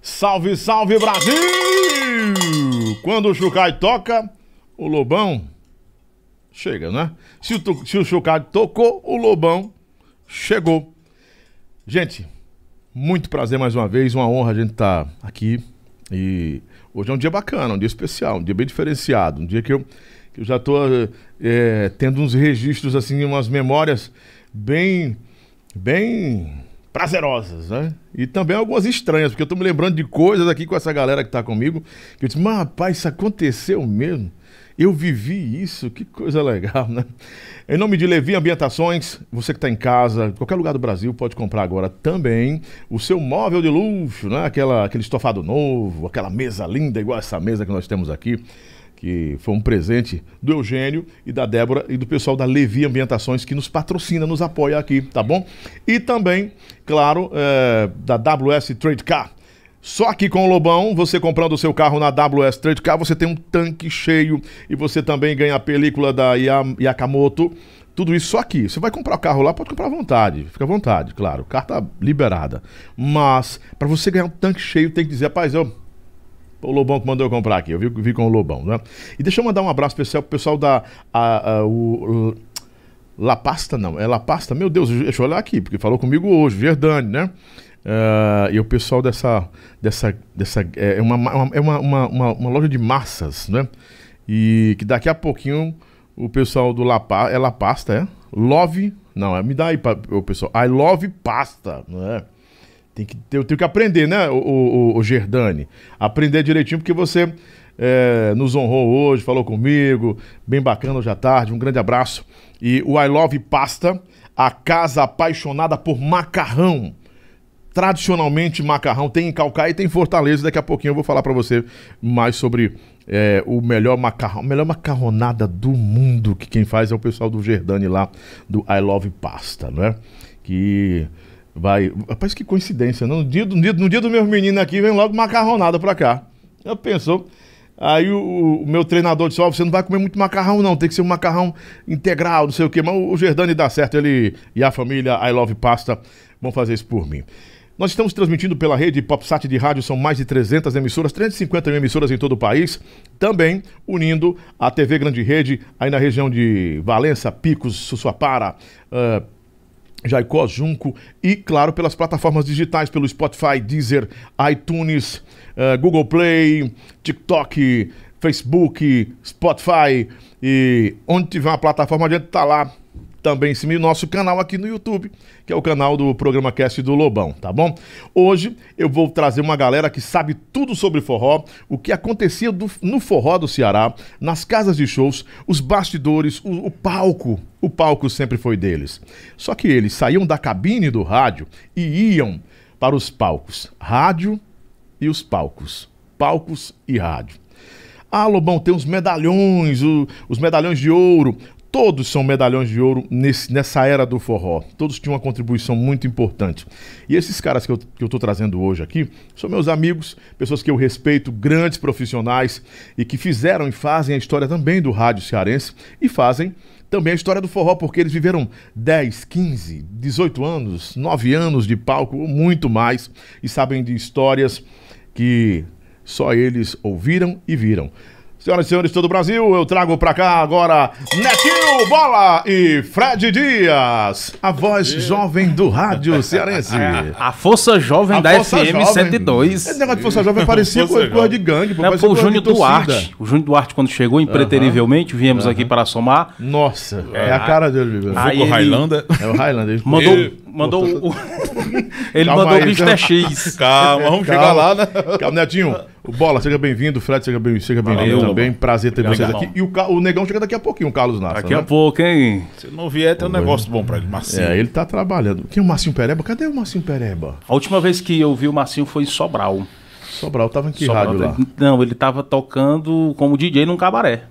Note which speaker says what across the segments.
Speaker 1: Salve, salve Brasil! Quando o Chucai toca, o Lobão chega, né? Se o, tu- se o Chucai tocou, o Lobão chegou. Gente, muito prazer mais uma vez, uma honra a gente estar aqui. E hoje é um dia bacana, um dia especial, um dia bem diferenciado, um dia que eu, que eu já estou tendo uns registros, assim, umas memórias bem, bem prazerosas, né? E também algumas estranhas, porque eu tô me lembrando de coisas aqui com essa galera que tá comigo, que eu disse, mas rapaz, isso aconteceu mesmo? Eu vivi isso, que coisa legal, né? Em nome de Levi Ambientações, você que está em casa, em qualquer lugar do Brasil, pode comprar agora também o seu móvel de luxo, né? Aquela, aquele estofado novo, aquela mesa linda, igual essa mesa que nós temos aqui que foi um presente do Eugênio e da Débora e do pessoal da Levi Ambientações que nos patrocina, nos apoia aqui, tá bom? E também, claro, é, da WS Trade Car. Só que com o Lobão, você comprando o seu carro na WS Trade Car, você tem um tanque cheio e você também ganha a película da Ya- Yakamoto. Tudo isso só aqui. Você vai comprar o carro lá, pode comprar à vontade. Fica à vontade, claro. Carta liberada. Mas, para você ganhar um tanque cheio, tem que dizer, rapaz, eu o Lobão que mandou eu comprar aqui. Eu vi, vi com o Lobão, né? E deixa eu mandar um abraço especial pro pessoal da. a- a- o, o- La Pasta, não. É La Pasta? Meu Deus, deixa eu olhar aqui, porque falou comigo hoje, Verdane, né? Ah, e o pessoal dessa. dessa, dessa é uma, uma- é uma, uma, uma, uma loja de massas, né? E que daqui a pouquinho o pessoal do La Pasta. É La Pasta, é? Love. Não, é, me dá aí, pa- o pessoal. I love pasta, não é? Tem que, eu tenho que aprender, né, o, o, o Gerdani? Aprender direitinho, porque você eh, nos honrou hoje, falou comigo, bem bacana hoje à tarde, um grande abraço. E o I Love Pasta, a casa apaixonada por macarrão. Tradicionalmente, macarrão tem em Calcaia e tem em Fortaleza. Daqui a pouquinho eu vou falar pra você mais sobre eh, o melhor macarrão, a melhor macarronada do mundo, que quem faz é o pessoal do Gerdani lá, do I Love Pasta, né? Que vai... Rapaz, que coincidência, né? no dia, do- no dia, no dia dos meus meninos aqui, vem logo macarronada pra cá. Eu pensou... Aí o, o meu treinador disse: Ó, você não vai comer muito macarrão, não. Tem que ser um macarrão integral, não sei o quê. Mas o o Gerdani dá certo, ele e a família I Love Pasta vão fazer isso por mim. Nós estamos transmitindo pela rede PopSat de rádio, são mais de 300 emissoras, 350 mil emissoras em todo o país, também unindo a TV Grande Rede, aí na região de Valença, Picos, Sussuapara, ah, Jaicó, Junco e, claro, pelas plataformas digitais, pelo Spotify, Deezer, iTunes, eh, Google Play, TikTok, Facebook, Spotify e onde tiver uma plataforma, a gente tá lá também em cima do nosso canal aqui no YouTube, que é o canal do programa Cast do Lobão, tá bom? Hoje eu vou trazer uma galera que sabe tudo sobre forró, o que acontecia do- no forró do Ceará, nas casas de shows, os bastidores, o- o palco, o palco sempre foi deles. Só que eles saíam da cabine do rádio e iam para os palcos. Rádio e os palcos. Palcos e rádio. Ah, Lobão, tem os medalhões, o- os medalhões de ouro. Todos são medalhões de ouro nesse- nessa era do forró. Todos tinham uma contribuição muito importante. E esses caras que eu, que eu tô trazendo hoje aqui são meus amigos, pessoas que eu respeito, grandes profissionais e que fizeram e fazem a história também do rádio cearense e fazem também a história do forró, porque eles viveram 10, 15, 18 anos, 9 anos de palco, ou muito mais, e sabem de histórias que só eles ouviram e viram. Senhoras e senhores de todo o Brasil, eu trago pra cá agora Netinho Bola e Fred Dias, a voz jovem do rádio cearense.
Speaker 2: A Força Jovem
Speaker 1: A
Speaker 2: da
Speaker 1: Força
Speaker 2: FM
Speaker 1: Jovem. É,
Speaker 2: 102.
Speaker 1: Esse negócio de Força Jovem parecia
Speaker 3: Força
Speaker 1: coisa, coisa de
Speaker 3: Jovem.
Speaker 1: gangue. pô,
Speaker 2: Né,
Speaker 1: parecia
Speaker 2: foi o
Speaker 1: coisa de
Speaker 2: Júnior
Speaker 1: torcida.
Speaker 2: Duarte. O Júnior Duarte, quando chegou, impreterivelmente, viemos aqui para somar.
Speaker 1: Nossa, é a cara dele. velho.
Speaker 2: Aí
Speaker 3: Aí
Speaker 2: ele-
Speaker 3: Highlander.
Speaker 1: É o Highlander.
Speaker 2: Ah. Mandou, um-
Speaker 3: Ele-
Speaker 2: mandou o. ele
Speaker 1: Calma
Speaker 2: mandou o
Speaker 1: aí, então.
Speaker 2: Mr.
Speaker 1: calma.
Speaker 2: X.
Speaker 3: Calma, vamos chegar lá, né?
Speaker 1: Calma, Netinho. O Bola, seja bem-vindo. Fred, seja bem- seja bem-vindo
Speaker 2: Valeu,
Speaker 1: também. Prazer ter vocês
Speaker 2: irmão.
Speaker 1: aqui. E o, Ca- o Negão chega daqui a pouquinho, o Carlos Nassa.
Speaker 2: Daqui
Speaker 1: né?
Speaker 2: a pouco, hein?
Speaker 3: Se não vier, tem um negócio bom pra ele, Marcinho.
Speaker 1: É, ele tá trabalhando. Quem é o Marcinho Pereba? Cadê o Marcinho Pereba?
Speaker 2: A última vez que eu vi o Marcinho foi em Sobral.
Speaker 1: Sobral, tava em que
Speaker 2: Sobral tá
Speaker 1: rádio lá?
Speaker 2: ele- Não, ele tava tocando como DJ num cabaré.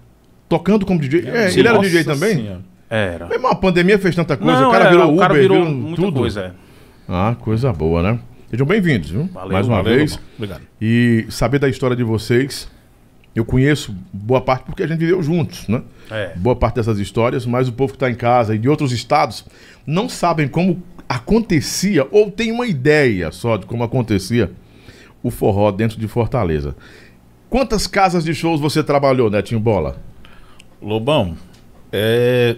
Speaker 1: Tocando como DJ? É,
Speaker 2: Sim.
Speaker 1: ele era
Speaker 2: Nossa
Speaker 1: DJ também?
Speaker 2: Era.
Speaker 1: Mesmo a pandemia fez tanta coisa,
Speaker 2: Não,
Speaker 1: o cara
Speaker 2: era,
Speaker 1: virou
Speaker 2: o
Speaker 1: Uber,
Speaker 2: cara virou
Speaker 1: virou
Speaker 2: muita
Speaker 1: tudo.
Speaker 2: coisa. é.
Speaker 1: Ah, coisa boa, né? Sejam bem-vindos, viu?
Speaker 2: Valeu,
Speaker 1: Mais uma
Speaker 3: Valeu,
Speaker 1: vez.
Speaker 3: irmão. Obrigado.
Speaker 1: E saber da história de vocês, eu conheço boa parte porque a gente viveu juntos, né?
Speaker 2: É.
Speaker 1: Boa parte dessas histórias, mas o povo que está em casa e de outros estados não sabem como acontecia ou tem uma ideia só de como acontecia o forró dentro de Fortaleza. Quantas casas de shows você trabalhou, Netinho Bola?
Speaker 3: Lobão, é...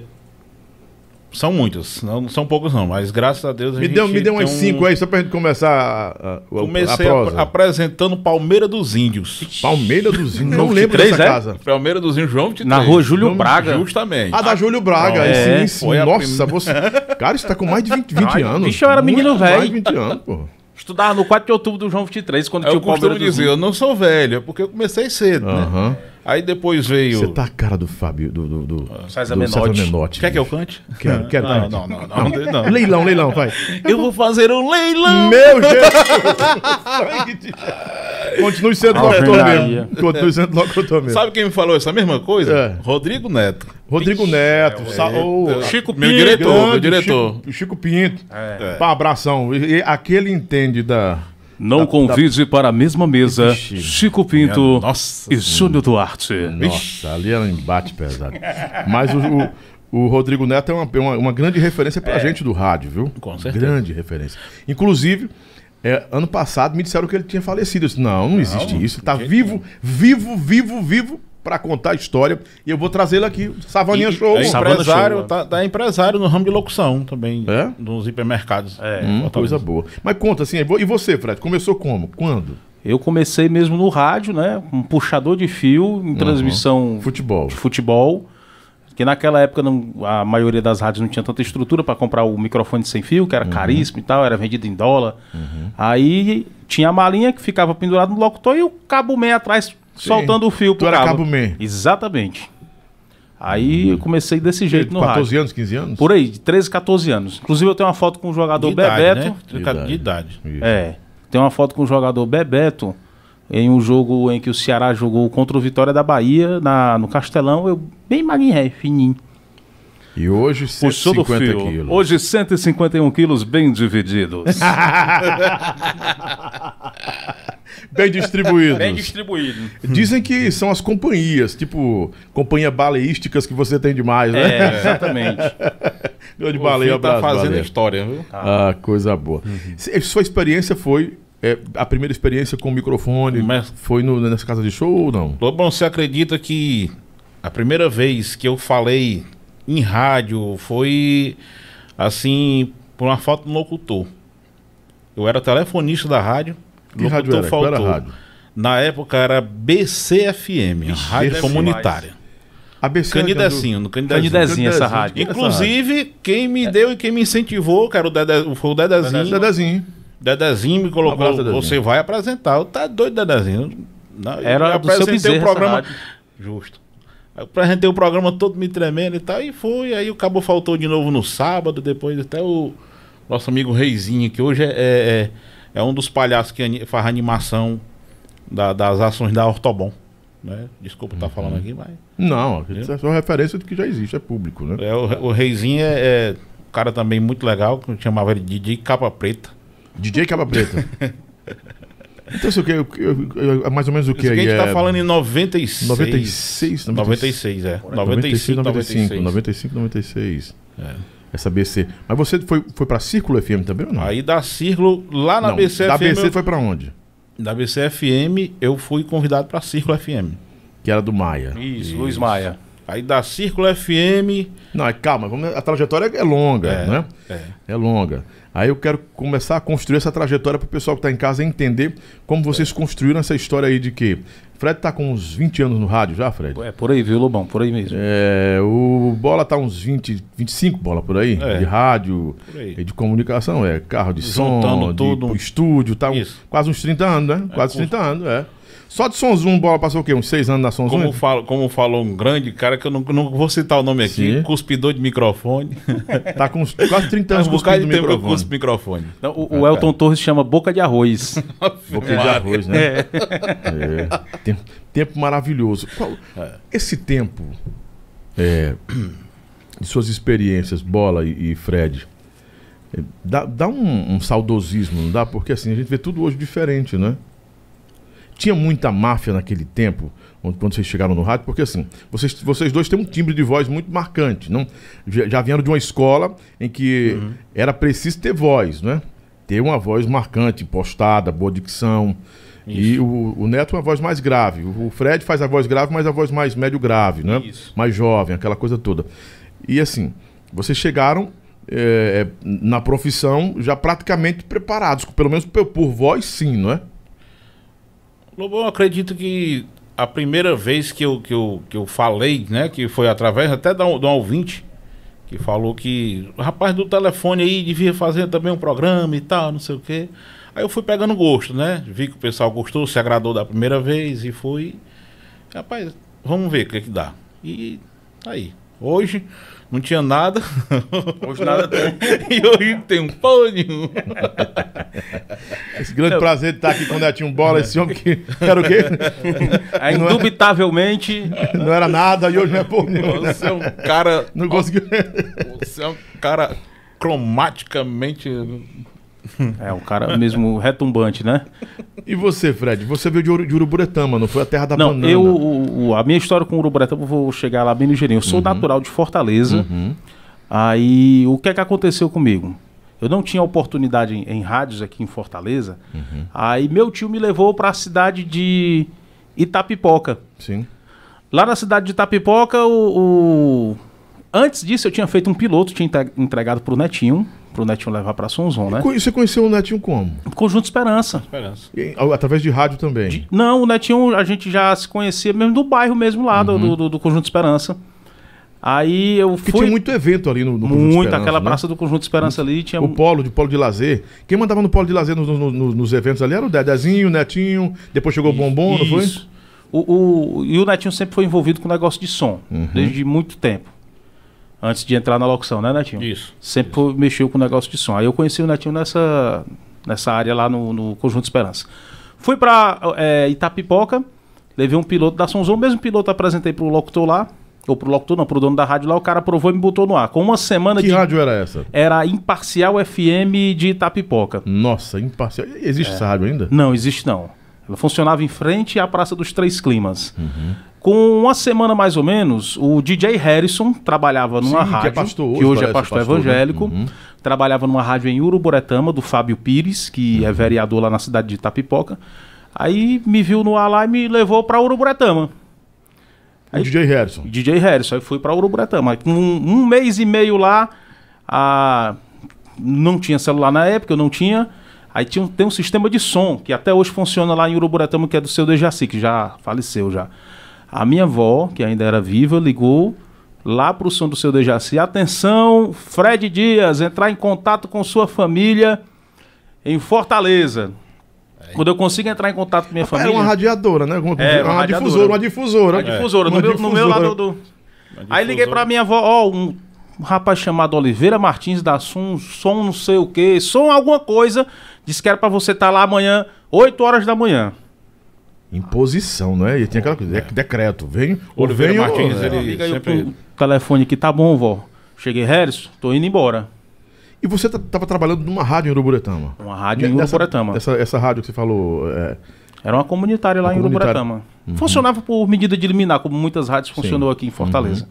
Speaker 3: são muitos, não são poucos não, mas graças a Deus a
Speaker 1: Me
Speaker 3: gente
Speaker 1: deu, me deu umas
Speaker 3: tem um-
Speaker 1: cinco aí, só pra gente começar a, a, a,
Speaker 3: Comecei
Speaker 1: a
Speaker 3: a-
Speaker 1: prosa.
Speaker 3: apresentando Palmeira dos Índios.
Speaker 1: Palmeira dos Índios. Não
Speaker 2: Novo
Speaker 1: lembro
Speaker 2: 23,
Speaker 1: dessa
Speaker 2: é?
Speaker 1: casa.
Speaker 3: Palmeira dos Índios, João 23.
Speaker 2: Na rua Júlio
Speaker 1: Vamos-
Speaker 2: Braga.
Speaker 3: Justamente.
Speaker 1: Ah, da Júlio Braga.
Speaker 2: Pronto.
Speaker 1: sim,
Speaker 2: É,
Speaker 1: sim.
Speaker 3: foi a
Speaker 1: Nossa, você. Cara, isso tá com mais de 20, 20
Speaker 2: Ai,
Speaker 1: anos.
Speaker 2: bicho, eu era menino
Speaker 1: Muito
Speaker 2: velho.
Speaker 1: Mais de 20 anos, pô.
Speaker 2: Estudava no 4 de outubro do João 23,
Speaker 1: É,
Speaker 2: quando tinha
Speaker 3: eu
Speaker 2: o Palmeiras
Speaker 3: costumo
Speaker 2: dos
Speaker 3: dizer,
Speaker 2: Índios.
Speaker 3: eu não sou velho, é porque eu comecei cedo, né?
Speaker 1: Aham.
Speaker 3: Aí depois veio...
Speaker 1: Ah. Você tá a cara do Fábio. Do, do, do,
Speaker 2: César
Speaker 1: do César
Speaker 2: Menotti.
Speaker 1: Menotti.
Speaker 3: Quer que eu cante?
Speaker 1: Quero, quero,
Speaker 3: não,
Speaker 1: vai.
Speaker 3: não, não, não, não, não.
Speaker 1: Leilão, leilão, vai.
Speaker 3: Eu vou fazer um leilão.
Speaker 1: Meu Jesus! Continue sendo locutor
Speaker 2: Alvenaria.
Speaker 1: mesmo. Continue sendo locutor mesmo.
Speaker 3: Sabe quem me falou essa mesma coisa?
Speaker 1: É.
Speaker 3: Rodrigo Neto.
Speaker 1: Rodrigo
Speaker 3: é
Speaker 1: Neto, sa- ô,
Speaker 2: Chico
Speaker 3: meu
Speaker 2: Pinto,
Speaker 3: diretor, meu
Speaker 1: grande
Speaker 3: diretor.
Speaker 1: Chico, Chico Pinto.
Speaker 3: É.
Speaker 1: Pá, abração. E- e aquele entende da.
Speaker 2: Não convide para a mesma mesa Chico Pinto
Speaker 3: Nossa
Speaker 2: e Júnior Duarte.
Speaker 1: Nossa, ali era um embate pesado. Mas o, o, o Rodrigo Neto é uma, é uma, uma grande referência pra gente do rádio, viu?
Speaker 3: Com certeza.
Speaker 1: Grande referência. Inclusive, é, ano passado me disseram que ele tinha falecido. Eu disse, não, não existe isso. Ele tá vivo, vivo, vivo, vivo pra contar a história. E eu vou trazê-lo aqui. Savaninha Show. Um
Speaker 3: É
Speaker 2: Savana
Speaker 3: empresário,
Speaker 2: Show, é.
Speaker 3: tá, tá empresário no ramo de locução também,
Speaker 1: É?
Speaker 3: nos hipermercados. É,
Speaker 1: Hum, coisa boa. Mas conta assim, e você, Fred, começou como? Quando?
Speaker 2: Eu comecei mesmo no rádio, né? Um puxador de fio
Speaker 1: Uhum.
Speaker 2: em transmissão
Speaker 1: Futebol.
Speaker 2: de futebol. Porque naquela época não- a maioria das rádios não tinha tanta estrutura para comprar o microfone sem fio, que era
Speaker 1: Uhum.
Speaker 2: caríssimo e tal, era vendido em dólar. Aí tinha a malinha que ficava pendurada no locutor e o cabo meio atrás soltando o fio
Speaker 1: Tu
Speaker 2: pro
Speaker 1: era
Speaker 2: cabo.
Speaker 1: cabo man. Uhum.
Speaker 2: Exatamente. Aí eu comecei desse jeito no
Speaker 1: 14
Speaker 2: rádio.
Speaker 1: anos, 15 anos?
Speaker 2: Por aí, de 13, 14 anos. Inclusive eu tenho uma foto com o jogador
Speaker 3: de idade,
Speaker 2: Bebeto.
Speaker 3: né? De, idade. de idade.
Speaker 1: Isso.
Speaker 2: É. Tem uma foto com o jogador Bebeto em um jogo em que o Ceará jogou contra o Vitória da Bahia na, no Castelão. Eu bem magrinho, é fininho.
Speaker 1: E hoje, 150 quilos.
Speaker 2: Hoje 151 quilos bem divididos.
Speaker 1: Bem distribuídos.
Speaker 2: distribuído.
Speaker 3: Hum.
Speaker 1: Dizem que são as companhias, tipo, companhia baleísticas que você tem demais, né?
Speaker 2: É, exatamente.
Speaker 1: Grande
Speaker 3: O
Speaker 1: baleia,
Speaker 3: filho tá
Speaker 1: abraço,
Speaker 3: fazendo tá. Uhum.
Speaker 1: baleia.
Speaker 3: história, viu?
Speaker 1: Ah, coisa boa. Se- Sua experiência foi, é, a primeira experiência com o microfone,
Speaker 3: Mas-
Speaker 1: foi no- nessa casa de show ou não?
Speaker 3: Lobão, você acredita que a primeira vez que eu falei em rádio foi assim, por uma falta de um locutor. Eu era telefonista da rádio.
Speaker 1: Que rádio era? Qual era a rádio?
Speaker 3: Na época era BCFM, a rádio
Speaker 1: BC.
Speaker 3: comunitária.
Speaker 1: ABC
Speaker 3: Candidecinho, no Candidezinho.
Speaker 2: Canidezinha essa
Speaker 1: Candidezinho.
Speaker 2: rádio.
Speaker 3: Inclusive, quem me deu e quem me incentivou, cara, o Dede, foi o Dedezinho.
Speaker 1: Dedezinho.
Speaker 3: Dedezinho me colocou,
Speaker 1: Abraço, Dedezinho.
Speaker 3: você vai apresentar. Eu, tá doido, Dedezinho. Não, eu
Speaker 2: Era do seu Bezerra
Speaker 3: apresentei o
Speaker 2: essa
Speaker 3: programa.
Speaker 2: rádio.
Speaker 3: Justo. Eu apresentei o programa todo me tremendo e tal, e foi. Aí o cabo faltou de novo no sábado, depois até o nosso amigo Reizinho, que hoje é, é, é- é um dos palhaços que ani- faz animação da- das ações da Ortobon. Né? Desculpa estar falando aqui, mas.
Speaker 1: Não, isso é só referência do que já existe, é público, né?
Speaker 3: É, o, o Reizinho é, é um cara também muito legal, que eu chamava ele de DJ Capa Preta.
Speaker 1: DJ Caba Preta. então, isso aqui, eu, eu, eu, é mais ou menos o que
Speaker 3: Isso
Speaker 1: aí?
Speaker 3: aqui a gente tá
Speaker 1: é
Speaker 3: falando em 96.
Speaker 1: 96,
Speaker 3: 96, é.
Speaker 1: 95,
Speaker 3: 95, 96.
Speaker 1: 95, 95, 96.
Speaker 3: É.
Speaker 1: É Essa BC. Mas você foi, foi pra Círculo FM também ou não?
Speaker 3: Aí da Círculo, lá na
Speaker 1: não,
Speaker 3: BCFM.
Speaker 1: Da BC
Speaker 3: eu-
Speaker 1: foi pra onde?
Speaker 3: da BCFM, eu fui convidado pra Círculo FM.
Speaker 1: Que era do Maia.
Speaker 2: Isso, Luiz Maia.
Speaker 3: Aí da Círculo FM.
Speaker 1: Não, é- calma, vamos- a trajetória é longa,
Speaker 3: É,
Speaker 1: né?
Speaker 3: é.
Speaker 1: É longa. Aí eu quero começar a construir essa trajetória pro pessoal que tá em casa entender como vocês construíram essa história aí de que. Fred tá com uns 20 anos no rádio já, Fred?
Speaker 2: É por aí, viu, Lobão? Por aí mesmo.
Speaker 1: É, o Bola tá uns 20, 25 bola por aí,
Speaker 3: É.
Speaker 1: de rádio
Speaker 3: Por aí.
Speaker 1: e de comunicação, é, carro de som,
Speaker 3: Juntando
Speaker 1: de
Speaker 3: tudo.
Speaker 1: pro estúdio, tá um-
Speaker 3: Isso.
Speaker 1: quase uns 30 anos, né? Quase
Speaker 3: com-
Speaker 1: 30 anos, é. Só de Sonzum, Bola passou o quê? Uns 6 anos na Sonzum?
Speaker 3: Como, falo, como falou um grande cara, que eu não, não vou citar o nome aqui,
Speaker 1: Sim.
Speaker 3: cuspidor de microfone.
Speaker 1: Tá com uns quase 30
Speaker 3: Tem um
Speaker 1: anos
Speaker 3: bocado de
Speaker 1: cuspindo
Speaker 3: tempo que eu
Speaker 1: microfone.
Speaker 3: cuspo microfone.
Speaker 2: Então, o, o Elton Torres chama Boca de Arroz.
Speaker 1: Boquinha de arroz, né? É. Tem- Tempo maravilhoso. Qual- Esse tempo é, de suas experiências, Bola e, e Fred, é, dá, dá um, um saudosismo, não dá? Porque assim, a gente vê tudo hoje diferente, né? Tinha muita máfia naquele tempo, onde- quando vocês chegaram no rádio, porque assim, vocês, vocês dois têm um timbre de voz muito marcante. Não, já, já vieram de uma escola em que era preciso ter voz, né? Ter uma voz marcante, postada, boa dicção. E o, o Neto é uma voz mais grave. O o Fred faz a voz grave, mas a voz mais médio grave, né?
Speaker 2: Isso.
Speaker 1: Mais jovem, aquela coisa toda. E assim, vocês chegaram é, na profissão já praticamente preparados, pelo menos por, por voz, sim, não é?
Speaker 3: Lobão, eu acredito que a primeira vez que eu, que eu, que eu falei, né, que foi através até de um, de um ouvinte, que falou que o rapaz do telefone aí devia fazer também um programa e tal, não sei o quê. Aí eu fui pegando gosto, né? Vi que o pessoal gostou, se agradou da primeira vez e fui. Rapaz, vamos ver o que, é que dá. E tá aí. Hoje não tinha nada.
Speaker 2: Hoje nada tem.
Speaker 3: e hoje tem um pônio.
Speaker 1: Esse grande prazer de estar aqui com o Netinho um Bola, esse homem que era o quê?
Speaker 2: É, indubitavelmente.
Speaker 1: Não era nada e hoje não é por nenhum. né?
Speaker 3: Você é um cara.
Speaker 1: Não conseguiu.
Speaker 3: Você é um cara cromaticamente.
Speaker 2: É um cara mesmo retumbante, né?
Speaker 1: E você, Fred? Você veio de, Uru, de Uruburetama, não foi a terra da
Speaker 2: Não,
Speaker 1: banana?
Speaker 2: eu, o- o- a minha história com o Uruburetama, eu vou chegar lá bem ligeirinho. Eu sou natural de Fortaleza. Aí, o que é que aconteceu comigo? Eu não tinha oportunidade em, em rádios aqui em Fortaleza. Aí, meu tio me levou para a cidade de Itapipoca.
Speaker 1: Sim.
Speaker 2: Lá na cidade de Itapipoca, o, o- antes disso eu tinha feito um piloto, tinha entre- entregado pro Netinho, pro Netinho levar pra Sonzon, né?
Speaker 1: Co- Você conheceu o Netinho como?
Speaker 2: Conjunto Esperança.
Speaker 3: Esperança.
Speaker 1: E- Através de rádio também.
Speaker 2: Não, o Netinho a gente já se conhecia mesmo do bairro mesmo lá, do- do, do, do Conjunto Esperança. Aí eu
Speaker 1: Uhum. Porque
Speaker 2: fui
Speaker 1: tinha muito evento ali no, no Conjunto
Speaker 2: muito,
Speaker 1: Esperança,
Speaker 2: aquela
Speaker 1: né?
Speaker 2: praça do Conjunto Esperança ali tinha um
Speaker 1: O polo, de polo de lazer. Quem mandava no polo de lazer nos, nos- nos- nos eventos ali era o Dedezinho, o Netinho, depois chegou o Bombom, não foi?
Speaker 2: Isso. O, o- e o Netinho sempre foi envolvido com negócio de som,
Speaker 1: Uhum.
Speaker 2: desde muito tempo. Antes de entrar na locução, né, Netinho?
Speaker 3: Isso.
Speaker 2: Sempre foi- mexeu com o negócio de som. Aí eu conheci o Netinho nessa, nessa área lá no, no Conjunto Esperança. Fui pra é, Itapipoca, levei um piloto da Sonzão, o mesmo piloto apresentei pro locutor lá, ou pro locutor não, pro dono da rádio lá, o cara aprovou e me botou no ar. Com uma semana
Speaker 1: Que
Speaker 2: de...
Speaker 1: rádio era essa?
Speaker 2: Era a Imparcial FM de Itapipoca.
Speaker 1: Nossa, imparcial.
Speaker 2: É.
Speaker 1: Existe essa rádio ainda?
Speaker 2: Não, existe não. Ela funcionava em frente à Praça dos Três Climas.
Speaker 1: Uhum.
Speaker 2: Com uma semana mais ou menos, o DJ Harrison trabalhava numa
Speaker 1: Sim, que é
Speaker 2: rádio,
Speaker 1: pastor hoje,
Speaker 2: que hoje é
Speaker 1: parece,
Speaker 2: pastor,
Speaker 1: pastor, né?
Speaker 2: evangélico, trabalhava numa rádio em Uruburetama, do Fábio Pires, que
Speaker 1: Uhum.
Speaker 2: é vereador lá na cidade de Itapipoca. Aí me viu no ar lá e me levou para Uruburetama.
Speaker 1: O DJ Harrison.
Speaker 2: DJ Harrison. Aí fui pra Uruburetama. Com um, um mês e meio lá, a... não tinha celular na época, eu não tinha. Aí tinha um, tem um sistema de som, que até hoje funciona lá em Uruburetama, que é do seu Dejaci, que já faleceu já. A minha avó, que ainda era viva, ligou lá pro som do seu Dejaci. Atenção, Fred Dias, entrar em contato com sua família em Fortaleza. Quando eu consigo entrar em contato com minha
Speaker 1: Era
Speaker 2: família...
Speaker 1: uma radiadora, né? Alguma-
Speaker 2: É, uma
Speaker 1: uma,
Speaker 2: radiadora.
Speaker 1: difusora, uma difusora.
Speaker 2: Uma difusora,
Speaker 1: É,
Speaker 2: no,
Speaker 1: uma
Speaker 2: meu, no meu
Speaker 1: difusora.
Speaker 2: lado do. Aí liguei pra minha avó, ó, um rapaz chamado Oliveira Martins da Som, som não sei o que, som alguma coisa, disse que era pra você estar lá amanhã, 8 horas da manhã.
Speaker 1: Imposição, né? E tem aquela
Speaker 2: É.
Speaker 1: coisa, de- decreto. Vem, ou
Speaker 3: Oliveira
Speaker 1: vem ou-
Speaker 3: Martins,
Speaker 1: é.
Speaker 3: ele-
Speaker 2: Liga aí
Speaker 3: sempre-
Speaker 2: pro telefone aqui, tá bom, vó. Cheguei, Harrison, tô indo embora.
Speaker 1: E você tá- tava trabalhando numa rádio em Uruburetama?
Speaker 2: Uma rádio em
Speaker 1: Nessa-
Speaker 2: Uruburetama.
Speaker 1: Essa, essa rádio que você falou. é,
Speaker 2: Era uma comunitária lá
Speaker 1: Uma
Speaker 2: em
Speaker 1: comunitária. Uhum.
Speaker 2: Uruburetama. Funcionava por medida de liminar, como muitas rádios funcionou aqui em Fortaleza.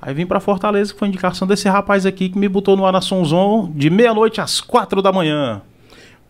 Speaker 2: Aí vim pra Fortaleza, que foi indicação desse rapaz aqui que me botou no ar na Sonzon de meia-noite às quatro da manhã.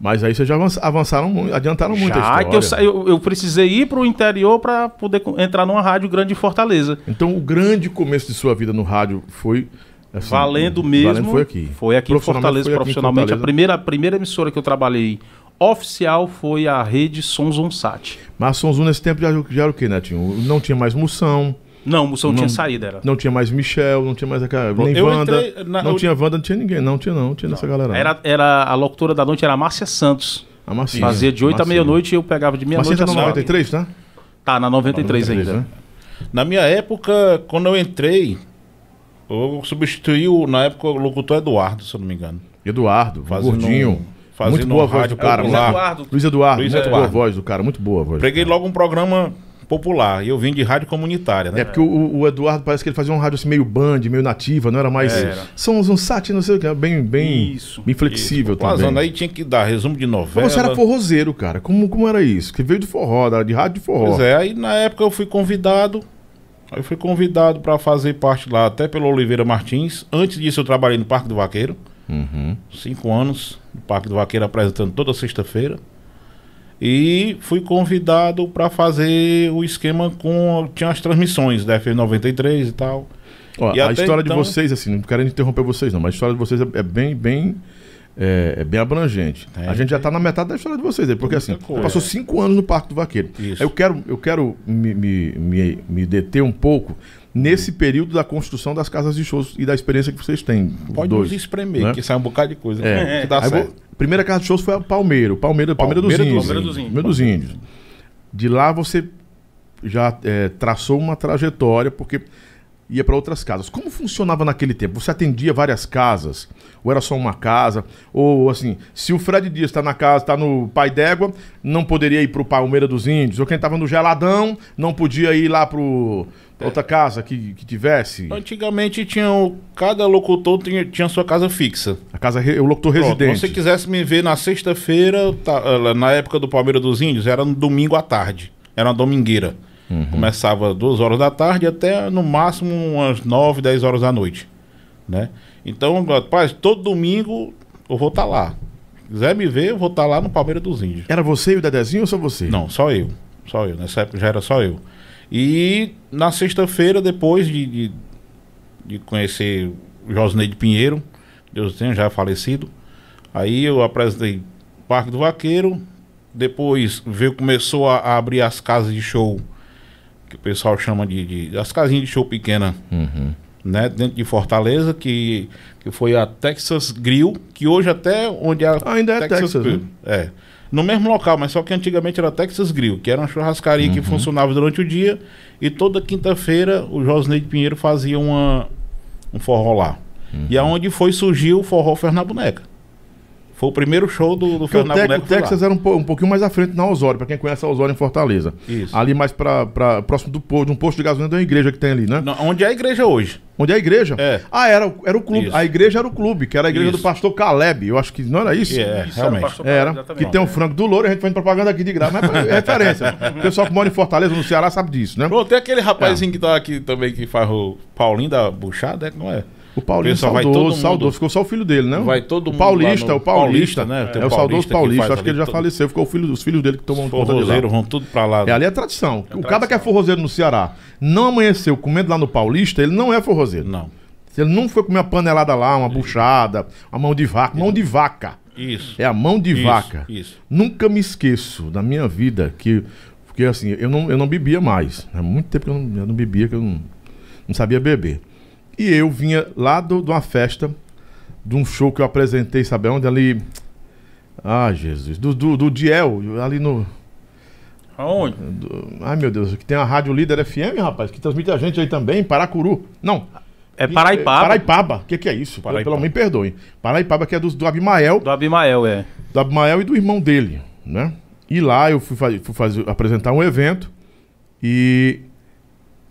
Speaker 1: Mas aí vocês já avanç- avançaram muito, adiantaram muito a
Speaker 2: Já
Speaker 1: história.
Speaker 2: que eu, sa- eu, eu precisei ir pro interior pra poder co- entrar numa rádio grande de Fortaleza.
Speaker 1: Então o grande começo de sua vida no rádio foi. assim,
Speaker 2: valendo
Speaker 1: o-
Speaker 2: mesmo.
Speaker 1: Valendo foi aqui.
Speaker 2: Foi aqui em Fortaleza,
Speaker 1: foi aqui em
Speaker 2: profissionalmente. A,
Speaker 1: Fortaleza.
Speaker 2: primeira, a primeira emissora que eu trabalhei oficial foi a rede Sonsonsat.
Speaker 1: Mas Sonzu nesse tempo já, já era o quê, Netinho? Não tinha mais Moção,
Speaker 2: Não, o Moção
Speaker 1: Não-
Speaker 2: tinha saída, era.
Speaker 1: não tinha mais Michel, não tinha mais aquela. Nem
Speaker 3: Eu
Speaker 1: Wanda.
Speaker 3: entrei na-
Speaker 1: não
Speaker 3: eu-
Speaker 1: tinha Wanda, não tinha ninguém. Não tinha, não. Tinha essa galera. não.
Speaker 2: Era, era a locutora da noite era a Márcia Santos.
Speaker 1: A Marcinha.
Speaker 2: Fazia de 8 à
Speaker 1: Marcinha.
Speaker 2: meia-noite e eu pegava de
Speaker 1: Marcinha
Speaker 2: meia-noite
Speaker 1: tá
Speaker 2: às
Speaker 1: no
Speaker 2: 93?
Speaker 1: 93, tá?
Speaker 2: Tá, na 93, ainda.
Speaker 1: né?
Speaker 3: Na minha época, quando eu entrei, eu substituí, o, na época, o locutor Eduardo, se eu não me engano.
Speaker 1: né? Eduardo,
Speaker 3: Fazendo
Speaker 1: gordinho.
Speaker 3: um- fazendo
Speaker 1: muito boa a
Speaker 3: um
Speaker 1: voz do
Speaker 3: rádio
Speaker 1: cara.
Speaker 3: popular.
Speaker 1: lá.
Speaker 2: Eduardo.
Speaker 1: Luiz Eduardo.
Speaker 3: Luiz
Speaker 1: muito
Speaker 3: Eduardo.
Speaker 1: boa a voz do cara. Muito boa a voz. do
Speaker 3: Peguei logo um programa popular e eu vim de rádio comunitária, né?
Speaker 1: É porque o, o Eduardo parece que ele fazia um rádio assim, meio band, meio nativa, não era mais.
Speaker 2: Era.
Speaker 1: Somos um sat, não sei o que, bem, bem,
Speaker 2: Isso.
Speaker 1: bem flexível
Speaker 3: Fazendo,
Speaker 1: também.
Speaker 3: aí tinha que dar resumo de
Speaker 1: Mas
Speaker 3: novela.
Speaker 1: Você era forrozeiro, cara. Como, como era isso? Que veio do forró, da- de rádio de forró.
Speaker 3: Pois é, aí na época eu fui convidado. Aí eu fui convidado pra fazer parte lá, até pelo Oliveira Martins. Antes disso eu trabalhei no Parque do
Speaker 1: Uhum.
Speaker 3: Vaqueiro. Cinco anos no Parque do Vaqueiro apresentando toda sexta-feira. E fui convidado para fazer o esquema com. Tinha as transmissões da F93 e tal.
Speaker 1: Ó,
Speaker 3: E
Speaker 1: a
Speaker 3: até
Speaker 1: história de
Speaker 3: então-
Speaker 1: vocês, assim, não quero interromper vocês, não, mas a história de vocês é, é bem, bem, é, é bem abrangente.
Speaker 3: É.
Speaker 1: A gente já tá na metade da história de vocês, aí, porque
Speaker 3: Muita
Speaker 1: assim,
Speaker 3: coisa.
Speaker 1: passou cinco anos no Parque do Vaqueiro.
Speaker 3: Isso.
Speaker 1: Aí Eu quero, eu quero me, me, me, me deter um pouco nesse
Speaker 3: Uhum.
Speaker 1: período da construção das casas de shows e da experiência que vocês têm. os
Speaker 3: Pode
Speaker 1: dois.
Speaker 3: nos espremer,
Speaker 1: né?
Speaker 3: que sai um bocado de coisa.
Speaker 1: É.
Speaker 3: Que dá
Speaker 1: Aí
Speaker 3: certo.
Speaker 1: vou- primeira casa de shows foi a Palmeira, o Palmeira, Palmeira, dos,
Speaker 3: Palmeira
Speaker 1: índios,
Speaker 3: dos
Speaker 1: Palmeira
Speaker 2: Índios.
Speaker 1: dos Índios. De lá você já é, traçou uma trajetória, porque ia para outras casas. Como funcionava naquele tempo? Você atendia várias casas? Ou era só uma casa? Ou assim, se o Fred Dias está na casa, está no Pai d'Égua, não poderia ir para o Palmeira dos Índios? Ou quem estava no Geladão não podia ir lá para
Speaker 3: É.
Speaker 1: outra casa que, que tivesse?
Speaker 3: Antigamente tinha o- cada locutor tinha, tinha sua casa fixa.
Speaker 1: A casa, re- o locutor
Speaker 3: Pronto,
Speaker 1: residente.
Speaker 3: se você quisesse me ver na sexta-feira, eu ta- ela- na época do Palmeiras dos Índios, era no domingo à tarde. Era uma domingueira. Começava duas horas da tarde até no máximo umas nove, dez horas da noite. Né? Então, rapaz, todo domingo eu vou estar lá. Se quiser me ver, eu vou estar lá no Palmeiras dos Índios.
Speaker 1: Era você e o Dedezinho ou só você?
Speaker 3: Não, só eu. Só eu. Nessa época já era só eu. E na sexta-feira, depois de, de, de conhecer o Josneide Pinheiro, Deus o tenha, já falecido, aí eu apresentei Parque do Vaqueiro. Depois veio, começou a, a abrir as casas de show, que o pessoal chama de, de as casinhas de show pequena, né? Dentro de Fortaleza, que, que foi a Texas Grill, que hoje até onde a
Speaker 1: Ainda é Texas,
Speaker 3: Grill.
Speaker 1: né?
Speaker 3: É. No mesmo local, mas só que antigamente era Texas Grill, que era uma churrascaria que funcionava durante o dia. E toda quinta-feira o Josneide Pinheiro fazia uma, um forró lá. E aonde foi surgir o forró Fernando Boneca. Foi o primeiro show do, do
Speaker 1: Porque o,
Speaker 3: Fernando
Speaker 1: Tex-
Speaker 3: Boneca.
Speaker 1: o
Speaker 3: foi lá.
Speaker 1: Texas era um, po- um pouquinho mais à frente na Osório, pra quem conhece a Osório em Fortaleza.
Speaker 3: Isso.
Speaker 1: Ali mais pra, pra- próximo do posto, de um posto de gasolina de uma igreja que tem ali, né?
Speaker 3: Não, onde é a igreja hoje.
Speaker 1: Onde é a igreja?
Speaker 3: É.
Speaker 1: Ah, era, o- era o clube.
Speaker 3: Isso.
Speaker 1: A igreja era o clube, que era a igreja
Speaker 3: Isso.
Speaker 1: do pastor Caleb. Eu acho que não era isso.
Speaker 3: É,
Speaker 2: Isso,
Speaker 3: realmente.
Speaker 2: pastor Paulo,
Speaker 1: Era,
Speaker 2: exatamente.
Speaker 1: que tem um frango do louro, a gente faz propaganda aqui de graça, mas é referência. O pessoal que mora em Fortaleza, no Ceará, sabe disso, né?
Speaker 3: Pronto, tem aquele rapazinho que tá aqui também, que faz o Paulinho da Buchada, é? não é?
Speaker 1: O Paulinho
Speaker 3: Pessoal, vai todo
Speaker 1: saudoso,
Speaker 3: mundo.
Speaker 1: saudoso. Ficou só o filho dele, né?
Speaker 3: Vai todo
Speaker 1: o
Speaker 3: mundo
Speaker 1: paulista,
Speaker 3: lá no-
Speaker 1: o paulista,
Speaker 3: Paulista, né?
Speaker 1: É
Speaker 3: Tem
Speaker 1: o
Speaker 3: o
Speaker 1: saudoso
Speaker 3: paulista que
Speaker 1: paulista.
Speaker 3: faz
Speaker 1: Acho que ele
Speaker 3: ali
Speaker 1: já
Speaker 3: todo-
Speaker 1: faleceu. Ficou o filho, os filhos dele que tomam conta de lá.
Speaker 3: Forrozeiro, vão tudo pra lá.
Speaker 1: É, ali é tradição. o
Speaker 2: tradição.
Speaker 1: cara que é forrozeiro no Ceará não amanheceu comendo lá no Paulista, ele não é forrozeiro.
Speaker 3: Não.
Speaker 1: Se ele não foi comer uma panelada lá, uma buchada, uma mão de vaca. Mão de vaca.
Speaker 3: Isso.
Speaker 1: É a mão de
Speaker 3: Isso,
Speaker 1: vaca.
Speaker 3: isso.
Speaker 1: Nunca me esqueço da minha vida que. Porque assim, eu não, eu não bebia mais. Há muito tempo que eu não, eu não bebia, que eu não, não sabia beber. E eu vinha lá do- de uma festa, de um show que eu apresentei, sabe onde? Ali. Ah, Jesus. Do, do, do Diel, ali no.
Speaker 2: Aonde?
Speaker 1: Ai, meu Deus, que tem a Rádio Líder FM, rapaz, que transmite a gente aí também, em Paracuru. Não.
Speaker 2: É Paraipaba.
Speaker 1: Paraipaba. O que, que é isso?
Speaker 3: Paraipaba.
Speaker 1: Pelo me perdoem. Paraipaba, que é do, do Abimael,
Speaker 2: Do Abimael, é.
Speaker 1: do Abimael e do irmão dele, né? E lá eu fui, fa- fui fazer, apresentar um evento e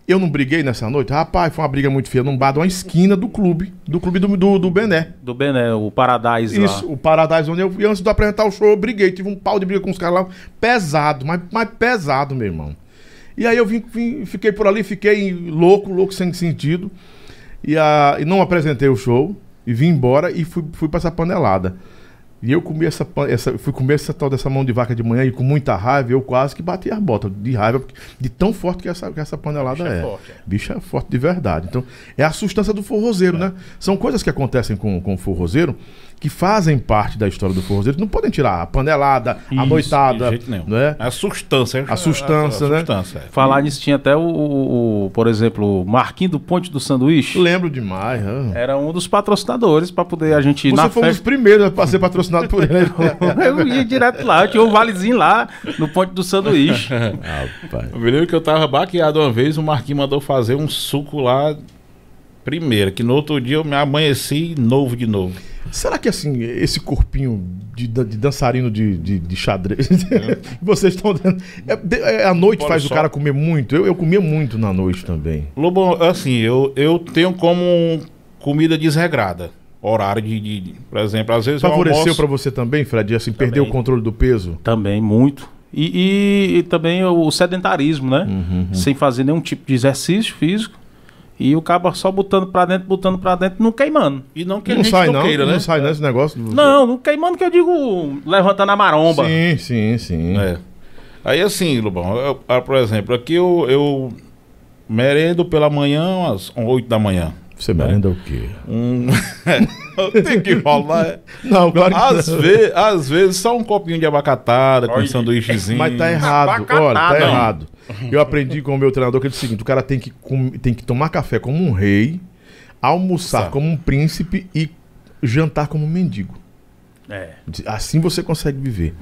Speaker 1: eu não briguei nessa noite. Rapaz, foi uma briga muito feia num bar de uma esquina do clube, do clube do, do, do Bené.
Speaker 2: Do Bené, o Paradise
Speaker 1: Isso, o Paradise, onde eu fui. Antes de apresentar o show, eu briguei. Tive um pau de briga com os caras lá. Pesado, mas, mas pesado, meu irmão. E aí eu vim, vim- fiquei por ali, fiquei louco, louco, sem sentido. E, a, e não apresentei o show. E vim embora e fui, fui pra essa panelada. E eu comi essa, pan- essa fui comer essa tal dessa mão de vaca de manhã e com muita raiva, eu quase que bati as botas de raiva, porque- de tão forte que essa, que essa panelada
Speaker 2: Bicho é
Speaker 1: é.
Speaker 2: forte, é.
Speaker 1: Bicho é forte de verdade. Então, é a sustância do forrozeiro,
Speaker 2: É.
Speaker 1: né? São coisas que acontecem com, com o forrozeiro que fazem parte da história do forrozeiro. Não podem tirar a panelada, a
Speaker 3: De
Speaker 1: noitada,
Speaker 3: jeito nenhum. É
Speaker 1: né?
Speaker 3: A sustância.
Speaker 1: A sustância,
Speaker 3: a,
Speaker 1: né?
Speaker 3: sustância, é.
Speaker 2: Falar nisso tinha até o, o- o- por exemplo, o Marquinho do Ponte do Sanduíche.
Speaker 1: Lembro demais. ah.
Speaker 2: Era um dos patrocinadores para poder a gente ir na
Speaker 1: Você foi um dos
Speaker 2: festa.
Speaker 1: primeiros a ser patrocinado por ele. né?
Speaker 2: Eu ia direto lá, eu tinha um valezinho lá no Ponte do Sanduíche.
Speaker 1: Rapaz.
Speaker 3: Eu me lembro que eu tava baqueado uma vez, o Marquinhos mandou fazer um suco lá primeiro, que no outro dia eu me amanheci novo de novo.
Speaker 1: Será que assim, esse corpinho de, dan- de dançarino de, de, de xadrez, vocês estão dando. É, de- é, a noite
Speaker 3: Olha
Speaker 1: faz o
Speaker 3: só.
Speaker 1: cara comer muito. Eu, eu comia muito na noite também.
Speaker 3: Lobo, assim, eu, eu tenho como comida desregrada. Horário de, de- de- por exemplo, às vezes eu
Speaker 1: Favoreceu
Speaker 3: almoço...
Speaker 1: pra você também, Fred, assim, perder o controle do peso?
Speaker 2: Também, muito. E, e- e também o sedentarismo, né?
Speaker 1: Uhum,
Speaker 2: Sem fazer nenhum tipo de exercício físico. E o cabo só botando pra dentro, botando pra dentro, não queimando.
Speaker 3: E não que a
Speaker 1: Não
Speaker 3: gente
Speaker 1: sai,
Speaker 3: não
Speaker 1: não.
Speaker 3: queira, né?
Speaker 1: Uhum. Não sai, não, esse negócio. do-
Speaker 2: Não, não queimando que eu digo levantando a maromba.
Speaker 1: Sim, sim, sim.
Speaker 3: É. Aí assim, Lobão, eu- ah, por exemplo, aqui eu, eu merendo pela manhã, às 8 da manhã.
Speaker 1: Você merenda o quê?
Speaker 3: Um...
Speaker 1: É,
Speaker 3: Tem que
Speaker 1: né?
Speaker 3: falar.
Speaker 1: Não, ah, claro
Speaker 3: Às, ve às vezes só um copinho de abacatada, com um
Speaker 2: Olha,
Speaker 3: sanduíchezinho.
Speaker 1: Mas tá errado,
Speaker 2: Abacatado.
Speaker 1: olha, tá errado. Eu aprendi com o meu treinador que ele disse o seguinte: o cara tem que, com- tem que tomar café como um rei, almoçar
Speaker 3: Tá.
Speaker 1: como um príncipe e jantar como um mendigo.
Speaker 2: É.
Speaker 1: Assim você consegue viver.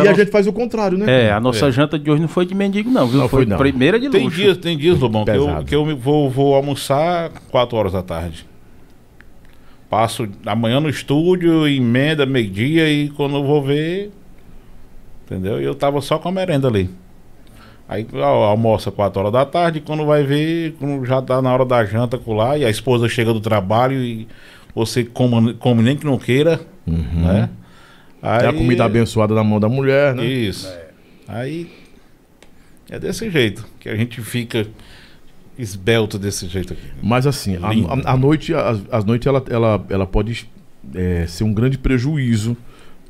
Speaker 1: E
Speaker 2: a,
Speaker 1: a
Speaker 2: nossa,
Speaker 1: gente faz o contrário, né?
Speaker 2: é, a nossa janta de hoje não foi de mendigo, não, viu?
Speaker 1: Não foi, não.
Speaker 2: primeira de
Speaker 3: Tem
Speaker 2: luxo.
Speaker 3: dias, tem dias, Lobão, que eu,
Speaker 1: Pesado.
Speaker 3: que eu me- vou, vou almoçar 4 horas da tarde. Passo amanhã no estúdio, emenda meio-dia e quando eu vou ver. Entendeu? E eu tava só com a merenda ali. Aí ó, almoça 4 horas da tarde, quando vai ver, quando já tá na hora da janta lá, e a esposa chega do trabalho e você come, come nem que não queira,
Speaker 1: Uhum.
Speaker 3: né? Aí,
Speaker 1: É a comida abençoada na mão da mulher, né?
Speaker 3: isso. Aí é desse jeito que a gente fica esbelto desse jeito aqui.
Speaker 1: Mas assim, a,
Speaker 3: Lindo.
Speaker 1: a- a noite, as, as noites ela, ela, ela pode é, ser um grande prejuízo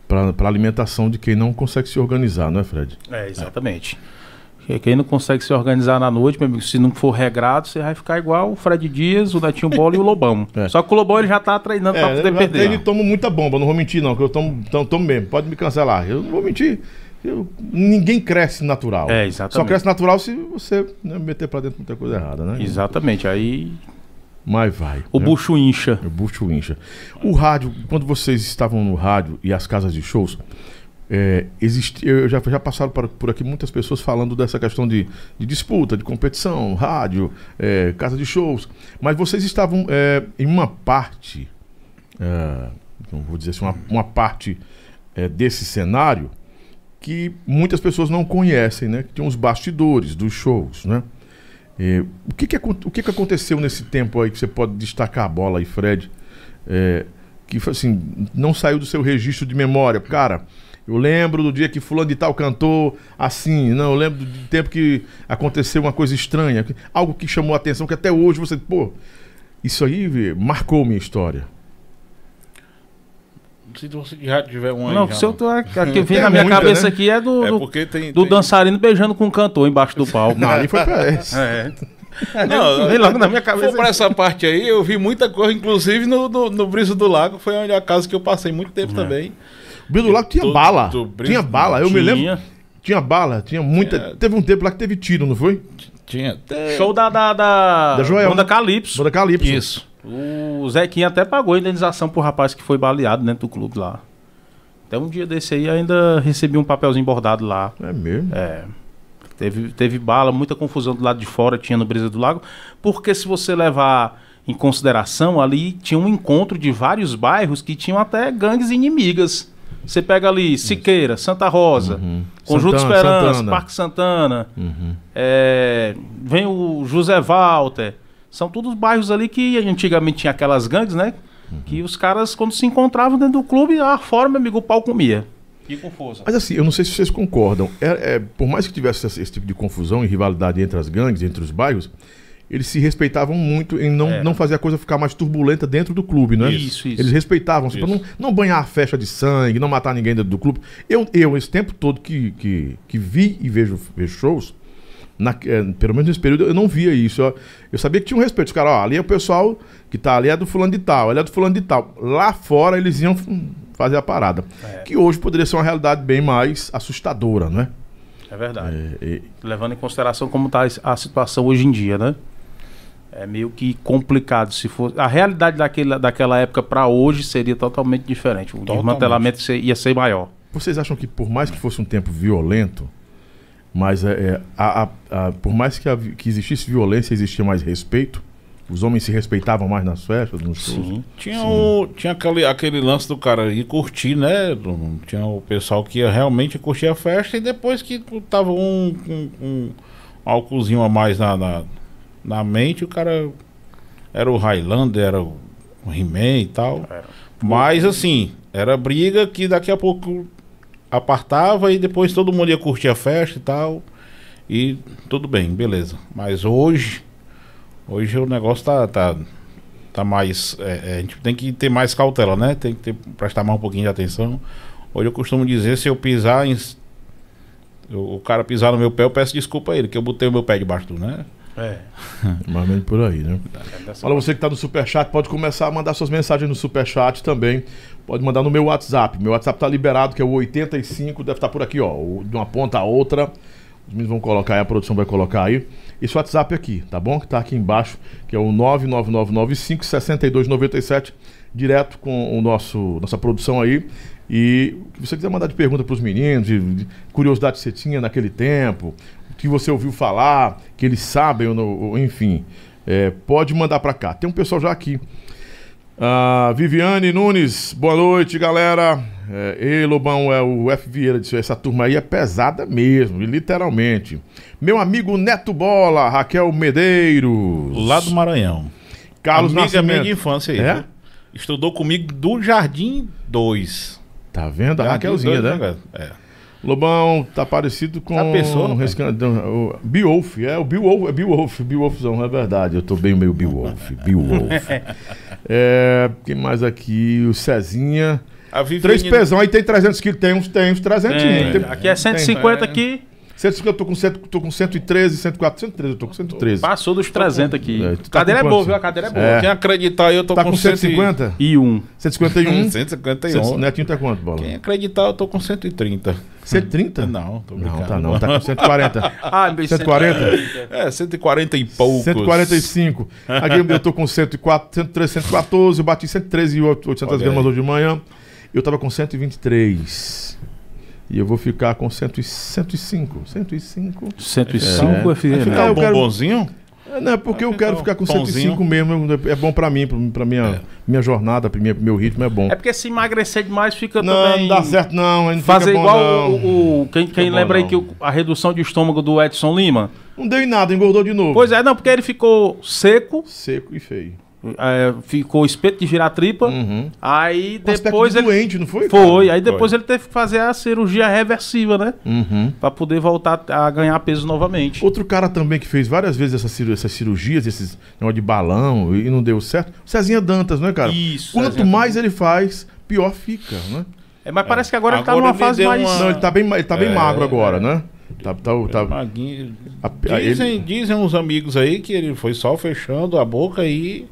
Speaker 1: para a alimentação de quem não consegue se organizar, não é, Fred?
Speaker 2: É, exatamente. Porque Quem não consegue se organizar na noite, meu amigo, se não for regrado, você vai ficar igual o Fred Dias, o Netinho Bola e o Lobão.
Speaker 1: É.
Speaker 2: Só que o Lobão ele já tá treinando pra poder
Speaker 1: eu,
Speaker 2: perder.
Speaker 1: ele toma muita bomba, não vou mentir não, que eu tomo, então, tomo mesmo, pode me cancelar, eu não vou mentir. Eu- ninguém cresce natural.
Speaker 2: É, exatamente.
Speaker 1: Só cresce natural se você né, meter pra dentro muita coisa errada, né?
Speaker 2: Exatamente. Aí
Speaker 1: Mas vai.
Speaker 2: o
Speaker 1: né?
Speaker 2: bucho incha.
Speaker 1: O bucho incha. O rádio, quando vocês estavam no rádio e as casas de shows, é, existe, eu já, já passaram por, por aqui muitas pessoas falando dessa questão de, de disputa, de competição, rádio, é, casa de shows. Mas vocês estavam é, em uma parte, é, não vou dizer assim, uma, uma parte é, desse cenário que muitas pessoas não conhecem, né? Que tem os bastidores dos shows, né? É, o que, que, acon- o que, que aconteceu nesse tempo aí que você pode destacar a bola aí, Fred? É, que foi assim, não saiu do seu registro de memória. Cara, eu lembro do dia que fulano de tal cantou assim, não, eu lembro do tempo que aconteceu uma coisa estranha, que- algo que chamou a atenção, que até hoje você, pô, isso aí vê, marcou minha história.
Speaker 3: Se você já tiver um aí,
Speaker 2: Não,
Speaker 3: já,
Speaker 2: se eu
Speaker 3: não.
Speaker 2: tô, a que vem
Speaker 1: Tem
Speaker 2: na minha
Speaker 1: muita,
Speaker 2: cabeça
Speaker 1: né?
Speaker 2: aqui é do,
Speaker 3: É
Speaker 2: do,
Speaker 3: porque tem.
Speaker 2: do
Speaker 3: tem-
Speaker 2: dançarino beijando com um cantor embaixo do palco.
Speaker 1: Não, ali foi pra
Speaker 2: É.
Speaker 3: Não,
Speaker 2: Vem logo na minha
Speaker 3: se for
Speaker 2: cabeça.
Speaker 3: pra essa parte aí, eu vi muita coisa, inclusive no, no, no Briso do Lago, foi onde a casa que eu passei muito tempo também.
Speaker 1: O Bill do Lago tinha
Speaker 3: Todo-
Speaker 1: bala.
Speaker 3: do Brito-
Speaker 1: Tinha bala, eu me lembro.
Speaker 2: Tinha.
Speaker 1: Tinha bala, tinha muita.
Speaker 3: É.
Speaker 1: Teve um tempo lá que teve tiro, não foi?
Speaker 3: Tinha.
Speaker 2: Show da, da, da,
Speaker 1: Da Joelma.
Speaker 2: banda Calypso.
Speaker 1: Banda Calypso.
Speaker 3: Isso.
Speaker 2: O Zequinha até pagou a indenização pro rapaz que foi baleado dentro do clube lá. Até um dia desse aí ainda recebi um papelzinho bordado lá.
Speaker 1: É mesmo.
Speaker 2: Teve, teve bala, muita confusão do lado de fora, tinha no Brisa do Lago. Porque se você levar em consideração, ali tinha um encontro de vários bairros que tinham até gangues inimigas. Você pega ali Siqueira, Santa Rosa, Conjunto
Speaker 1: Uhum. Santana,
Speaker 2: Esperança,
Speaker 1: Santana. Uhum.
Speaker 2: Parque Santana, é, vem o José Walter. São todos bairros ali que antigamente tinha aquelas gangues, né?
Speaker 1: Uhum.
Speaker 2: Que os caras, quando se encontravam dentro do clube, lá fora, meu amigo, o pau comia. E com força.
Speaker 1: Mas assim, eu não sei se vocês concordam. É, é, por mais que tivesse esse, esse tipo de confusão e rivalidade entre as gangues, entre os bairros, eles se respeitavam muito em não, não fazer a coisa ficar mais turbulenta dentro do clube, né?
Speaker 2: Isso, isso.
Speaker 1: Eles respeitavam, assim, pra não, não banhar a festa de sangue, não matar ninguém dentro do clube. Eu, eu esse tempo todo que, que, que vi e vejo, vejo shows, na- eh, pelo menos nesse período eu não via isso. Eu, eu sabia que tinha um respeito. Os caras, ó, ali é o pessoal que tá ali é do fulano de tal, ali é do fulano de tal. Lá fora eles iam hum, fazer a parada. Que hoje poderia ser uma realidade bem mais assustadora, né?
Speaker 2: É verdade.
Speaker 1: E-
Speaker 2: levando em consideração como está a situação hoje em dia, né? É meio que complicado se for. A realidade daquele, daquela época para hoje seria totalmente diferente. O
Speaker 3: Totalmente.
Speaker 2: desmantelamento se- ia ser maior.
Speaker 1: Vocês acham que por mais que fosse um tempo violento, mas é, é, a- a- a- por mais que, havi- que existisse violência, existia mais respeito? Os homens se respeitavam mais nas festas, nos shows?
Speaker 2: Sim.
Speaker 3: Tinha, o, tinha aquele, aquele lance do cara ir curtir, né? Do- Tinha o pessoal que ia realmente curtir a festa e depois que tava um, um, um álcoolzinho a mais na, na, na mente, o cara era o Highlander, era o He-Man e tal.
Speaker 2: Era.
Speaker 3: Mas assim, era briga que daqui a pouco apartava e depois todo mundo ia curtir a festa e tal. E tudo bem, beleza. Mas hoje, hoje o negócio tá, tá, tá mais. é, é, a gente tem que ter mais cautela, né? Tem que ter- prestar mais um pouquinho de atenção. Hoje eu costumo dizer: se eu pisar em, Eu- o cara pisar no meu pé, eu peço desculpa a ele, que eu botei o meu pé debaixo do, né?
Speaker 2: É.
Speaker 1: Mais ou menos por aí, né? Olha, você que tá no Superchat, pode começar a mandar suas mensagens no Superchat também. Pode mandar no meu WhatsApp. Meu WhatsApp tá liberado, que é o 85, deve estar por aqui, ó. o- De uma ponta a outra. Os meninos vão colocar aí, a produção vai colocar aí. Esse WhatsApp aqui, tá bom? Que tá aqui embaixo, que é o 99995-6297, direto com o nosso, nossa produção aí. E se você quiser mandar de pergunta pros meninos, de, de curiosidade que você tinha naquele tempo, o que você ouviu falar, que eles sabem, ou não- ou enfim. É, pode mandar pra cá. Tem um pessoal já aqui. Ah, Viviane Nunes, boa noite, galera. É, ei, Lobão, é o F. Vieira disse, essa turma aí é pesada mesmo, e literalmente. Meu amigo Neto Bola, Raquel Medeiros.
Speaker 3: Lá do Maranhão.
Speaker 1: Carlos
Speaker 3: Amiga minha
Speaker 1: Nascimento.
Speaker 3: de infância aí.
Speaker 1: É?
Speaker 3: viu? Estudou comigo do Jardim 2.
Speaker 1: Tá vendo? A
Speaker 3: Jardim
Speaker 1: Raquelzinha,
Speaker 3: 2,
Speaker 1: né?
Speaker 3: cara? É.
Speaker 1: Lobão, tá parecido com...
Speaker 3: Tá pensou,
Speaker 1: um rescandão- o Beowulf, é o Beowulf, é Beowulf, Beowulfzão, é verdade. Eu tô bem meio Beowulf, Beowulf. é, quem mais aqui? O Cezinha...
Speaker 3: A Viviane-
Speaker 1: Três pesão, aí tem 300 quilos, tem uns, tem uns 300
Speaker 2: Tem,
Speaker 1: tem,
Speaker 2: aqui é 150
Speaker 3: tem.
Speaker 2: aqui,
Speaker 1: 150, eu tô com, 100, tô com 113, 104, 113, eu tô com 113.
Speaker 2: passou dos 300 aqui.
Speaker 1: É, tu tá
Speaker 2: A cadeira é
Speaker 1: com
Speaker 2: boa,
Speaker 1: quantos?
Speaker 2: viu? A cadeira é boa.
Speaker 1: É.
Speaker 3: Quem acreditar, eu tô
Speaker 1: Tá
Speaker 3: com, Hum,
Speaker 1: com 150?
Speaker 2: E um.
Speaker 1: 151?
Speaker 3: 151.
Speaker 1: O Netinho tá quanto, Bola?
Speaker 3: Quem acreditar, eu tô com 130.
Speaker 1: 130?
Speaker 3: Não, tô brincando.
Speaker 1: Não, tá não, tá com 140.
Speaker 2: Ah, meu
Speaker 1: 140?
Speaker 3: É, 140 e poucos.
Speaker 1: 145. Aqui eu tô com 104, 113, 114, eu bati 113 e 800
Speaker 3: Olha
Speaker 1: gramas
Speaker 3: aí.
Speaker 1: hoje de manhã. Eu tava com 123. E eu vou ficar com 100, 105. 105.
Speaker 2: 105 FM.
Speaker 1: É,
Speaker 3: É
Speaker 1: eu
Speaker 3: o
Speaker 1: quero-
Speaker 3: bombonzinho?
Speaker 1: É, Não, é porque eu quero ficar com
Speaker 3: Pãozinho. É.
Speaker 1: 105 mesmo. É bom pra mim, pra, pra minha, minha jornada, pra minha, pro meu ritmo é bom.
Speaker 2: É porque se emagrecer demais fica
Speaker 1: não,
Speaker 2: também...
Speaker 1: não dá certo não. aí Não
Speaker 2: Fazer
Speaker 1: fica bom,
Speaker 2: igual
Speaker 1: não.
Speaker 2: o, o- Quem, quem
Speaker 1: bom,
Speaker 2: lembra
Speaker 1: não.
Speaker 2: aí que o- a redução de estômago do Edson Lima?
Speaker 1: Não deu em nada, engordou de novo.
Speaker 2: Pois é, não, porque ele ficou seco,
Speaker 1: Seco e feio.
Speaker 2: é, ficou espeto de giratripa, aí depois
Speaker 1: Aspecto
Speaker 2: ele...
Speaker 1: doente, não foi?
Speaker 2: Foi,
Speaker 1: cara?
Speaker 2: aí depois ele teve que fazer a cirurgia reversiva, né?
Speaker 1: Uhum.
Speaker 2: Pra poder voltar a ganhar peso novamente.
Speaker 1: Outro cara também que fez várias vezes essas, ciru- essas cirurgias, esses negócio de balão e não deu certo. Cezinha Dantas, né, cara?
Speaker 2: Isso,
Speaker 1: Quanto
Speaker 2: Cezinha
Speaker 1: mais ele faz, pior fica, né?
Speaker 2: É, mas parece que agora, ele
Speaker 3: Agora
Speaker 2: tá numa
Speaker 3: ele
Speaker 2: fase
Speaker 3: deu
Speaker 2: mais.
Speaker 3: uma-
Speaker 1: Não, ele tá bem, ma- ele tá bem
Speaker 3: É,
Speaker 1: magro agora,
Speaker 3: é.
Speaker 1: né? Tá, tá, tá-
Speaker 3: Maguinho.
Speaker 1: a- a- ele-
Speaker 3: Ah, Dizem, dizem uns amigos aí que ele foi só fechando a boca e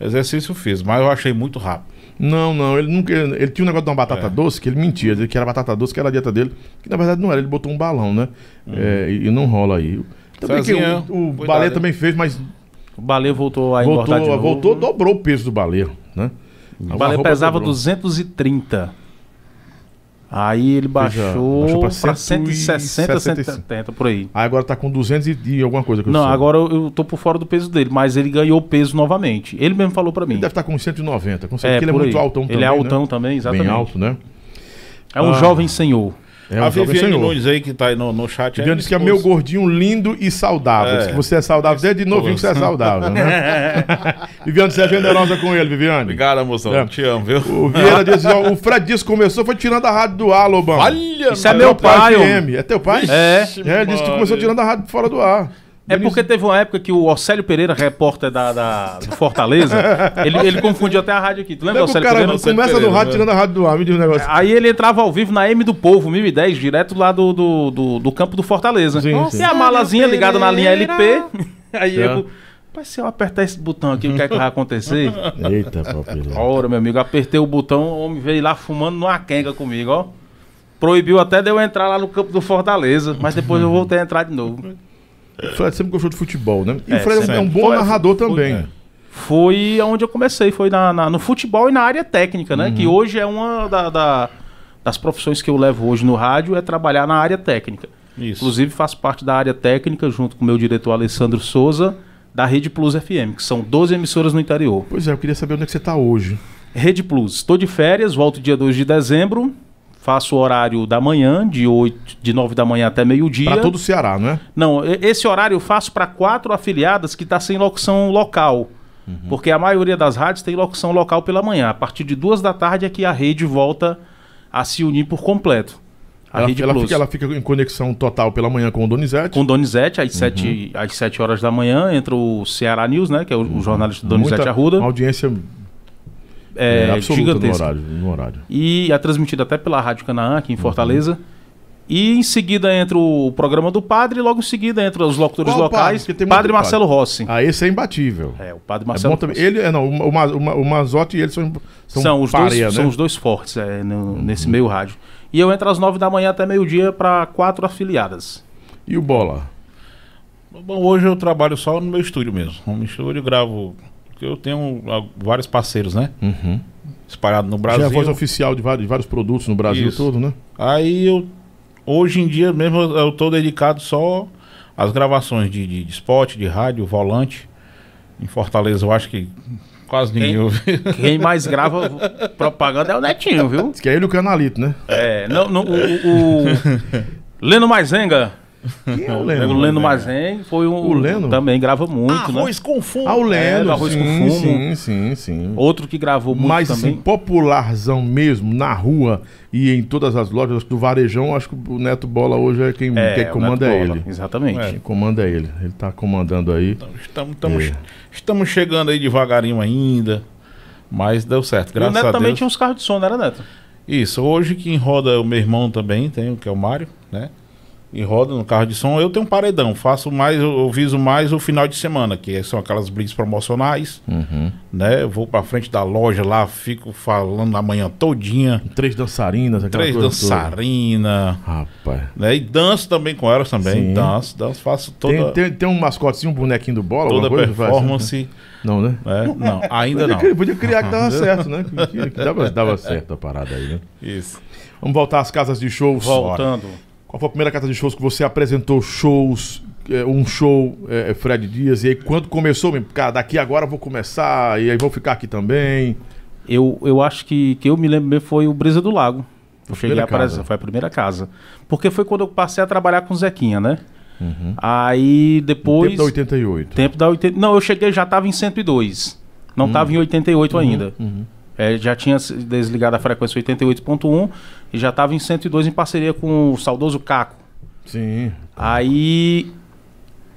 Speaker 3: exercício físico, mas eu achei muito rápido.
Speaker 1: Não, não, ele nunca. Ele tinha um negócio de uma batata
Speaker 3: É.
Speaker 1: doce que ele mentia, dizia que era batata doce, que era a dieta dele, que na verdade não era, ele botou um balão, né? É, e, e não rola aí. Também que
Speaker 3: Uhum. Cezinha,
Speaker 1: o, o
Speaker 3: cuidado,
Speaker 1: balé
Speaker 3: hein?
Speaker 1: também fez, mas
Speaker 2: O baleia voltou a engordar Tá de
Speaker 1: voltou, ah,
Speaker 2: novo.
Speaker 1: voltou, dobrou o peso do balé, né?
Speaker 2: O baleia pesava
Speaker 1: dos
Speaker 2: 230. Aí ele baixou,
Speaker 1: baixou pra
Speaker 2: pra 160,
Speaker 1: 165.
Speaker 2: 170, por aí.
Speaker 1: Aí agora tá com 200 e, e alguma coisa que eu
Speaker 2: Não,
Speaker 1: soube.
Speaker 2: agora eu eu tô por fora do peso dele, mas ele ganhou peso novamente. Ele mesmo falou pra mim.
Speaker 1: Ele deve estar com 190, com certeza, porque ele é
Speaker 2: por
Speaker 1: muito
Speaker 2: aí.
Speaker 1: altão
Speaker 2: Ele
Speaker 1: também.
Speaker 2: é altão
Speaker 1: né?
Speaker 2: também, exatamente.
Speaker 1: Bem alto, né?
Speaker 2: É um
Speaker 1: Ah.
Speaker 2: jovem senhor.
Speaker 1: É
Speaker 3: a
Speaker 1: um jovem
Speaker 3: Viviane
Speaker 1: senhor.
Speaker 3: Nunes aí que tá aí no, no chat.
Speaker 1: Viviane disse que é
Speaker 3: minha
Speaker 1: meu
Speaker 3: esposa.
Speaker 1: gordinho lindo e saudável.
Speaker 3: É.
Speaker 1: Diz que você é saudável desde novinho que você é saudável, né? Viviane, você é generosa com ele, Viviane.
Speaker 3: Obrigado, moção.
Speaker 1: É.
Speaker 3: Te amo, viu?
Speaker 1: O
Speaker 2: Ah.
Speaker 1: Vieira diz, ó, o Fred disse que começou, foi tirando a rádio do ar, Lobão.
Speaker 3: Olha,
Speaker 2: Isso é
Speaker 1: Teu
Speaker 2: meu pai, homem.
Speaker 1: FM. É teu pai?
Speaker 2: É.
Speaker 1: É, ele disse que começou tirando a rádio fora do ar.
Speaker 2: É porque teve uma época que o Océlio Pereira, repórter da, da- do Fortaleza, ele, ele confundiu até a rádio aqui. Tu lembra,
Speaker 1: Lembra
Speaker 2: do
Speaker 1: é que o
Speaker 2: Océlio
Speaker 1: cara
Speaker 2: Pereira?
Speaker 1: começa
Speaker 3: Marcelo
Speaker 1: no
Speaker 3: Pereira,
Speaker 1: rádio
Speaker 3: né?
Speaker 1: tirando a rádio do ar, me diz um negócio.
Speaker 2: Aí ele entrava ao vivo na M do Povo, 1010, direto lá do, do, do, do campo do Fortaleza.
Speaker 1: Sim, sim.
Speaker 2: E a malazinha ligada na linha LP. Aí
Speaker 1: Tá.
Speaker 2: eu. Mas se eu apertar esse botão aqui, o que é que vai acontecer?
Speaker 1: Eita, papel.
Speaker 2: Ora, meu amigo, apertei o botão, o homem veio lá fumando numa quenga comigo, ó. Proibiu até de eu entrar lá no campo do Fortaleza, mas depois eu voltei a entrar de novo.
Speaker 1: O Fred sempre gostou de futebol, né? E o
Speaker 2: É,
Speaker 1: Fred é um- é um
Speaker 2: sempre.
Speaker 1: bom
Speaker 2: Foi- é.
Speaker 1: narrador também.
Speaker 2: Foi onde eu comecei, foi na, na- no futebol e na área técnica, né? Que hoje é uma da- da- das profissões que eu levo hoje no rádio, é trabalhar na área técnica.
Speaker 3: Isso.
Speaker 2: Inclusive faço parte da área técnica, junto com o meu diretor Alessandro Souza, da Rede Plus FM, que são 12 emissoras no interior.
Speaker 1: Pois é, eu queria saber onde é que você tá hoje.
Speaker 2: Rede Plus, estou de férias, volto dia 2 de dezembro, faço o horário da manhã, de 8, de 9 da manhã até meio-dia.
Speaker 1: Pra todo o Ceará, não é?
Speaker 2: Não, e- esse horário eu faço para quatro afiliadas que está sem locução local.
Speaker 1: Uhum.
Speaker 2: Porque a maioria das rádios tem locução local pela manhã. A partir de duas da tarde é que a rede volta a se unir por completo. A
Speaker 1: Ela,
Speaker 2: Rede
Speaker 1: ela
Speaker 2: Plus.
Speaker 1: fica, ela fica em conexão total pela manhã com o Donizete.
Speaker 2: Com Donizete,
Speaker 1: Uhum.
Speaker 2: às, sete, às sete horas da manhã, entra o Ceará News, né? Que é o, o jornalista Donizete
Speaker 1: Uhum. Muita- Uma
Speaker 2: Arruda.
Speaker 1: audiência
Speaker 2: É,
Speaker 1: absoluta no
Speaker 2: gigantesca.
Speaker 1: horário, Uhum. no horário.
Speaker 2: E é transmitida até pela Rádio Canaã, aqui em Fortaleza. E em seguida entra o programa do padre, e logo em seguida entra os locutores
Speaker 1: Qual padre?
Speaker 2: locais.
Speaker 1: Porque tem
Speaker 2: Padre,
Speaker 1: muito padre.
Speaker 2: Marcelo Rossi.
Speaker 1: Ah, esse é imbatível.
Speaker 2: É, o padre
Speaker 1: É
Speaker 2: Marcelo
Speaker 1: bom também.
Speaker 2: Rossi.
Speaker 1: Ele, é, não, o, Ma- o Ma- o Mazotti e ele são, são,
Speaker 2: São, os
Speaker 1: pareia,
Speaker 2: dois,
Speaker 1: né?
Speaker 2: são os dois fortes é, no- nesse meio rádio. E eu entro às nove da manhã até meio-dia para quatro afiliadas.
Speaker 1: E o Bola?
Speaker 3: Bom, hoje eu trabalho só no meu estúdio mesmo. No meu estúdio eu gravo. porque Eu tenho ah, vários parceiros, né? Espalhado no
Speaker 1: Uhum. Já é a
Speaker 3: Brasil.
Speaker 1: voz oficial de vários, de vários produtos no Brasil
Speaker 3: Isso.
Speaker 1: todo, né?
Speaker 3: Aí eu. Hoje em dia mesmo eu eu tô dedicado só às gravações de, de, de spot, de rádio, volante. Em Fortaleza eu acho que quase ninguém
Speaker 2: Quem?
Speaker 3: ouve.
Speaker 2: Quem mais grava propaganda é o Netinho, viu?
Speaker 1: Diz que é ele o canalito, né?
Speaker 2: É, não, não, o, o, o Leno Mazenga.
Speaker 1: Quem é o
Speaker 2: O
Speaker 1: Leno?
Speaker 2: Leno Mazenga foi um.
Speaker 1: O Leno?
Speaker 2: Também grava muito, né?
Speaker 3: com fumo.
Speaker 1: Ah, o
Speaker 2: É, do
Speaker 1: Leno.
Speaker 2: arroz
Speaker 1: sim,
Speaker 2: com fumo.
Speaker 1: sim, sim, sim.
Speaker 2: Outro que gravou muito
Speaker 1: Mas
Speaker 2: também.
Speaker 1: assim, popularzão mesmo, na rua e em todas as lojas acho que do varejão, acho que o Neto Bola hoje é quem,
Speaker 2: É,
Speaker 1: quem
Speaker 2: o
Speaker 1: comanda
Speaker 2: Neto
Speaker 1: é
Speaker 2: Bola,
Speaker 1: ele.
Speaker 2: Exatamente.
Speaker 1: Quem comanda é ele. Ele tá comandando aí.
Speaker 3: Estamos, estamos,
Speaker 1: É.
Speaker 3: estamos chegando aí devagarinho ainda. Mas deu
Speaker 2: E
Speaker 3: certo,
Speaker 2: o
Speaker 3: graças
Speaker 2: Neto
Speaker 3: a
Speaker 2: também
Speaker 3: Deus.
Speaker 2: tinha uns carros de som, não era, Neto?
Speaker 3: Isso, hoje quem roda é o meu irmão também, tem, que é o Mário, né? E roda no carro de som. Eu tenho um paredão, faço mais, eu eu viso mais o final de semana, que são aquelas blitz promocionais, né? Eu vou pra frente da loja lá, fico falando a manhã todinha.
Speaker 1: Três dançarinas, aquela
Speaker 3: Três
Speaker 1: coisa toda.
Speaker 3: dançarinas,
Speaker 1: Rapaz.
Speaker 3: né? E danço também com elas também.
Speaker 1: Sim.
Speaker 3: Danço, danço, faço
Speaker 1: Tem,
Speaker 3: toda,
Speaker 1: tem, tem um mascotezinho, um bonequinho do bola,
Speaker 3: toda
Speaker 1: alguma coisa? Faz? né?
Speaker 3: performance.
Speaker 1: Não, né?
Speaker 3: né? Não, ainda
Speaker 1: Podia
Speaker 3: não.
Speaker 1: cri- Podia criar que dava certo, né? Que, que- que dava, dava certo a parada aí, né?
Speaker 3: Isso.
Speaker 1: Vamos voltar às casas de shows.
Speaker 2: Voltando.
Speaker 1: Qual foi a primeira casa de shows que você apresentou shows, é, um show, é, é, Fred Dias, e aí quando começou, mesmo, cara, daqui agora eu vou começar, e aí vou ficar aqui também.
Speaker 2: Eu, eu acho que, que eu me lembro mesmo foi o Brisa do Lago. Eu cheguei
Speaker 1: primeira
Speaker 2: a
Speaker 1: casa.
Speaker 2: aparecer, foi a primeira casa. Porque foi quando eu passei a trabalhar com o Zequinha, né? Aí depois.
Speaker 1: Uhum. Tempo da 88.
Speaker 2: Tempo da 80. Não, eu cheguei, já tava em 102. Não
Speaker 1: Uhum.
Speaker 2: tava em 88 ainda. É, já tinha se desligado a frequência 88.1 e já tava em 102 em parceria com o saudoso Caco.
Speaker 1: Sim.
Speaker 2: Aí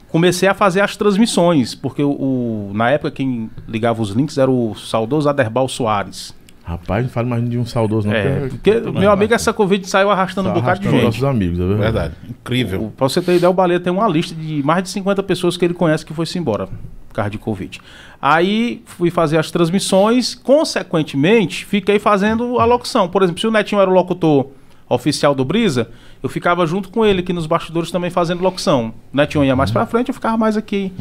Speaker 2: comecei a fazer as transmissões, porque o, o- na época quem ligava os links era o saudoso Aderbal Soares.
Speaker 1: Rapaz, não fale mais de um saudoso, não.
Speaker 2: É, porque, meu amigo, essa Covid saiu arrastando um bocado de
Speaker 1: arrastando
Speaker 2: gente.
Speaker 1: nossos amigos, é verdade.
Speaker 3: Verdade. Incrível.
Speaker 2: O- Pra você ter ideia, o Baleia tem uma lista de mais de 50 pessoas que ele conhece que foi-se embora por causa de Covid. Aí fui fazer as transmissões, consequentemente, fiquei fazendo a locução. Por exemplo, se o Netinho era o locutor oficial do Brisa, eu ficava junto com ele aqui nos bastidores também fazendo locução. O Netinho ia mais pra frente, eu ficava mais aqui.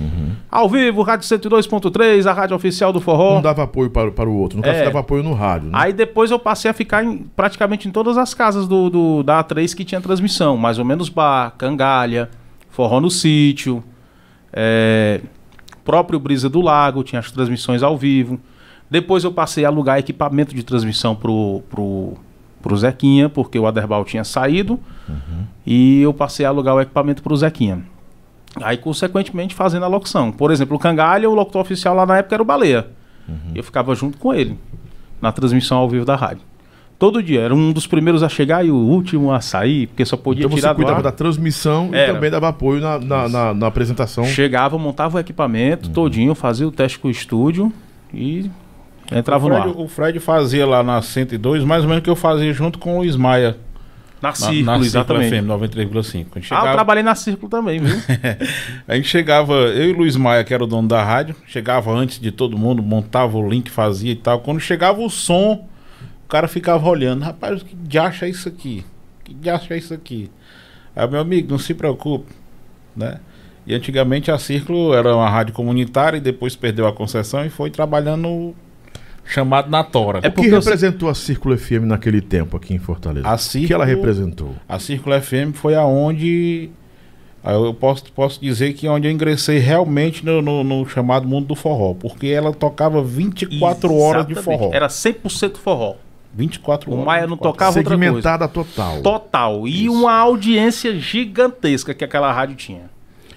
Speaker 2: Ao vivo, Rádio 102.3, a rádio oficial do Forró.
Speaker 1: Um dava apoio para, o- para o outro, no caso,
Speaker 2: É.
Speaker 1: dava apoio no rádio, né?
Speaker 2: Aí depois eu passei a ficar em- praticamente em todas as casas do, do- da A3 que tinha transmissão. Mais ou menos bar, cangalha, forró no sítio, é, próprio Brisa do Lago, tinha as transmissões ao vivo. Depois eu passei a alugar equipamento de transmissão pro, pro, pro Zequinha, porque o Aderbal tinha saído. E eu passei a alugar o equipamento pro Zequinha. Aí, consequentemente, fazendo a locução. Por exemplo, o Cangalha, o locutor oficial lá na época era o Baleia. Eu ficava junto com ele na transmissão ao vivo da rádio. Todo dia, era um dos primeiros a chegar e o último a sair, porque só podia
Speaker 1: Então você
Speaker 2: tirar do
Speaker 1: cuidava
Speaker 2: ar.
Speaker 1: da transmissão e
Speaker 2: Era.
Speaker 1: também dava apoio na, na, na- na apresentação.
Speaker 2: Chegava, montava o equipamento todinho, fazia o teste com o estúdio e entrava
Speaker 3: o,
Speaker 2: no
Speaker 3: Fred,
Speaker 2: ar.
Speaker 3: o Fred fazia lá na 102, mais ou menos o que eu fazia junto com o Ismaia.
Speaker 2: Na
Speaker 3: Na,
Speaker 2: Círculo,
Speaker 3: na Círculo
Speaker 2: exatamente.
Speaker 3: FM 93,5. Quando
Speaker 2: ah, eu
Speaker 3: chegava-
Speaker 2: trabalhei na Círculo também, viu?
Speaker 3: A gente chegava, eu e o Luiz Maia, que era o dono da rádio, chegava antes de todo mundo, montava o link, fazia e tal. Quando chegava o som, o cara ficava olhando. Rapaz, que diacho é isso aqui? Que diacho é isso aqui? Aí, meu amigo, não se preocupe, né? E antigamente a Círculo era uma rádio comunitária e depois perdeu a concessão e foi trabalhando chamado na Tora.
Speaker 2: É
Speaker 1: O que
Speaker 2: porque eu-
Speaker 1: representou a Círculo FM naquele tempo aqui em Fortaleza?
Speaker 3: A
Speaker 1: O que ela
Speaker 3: Círculo-
Speaker 1: representou?
Speaker 3: A Círculo FM foi aonde ah, eu posso, posso dizer que é onde eu ingressei realmente no, no- no chamado mundo do forró, porque ela tocava 24 horas de
Speaker 2: Exatamente.
Speaker 3: forró.
Speaker 2: Era 100% forró.
Speaker 3: 24
Speaker 2: O
Speaker 3: horas.
Speaker 2: Maia não
Speaker 3: 24
Speaker 2: tocava outra coisa.
Speaker 1: Segmentada total.
Speaker 2: Total. E
Speaker 3: Isso.
Speaker 2: uma audiência gigantesca que aquela rádio tinha.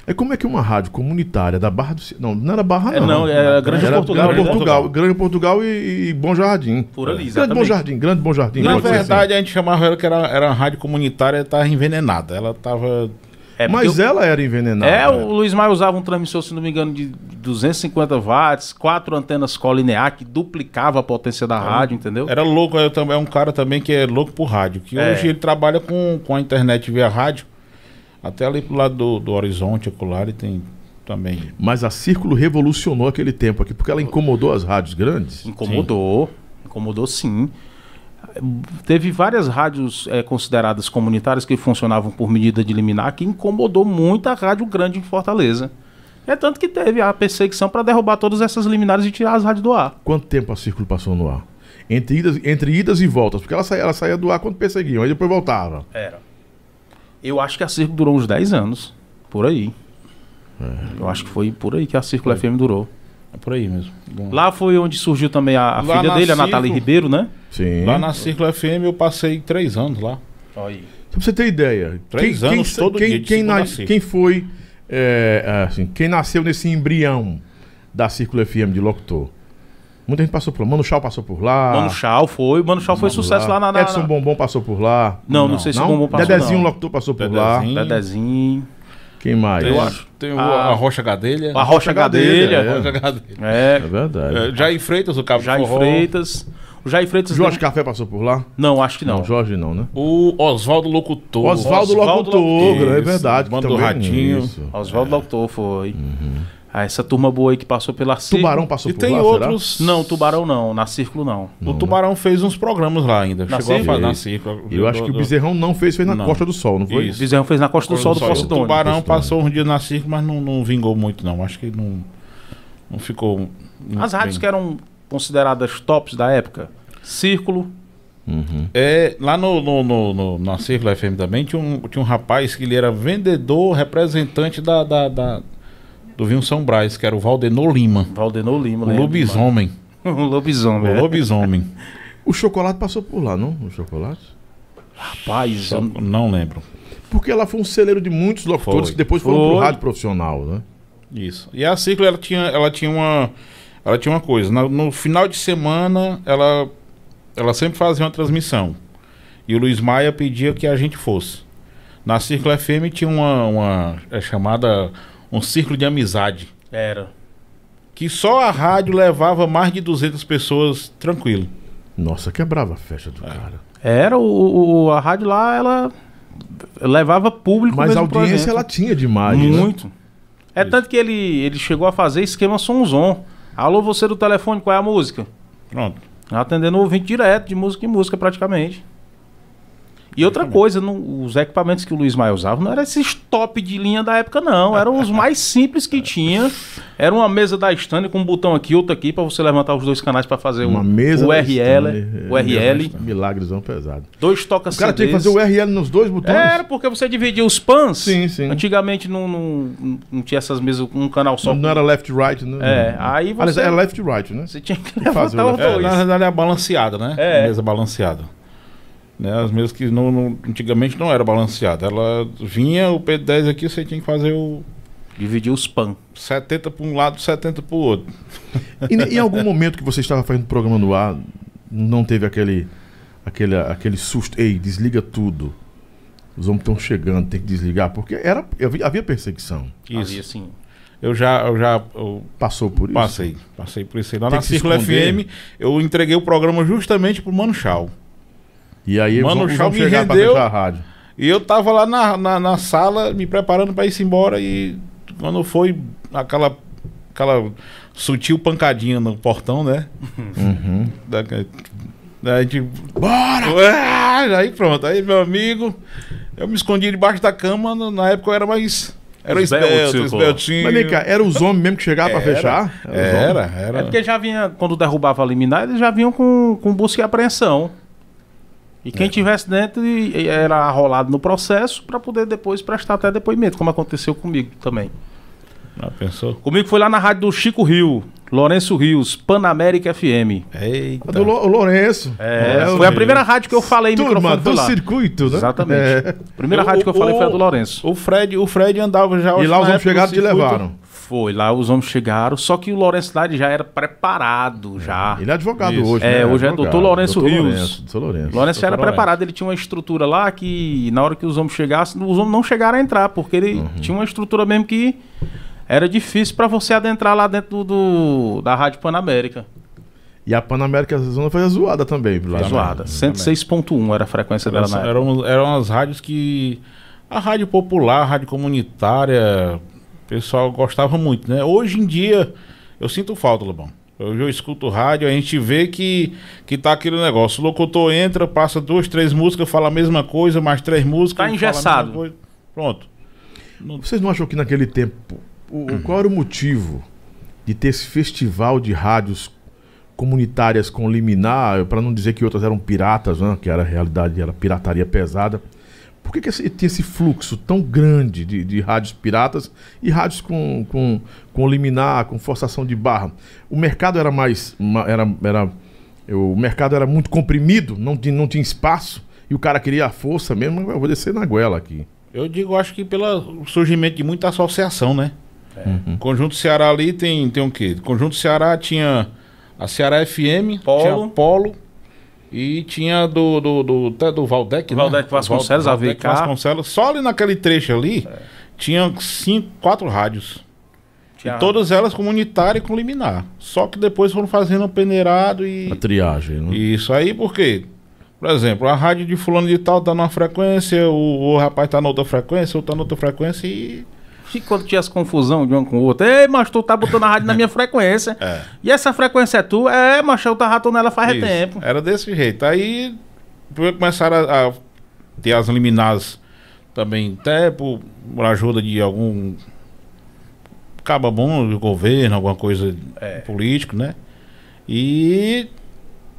Speaker 1: É como é que uma rádio comunitária da Barra do Ci- Não, não era Barra,
Speaker 2: É,
Speaker 1: não.
Speaker 2: não, era Grande Portugal,
Speaker 1: Grande
Speaker 2: né?
Speaker 1: Portugal, Grande Portugal e, e Bom Jardim.
Speaker 2: Por ali,
Speaker 1: Grande Bom
Speaker 2: exatamente.
Speaker 1: Jardim, Grande Bom Jardim.
Speaker 3: Na
Speaker 1: pode ser assim.
Speaker 3: verdade, a gente chamava ela que era, era uma rádio comunitária, estava envenenada. Ela estava.
Speaker 2: É,
Speaker 1: Mas
Speaker 2: porque eu-
Speaker 1: ela é. era envenenada.
Speaker 2: É, o Luiz Maia usava um transmissor, se não me engano, de 250 watts, quatro antenas colinear que duplicava a potência da rádio, entendeu?
Speaker 3: Era louco, eu também, é um cara também que é louco por rádio. Que
Speaker 2: É.
Speaker 3: hoje ele trabalha com, com a internet via rádio. Até ali pro lado do, do horizonte ocular ele tem também.
Speaker 1: Mas a Círculo revolucionou aquele tempo aqui, porque ela incomodou as rádios grandes.
Speaker 2: Incomodou, incomodou sim. Teve várias rádios eh, consideradas comunitárias que funcionavam por medida de liminar que incomodou muito a rádio grande em Fortaleza. É tanto que teve a perseguição para derrubar todas essas liminares e tirar as rádios do ar.
Speaker 1: Quanto tempo a Círculo passou no ar? Entre idas, entre idas e voltas, porque ela saía, ela saía do ar quando perseguiam, aí depois voltava.
Speaker 2: Era. Eu acho que a Círculo durou uns 10 anos, por aí. Eu acho que É. foi por aí que a Círculo FM durou.
Speaker 3: É por aí mesmo. Bom.
Speaker 2: Lá foi onde surgiu também a, a
Speaker 3: Lá
Speaker 2: filha
Speaker 3: na
Speaker 2: dele, a Natália
Speaker 3: Círculo.
Speaker 2: Ribeiro, né?
Speaker 1: Sim.
Speaker 3: Lá na Círculo FM eu passei três anos lá.
Speaker 1: Só pra você ter ideia.
Speaker 3: Três anos
Speaker 1: quem,
Speaker 3: todo
Speaker 1: quem,
Speaker 3: dia de
Speaker 1: quem,
Speaker 3: segunda a
Speaker 1: nas-
Speaker 3: sexta.
Speaker 1: quem foi. é, assim, quem nasceu nesse embrião da Círculo FM de locutor? Muita gente passou por lá. Mano Chau passou por lá.
Speaker 2: Mano Chau foi, Ah. Mano Chau foi
Speaker 1: Vamos
Speaker 2: sucesso lá, na, na,
Speaker 1: Edson
Speaker 2: na-
Speaker 1: Bombom passou por lá.
Speaker 2: Não, não,
Speaker 3: Não,
Speaker 2: sei se
Speaker 1: não?
Speaker 2: o Bombom passou.
Speaker 1: Dedezinho
Speaker 2: não.
Speaker 1: locutor passou por
Speaker 3: Dedezinho.
Speaker 1: lá.
Speaker 2: Dedezinho.
Speaker 1: Quem mais?
Speaker 3: Tem- um
Speaker 2: acho.
Speaker 3: Tem o-
Speaker 2: Ah.
Speaker 3: a Rocha Gadelha.
Speaker 2: A Rocha
Speaker 1: Gadelha,
Speaker 2: Gadelha.
Speaker 3: Rocha Gadelha.
Speaker 2: É.
Speaker 1: É verdade.
Speaker 3: É, Jair Freitas, o Cabo de
Speaker 2: Jair
Speaker 3: Forró.
Speaker 2: Freitas. O Jair Freitas.
Speaker 1: Jorge Café passou por lá?
Speaker 2: Não, acho que É, não.
Speaker 1: Jorge não, né?
Speaker 3: O Oswaldo Locutor.
Speaker 1: Oswaldo
Speaker 2: Oswaldo
Speaker 1: Locutor,
Speaker 3: Locutor,
Speaker 1: é verdade.
Speaker 3: Bando
Speaker 1: também-
Speaker 3: do Ratinho.
Speaker 1: Isso. É. Uhum.
Speaker 2: Oswaldo Doutor foi. Ah, essa turma boa aí que passou pela Círculo.
Speaker 1: Tubarão passou
Speaker 3: E
Speaker 1: por
Speaker 3: tem
Speaker 1: lá, será?
Speaker 3: outros.
Speaker 2: Não, Tubarão não. Na Círculo não.
Speaker 3: O Tubarão fez uns programas lá ainda.
Speaker 2: Na
Speaker 3: Chegou a
Speaker 2: Círculo?
Speaker 3: fazer na Círculo.
Speaker 1: Eu acho que o
Speaker 3: Do- do-
Speaker 1: Bezerrão não fez, fez na
Speaker 3: Não.
Speaker 1: Costa do Sol, não foi?
Speaker 2: O
Speaker 3: Isso.
Speaker 2: Bezerrão fez na Costa do Sol do
Speaker 3: Só O
Speaker 2: Posidônio.
Speaker 3: Tubarão
Speaker 1: Posidônio.
Speaker 3: passou um dia na Círculo, mas não, não vingou muito, não. Acho que não, não ficou. muito
Speaker 2: As rádios
Speaker 3: bem.
Speaker 2: que eram consideradas tops da época. Círculo.
Speaker 3: É, lá no, no, no- no- na Círculo FM também tinha um, tinha um rapaz que ele era vendedor, representante da, da- da- do Vinho São Brás, que era o Valdenor Lima.
Speaker 2: Valdenor Lima.
Speaker 3: O
Speaker 2: lembra?
Speaker 3: lobisomem.
Speaker 2: O lobisomem.
Speaker 3: O
Speaker 2: é.
Speaker 3: lobisomem.
Speaker 1: O Chocolate passou por lá, não? O Chocolate?
Speaker 2: Rapaz,
Speaker 3: Só-
Speaker 2: eu-
Speaker 3: não lembro.
Speaker 1: Porque ela foi um celeiro de muitos locutores
Speaker 3: Foi.
Speaker 1: que depois foram pro
Speaker 2: Foi.
Speaker 1: rádio profissional, né?
Speaker 3: Isso. E a Ciclo, ela tinha, ela tinha uma. Ela tinha uma coisa. Na- no final de semana, ela, ela sempre fazia uma transmissão. E o Luiz Maia pedia que a gente fosse. Na Círculo FM tinha uma, uma é chamada um círculo de amizade.
Speaker 2: Era.
Speaker 3: Que só a rádio levava mais de 200 pessoas tranquilo.
Speaker 1: Nossa, quebrava a festa
Speaker 2: É.
Speaker 1: do cara.
Speaker 2: Era o, o- o- a rádio lá, ela levava público
Speaker 1: Mas a
Speaker 2: mesmo pro
Speaker 1: audiência
Speaker 2: evento.
Speaker 1: ela tinha demais, né?
Speaker 2: muito. É tanto que ele, ele chegou a fazer esquema sonzon. Alô, você do telefone, qual é a música?
Speaker 3: Pronto.
Speaker 2: Atendendo o ouvinte direto, de música em música, praticamente. E outra coisa, não- os equipamentos que o Luiz Maia usava não eram esses top de linha da época, não. Eram os mais simples que tinha. Era uma mesa da Stanley com um botão aqui, outro aqui, para você levantar os dois canais para fazer
Speaker 1: Uma
Speaker 2: o,
Speaker 1: mesa.
Speaker 2: o
Speaker 1: da
Speaker 2: RL,
Speaker 1: Stanley,
Speaker 2: o
Speaker 1: é,
Speaker 2: RL,
Speaker 1: Milagrezão pesado.
Speaker 2: dois toca
Speaker 1: O cara tinha que fazer o RL nos dois botões?
Speaker 2: Era porque você dividia os pans.
Speaker 1: Sim, sim.
Speaker 2: Antigamente não, não, não tinha essas mesas com um canal só.
Speaker 1: Não, não era left right, né?
Speaker 2: É, aí você-
Speaker 1: Aliás, era left right, né?
Speaker 2: Você tinha que
Speaker 1: fazer o-
Speaker 2: levantar os
Speaker 3: É,
Speaker 2: dois.
Speaker 3: na verdade é balanceada, né?
Speaker 2: É.
Speaker 3: Mesa balanceada. Né? As mesas que não, não- antigamente não era balanceada. Ela vinha o P10 aqui, você tinha que fazer o
Speaker 2: Dividir os pan.
Speaker 3: 70 para um lado, 70 para o outro.
Speaker 1: E ne- em algum momento que você estava fazendo o programa no ar, não teve aquele, aquele, aquele susto, ei, desliga tudo. Os homens estão chegando, tem que desligar, porque era, havi- havia perseguição.
Speaker 2: Havia, assim.
Speaker 3: Eu já, eu já eu
Speaker 1: Passou por isso.
Speaker 3: passei, passei por isso aí. Lá
Speaker 1: Tem
Speaker 3: na
Speaker 1: que se
Speaker 3: Círculo
Speaker 1: esconder.
Speaker 3: FM, eu entreguei o programa justamente pro Mano Chau.
Speaker 1: E aí
Speaker 3: Mano,
Speaker 1: os,
Speaker 3: o
Speaker 1: os
Speaker 3: Chau
Speaker 1: homens
Speaker 3: me
Speaker 1: chegaram pra
Speaker 3: rendeu.
Speaker 1: fechar a rádio.
Speaker 3: E eu tava lá na, na, na sala, me preparando para ir -se embora e quando foi aquela aquela sutil pancadinha no portão, né? Da, da, a gente
Speaker 1: Bora!
Speaker 3: Ah, aí pronto, aí meu amigo, eu me escondi debaixo da cama, no- na época eu era mais era
Speaker 2: Esbelto,
Speaker 3: esperto,
Speaker 2: pô.
Speaker 3: espertinho.
Speaker 1: Mas vem cá, era os homens mesmo que chegavam pra fechar?
Speaker 3: Era,
Speaker 1: os homens?
Speaker 3: era.
Speaker 2: É porque já vinha, quando derrubava a liminar, eles já vinham com, com busca e apreensão. E
Speaker 1: É.
Speaker 2: quem tivesse dentro e- era arrolado no processo para poder depois prestar até depoimento, como aconteceu comigo também.
Speaker 3: Ah, pensou?
Speaker 2: Comigo foi lá na rádio do Chico Rio, Lourenço Rios, Panamérica FM.
Speaker 1: A
Speaker 3: Eita.
Speaker 1: Tá do Lo- o Lourenço.
Speaker 2: É, foi a primeira rádio que eu falei em
Speaker 1: Turma
Speaker 2: microfone foi
Speaker 1: do
Speaker 2: lá.
Speaker 1: circuito, né?
Speaker 2: Exatamente.
Speaker 1: É.
Speaker 2: Primeira
Speaker 3: Eu-
Speaker 2: rádio que eu falei foi a do
Speaker 3: o-
Speaker 2: Lourenço.
Speaker 3: O Fred, o Fred andava já
Speaker 1: E lá
Speaker 3: na
Speaker 1: os homens
Speaker 3: época assim, do
Speaker 1: chegaram e te
Speaker 3: circuito.
Speaker 1: levaram.
Speaker 2: Foi, lá os homens chegaram, só que o Lourenço lá ele já era preparado já.
Speaker 1: Ele é advogado
Speaker 3: Isso.
Speaker 1: hoje.
Speaker 2: É,
Speaker 1: né?
Speaker 2: hoje é
Speaker 1: Advogado.
Speaker 2: doutor Lourenço
Speaker 1: Doutor
Speaker 2: Rios.
Speaker 1: Lourenço, doutor Lourenço.
Speaker 2: O Lourenço já era
Speaker 3: Doutor Lourenço.
Speaker 2: preparado, ele tinha uma estrutura lá
Speaker 3: Uhum.
Speaker 2: que na hora que os homens chegassem, os homens não chegaram a entrar, porque ele tinha uma estrutura mesmo que era difícil pra você adentrar lá dentro do, do- da Rádio Panamérica.
Speaker 1: E a Panamérica Zona foi a zoada também. Lá né?
Speaker 2: Foi
Speaker 1: na-
Speaker 2: zoada. 106.1 era a frequência dela na
Speaker 3: Eram,
Speaker 2: época.
Speaker 3: eram, eram as rádios que. A rádio popular, a rádio comunitária, o pessoal gostava muito, né? Hoje em dia, eu sinto falta, Lobão. Hoje eu escuto rádio, a gente vê que, que tá aquele negócio. O locutor entra, passa duas, três músicas, fala a mesma coisa, mais três músicas.
Speaker 2: Tá
Speaker 3: fala a mesma
Speaker 2: engessado.
Speaker 3: coisa. Pronto.
Speaker 1: Vocês não acham que naquele tempo. o- o- qual era o motivo de ter esse festival de rádios comunitárias com liminar, para não dizer que outras eram piratas, né, que era a realidade, era pirataria pesada? Por que, que esse, tinha esse fluxo tão grande de, de rádios piratas e rádios com, com, com liminar, com forçação de barra? O mercado era mais. ma- Era, era, eu- o mercado era muito comprimido, não, tinha- não tinha espaço, e o cara queria a força mesmo, eu vou descer na goela aqui.
Speaker 3: Eu digo, acho que pelo surgimento de muita associação, né?
Speaker 2: É.
Speaker 3: Conjunto Ceará ali tem, tem o quê? Conjunto Ceará tinha a Ceará FM,
Speaker 2: Polo.
Speaker 3: tinha Polo e tinha do, do, do, até do Valdec, né?
Speaker 2: Valdec Vasconcelos,
Speaker 3: Val- Valdec
Speaker 2: AVK.
Speaker 3: Vasconcelos. Só ali naquele trecho ali
Speaker 2: É.
Speaker 3: tinha cinco, quatro rádios.
Speaker 2: Tinha-
Speaker 3: E todas elas comunitárias e com liminar. Só que depois foram fazendo um peneirado e...
Speaker 1: A triagem, né?
Speaker 3: Isso aí porque, por exemplo, a rádio de fulano de tal tá numa frequência, o, o rapaz tá na outra frequência, outro tá na outra frequência e.
Speaker 2: E quando tinha as confusão de um com o outro, ei, mas tu tá botando a rádio na
Speaker 3: É.
Speaker 2: minha frequência. E essa frequência é tua? É, mas eu tava ratando ela faz
Speaker 3: Isso.
Speaker 2: tempo.
Speaker 3: Era desse jeito. Aí primeiro começaram a, a ter as liminares também, até por, por ajuda de algum caba bom do governo, alguma coisa
Speaker 2: É.
Speaker 3: político, né? E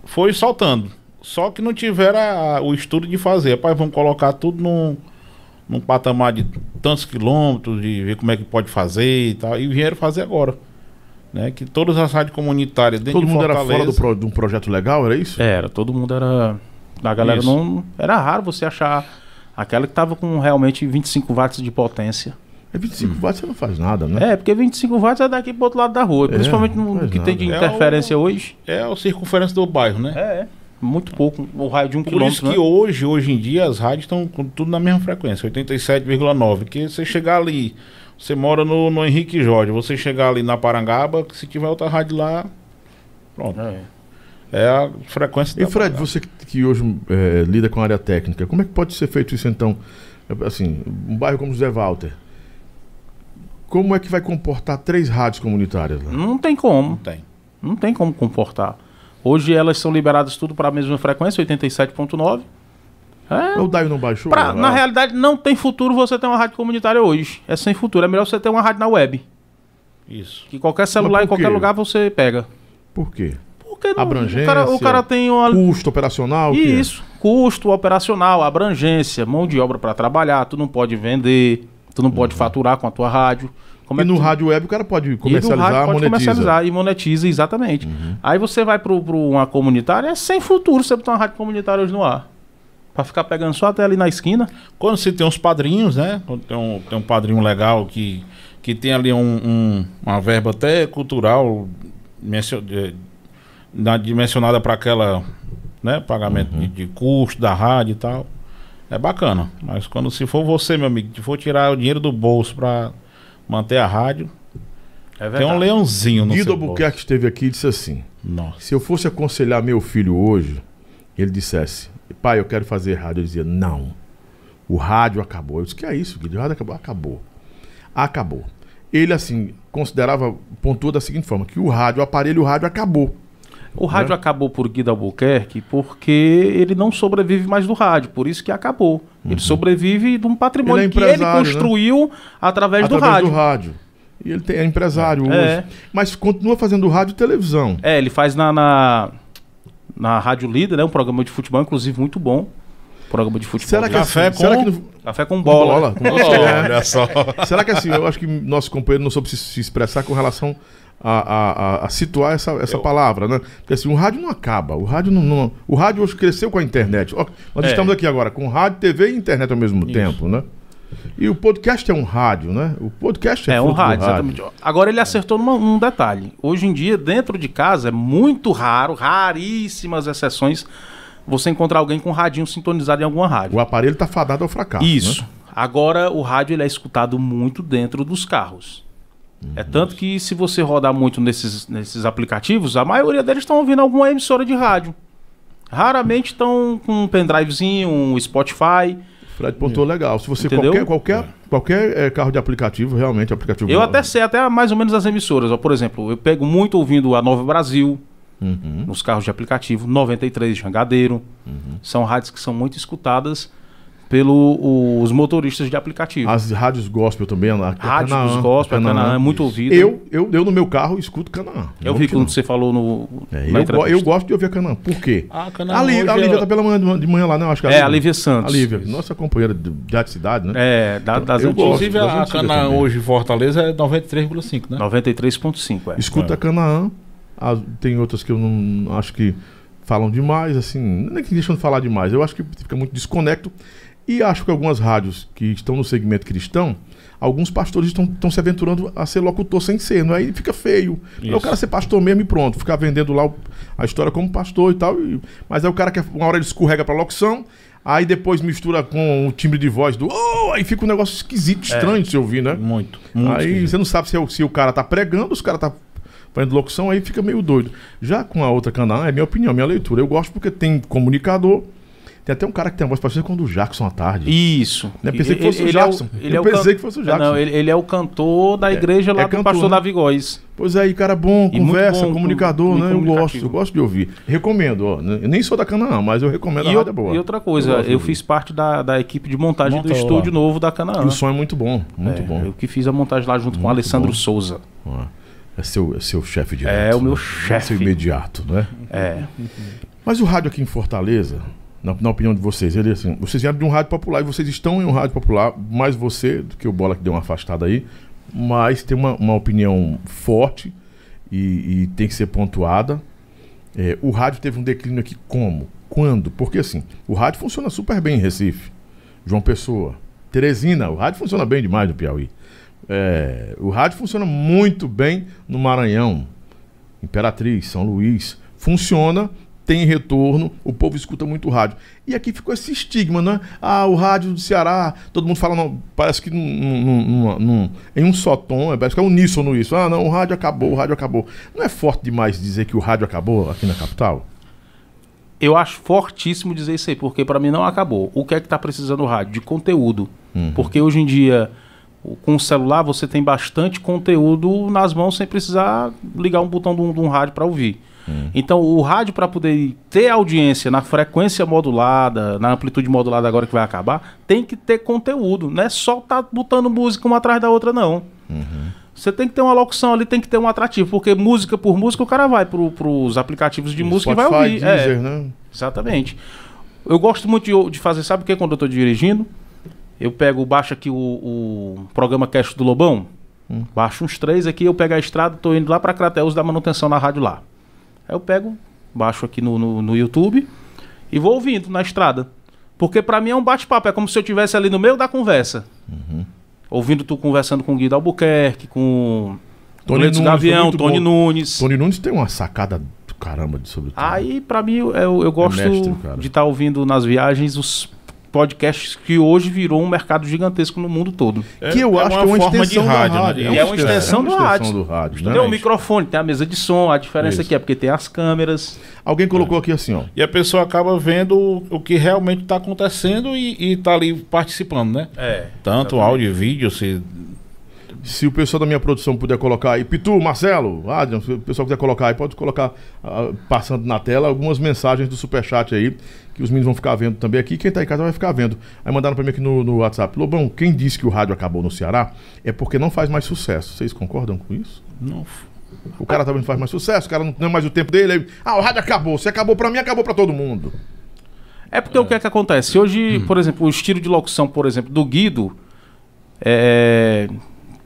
Speaker 3: foi soltando. Só que não tiveram a- a- o estudo de fazer. Rapaz, vamos colocar tudo num, num patamar de tantos quilômetros, de ver como é que pode fazer e tal. E vieram fazer agora. Né? Que todas as rádios comunitárias dentro
Speaker 1: Todo
Speaker 3: de
Speaker 1: mundo era fora do
Speaker 3: Fortaleza-
Speaker 1: pro- de um projeto legal, era isso?
Speaker 2: Era, todo mundo era. A galera
Speaker 3: Isso.
Speaker 2: não. Era raro você achar aquela que tava com realmente 25 watts de potência.
Speaker 1: É 25 watts, você não faz nada, né?
Speaker 2: É, porque 25 watts é daqui pro outro lado da rua. principalmente no
Speaker 1: faz
Speaker 2: que tem de
Speaker 3: nada.
Speaker 2: interferência
Speaker 3: É o-
Speaker 2: hoje.
Speaker 3: É o circunferência do bairro, né?
Speaker 2: É, é. Muito pouco. O raio de um
Speaker 3: Por isso
Speaker 2: quilômetro.
Speaker 3: que
Speaker 2: né?
Speaker 3: hoje, hoje em dia, as rádios estão com tudo na mesma frequência, 87,9. Que você chegar ali, você mora no, no Henrique Jorge, você chegar ali na Parangaba, que se tiver outra rádio lá, pronto.
Speaker 2: É.
Speaker 3: É a frequência
Speaker 1: E Fred, você que que hoje é, lida com a área técnica, como é que pode ser feito isso então? Assim, um bairro como José Walter, como é que vai comportar três rádios comunitárias lá?
Speaker 2: Não tem como.
Speaker 3: Não tem.
Speaker 2: Não tem como comportar. Hoje elas são liberadas tudo para a mesma frequência, 87.9. É,
Speaker 1: O Daio não baixou?
Speaker 2: pra-
Speaker 1: Ah,
Speaker 2: na realidade, não tem futuro você ter uma rádio comunitária hoje. É sem futuro. É melhor você ter uma rádio na web.
Speaker 3: Isso.
Speaker 2: Que qualquer celular,
Speaker 1: por
Speaker 2: em qualquer
Speaker 1: quê?
Speaker 2: lugar, você pega.
Speaker 1: Por quê?
Speaker 2: Porque não,
Speaker 1: Abrangência,
Speaker 2: o, cara, o cara tem uma.
Speaker 1: Custo operacional? o quê?
Speaker 2: Isso. Custo operacional, abrangência, mão de obra para trabalhar. Tu não pode vender, tu não pode faturar com a tua rádio. Como
Speaker 1: Uhum.
Speaker 2: é
Speaker 1: E no
Speaker 2: tu-
Speaker 1: rádio web o cara pode
Speaker 2: e do
Speaker 1: comercializar, Uhum.
Speaker 2: rádio pode
Speaker 1: monetizar.
Speaker 2: comercializar e monetiza, exatamente. Aí você vai para uma comunitária, é sem futuro você botar uma rádio comunitária hoje no ar. Pra ficar pegando só até ali na esquina.
Speaker 3: Quando você tem uns padrinhos, né? Quando tem um, tem um padrinho legal que, que tem ali um, um- uma verba até cultural mencio- de- na- dimensionada para aquela, né? Pagamento
Speaker 1: Uhum.
Speaker 3: de, de custo da rádio e tal. É bacana. Mas quando se for você, meu amigo, que for tirar o dinheiro do bolso para manter a rádio,
Speaker 2: É
Speaker 3: tem um leãozinho no
Speaker 1: Guido
Speaker 3: seu bolso.
Speaker 1: Albuquerque esteve aqui e disse assim,
Speaker 3: Nossa.
Speaker 1: se eu fosse aconselhar meu filho hoje, ele dissesse, pai, eu quero fazer rádio. Eu dizia, não, o rádio acabou. Eu disse, que é isso, Guido? O rádio acabou? Acabou. Acabou. Ele, assim, considerava, pontuou da seguinte forma, que o rádio, o aparelho rádio acabou. Né?
Speaker 2: O rádio acabou por Guido Albuquerque porque ele não sobrevive mais do rádio, por isso que acabou. Ele sobrevive de um patrimônio
Speaker 1: Uhum. Ele é
Speaker 2: que ele
Speaker 1: empresário, né?
Speaker 2: construiu através,
Speaker 1: através
Speaker 2: do rádio.
Speaker 1: do rádio. E ele tem- é empresário
Speaker 2: É.
Speaker 1: hoje. Mas continua fazendo rádio e televisão.
Speaker 2: É, ele faz na, na, na Rádio Líder, né? Um programa de futebol, inclusive, muito bom. Programa de futebol.
Speaker 1: Será que,
Speaker 3: Café
Speaker 1: assim, será
Speaker 3: com-
Speaker 1: que não-
Speaker 2: Café com bola.
Speaker 1: bola, com bola.
Speaker 3: Olha só.
Speaker 1: Será que assim, eu acho que nosso companheiro não soube se, se expressar com relação a, a- a- a situar essa, essa palavra, né? Porque assim, o rádio não acaba, o rádio não, não- O rádio hoje cresceu com a internet. Ó, Nós
Speaker 2: É.
Speaker 1: estamos aqui agora com rádio, TV e internet ao mesmo tempo, né? E o podcast é um rádio, né? O podcast é,
Speaker 2: É, um
Speaker 1: fruto do
Speaker 2: rádio, exatamente. Agora ele acertou numa- num detalhe. Hoje em dia, dentro de casa, é muito raro, raríssimas exceções, você encontrar alguém com um radinho sintonizado em alguma rádio.
Speaker 1: O aparelho tá fadado ao fracasso.
Speaker 2: Isso.
Speaker 1: né?
Speaker 2: Agora o rádio ele é escutado muito dentro dos carros. É
Speaker 1: Uhum.
Speaker 2: tanto que se você rodar muito nesses, nesses aplicativos, a maioria deles estão ouvindo alguma emissora de rádio. Raramente estão com um pendrivezinho, um Spotify.
Speaker 1: Fred pontou legal. Se você
Speaker 2: Hum. Entendeu? É.
Speaker 1: qualquer qualquer qualquer eh, carro de aplicativo, realmente aplicativo.
Speaker 2: Eu até sei até mais ou menos as emissoras. Ó, por exemplo, eu pego muito ouvindo a Nova Brasil,
Speaker 1: Uhum.
Speaker 2: nos carros de aplicativo, 93 Jangadeiro. São rádios que são muito escutadas pelos motoristas de aplicativo.
Speaker 1: as rádios gospel também, a
Speaker 2: Rádio
Speaker 1: Canaã,
Speaker 2: dos Gospel, Canaã, é muito ouvido.
Speaker 1: Eu, eu eu no meu carro escuto Canaã.
Speaker 2: Eu
Speaker 1: Vou
Speaker 2: vi
Speaker 1: te
Speaker 2: quando
Speaker 1: dizer.
Speaker 2: você falou no.
Speaker 1: É,
Speaker 2: na
Speaker 1: eu, go- eu
Speaker 2: entrevista.
Speaker 1: gosto de ouvir a Canaã. Por quê?
Speaker 3: Ah, Canaã
Speaker 1: A Lívia, a
Speaker 3: hoje,
Speaker 1: Lívia
Speaker 3: ela-
Speaker 1: tá pela manhã, de manhã lá, não? Acho que
Speaker 2: É, a Lívia Santos.
Speaker 1: A Lívia, nossa companheira de, de cidade, né?
Speaker 2: É, da- das
Speaker 1: eu
Speaker 2: antigas.
Speaker 3: Inclusive,
Speaker 1: gosto,
Speaker 3: a
Speaker 1: gosto de
Speaker 3: Canaã
Speaker 1: também.
Speaker 3: hoje em Fortaleza é 93,5, né?
Speaker 2: 93.5, é.
Speaker 1: Escuta a Canaã. as- tem outras que eu não acho que falam demais, assim, nem que deixam de falar demais. Eu acho que fica muito desconecto. E acho que algumas rádios que estão no segmento cristão, alguns pastores estão, estão se aventurando a ser locutor sem ser, não é? E fica feio. É o
Speaker 3: Isso.
Speaker 1: cara ser pastor mesmo e pronto, ficar vendendo lá o- a história como pastor e tal. e- mas é o cara que uma hora ele escorrega pra locução, aí depois mistura com o timbre de voz do. Oh, aí fica um negócio esquisito, estranho de se ouvir, né?
Speaker 3: Muito. muito
Speaker 1: aí
Speaker 3: esquisito.
Speaker 1: você não sabe se, é o- se o cara tá pregando, se o cara tá fazendo locução, aí fica meio doido. Já com a outra Canaã, é minha opinião, minha leitura. Eu gosto porque tem comunicador. Tem até um cara que tem a voz parecida com o do Jackson à tarde.
Speaker 2: Isso.
Speaker 1: Eu pensei que
Speaker 2: Ele-
Speaker 1: fosse o
Speaker 2: ele é
Speaker 1: Jackson.
Speaker 2: ele
Speaker 1: Eu
Speaker 2: é o
Speaker 1: pensei
Speaker 2: can-
Speaker 1: que fosse o Jackson.
Speaker 2: Não, ele, ele é o cantor da igreja lá
Speaker 1: é
Speaker 2: do
Speaker 1: cantor,
Speaker 2: pastor
Speaker 1: né?
Speaker 2: Davi Góes.
Speaker 1: Pois é, e cara bom,
Speaker 2: E muito
Speaker 1: conversa,
Speaker 2: bom,
Speaker 1: comunicador,
Speaker 2: muito
Speaker 1: né? Eu gosto,
Speaker 2: comunicativo.
Speaker 1: eu gosto de ouvir. Recomendo, ó. né? Eu nem sou da Canaã, mas eu recomendo a
Speaker 2: E,
Speaker 1: rádio é
Speaker 2: eu-
Speaker 1: boa.
Speaker 2: e outra coisa,
Speaker 1: gosto
Speaker 2: eu,
Speaker 1: de ouvir.
Speaker 2: fiz parte da, da equipe de montagem do
Speaker 3: Montou
Speaker 2: estúdio
Speaker 3: lá.
Speaker 2: novo da Canaã.
Speaker 1: E o som é muito bom, muito
Speaker 2: É,
Speaker 1: bom.
Speaker 2: Eu que fiz a montagem lá junto com o Alessandro
Speaker 1: bom.
Speaker 2: Souza.
Speaker 1: Ó, É seu, é seu chefe direto.
Speaker 2: É, o meu
Speaker 1: né?
Speaker 2: chefe.
Speaker 1: Seu imediato, né?
Speaker 2: É.
Speaker 1: Mas o rádio aqui em Fortaleza, na, na opinião de vocês, ele assim, vocês vieram de um rádio popular e vocês estão em um rádio popular, mais você do que o Bola que deu uma afastada aí, mas tem uma, uma opinião forte e, e tem que ser pontuada. É, o rádio teve um declínio aqui como? Quando? Porque assim, o rádio funciona super bem em Recife. João Pessoa, Teresina, o rádio funciona bem demais no Piauí. É, o rádio funciona muito bem no Maranhão, Imperatriz, São Luís. Funciona, tem retorno, o povo escuta muito rádio. E aqui ficou esse estigma, né? Ah, o rádio do Ceará, todo mundo fala, não, parece que num- num- num- num- em um só tom, é, parece que é uníssono isso. Ah, não, o rádio acabou, o rádio acabou. Não é forte demais dizer que o rádio acabou aqui na capital?
Speaker 2: Eu acho fortíssimo dizer isso aí, porque para mim não acabou. O que é que tá precisando o rádio? De conteúdo. Porque hoje em dia, o- com o celular, você tem bastante conteúdo nas mãos sem precisar ligar um botão de um, de um rádio para ouvir. Então, o rádio, para poder ter audiência na frequência modulada, na amplitude modulada agora que vai acabar, tem que ter conteúdo. Não é só tá botando música uma atrás da outra, não. Você tem que ter uma locução ali, tem que ter um atrativo, porque música por música o cara vai pro, pros aplicativos de música e vai ouvir. É.
Speaker 1: Deezer, né?
Speaker 2: Exatamente. Eu gosto muito de, ou- de fazer, sabe o que é quando eu tô dirigindo? Eu pego, baixo aqui o, o programa Cash do Lobão,
Speaker 1: Hum.
Speaker 2: baixo uns três aqui, eu pego a estrada, tô indo lá pra Crateus dar manutenção na rádio lá. Aí eu pego, baixo aqui no, no, no YouTube e vou ouvindo na estrada. Porque pra mim é um bate-papo, é como se eu estivesse ali no meio da conversa.
Speaker 1: Uhum.
Speaker 2: Ouvindo tu conversando com o Guido Albuquerque, com
Speaker 1: Tony Nunes,
Speaker 2: Tony Nunes,
Speaker 1: foi
Speaker 2: Gavião,
Speaker 1: muito
Speaker 2: Tony
Speaker 1: bom.
Speaker 2: Nunes.
Speaker 1: Tony Nunes tem uma sacada do caramba de sobre o tema.
Speaker 2: Aí, pra mim, eu, eu gosto
Speaker 1: É mestre, cara.
Speaker 2: de estar ouvindo nas viagens os podcasts que hoje virou um mercado gigantesco no mundo todo.
Speaker 1: que eu
Speaker 3: é
Speaker 1: acho
Speaker 3: uma
Speaker 1: que é uma
Speaker 3: forma de
Speaker 1: extensão da
Speaker 3: rádio, né?
Speaker 1: rádio.
Speaker 2: E é uma extensão do rádio.
Speaker 1: do rádio, né?
Speaker 2: Tem um o microfone, tem a mesa de som, a diferença
Speaker 1: Isso.
Speaker 2: aqui é porque tem as câmeras.
Speaker 1: Alguém colocou aqui assim, ó.
Speaker 3: E a pessoa acaba vendo o- o que realmente está acontecendo e, e tá ali participando, né?
Speaker 2: É.
Speaker 3: Tanto áudio e vídeo, se.
Speaker 1: Se o pessoal da minha produção puder colocar aí, Pitu, Marcelo, Adrian, se o pessoal quiser colocar aí, pode colocar ah, passando na tela algumas mensagens do Superchat aí, que os meninos vão ficar vendo também aqui. Quem tá em casa vai ficar vendo. Aí mandaram pra mim aqui no, no WhatsApp. Lobão, quem disse que o rádio acabou no Ceará é porque não faz mais sucesso. Vocês concordam com isso?
Speaker 3: Não,
Speaker 1: O cara também não faz mais sucesso, o cara não não é mais o tempo dele. aí, ah, o rádio acabou. Se acabou pra mim, acabou pra todo mundo.
Speaker 2: É porque o que é que acontece?
Speaker 1: Hum.
Speaker 2: Hoje, por exemplo, o estilo de locução, por exemplo, do Guido, é,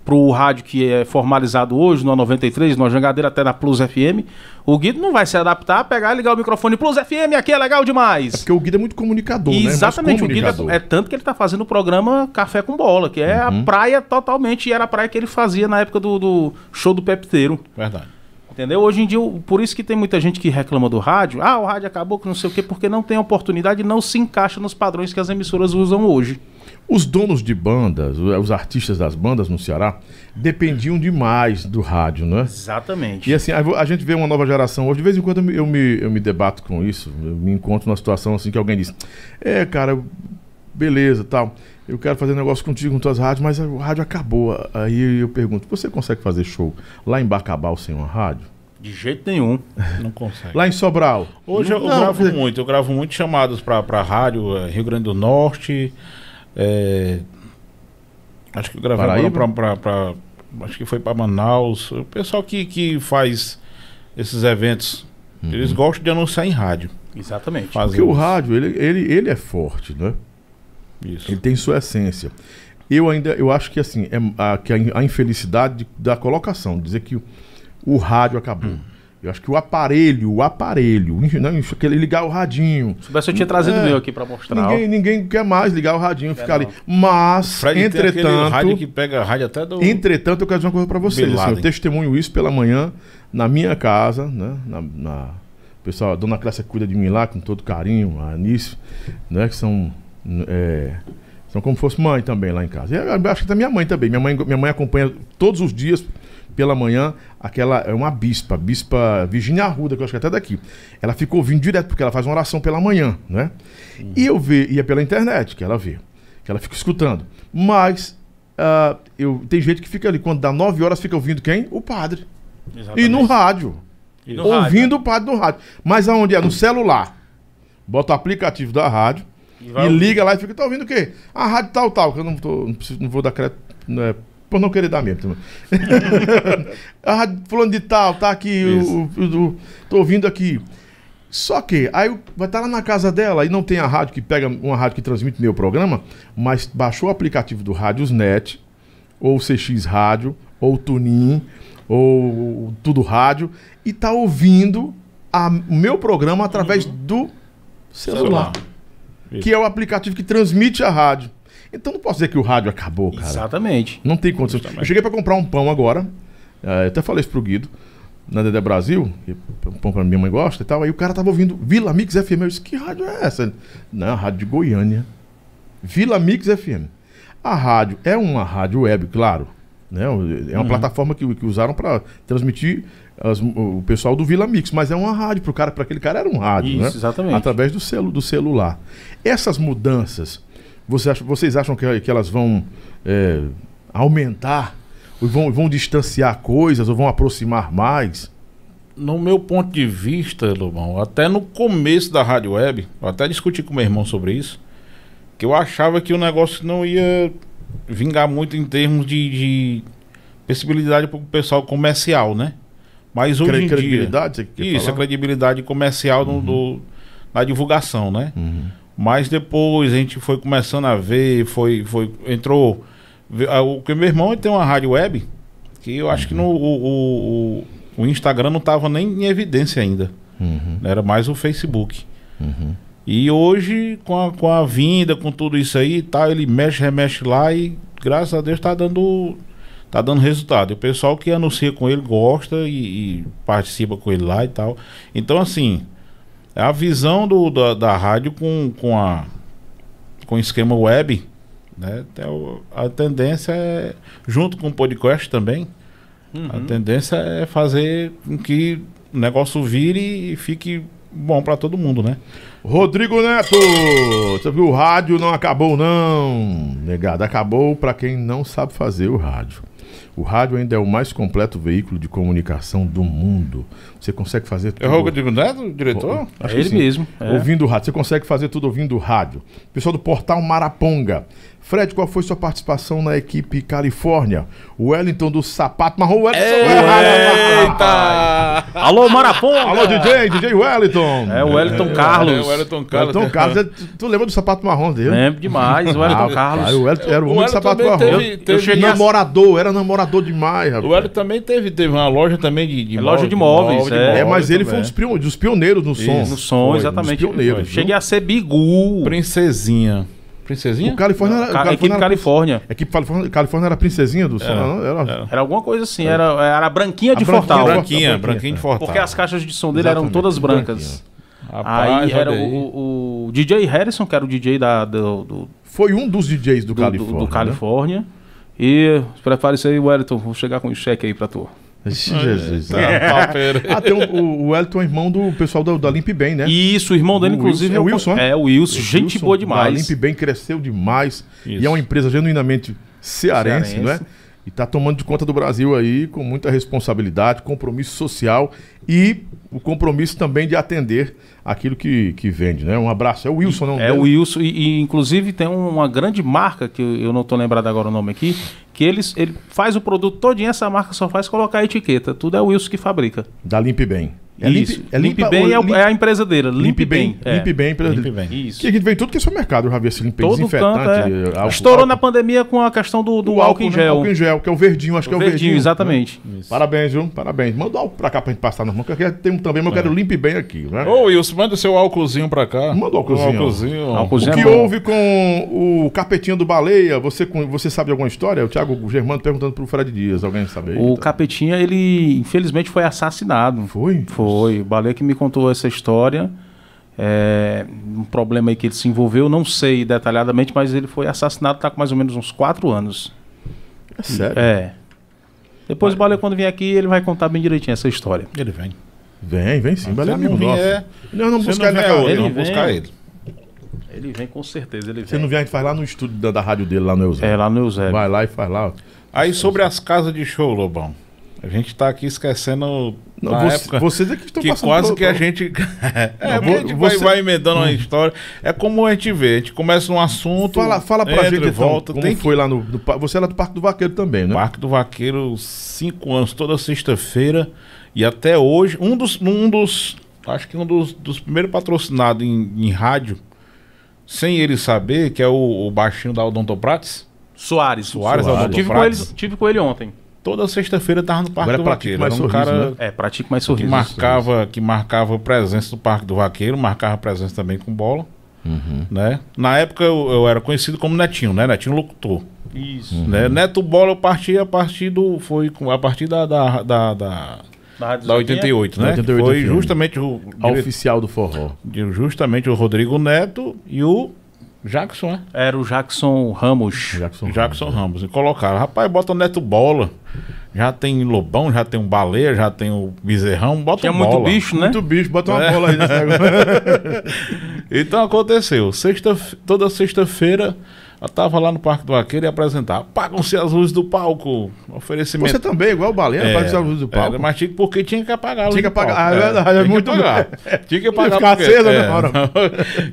Speaker 2: pro rádio que é formalizado hoje, no 93, no Jangadeira, até na Plus FM, o Guido não vai se adaptar, pegar e ligar o microfone. Plus FM, aqui é legal demais.
Speaker 1: Porque o Guido é muito comunicador, né?
Speaker 2: Exatamente, o Guido é-
Speaker 1: comunicador.
Speaker 2: é, tanto que ele tá fazendo o programa Café com Bola, que é
Speaker 1: Uhum.
Speaker 2: a praia totalmente, e era a praia que ele fazia na época do, do show do Pepteiro.
Speaker 3: verdade.
Speaker 2: Entendeu? Hoje em dia, o- por isso que tem muita gente que reclama do rádio. Ah, o rádio acabou, que não sei o quê, porque não tem oportunidade e não se encaixa nos padrões que as emissoras usam hoje.
Speaker 1: Os donos de bandas, os artistas das bandas no Ceará, dependiam demais do rádio, né?
Speaker 2: Exatamente.
Speaker 1: E assim, a a gente vê uma nova geração hoje, de vez em quando eu me, eu me, eu me debato com isso, eu me encontro numa situação assim que alguém diz, é, cara, eu- beleza, tal, eu quero fazer negócio contigo, com tuas rádios, mas o rádio acabou. Aí eu pergunto, você consegue fazer show lá em Bacabal sem uma rádio?
Speaker 2: De jeito nenhum.
Speaker 3: Não consegue.
Speaker 1: Lá em Sobral?
Speaker 3: Hoje eu
Speaker 1: Não,
Speaker 3: gravo
Speaker 1: quer dizer,
Speaker 3: muito, eu gravo muito chamados pra, pra rádio, eh, Rio Grande do Norte. eh, acho que eu gravei agora
Speaker 1: Paraíba?
Speaker 3: pra, pra- pra- Acho que foi pra Manaus. O pessoal que, que faz esses eventos,
Speaker 1: Uhum.
Speaker 3: eles gostam de anunciar em rádio.
Speaker 2: Exatamente.
Speaker 1: Porque o rádio, ele, ele, ele é forte, né?
Speaker 3: Isso.
Speaker 1: Ele tem sua essência. Eu ainda, eu acho que assim, é a, que a, in- a infelicidade de- da colocação, dizer que o, o rádio acabou. Eu acho que o aparelho, o aparelho, não, isso, aquele ligar o radinho.
Speaker 2: Se soubesse, eu tinha trazido
Speaker 1: É.
Speaker 2: meu aqui pra mostrar. ó.
Speaker 1: Ninguém, ninguém quer mais ligar o radinho, ficar ali.
Speaker 2: não.
Speaker 1: Mas,
Speaker 3: Fred tem aquele rádio
Speaker 1: entretanto,
Speaker 3: que pega rádio até do.
Speaker 1: entretanto, eu quero dizer uma coisa pra vocês.
Speaker 3: Bin
Speaker 1: assim, eu
Speaker 3: Laden.
Speaker 1: testemunho isso pela manhã na minha casa, né? Na, na- Pessoal, a dona Cláudia cuida de mim lá com todo carinho, a Anice, né? Que são. é, são como se fosse mãe também lá em casa. E eu acho que da minha mãe também. Minha mãe, minha mãe acompanha todos os dias pela manhã aquela. É uma bispa, bispa Virginia Arruda, que eu acho que é até daqui. Ela ficou ouvindo direto, porque ela faz uma oração pela manhã, né?
Speaker 3: Hum.
Speaker 1: E eu vi, e é pela internet que ela vê, que ela fica escutando. Mas ah, eu, tem gente que fica ali, quando dá 9 horas, fica ouvindo quem? O padre. E no rádio.
Speaker 2: E no rádio. é.
Speaker 1: ouvindo o padre no rádio. Mas aonde é? No celular. Bota o aplicativo da rádio.
Speaker 2: E
Speaker 1: E
Speaker 2: vai-
Speaker 1: liga lá e fica, tá ouvindo o quê? A rádio tal, tal, que eu não, tô, não, preciso- não vou dar crédito, né? Por não querer dar mesmo. também. a rádio falando de tal, tá aqui, o, o- o- tô ouvindo aqui. Só que, aí eu- vai estar lá na casa dela e não tem a rádio que pega, uma rádio que transmite meu programa, mas baixou o aplicativo do Rádios Net, ou CX Rádio, ou Tunin, ou Tudo Rádio, e tá ouvindo a- o meu programa através do celular que é o aplicativo que transmite a rádio. Então não posso dizer que o rádio acabou, cara.
Speaker 2: Exatamente.
Speaker 1: Não tem condição. Eu cheguei pra comprar um pão agora, eh, eu até falei isso pro Guido, na Dedé Brasil, que é um pão pra minha mãe gosta e tal, aí o cara tava ouvindo Vila Mix FM. Eu disse, que rádio é essa? Não, é a rádio de Goiânia. Vila Mix FM. A rádio é uma rádio web, claro. Né? É uma plataforma que, que usaram para transmitir as- o pessoal do Vila Mix, mas é uma rádio pro cara, para aquele cara era um rádio,
Speaker 2: Isso,
Speaker 1: né?
Speaker 2: exatamente.
Speaker 1: Através do, celu, do celular. Essas mudanças, você acha- vocês acham que, que elas vão é, aumentar? Ou vão, vão distanciar coisas? Ou vão aproximar mais?
Speaker 3: No meu ponto de vista, Lobão, até no começo da Rádio Web, eu até discuti com meu irmão sobre isso, que eu achava que o negócio não ia vingar muito em termos de, de possibilidade para o pessoal comercial, né? Mas hoje
Speaker 1: Cre-
Speaker 3: em dia...
Speaker 1: credibilidade? Você quer
Speaker 3: Isso, a
Speaker 1: falar? Uhum.
Speaker 3: credibilidade comercial no- do- na divulgação, né? Mas depois a gente foi começando a ver, foi, foi entrou. ve- ah, O que meu irmão ele tem uma rádio web que eu acho que
Speaker 1: Uhum.
Speaker 3: no, o, o- o- o Instagram não estava nem em evidência ainda.
Speaker 1: Uhum.
Speaker 3: Era mais o Facebook. E hoje, com a, com a vinda, com tudo isso aí, e tal, ele mexe, remexe lá e, graças a Deus, está dando, tá dando resultado. E o pessoal que anuncia com ele gosta e, e participa com ele lá e tal. Então, assim, é a visão do, da, da rádio com, com, a, com o esquema web, né? Até o- a tendência é, junto com o podcast também, a tendência é fazer com que o negócio vire e fique bom para todo mundo, né?
Speaker 1: Rodrigo Neto! Você viu, o rádio não acabou, não. Negado, acabou para quem não sabe fazer o rádio. O rádio ainda é o mais completo veículo de comunicação do mundo. Você consegue fazer tudo.
Speaker 3: É o Rodrigo Neto, diretor?
Speaker 1: Acho
Speaker 2: É
Speaker 1: que
Speaker 2: ele
Speaker 1: sim.
Speaker 2: mesmo. é.
Speaker 1: Ouvindo o rádio. Você consegue fazer tudo ouvindo o rádio. Pessoal do portal Maraponga. Fred, qual foi sua participação na equipe Califórnia? O Wellington do Sapato Marrom. Wellington.
Speaker 2: É.
Speaker 3: É.
Speaker 2: Alô, Maraponga!
Speaker 1: Alô, DJ, DJ Wellington.
Speaker 2: É o Wellington Carlos. né?
Speaker 3: É, o Elton Carlos.
Speaker 1: Wellington Carlos. é, Tu, tu lembra do Sapato Marrom dele?
Speaker 2: Lembro demais, o
Speaker 1: Ah,
Speaker 2: Wellington
Speaker 1: o
Speaker 2: Carlos.
Speaker 1: cara, o Wellington era o
Speaker 3: O
Speaker 1: homem do
Speaker 3: Wellington
Speaker 1: Sapato
Speaker 3: também
Speaker 1: Marrom.
Speaker 3: teve-
Speaker 1: Eu- eu
Speaker 3: teve-
Speaker 1: cheguei a- namorador, era namorador demais, rapaz.
Speaker 3: O Hélio também teve, teve uma loja também de, de
Speaker 2: Loja de móveis, é.
Speaker 1: É, mas ele foi um
Speaker 3: também.
Speaker 1: dos, pio- dos pioneiros no som.
Speaker 2: No som,
Speaker 1: Foi, um dos
Speaker 2: exatamente.
Speaker 1: pioneiros. viu?
Speaker 2: Cheguei a ser Bigu.
Speaker 3: Princesinha. Princesinha?
Speaker 1: O Califórnia era. o
Speaker 2: Ca- equipe
Speaker 1: Califórnia era-
Speaker 2: Califórnia.
Speaker 1: A equipe Califórnia, Califórnia era a princesinha do som, não? Era,
Speaker 2: Era alguma coisa assim, era, era a branquinha de
Speaker 1: branquinha
Speaker 2: Fortal.
Speaker 1: de
Speaker 3: Branquinha,
Speaker 1: Branquinha
Speaker 3: branquinha de Fortal.
Speaker 2: Porque as caixas de som dele eram
Speaker 1: Exatamente,
Speaker 2: todas
Speaker 1: branquinha.
Speaker 2: brancas.
Speaker 3: Rapaz,
Speaker 2: aí era
Speaker 3: olha aí.
Speaker 2: o, o DJ Harrison, que era o DJ da, do, do,
Speaker 1: Foi um dos DJs do,
Speaker 2: do-
Speaker 1: Califórnia.
Speaker 2: do
Speaker 1: né?
Speaker 2: Califórnia. E prepare-se aí, Wellington, vou chegar com um cheque aí pra tu.
Speaker 1: Esse Jesus.
Speaker 3: Tá, papeiro.
Speaker 1: Ah, tem o, o- o Elton é irmão do pessoal da, da Limp Bem, né?
Speaker 2: E isso, o irmão dele,
Speaker 1: O Wilson,
Speaker 2: inclusive.
Speaker 1: é o
Speaker 2: eu-
Speaker 1: Wilson, né?
Speaker 2: É, o Wilson, gente
Speaker 1: Wilson
Speaker 2: boa
Speaker 1: da
Speaker 2: demais.
Speaker 1: Limp Bem cresceu demais.
Speaker 3: Isso.
Speaker 1: E é uma empresa genuinamente cearense,
Speaker 2: Cearense.
Speaker 1: não é? E tá tomando de conta do Brasil aí com muita responsabilidade, compromisso social e o compromisso também de atender aquilo que, que vende, né? Um abraço. É o Wilson, não?
Speaker 2: É o Wilson, e, e, inclusive tem um- uma grande marca, que eu eu não tô lembrado agora o nome aqui, que eles, ele faz o produto todinho, essa marca só faz colocar a etiqueta. Tudo é o Wilson que fabrica.
Speaker 1: Da Limp Bem.
Speaker 2: Isso. Limp, Bem é, o- é a empresa dele, Limp, Bem. é.
Speaker 1: Limp Bem. empresa
Speaker 3: Limp
Speaker 1: dele.
Speaker 3: Bem.
Speaker 2: Isso.
Speaker 1: Que a gente vem tudo que é seu mercado, eu já vi esse limpe
Speaker 2: Todo
Speaker 1: desinfetante.
Speaker 2: canto é.
Speaker 1: álcool-
Speaker 2: Estourou
Speaker 1: álcool-
Speaker 2: na pandemia com a questão do, do
Speaker 1: o
Speaker 2: álcool em
Speaker 1: né?
Speaker 2: gel.
Speaker 1: Álcool em gel, que é o verdinho, acho que é o
Speaker 2: Verdinho,
Speaker 1: verdinho.
Speaker 2: exatamente.
Speaker 1: Parabéns, viu? Parabéns. Manda o álcool pra cá pra gente passar nas mãos, que aqui tem um também, mas eu
Speaker 2: É.
Speaker 1: quero limpe bem aqui, né?
Speaker 3: Ô, Wilson, manda o seu álcoolzinho pra cá.
Speaker 1: Manda o álcoolzinho.
Speaker 3: Um álcoolzinho.
Speaker 2: Álcoolzinho
Speaker 1: O
Speaker 2: é
Speaker 1: que
Speaker 2: bom.
Speaker 1: houve com o Capetinha do Baleia? Você, com- você sabe de alguma história? O Thiago Germano perguntando pro Fred Dias. Alguém sabe aí?
Speaker 2: O
Speaker 1: Tá.
Speaker 2: Capetinha, ele infelizmente foi assassinado.
Speaker 1: Foi?
Speaker 2: Foi. O Baleia que me contou essa história. É, um problema aí que ele se envolveu, não sei detalhadamente, mas ele foi assassinado, tá com mais ou menos uns 4 anos.
Speaker 1: É sério?
Speaker 2: É. Depois o Baleia, quando vier aqui, ele vai contar bem direitinho essa história.
Speaker 3: Ele vem.
Speaker 1: Vem, vem sim. Baleia é
Speaker 3: Se não
Speaker 1: amigo nosso.
Speaker 3: vier,
Speaker 1: Nós não
Speaker 3: se
Speaker 1: buscar
Speaker 3: não
Speaker 1: ele na
Speaker 3: vier,
Speaker 1: casa
Speaker 3: hoje,
Speaker 1: dele.
Speaker 2: ele
Speaker 3: vamos
Speaker 2: vem.
Speaker 3: buscar ele.
Speaker 2: Ele vem com certeza, ele
Speaker 1: Se não
Speaker 2: vem.
Speaker 1: vier, a gente faz lá no estúdio da, da rádio dele, lá no Eusébio.
Speaker 2: É, lá no Eusébio.
Speaker 1: Vai lá e faz lá. ó.
Speaker 3: Aí sobre as casas de show, Lobão. A gente tá aqui esquecendo
Speaker 1: Não,
Speaker 3: na
Speaker 1: você-
Speaker 3: época
Speaker 1: vocês é que estão
Speaker 3: que
Speaker 1: passando
Speaker 3: quase
Speaker 1: pelo-
Speaker 3: que a gente é,
Speaker 1: Não,
Speaker 3: porque a gente
Speaker 1: você-
Speaker 3: vai, vai emendando
Speaker 1: Hum.
Speaker 3: uma história. É como a gente vê, a gente começa um assunto,
Speaker 1: Fala, fala pra
Speaker 3: entra,
Speaker 1: gente, então,
Speaker 3: volta,
Speaker 1: como
Speaker 3: tem que...
Speaker 1: foi lá no, no pa- Você é lá do Parque do Vaqueiro também, né?
Speaker 3: Parque do Vaqueiro, cinco anos, toda sexta-feira e até hoje, um dos, um dos acho que um dos, dos primeiros patrocinados em, em rádio, sem ele saber, que é o, o baixinho da Odonto Prates.
Speaker 2: Soares.
Speaker 3: Soares,
Speaker 1: Soares.
Speaker 3: Odonto
Speaker 2: Tive com, ele,
Speaker 3: Prates.
Speaker 2: tive com ele ontem.
Speaker 3: Toda sexta-feira tava no Parque
Speaker 1: Agora é
Speaker 3: do
Speaker 1: pra quem
Speaker 3: Vaqueiro.
Speaker 1: mais
Speaker 3: Era um
Speaker 1: sorriso,
Speaker 3: cara
Speaker 1: né?
Speaker 2: É, pratique mais
Speaker 3: que
Speaker 2: sorriso.
Speaker 3: marcava, que marcava presença do Parque do Vaqueiro, marcava presença também com bola. Né? Na época eu, eu era conhecido como Netinho, né? Netinho Locutor.
Speaker 2: Isso.
Speaker 3: Né? Neto Bola eu parti a partir do. Foi com- a partir da, da, da, da,
Speaker 2: Da, Rádio
Speaker 3: da
Speaker 2: Zequinha.
Speaker 3: 88, né?
Speaker 1: Da 88
Speaker 3: foi
Speaker 1: FM.
Speaker 3: justamente o,
Speaker 1: A oficial do forró.
Speaker 3: dire- justamente o Rodrigo Neto e o Jackson, né?
Speaker 2: Era o Jackson Ramos.
Speaker 1: Jackson.
Speaker 3: Jackson Ramos. E colocaram, rapaz, bota o Neto Bola. Já tem Lobão, já tem um Baleia, já tem o Bezerrão, bota
Speaker 2: Tinha
Speaker 3: o
Speaker 2: muito
Speaker 3: Bola.
Speaker 2: bicho, né?
Speaker 1: Muito bicho, bota uma
Speaker 3: É.
Speaker 1: bola aí nesse negócio.
Speaker 3: Então aconteceu. Sexta, toda sexta-feira eu tava lá no Parque do Vaqueiro e apresentava. Apagam-se as luzes do palco. Oferecimento.
Speaker 1: Você também, igual o Baleia, é, parece a luz do palco.
Speaker 3: Era, mas tinha, que- porque tinha que apagar a luz
Speaker 1: Tinha que
Speaker 3: do palco.
Speaker 1: apagar, é verdade, é
Speaker 3: tinha
Speaker 1: muito
Speaker 3: que apagar. Tinha que apagar.
Speaker 1: ficar
Speaker 3: porque- é.
Speaker 1: acesa, né, Mauro?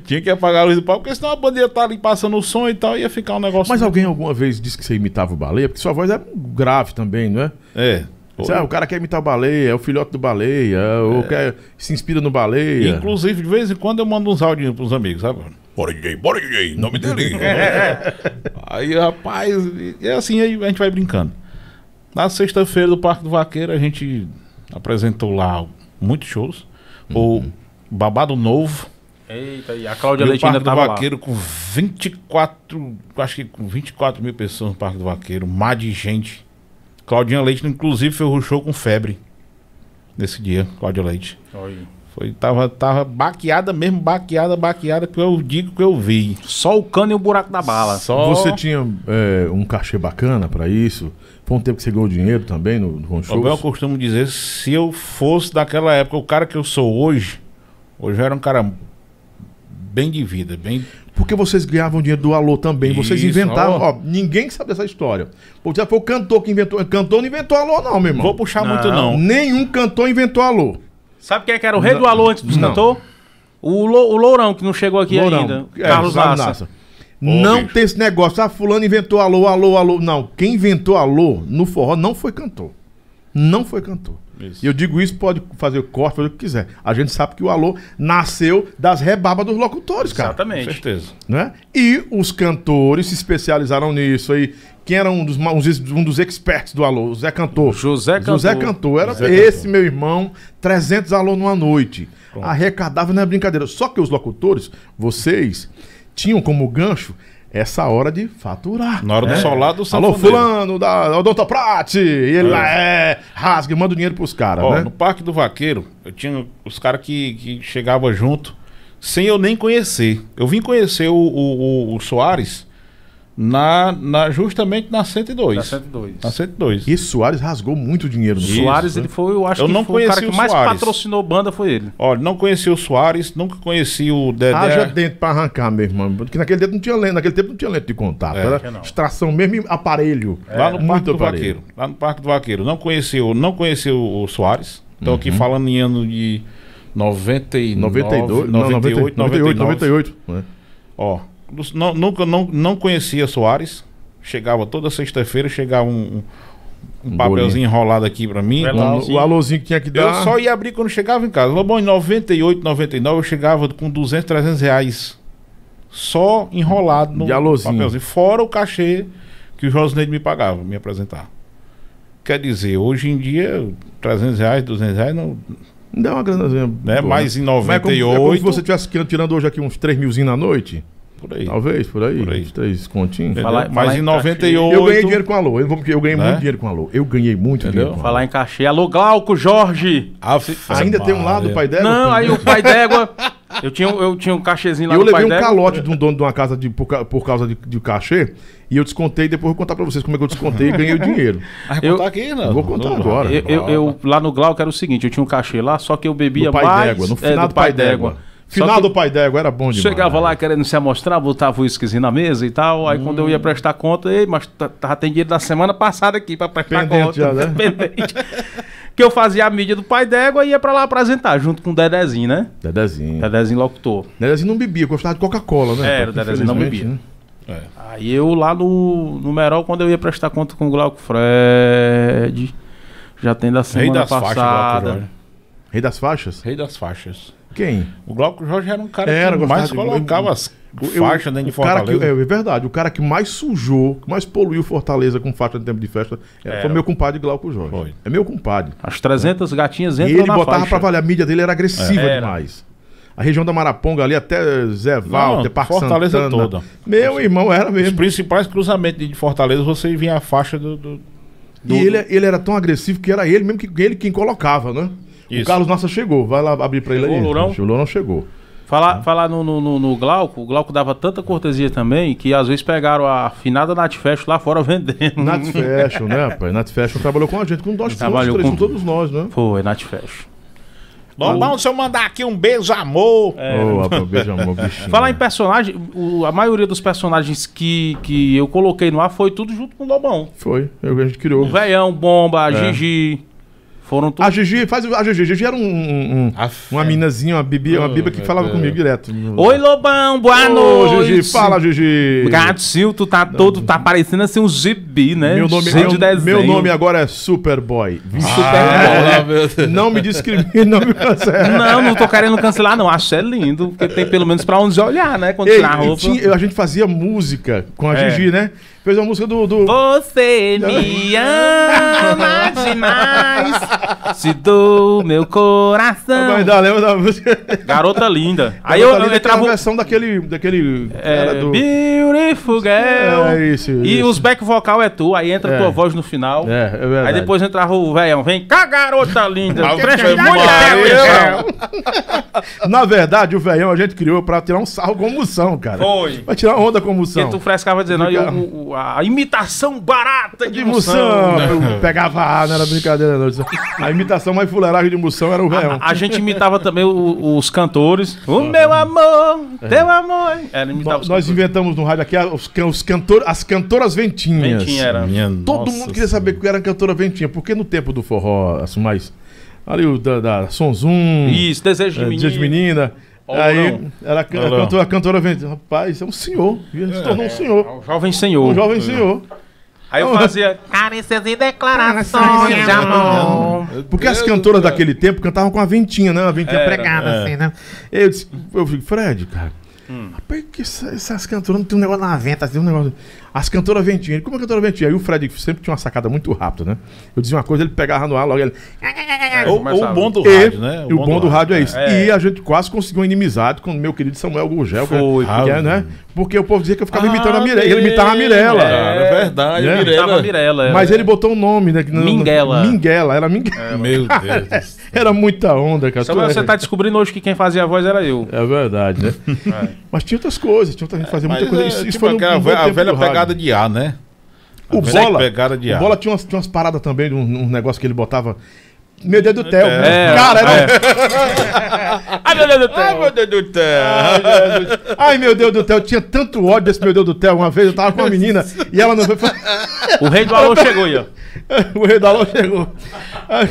Speaker 3: tinha que apagar a luz do palco, porque senão a bandeira tá ali passando o som e tal, ia ficar um negócio.
Speaker 1: Mas alguém alguma vez disse que você imitava o Baleia? Porque sua voz é grave também, não é?
Speaker 3: É.
Speaker 1: Você, ah, o cara quer imitar o Baleia, é o filhote do Baleia, é, ou
Speaker 3: É.
Speaker 1: quer, se inspira no Baleia.
Speaker 3: Inclusive, de vez em quando eu mando uns áudios pros amigos, sabe? Bora, DJ, bora, DJ, nome dele. aí, rapaz, e- é assim, aí a gente vai brincando. Na sexta-feira do Parque do Vaqueiro, a gente apresentou lá muitos shows. O Babado Novo.
Speaker 2: Eita, e Uhum. a Cláudia
Speaker 3: E o
Speaker 2: Leite ainda
Speaker 3: Parque do
Speaker 2: tava lá.
Speaker 3: Vaqueiro com 24, acho que com 24 mil pessoas no Parque do Vaqueiro, mar de gente. Claudinha Leite, inclusive, ferruchou com febre nesse dia, Cláudia Leite.
Speaker 2: Olha.
Speaker 3: Foi, tava, tava baqueada mesmo, baqueada, baqueada, que eu digo que eu vi.
Speaker 2: Só o cano e o buraco da bala.
Speaker 3: Só
Speaker 1: Você tinha é, um cachê bacana pra isso? Foi um tempo que você ganhou dinheiro também no, no show?
Speaker 3: Como eu costumo dizer, se eu fosse daquela época, o cara que eu sou hoje, hoje eu era um cara bem de vida, bem.
Speaker 1: Porque vocês ganhavam dinheiro do alô também. Vocês
Speaker 3: Isso,
Speaker 1: inventaram,
Speaker 3: ó.
Speaker 1: ó, ninguém sabe dessa história. Pô, já foi o cantor que inventou. Cantor não inventou alô, não, meu irmão.
Speaker 3: Vou puxar
Speaker 2: Não.
Speaker 3: muito não.
Speaker 1: Nenhum cantor inventou alô.
Speaker 2: Sabe quem é que era o rei do alô antes dos
Speaker 1: Não.
Speaker 2: cantor? O, Lou- o Lourão, que não chegou aqui
Speaker 1: Lourão.
Speaker 2: ainda.
Speaker 1: É,
Speaker 2: Carlos
Speaker 1: Fábio
Speaker 2: Nassa.
Speaker 1: não
Speaker 3: bicho.
Speaker 1: tem esse negócio. Ah, fulano inventou alô, alô, alô. Não, quem inventou alô no forró não foi cantor. Não foi cantor.
Speaker 3: Isso.
Speaker 1: E eu digo isso, pode fazer corte, fazer o que quiser. A gente sabe que o alô nasceu das rebabas dos locutores, cara.
Speaker 3: Com
Speaker 2: Exatamente.
Speaker 3: certeza.
Speaker 1: Né? E os cantores se especializaram nisso aí. Quem era um dos, ma- uns- um dos experts do alô? O Zé Cantor.
Speaker 2: José Cantor.
Speaker 1: José Cantor. Era
Speaker 3: José
Speaker 1: esse meu irmão, 300 alunos numa noite. Arrecadava, não é brincadeira. Só que os locutores, vocês, tinham como gancho essa hora de faturar. É.
Speaker 3: Na hora do solar do
Speaker 1: Alô,
Speaker 3: sanfoneiro.
Speaker 1: fulano da Odontoprate! E ele lá, é, rasga e manda o dinheiro pros caras,
Speaker 3: Ó,
Speaker 1: né?
Speaker 3: no Parque do Vaqueiro, eu tinha os caras que, que chegavam junto, sem eu nem conhecer. Eu vim conhecer o, o, o- o Soares na, na, justamente na 102.
Speaker 2: Da 102.
Speaker 3: Na 102.
Speaker 1: E Soares rasgou muito dinheiro no
Speaker 2: O
Speaker 3: Isso,
Speaker 2: Soares,
Speaker 1: né?
Speaker 2: ele foi, eu acho
Speaker 3: Eu
Speaker 2: que
Speaker 3: não
Speaker 2: foi o cara
Speaker 3: conheci
Speaker 2: que
Speaker 3: o
Speaker 2: mais
Speaker 3: Soares.
Speaker 2: patrocinou banda foi ele.
Speaker 3: Olha, não conheci o Soares, nunca conheci o Dedé.
Speaker 1: Haja dente pra arrancar, meu irmão. Porque naquele tempo não tinha lente, naquele tempo não tinha lente de contato.
Speaker 3: É,
Speaker 2: tinha
Speaker 1: era
Speaker 2: não.
Speaker 1: extração mesmo e aparelho.
Speaker 3: Lá no Parque
Speaker 1: É, Muito
Speaker 3: do Vaqueiro. Lá no Parque do Vaqueiro. Não conheci o, não conheci o, o Soares. Estou aqui
Speaker 1: Uhum.
Speaker 3: falando em ano de 99,
Speaker 1: 92,
Speaker 3: 98,
Speaker 1: não,
Speaker 3: 98,
Speaker 1: 98,
Speaker 3: 99.
Speaker 1: 98. né?
Speaker 3: Ó, dos- não- nunca não, não conhecia Soares. Chegava toda sexta-feira, chegava um, um, um papelzinho enrolado aqui pra mim.
Speaker 2: Vai lá,
Speaker 3: Um-
Speaker 2: ó.
Speaker 1: O, o alôzinho que tinha que
Speaker 3: eu
Speaker 1: dar.
Speaker 3: só ia abrir quando chegava em casa. Bom, em 98, 99 eu chegava com 200, 300 reais. Só enrolado no
Speaker 1: De alôzinho.
Speaker 3: papelzinho. Fora o cachê que o Josneide me pagava, me apresentar. Quer dizer, hoje em dia, 300 reais, 200 reais, não,
Speaker 1: Dá uma granazinha.
Speaker 3: né?
Speaker 1: boa,
Speaker 3: Mas em
Speaker 1: Mas é como, é como se
Speaker 3: 98,
Speaker 1: você estivesse tirando hoje aqui uns 3 milzinho na noite.
Speaker 3: por aí.
Speaker 1: Talvez, por aí.
Speaker 3: Por aí.
Speaker 1: Uns 3 continhos.
Speaker 3: entendeu?
Speaker 2: Falar- falar
Speaker 3: Mas
Speaker 2: em
Speaker 3: em
Speaker 2: cachê.
Speaker 3: 98...
Speaker 1: Eu ganhei dinheiro com alô. Eu, vou- eu ganhei
Speaker 3: Né?
Speaker 1: muito dinheiro com alô. Eu ganhei muito
Speaker 3: Entendeu?
Speaker 1: dinheiro. Com alô.
Speaker 2: Falar em cachê. Alô, Glauco, Jorge!
Speaker 3: Aff,
Speaker 1: Ainda tem um
Speaker 3: Maria.
Speaker 1: lado, pai dela?
Speaker 2: Não, aí o pai d'égua. Eu tinha, eu tinha um cachezinho
Speaker 1: E
Speaker 2: lá
Speaker 1: eu
Speaker 2: no
Speaker 1: levei
Speaker 2: pai
Speaker 1: um
Speaker 2: d'égua.
Speaker 1: calote de um dono de uma casa de- por, ca- por causa de, de cachê e eu descontei. Depois eu vou contar pra vocês como é que eu descontei e ganhei o dinheiro.
Speaker 3: Vai
Speaker 2: Eu-
Speaker 3: contar aqui, não?
Speaker 1: Vou contar
Speaker 3: Não,
Speaker 1: agora.
Speaker 2: Eu, eu- eu- lá no Glauco era o seguinte, eu tinha um cachê lá, só que eu bebia
Speaker 1: Do pai
Speaker 2: mais.
Speaker 1: d'égua. No
Speaker 2: é,
Speaker 1: final do pai d'égua.
Speaker 2: Só
Speaker 1: Final
Speaker 2: que
Speaker 1: do pai d'égua era bom demais.
Speaker 2: Chegava lá querendo se amostrar, botava o whiskyzinho na mesa e tal. Aí quando eu
Speaker 1: Hum.
Speaker 2: ia prestar conta, ei, mas tá- tá- tem dinheiro da semana passada aqui pra prestar
Speaker 1: Pendente
Speaker 2: conta.
Speaker 1: já, né?
Speaker 2: Pendente. que eu fazia a mídia do pai d'égua e ia pra lá apresentar, junto com o Dedezinho, né?
Speaker 1: Dedezinho.
Speaker 2: Dedezinho locutor.
Speaker 1: Dedezinho não bebia, gostava de Coca-Cola, né?
Speaker 2: É, o Dedezinho não
Speaker 1: Infelizmente,
Speaker 2: bebia.
Speaker 1: né?
Speaker 2: Aí eu lá no, no Merol, quando eu ia prestar conta com o Glauco Fred, já tem da
Speaker 3: Rei
Speaker 2: semana
Speaker 3: das faixas, Glauco
Speaker 2: passada.
Speaker 3: Jorge.
Speaker 1: né? Rei das faixas?
Speaker 3: Rei das faixas.
Speaker 1: Quem?
Speaker 3: O Glauco Jorge era um cara
Speaker 1: Era,
Speaker 3: que
Speaker 1: gostava
Speaker 3: mais
Speaker 1: de-
Speaker 3: colocava as
Speaker 1: Eu-
Speaker 3: faixas dentro de
Speaker 1: o cara que,
Speaker 3: Fortaleza.
Speaker 1: é, é verdade, o cara que mais sujou, que mais poluiu Fortaleza com faixa de tempo de festa era-
Speaker 2: É,
Speaker 1: foi meu compadre Glauco Jorge.
Speaker 3: Foi.
Speaker 1: É meu compadre.
Speaker 2: As 300 gatinhas entram
Speaker 1: e ele
Speaker 2: na
Speaker 1: botava
Speaker 2: faixa.
Speaker 1: pra valer, a mídia dele era agressiva
Speaker 2: Era.
Speaker 1: demais. A região da Maraponga ali, até Zé Val,
Speaker 3: Não,
Speaker 1: até Parque
Speaker 3: Fortaleza
Speaker 1: Santana.
Speaker 3: toda.
Speaker 1: Meu irmão, era
Speaker 3: Os
Speaker 1: mesmo.
Speaker 3: principais cruzamentos de Fortaleza, você via a faixa do. do- do-
Speaker 1: E ele, ele era tão agressivo que era ele mesmo que ele quem colocava, né? O
Speaker 3: Isso.
Speaker 1: Carlos Nossa chegou, vai lá abrir pra ele
Speaker 2: Chegou
Speaker 1: aí.
Speaker 2: o Lourão?
Speaker 1: O Lourão chegou.
Speaker 2: Falar, falar no, no, no- no Glauco, o Glauco dava tanta cortesia também que às vezes pegaram a afinada Nath Fest lá fora vendendo.
Speaker 1: Nat Fashion, né, rapaz? Nat Fashion trabalhou com a gente, com nós, com,
Speaker 2: Trabalhou
Speaker 1: três, com
Speaker 2: com-
Speaker 1: todos nós, né?
Speaker 2: Foi, Nath Fest.
Speaker 3: Lobão, se eu mandar aqui um beijo, amor.
Speaker 1: Ô, rapaz, beijo, amor, bichinho.
Speaker 2: Falar em personagem, o- a maioria dos personagens que, que eu coloquei no ar foi tudo junto com o Lobão.
Speaker 1: Foi, eu- a gente criou.
Speaker 2: O Veião, Bomba, a Gigi. Foram
Speaker 1: A
Speaker 2: todos.
Speaker 1: Gigi, faz a Gigi. Gigi era um, um- um-
Speaker 3: A
Speaker 1: uma
Speaker 3: fé.
Speaker 1: minazinha, uma bibi, uma
Speaker 3: Oh,
Speaker 1: biba que
Speaker 3: meu
Speaker 1: falava
Speaker 3: Deus.
Speaker 1: comigo direto.
Speaker 2: Oi, Lobão, boa
Speaker 1: Ô,
Speaker 2: noite.
Speaker 1: Gigi, fala, Gigi.
Speaker 2: Gatinho, tu tá todo. Tá parecendo assim um gibi, né?
Speaker 1: Meu nome,
Speaker 2: Cheio de
Speaker 1: meu,
Speaker 2: desenho.
Speaker 1: meu nome agora é Superboy.
Speaker 3: Ah, meu
Speaker 1: É,
Speaker 3: Deus.
Speaker 1: não me discrimine, não me cancela.
Speaker 2: Não, não tô querendo cancelar, não. Acho é lindo, porque tem pelo menos pra onde olhar, né? Quando
Speaker 1: Ei,
Speaker 2: tirar a
Speaker 1: e
Speaker 2: roupa.
Speaker 1: tinha- a gente fazia música com a
Speaker 2: É.
Speaker 1: Gigi, né? Fez uma música do. do...
Speaker 2: Você me ama demais. Se dou meu coração.
Speaker 1: Vai dar, lembra da música?
Speaker 2: Garota linda. Aí eu,
Speaker 1: Garota Lida tem
Speaker 2: eu
Speaker 1: uma
Speaker 2: entrava. o-
Speaker 1: versão daquele. daquele cara
Speaker 2: É,
Speaker 1: do-
Speaker 2: Beautiful girl.
Speaker 1: É, isso,
Speaker 2: E
Speaker 1: isso.
Speaker 2: os back vocal é tu, aí entra
Speaker 1: É.
Speaker 2: tua voz no final.
Speaker 1: É, é verdade.
Speaker 2: Aí depois entrava o velhão, vem cá, garota linda.
Speaker 3: Ah,
Speaker 2: presta
Speaker 3: que
Speaker 2: muita
Speaker 3: Maria.
Speaker 2: atenção.
Speaker 1: Na verdade, o veião a gente criou pra tirar um sarro com moção, cara.
Speaker 2: Foi.
Speaker 1: Pra tirar onda com
Speaker 2: Porque
Speaker 1: moção.
Speaker 2: tu frescava dizendo, olha, o- o- a imitação barata de,
Speaker 1: De
Speaker 2: moção.
Speaker 1: moção. Eu Pegava ar, não era brincadeira, não. A imitação mais fuleiragem de moção era o veião.
Speaker 2: A gente imitava também o- os cantores. O meu amor, teu amor. Era imitar
Speaker 1: Nós
Speaker 2: os
Speaker 1: nós
Speaker 2: cantores.
Speaker 1: inventamos Uhum. É. no rádio aqui a- os, can- os cantor, as cantoras ventinhas.
Speaker 2: Ventinha era.
Speaker 1: Todo mundo queria saber que era a cantora ventinha, porque no tempo do forró, assim, mais. Ali o da, da Sonzum.
Speaker 2: Isso, desejo de
Speaker 1: É, Dias de
Speaker 2: menino.
Speaker 1: menina.
Speaker 2: Ou
Speaker 1: Aí
Speaker 2: não. É.
Speaker 1: ela can-
Speaker 3: Ou não.
Speaker 1: cantou a cantora vem, rapaz, é um senhor, se tornou um senhor,
Speaker 2: Jovem senhor.
Speaker 1: um jovem senhor. Ah,
Speaker 2: Aí eu fazia.
Speaker 4: Carências e declarações de amor.
Speaker 1: Porque as cantoras daquele tempo cantavam com a ventinha, né? A ventinha
Speaker 2: Era.
Speaker 1: pregada, assim, né? Eu
Speaker 2: Hum.
Speaker 1: disse, eu fico, Fred, cara, rapaz, que essa- essas cantoras não tem um negócio na venta, tem um negócio. As cantoras vêm dinheiro. Como a cantora vem dinheiro? E o Fred sempre tinha uma sacada muito rápida, né? Eu dizia uma coisa, ele pegava no ar logo ele.
Speaker 3: É, ou, ou o
Speaker 2: começava.
Speaker 3: bom do
Speaker 1: e,
Speaker 3: rádio, né?
Speaker 1: e o bom, do rádio é isso.
Speaker 2: É.
Speaker 1: E a gente quase conseguiu uma inimizade com o meu querido Samuel Gurgel. que é-
Speaker 2: Foi,
Speaker 1: que é,
Speaker 3: foi.
Speaker 1: né? Porque o povo dizia que eu ficava
Speaker 2: Ah,
Speaker 1: imitando a Mirella. Ele
Speaker 2: Deus,
Speaker 1: imitava a Mirella.
Speaker 3: Cara, é verdade,
Speaker 1: Né?
Speaker 3: Mirella.
Speaker 2: Tava Mirella. é. era.
Speaker 1: Mas ele botou um nome, né? que não-
Speaker 2: Minguela.
Speaker 1: Minguela, era Minguela.
Speaker 3: Meu Deus. do céu.
Speaker 1: Era muita onda, cara.
Speaker 2: Samuel,
Speaker 1: Tu é-
Speaker 2: você tá descobrindo hoje que quem fazia a voz era eu.
Speaker 1: É verdade, né? Mas tinha outras coisas, tinha outra gente fazia muita
Speaker 3: É. Mas
Speaker 1: coisa.
Speaker 3: é,
Speaker 1: Isso, isso
Speaker 3: tipo
Speaker 1: foi no-
Speaker 3: aquela
Speaker 1: no
Speaker 3: ve-
Speaker 1: bom
Speaker 3: a
Speaker 1: tempo
Speaker 3: velha
Speaker 1: do rádio.
Speaker 3: pegada de ar, né?
Speaker 1: O
Speaker 3: A velha
Speaker 1: Bola,
Speaker 3: pegada de
Speaker 1: o
Speaker 3: ar.
Speaker 1: Bola tinha umas, tinha umas paradas também, um, um negócio que ele botava. Meu Deus do céu.
Speaker 2: É,
Speaker 1: cara, era. um-
Speaker 2: Ai, meu Deus do céu.
Speaker 3: Ai, meu Deus do céu.
Speaker 1: Ai, Jesus. Ai, meu Deus do céu, eu tinha tanto ódio desse meu Deus do céu. Uma vez eu tava com uma menina e ela não foi.
Speaker 2: O rei do alô chegou aí, ó.
Speaker 1: o rei da loja chegou. Aí,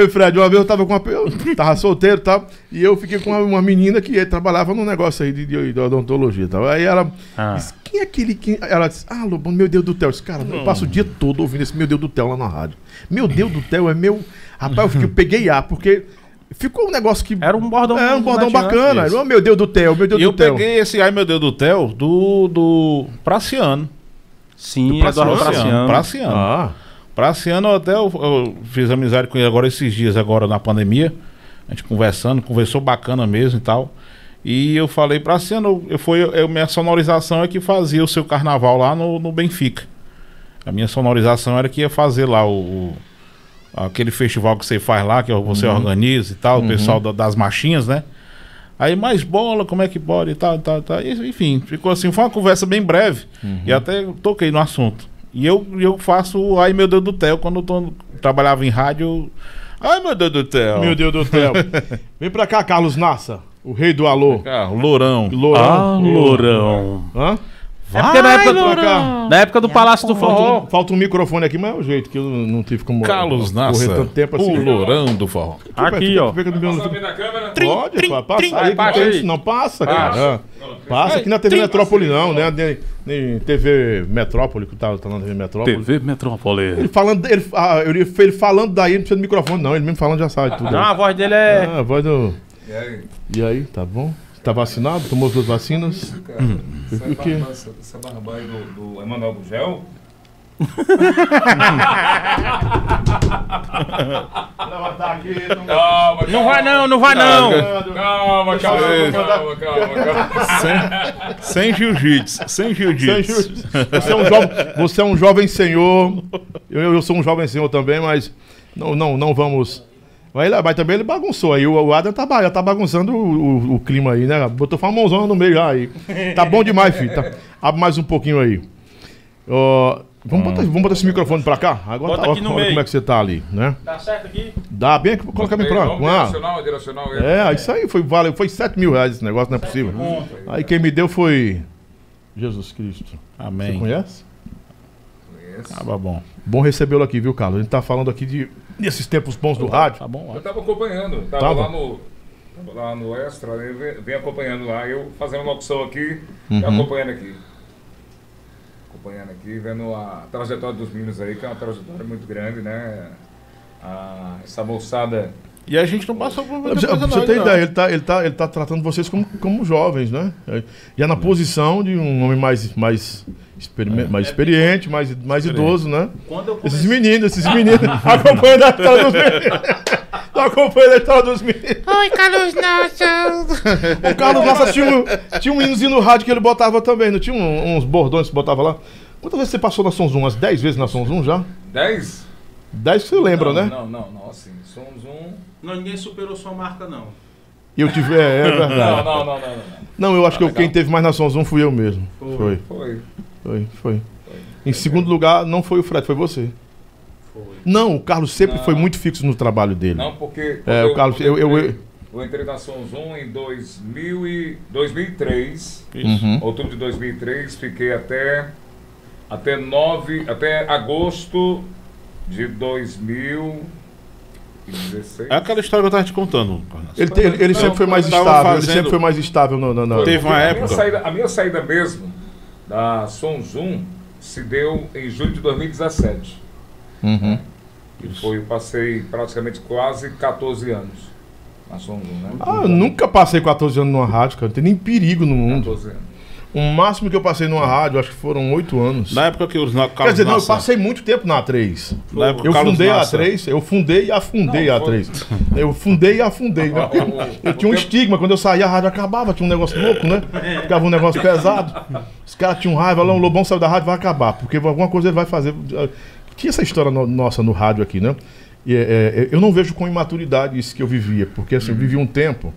Speaker 1: Ei, Fred, uma vez eu tava com uma. Eu tava solteiro e tal. E eu fiquei com uma, uma menina que trabalhava num negócio aí de, de- de odontologia e tal. Aí ela.
Speaker 2: Ah.
Speaker 1: Disse, quem é aquele que. Ela disse, ah, Lobão, meu Deus do céu. Eu disse, cara, eu passo o dia todo ouvindo esse meu Deus do céu lá na rádio. Meu Deus do céu é meu. Rapaz, eu, fiquei, eu peguei ar, porque. Ficou um negócio que.
Speaker 2: Era um bordão-
Speaker 1: É, um bordão
Speaker 2: batido, né?
Speaker 1: bacana.
Speaker 2: Isso.
Speaker 1: Oh, meu Deus do céu, meu Deus
Speaker 3: E eu
Speaker 1: do céu.
Speaker 3: peguei esse Ai Meu Deus do Theo do, do Praciano.
Speaker 2: Sim, Eduardo Praciano.
Speaker 3: Praciano.
Speaker 1: Ah.
Speaker 3: Praciano até eu, eu fiz amizade com ele agora esses dias, agora na pandemia. A gente conversando, conversou bacana mesmo e tal. E eu falei, Praciano, eu, foi, eu, minha sonorização é que fazia o seu carnaval lá no, no Benfica. A minha sonorização era que ia fazer lá o, o- aquele festival que você faz lá, que é você
Speaker 1: Uhum.
Speaker 3: organiza e tal, o pessoal da- das machinhas, né? Aí mais bola, como é que pode e tal, tal, tal. E, Enfim, ficou assim, foi uma conversa bem breve
Speaker 1: Uhum.
Speaker 3: e até toquei no assunto. E eu, eu faço o ai meu Deus do Theo quando eu tô- trabalhava em rádio. eu- Ai meu Deus do Theo.
Speaker 1: Meu Deus do céu. Vem pra cá, Carlos Nassa, o rei do alô.
Speaker 3: Ah, lourão.
Speaker 2: Ah,
Speaker 1: Lourão.
Speaker 2: lourão.
Speaker 1: Hã?
Speaker 2: é porque na época,
Speaker 1: Lourão.
Speaker 2: do, na época do Palácio do Forró.
Speaker 1: Falta um, falta um microfone aqui, mas é o jeito que eu não não tive como
Speaker 3: Carlos
Speaker 1: correr
Speaker 3: Nassa.
Speaker 1: tanto tempo assim.
Speaker 3: O lourão do forró.
Speaker 2: Aqui, ó.
Speaker 1: Fica no meu-
Speaker 5: da câmera?
Speaker 1: Pode, pá, passa aí, que não
Speaker 2: passa
Speaker 1: tem
Speaker 2: aí.
Speaker 1: isso não passa, cara. Passa aqui na TV
Speaker 2: trim.
Speaker 1: Metrópole não, né? Nem, nem TV Metrópole, que tá, tá na TV Metrópole.
Speaker 2: TV Metrópole.
Speaker 1: Ele falando, ele, ah, eu ia- ele falando daí, não precisa do microfone não, ele mesmo falando já sabe tudo.
Speaker 2: Não, a voz dele é.
Speaker 1: Ah, a voz do... E aí, tá bom? Tá vacinado? Tomou as duas vacinas? O quê?
Speaker 5: Essa barba aí do, do Emanuel Gugel? Calma,
Speaker 2: tá Não vai não, não vai não.
Speaker 5: calma, calma, calma, calma, calma.
Speaker 3: Sem jiu-jitsu,
Speaker 1: Sem
Speaker 3: sem jiu-jitsu.
Speaker 1: juros. Você é um jovem, você é um jovem senhor. Eu, eu sou um jovem senhor também, mas não, não, não vamos. Vai lá, mas também ele bagunçou aí. O, o Adam tá, ba- já tá bagunçando o, o- o clima aí, né? Botou foi uma mãozona no meio já aí. Tá bom demais, filho. Tá- abre mais um pouquinho aí. Ó, vamos, botar, vamos botar esse microfone pra cá? Agora
Speaker 2: Bota
Speaker 1: tá,
Speaker 2: aqui no
Speaker 1: olha
Speaker 2: meio.
Speaker 1: Como é que você tá ali, né?
Speaker 2: Tá certo aqui?
Speaker 1: Dá bem aqui, coloca bem pra
Speaker 5: Vamos
Speaker 1: lá.
Speaker 5: direcional, direcional.
Speaker 1: É, isso aí foi, valeu, foi 7 mil reais esse negócio, não é possível. Aí quem me deu foi Jesus Cristo. Você
Speaker 3: Amém.
Speaker 1: conhece?
Speaker 5: Conheço.
Speaker 3: Tava bom.
Speaker 1: Bom recebê-lo aqui, viu, Carlos? A gente tá falando aqui de desses tempos bons do rádio.
Speaker 3: Tá bom.
Speaker 5: Eu tava acompanhando, tava,
Speaker 1: Tava?
Speaker 5: lá no. tava lá no Extra, né? vem, vem acompanhando lá, eu fazendo uma opção aqui e acompanhando aqui. Acompanhando aqui, vendo a trajetória dos meninos aí, que é uma trajetória muito grande, né? A- essa moçada.
Speaker 3: E a gente não passou por muita
Speaker 1: Pra você, pra
Speaker 3: coisa
Speaker 1: você
Speaker 3: não,
Speaker 1: ter
Speaker 3: não.
Speaker 1: ideia, ele tá, ele, tá, ele tá tratando vocês como, como jovens, né? É, Já na posição de um homem mais, mais, experimen- mais É. experiente, mais, mais idoso, né?
Speaker 2: Quando eu
Speaker 1: Esses meninos, esses meninos, acompanhando a história dos meninos. Tá acompanhando a história dos meninos.
Speaker 4: Oi, Carlos Nassau.
Speaker 1: O Carlos Massa tinha um, tinha um hinozinho no rádio que ele botava também, não tinha um- uns bordões que botava lá? Quantas vezes você passou na Sons 1? Umas 10 vezes na Sons 1 já?
Speaker 5: 10?
Speaker 1: 10 que você lembra, né?
Speaker 5: Não, não, não, assim, somos um.
Speaker 2: Não, ninguém superou sua marca, não.
Speaker 1: E Eu tive. É, é verdade.
Speaker 5: Não, não, não, não, não. não.
Speaker 1: Não, eu acho que eu- quem teve mais na Sonzão fui eu mesmo. Foi.
Speaker 5: Foi.
Speaker 1: Foi, foi. Em segundo lugar, não foi o Fred, foi você. Não, o Carlos sempre
Speaker 5: Não.
Speaker 1: foi muito fixo no trabalho dele.
Speaker 5: Não, porque.
Speaker 1: É, o Carlos, eu. eu, eu-
Speaker 5: Eu entrei na Sons 1 em 2000 e 2003.
Speaker 1: Uhum.
Speaker 5: Outubro de 2003, fiquei até até 9, até agosto de 2016.
Speaker 3: É aquela história que eu tava te contando. Carlos.
Speaker 1: Ele, te- ele- ele sempre foi mais
Speaker 3: Tava
Speaker 1: estável, ele
Speaker 3: fazendo-
Speaker 1: sempre foi mais estável no, no, no-
Speaker 3: Teve uma
Speaker 5: a
Speaker 3: época.
Speaker 5: Minha saída, a minha saída mesmo da Sons 1 se deu em julho de 2017.
Speaker 1: Uhum.
Speaker 5: E foi, eu passei praticamente quase 14 anos na Sons 1, né?
Speaker 1: Ah, eu nunca passei 14 anos numa rádio, cara. Não tem nem perigo no mundo.
Speaker 5: 14 anos.
Speaker 1: O máximo que eu passei numa rádio, acho que foram oito anos.
Speaker 3: Na época que os na-
Speaker 1: Quer
Speaker 3: Carlos
Speaker 1: dizer, não, eu
Speaker 3: Nassa-
Speaker 1: passei muito tempo na A3.
Speaker 3: Na época
Speaker 1: Eu
Speaker 3: Carlos
Speaker 1: fundei a
Speaker 3: Nassa-
Speaker 1: A3, eu fundei e afundei
Speaker 5: Não,
Speaker 1: a A3. Eu fundei e afundei. né? Eu tinha um estigma, quando eu saía a rádio acabava, tinha um negócio louco, né? Ficava um negócio pesado. Os caras tinham raiva, lá o Lobão saiu da rádio, vai acabar, porque alguma coisa ele vai fazer. Tinha essa história no- nossa no rádio aqui, né? E, é, é, eu não vejo com imaturidade isso que eu vivia, porque assim, eu vivi um tempo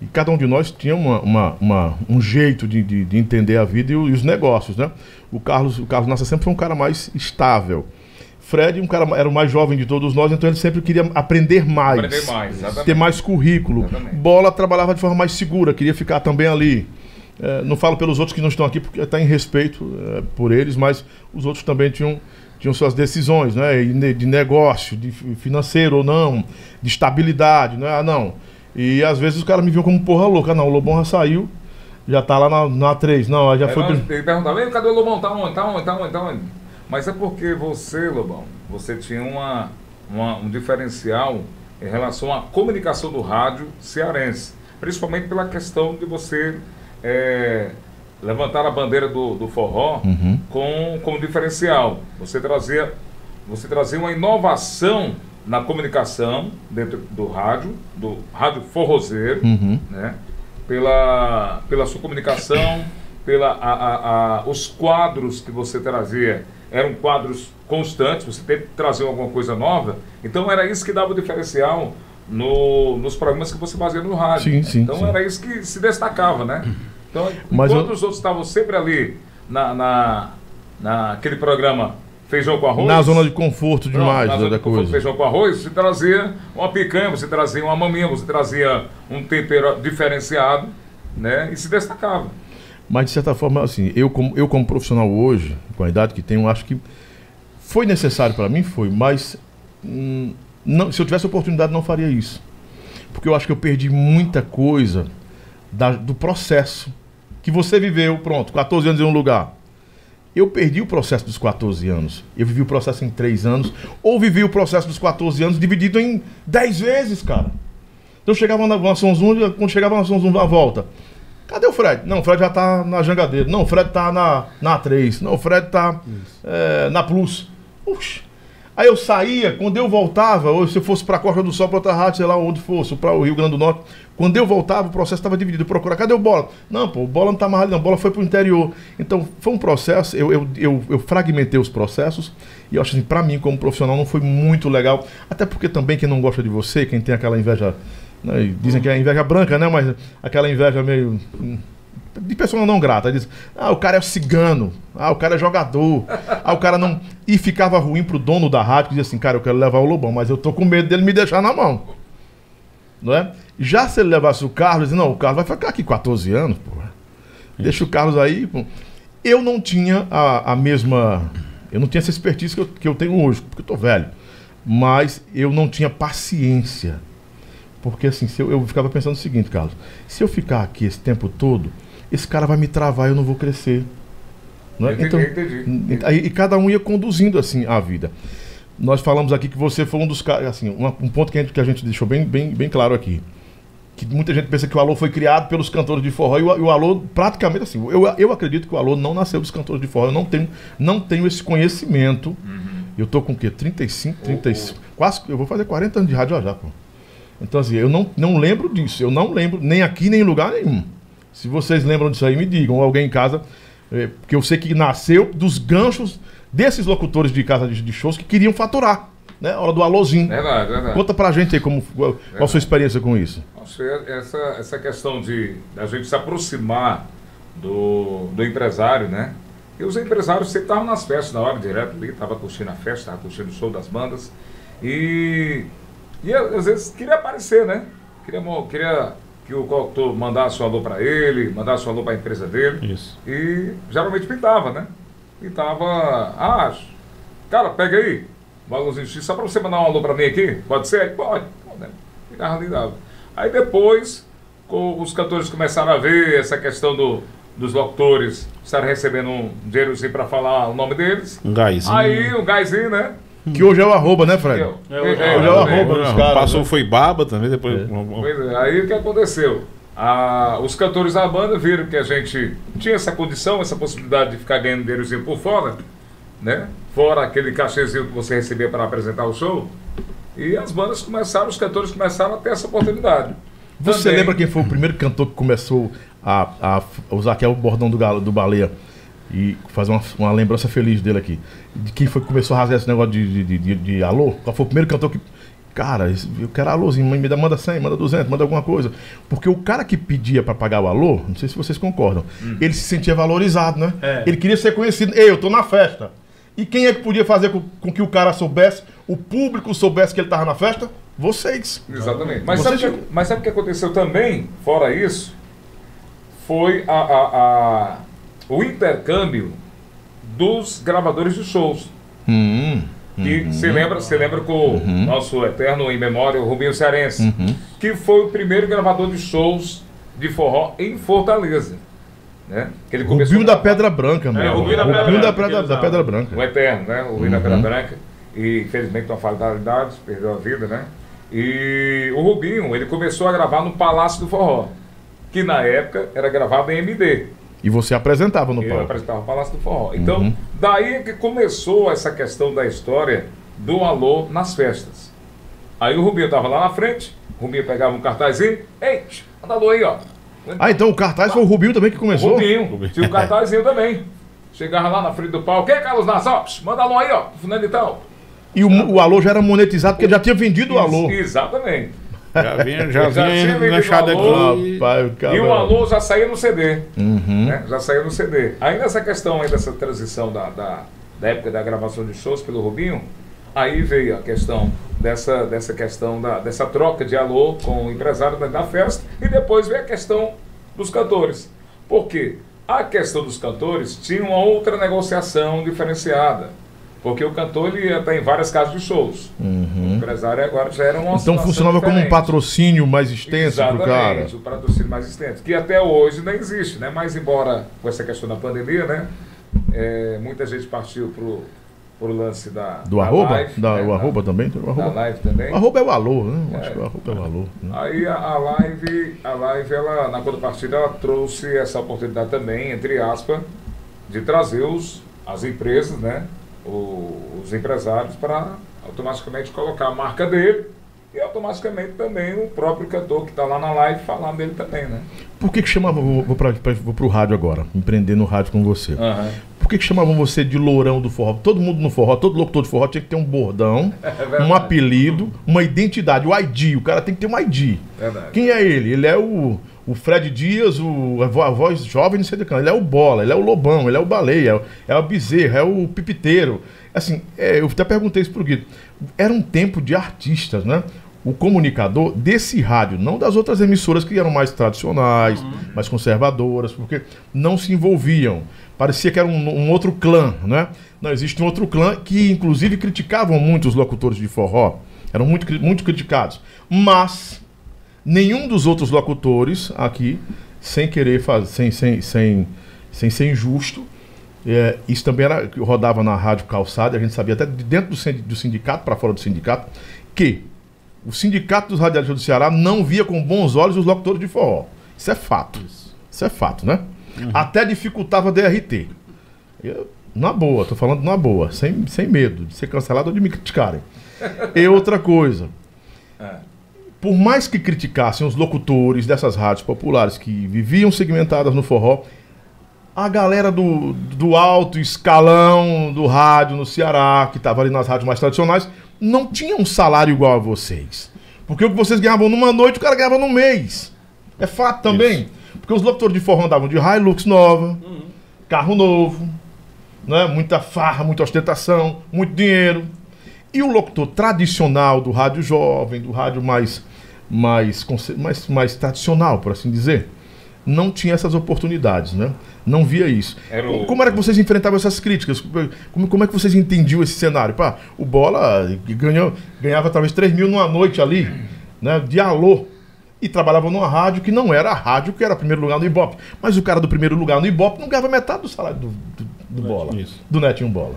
Speaker 1: e cada um de nós tinha uma, uma- uma- um jeito de, de- de entender a vida e, o- e os negócios, né? O Carlos, o Carlos Nassa sempre foi um cara mais estável. Fred um cara, era o mais jovem de todos nós, então ele sempre queria aprender mais.
Speaker 5: Aprender mais, exatamente.
Speaker 1: Ter mais currículo.
Speaker 5: Exatamente.
Speaker 1: Bola trabalhava de forma mais segura, queria ficar também ali. É, não falo pelos outros que não estão aqui, porque está em respeito é, por eles, mas os outros também tinham, tinham suas decisões, né? E ne- De negócio, de fi- financeiro ou não, de estabilidade, né? Ah, não. E às vezes os caras me viam como porra louca. Ah, não, o Lobão já saiu, já tá lá na, na 3. Não, aí já
Speaker 5: Aí
Speaker 1: foi.
Speaker 5: É nós-
Speaker 1: prim-
Speaker 5: Ele perguntava, "Ei, cadê o Lobão? Tá onde? Tá onde? Tá onde? Tá onde? Mas é porque você, Lobão, você tinha uma, uma- um diferencial em relação à comunicação do rádio cearense. Principalmente pela questão de você eh, levantar a bandeira do, do forró
Speaker 1: Uhum.
Speaker 5: com, como diferencial. Você trazia, você trazia uma inovação na comunicação dentro do rádio, do rádio forrozeiro,
Speaker 1: Uhum.
Speaker 5: né? pela, pela sua comunicação, pela a, a- a- os quadros que você trazia eram quadros constantes, você teve que trazer alguma coisa nova, então era isso que dava o diferencial no, nos programas que você fazia no rádio.
Speaker 1: Sim, sim,
Speaker 5: então
Speaker 1: sim.
Speaker 5: era isso que se destacava, né? Então,
Speaker 1: Mas
Speaker 5: enquanto
Speaker 1: eu-
Speaker 5: os outros estavam sempre ali na, na, naquele programa Feijão com Arroz...
Speaker 1: Na zona de conforto
Speaker 5: Pronto,
Speaker 1: demais
Speaker 5: mas
Speaker 1: da,
Speaker 5: o
Speaker 1: da
Speaker 5: que for
Speaker 1: coisa.
Speaker 5: Feijão com arroz, você trazia uma picanha, você trazia uma maminha, você trazia um tempero diferenciado, né? E se destacava.
Speaker 1: Mas de certa forma, assim, eu como, eu como profissional hoje, com a idade que tenho, acho que foi necessário para mim, foi, mas hum, não, se eu tivesse oportunidade não faria isso. Porque eu acho que eu perdi muita coisa da- do processo que você viveu, pronto, 14 anos em um lugar. Eu perdi o processo dos 14 anos. Eu vivi o processo em 3 anos, ou vivi o processo dos 14 anos dividido em 10 vezes, cara. Então eu chegava na, na Sonzum, quando chegava na Sonzum, na volta. Cadê o Fred? Não, o Fred já tá na Jangadeiro. Não, o Fred tá na, na 3. Não, o Fred tá eh, na Plus. Puxa. Aí eu saía, quando eu voltava, ou se eu fosse pra Costa do Sol, pra outra rádio, sei lá onde fosse, ou pra o Rio Grande do Norte, quando eu voltava, o processo estava dividido. Eu procurava, cadê o Bola? Não, pô, o Bola não tá mais ali, não. O Bola foi pro interior. Então, foi um processo, eu, eu, eu, eu fragmentei os processos, e eu acho assim, pra mim, como profissional, não foi muito legal. Até porque também quem não gosta de você, quem tem aquela inveja né, e Dizem que é inveja branca, né? Mas aquela inveja meio. hum, De pessoa não grata. Diz, ah, o cara é cigano. Ah, o cara é jogador. Ah, o cara não. E ficava ruim pro dono da rádio, que dizia assim, cara, eu quero levar o Lobão, mas eu tô com medo dele me deixar na mão. Não é? Já se ele levasse o Carlos, não, o Carlos vai ficar aqui 14 anos, porra. Deixa o Carlos aí. pô. Eu não tinha a, a mesma. Eu não tinha essa expertise que eu, que eu tenho hoje, porque eu tô velho. Mas eu não tinha paciência. Porque assim, se eu, eu ficava pensando o seguinte, Carlos: se eu ficar aqui esse tempo todo, esse cara vai me travar e eu não vou crescer. Não é?
Speaker 5: Entendi,
Speaker 1: Então,
Speaker 5: entendi.
Speaker 1: aí- E cada um ia conduzindo assim a vida. Nós falamos aqui que você foi um dos caras. Assim, uma- um ponto que a gente, que a gente deixou bem, bem, bem claro aqui. Que muita gente pensa que o Alô foi criado pelos cantores de forró. E o, e o Alô, praticamente assim, eu, eu acredito que o Alô não nasceu dos cantores de forró. Eu não tenho, não tenho esse conhecimento. Eu tô com o quê? 35, 35. Quase. Eu vou fazer 40 anos de rádio já, já pô. Então, assim, eu não, não lembro disso. Eu não lembro, nem aqui, nem em lugar nenhum. Se vocês lembram disso aí, me digam. Ou alguém em casa. eh, porque eu sei que nasceu dos ganchos desses locutores de casa de, de shows que queriam faturar. Né? Hora do alôzinho.
Speaker 5: Verdade, verdade.
Speaker 1: Conta pra gente aí como, qual, qual a sua experiência com isso.
Speaker 5: Nossa, e Essa, essa questão de a gente se aproximar do, do empresário, né? E os empresários sempre estavam nas festas na hora direto ali, estavam curtindo a festa, estavam curtindo o show das bandas. E, e às vezes queria aparecer, né? Queria, mo- queria que o coautor mandasse um alô para ele, mandasse um alô para a empresa dele.
Speaker 3: Isso.
Speaker 5: E geralmente pintava, né? Pintava. Ah, cara, pega aí. Valorzinho X, só pra você mandar um alô pra mim aqui? Pode ser? Pode. Pô, né? Ficava ali, dava. Aí depois, co- os cantores começaram a ver essa questão do, dos locutores estarem recebendo um dinheirozinho pra falar o nome deles.
Speaker 3: Um gaizinho.
Speaker 5: Aí o gaizinho, né?
Speaker 1: Que hoje é o arroba, né, Fred?
Speaker 5: Eu-
Speaker 2: É, hoje
Speaker 1: é o
Speaker 5: eu-
Speaker 1: arroba.
Speaker 3: Não,
Speaker 1: Os caras,
Speaker 3: passou,
Speaker 1: né?
Speaker 5: é,
Speaker 3: foi baba também, depois. um- um-
Speaker 5: Pois é, aí o que aconteceu? a- os cantores da banda viram que a gente tinha essa condição, essa possibilidade de ficar ganhando dinheirozinho por fora, né? Fora aquele cachezinho que você recebia para apresentar o show. E as bandas começaram, os cantores começaram a ter essa oportunidade.
Speaker 1: Você
Speaker 5: Também-
Speaker 1: lembra quem foi o primeiro cantor que começou a, a f- usar aquele bordão do, galo, do baleia? E fazer uma, uma lembrança feliz dele aqui. De quem foi que começou a rasgar esse negócio de, de, de, de alô? Qual foi o primeiro cantor que. Cara, esse- eu quero alôzinho, me dá- manda 100, manda 200, manda alguma coisa. Porque o cara que pedia pra pagar o alô, não sei se vocês concordam, ele se sentia valorizado, né? Ele queria ser conhecido. Ei, eu tô na festa. E quem é que podia fazer com, com que o cara soubesse, o público soubesse que ele tava na festa? Vocês.
Speaker 5: Exatamente. Mas
Speaker 1: Você
Speaker 5: sabe, o que,
Speaker 1: chegou-
Speaker 5: mas sabe o que aconteceu também, fora isso? Foi a, a- a- o intercâmbio dos gravadores de shows.
Speaker 1: Hum. Uhum.
Speaker 5: Que se lembra, se lembra com o nosso eterno em memória, o Rubinho Cearense, que foi o primeiro gravador de shows de forró em Fortaleza. Né? Que ele começou
Speaker 1: Rubinho da Pedra Branca, meu.
Speaker 5: É, Rubinho da Pedra
Speaker 1: Rubinho da
Speaker 5: Branca,
Speaker 1: Pedra, da Pedra Branca.
Speaker 5: O Eterno, né? O Rina Pera Branca. E infelizmente uma fatalidade, perdeu a vida, né? E o Rubinho, ele começou a gravar no Palácio do Forró, que na época era gravado em MD.
Speaker 1: E você apresentava no
Speaker 5: Ele
Speaker 1: palco.
Speaker 5: apresentava o Palácio do Forró. Então, daí é que começou essa questão da história do alô nas festas. Aí o Rubinho tava lá na frente, o Rubinho pegava um cartazinho, ei, manda alô aí, ó.
Speaker 1: Ah, então o cartaz foi o Rubinho também que começou?
Speaker 5: Rubinho. Tinha o cartazinho também. Chegava lá na frente do palco. Quem é Carlos Nassau? Pss, Manda alô aí, ó. Fulano e tal.
Speaker 1: E o, o alô já era monetizado, porque ele já tinha vendido o alô.
Speaker 5: Exatamente.
Speaker 3: Já vinha, já
Speaker 5: Já tinha
Speaker 3: vinha
Speaker 5: vendido
Speaker 3: enganchado
Speaker 5: alô.
Speaker 3: aqui.
Speaker 1: Rapaz, Ah, o cara-
Speaker 5: E o alô é já saiu no CD.
Speaker 1: Uhum.
Speaker 5: né? Já saiu no CD. Aí nessa questão aí dessa transição da, da, da época da gravação de shows pelo Rubinho, aí veio a questão dessa, dessa questão da, dessa troca de alô com o empresário da, da festa e depois veio a questão dos cantores. Por quê? A questão dos cantores tinha uma outra negociação diferenciada. Porque o cantor ele ia estar em várias casas de shows. O empresário agora já era uma
Speaker 1: Uhum. Então
Speaker 5: situação
Speaker 1: funcionava como um
Speaker 5: diferente.
Speaker 1: patrocínio mais extenso pro cara.
Speaker 5: Exatamente, o patrocínio mais extenso, que até hoje não existe, né? Mas embora com essa questão da pandemia, né? É, muita gente partiu pro, pro lance da
Speaker 1: Do
Speaker 5: da
Speaker 1: arroba?
Speaker 5: live,
Speaker 1: da,
Speaker 5: né?
Speaker 1: o arroba também? Então, O
Speaker 5: da, da
Speaker 1: arroba.
Speaker 5: live também.
Speaker 1: O arroba é o alô, né? Eu Acho que o arroba é o alô. né?
Speaker 5: Aí a, a live, a live ela, na contrapartida, ela trouxe essa oportunidade também, entre aspas, de trazer os, as empresas, né? o- os empresários para automaticamente colocar a marca dele e automaticamente também o próprio cantor que está lá na live falar dele também, né?
Speaker 1: Por que que chamavam... Vou, vou, pra, pra- vou pro rádio agora, empreender no rádio com você. Por que, que chamavam você de lourão do forró? Todo mundo no forró, todo locutor de forró tinha que ter um bordão, um apelido, uma identidade, o ID. O cara tem que ter um ID.
Speaker 5: Verdade.
Speaker 1: Quem é ele? Ele é o, o Fred Dias, o, a, vo- a voz jovem, não sei do que. Ele é o Bola, ele é o Lobão, ele é o Baleia, é o, é o Bezerra, é o Pipiteiro. Assim, é, eu até perguntei isso pro Guido. Era um tempo de artistas, né? O comunicador desse rádio, não das outras emissoras que eram mais tradicionais, mais conservadoras, porque não se envolviam. Parecia que era um, um outro clã, né? Não, existe um outro clã que, inclusive, criticavam muito os locutores de forró. Eram muito, cri- muito criticados. Mas, nenhum dos outros locutores aqui, sem querer fazer, sem, sem, sem, sem ser injusto, é, isso também era que rodava na rádio calçada, a gente sabia até de dentro do, sin- do sindicato, para fora do sindicato, que o sindicato dos radialistas do Ceará não via com bons olhos os locutores de forró. Isso é fato. Isso, é fato, né? Até dificultava a DRT. Eu, na boa, tô falando na boa, sem, sem medo de ser cancelado ou de me criticarem. E outra coisa, por mais que criticassem os locutores dessas rádios populares que viviam segmentadas no forró, a galera do, do alto escalão do rádio no Ceará, que estava ali nas rádios mais tradicionais, não tinha um salário igual a vocês. Porque o que vocês ganhavam numa noite, o cara ganhava num mês. É fato também. Porque os locutores de forró andavam de Hilux nova,
Speaker 5: Uhum.
Speaker 1: carro novo, né? muita farra, muita ostentação, muito dinheiro. E o locutor tradicional do rádio jovem, do rádio mais, mais, conce- mais, mais tradicional, por assim dizer, não tinha essas oportunidades, né? Não via isso.
Speaker 5: Era o-
Speaker 1: Como era que vocês enfrentavam essas críticas? Como, como é que vocês entendiam esse cenário? Pá, o Bola ganhou, ganhava talvez 3 mil numa noite ali, né? De alô. E trabalhava numa rádio que não era a rádio que era primeiro lugar no Ibope. Mas o cara do primeiro lugar no Ibope não ganhava metade do salário do, do, do Bola.
Speaker 3: Isso.
Speaker 1: Do Netinho Bola.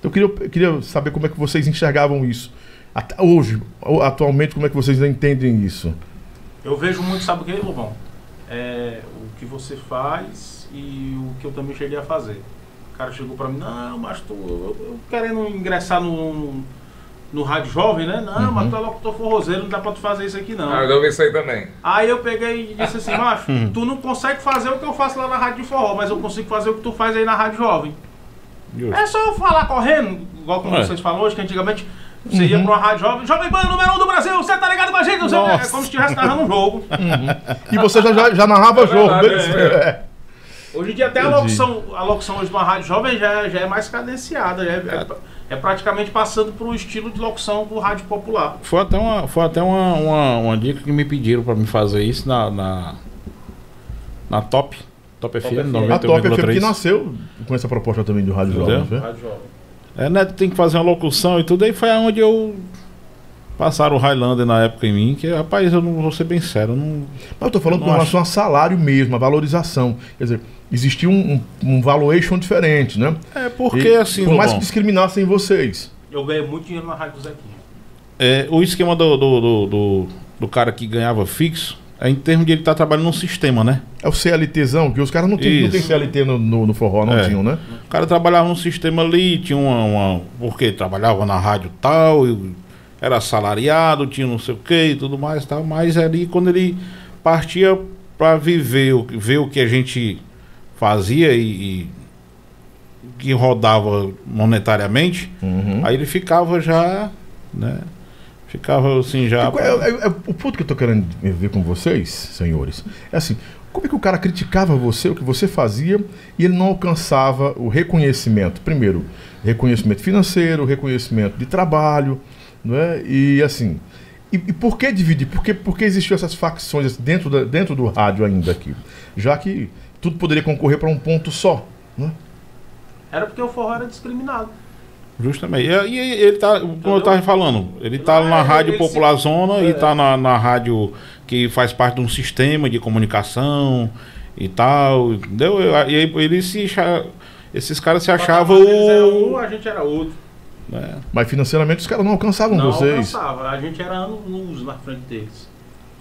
Speaker 1: Então, Eu queria, eu queria saber como é que vocês enxergavam isso. Até hoje, ou atualmente, como é que vocês entendem isso?
Speaker 2: Eu vejo muito, sabe o que, Lobão? é, o que você faz e o que eu também cheguei a fazer. O cara chegou pra mim, não, mas tu, eu, eu querendo ingressar no, no rádio jovem, né? Não, mas tu é locutor forrozeiro, não dá pra tu fazer isso aqui não.
Speaker 5: Ah, eu já ouvi isso aí também.
Speaker 2: Aí eu peguei e disse assim, macho,
Speaker 3: Hum.
Speaker 2: tu não consegue fazer o que eu faço lá na Rádio de Forró, mas eu consigo fazer o que tu faz aí na Rádio Jovem.
Speaker 3: Justo.
Speaker 2: É só eu falar correndo, igual como
Speaker 3: É.
Speaker 2: vocês falaram hoje, que antigamente você
Speaker 3: Uhum.
Speaker 2: ia pra uma Rádio Jovem, Jovem Pan, número um do Brasil, você tá ligado com a gente? Não sei, o quê. é como se estivesse narrando um jogo.
Speaker 1: E você já, já, já narrava jogo.
Speaker 5: verdade,
Speaker 1: beleza?
Speaker 5: é isso
Speaker 1: É.
Speaker 2: Hoje em dia até a locução, a locução hoje de uma Rádio Jovem já, já é mais cadenciada, já é, é, é praticamente passando pro estilo de locução do Rádio Popular.
Speaker 3: Foi até, uma, foi até uma, uma, uma dica que me pediram pra me fazer isso na. Na, na Top. Top, FM,
Speaker 1: É. A Top FM que
Speaker 3: 98,3.
Speaker 1: nasceu com essa proposta também do Rádio
Speaker 3: Entendeu?
Speaker 1: Jovem. né? não foi?
Speaker 2: Rádio Jovem.
Speaker 3: É, né? Tem que fazer uma locução e tudo. Aí foi onde eu. Passaram o Highlander na época em mim, que, rapaz, eu não vou ser bem sério, eu não.
Speaker 1: Mas eu tô falando
Speaker 3: Eu
Speaker 1: com
Speaker 3: não
Speaker 1: relação a salário mesmo, a valorização. Quer dizer, existia um, um, um valuation diferente, né?
Speaker 3: É porque
Speaker 1: E
Speaker 3: assim,
Speaker 1: Por mais que
Speaker 3: Lobão,
Speaker 1: discriminassem vocês.
Speaker 2: Eu ganhei muito dinheiro na Rádio Zequinha.
Speaker 3: é, o esquema do, do, do, do- do cara que ganhava fixo é em termos de ele estar trabalhando num sistema, né?
Speaker 1: É o CLTzão, que os caras não tem, não
Speaker 3: Isso.
Speaker 1: tem CLT no, no, no forró, não
Speaker 3: É.
Speaker 1: tinham, né?
Speaker 3: O cara trabalhava num sistema ali, tinha uma. uma porque trabalhava na rádio tal, e era assalariado, tinha não sei o que e tudo mais e tal, mas ali quando ele partia pra viver, o que- ver o que a gente fazia e. e que rodava monetariamente, aí ele ficava já, né? Ficava assim já.
Speaker 1: Qual é- é- é- o ponto que eu tô querendo ver com vocês, senhores, é assim: como é que o cara criticava você, o que você fazia, e ele não alcançava o reconhecimento? Primeiro, reconhecimento financeiro, reconhecimento de trabalho, não é? E assim. E, e por que dividir? Por que, por que existiam essas facções assim, dentro, da- dentro do rádio ainda aqui? Já que tudo poderia concorrer para um ponto só. Né?
Speaker 2: Era porque o forró era discriminado.
Speaker 3: Justamente. E, aí ele tá, como eu
Speaker 2: Entendeu?
Speaker 3: tava falando, ele tá
Speaker 2: Não,
Speaker 3: na
Speaker 2: é,
Speaker 3: Rádio
Speaker 2: ele se- É.
Speaker 3: Popular Zona e tá na, na rádio que faz parte de um sistema de comunicação e tal, entendeu? E aí ele se acha- esses caras se achavam
Speaker 2: Eles eram um,
Speaker 3: o...
Speaker 2: a gente era outro.
Speaker 3: né?
Speaker 1: Mas financeiramente os caras não alcançavam
Speaker 2: Não
Speaker 1: vocês.
Speaker 2: alcançava, a gente era ano luz na frente deles.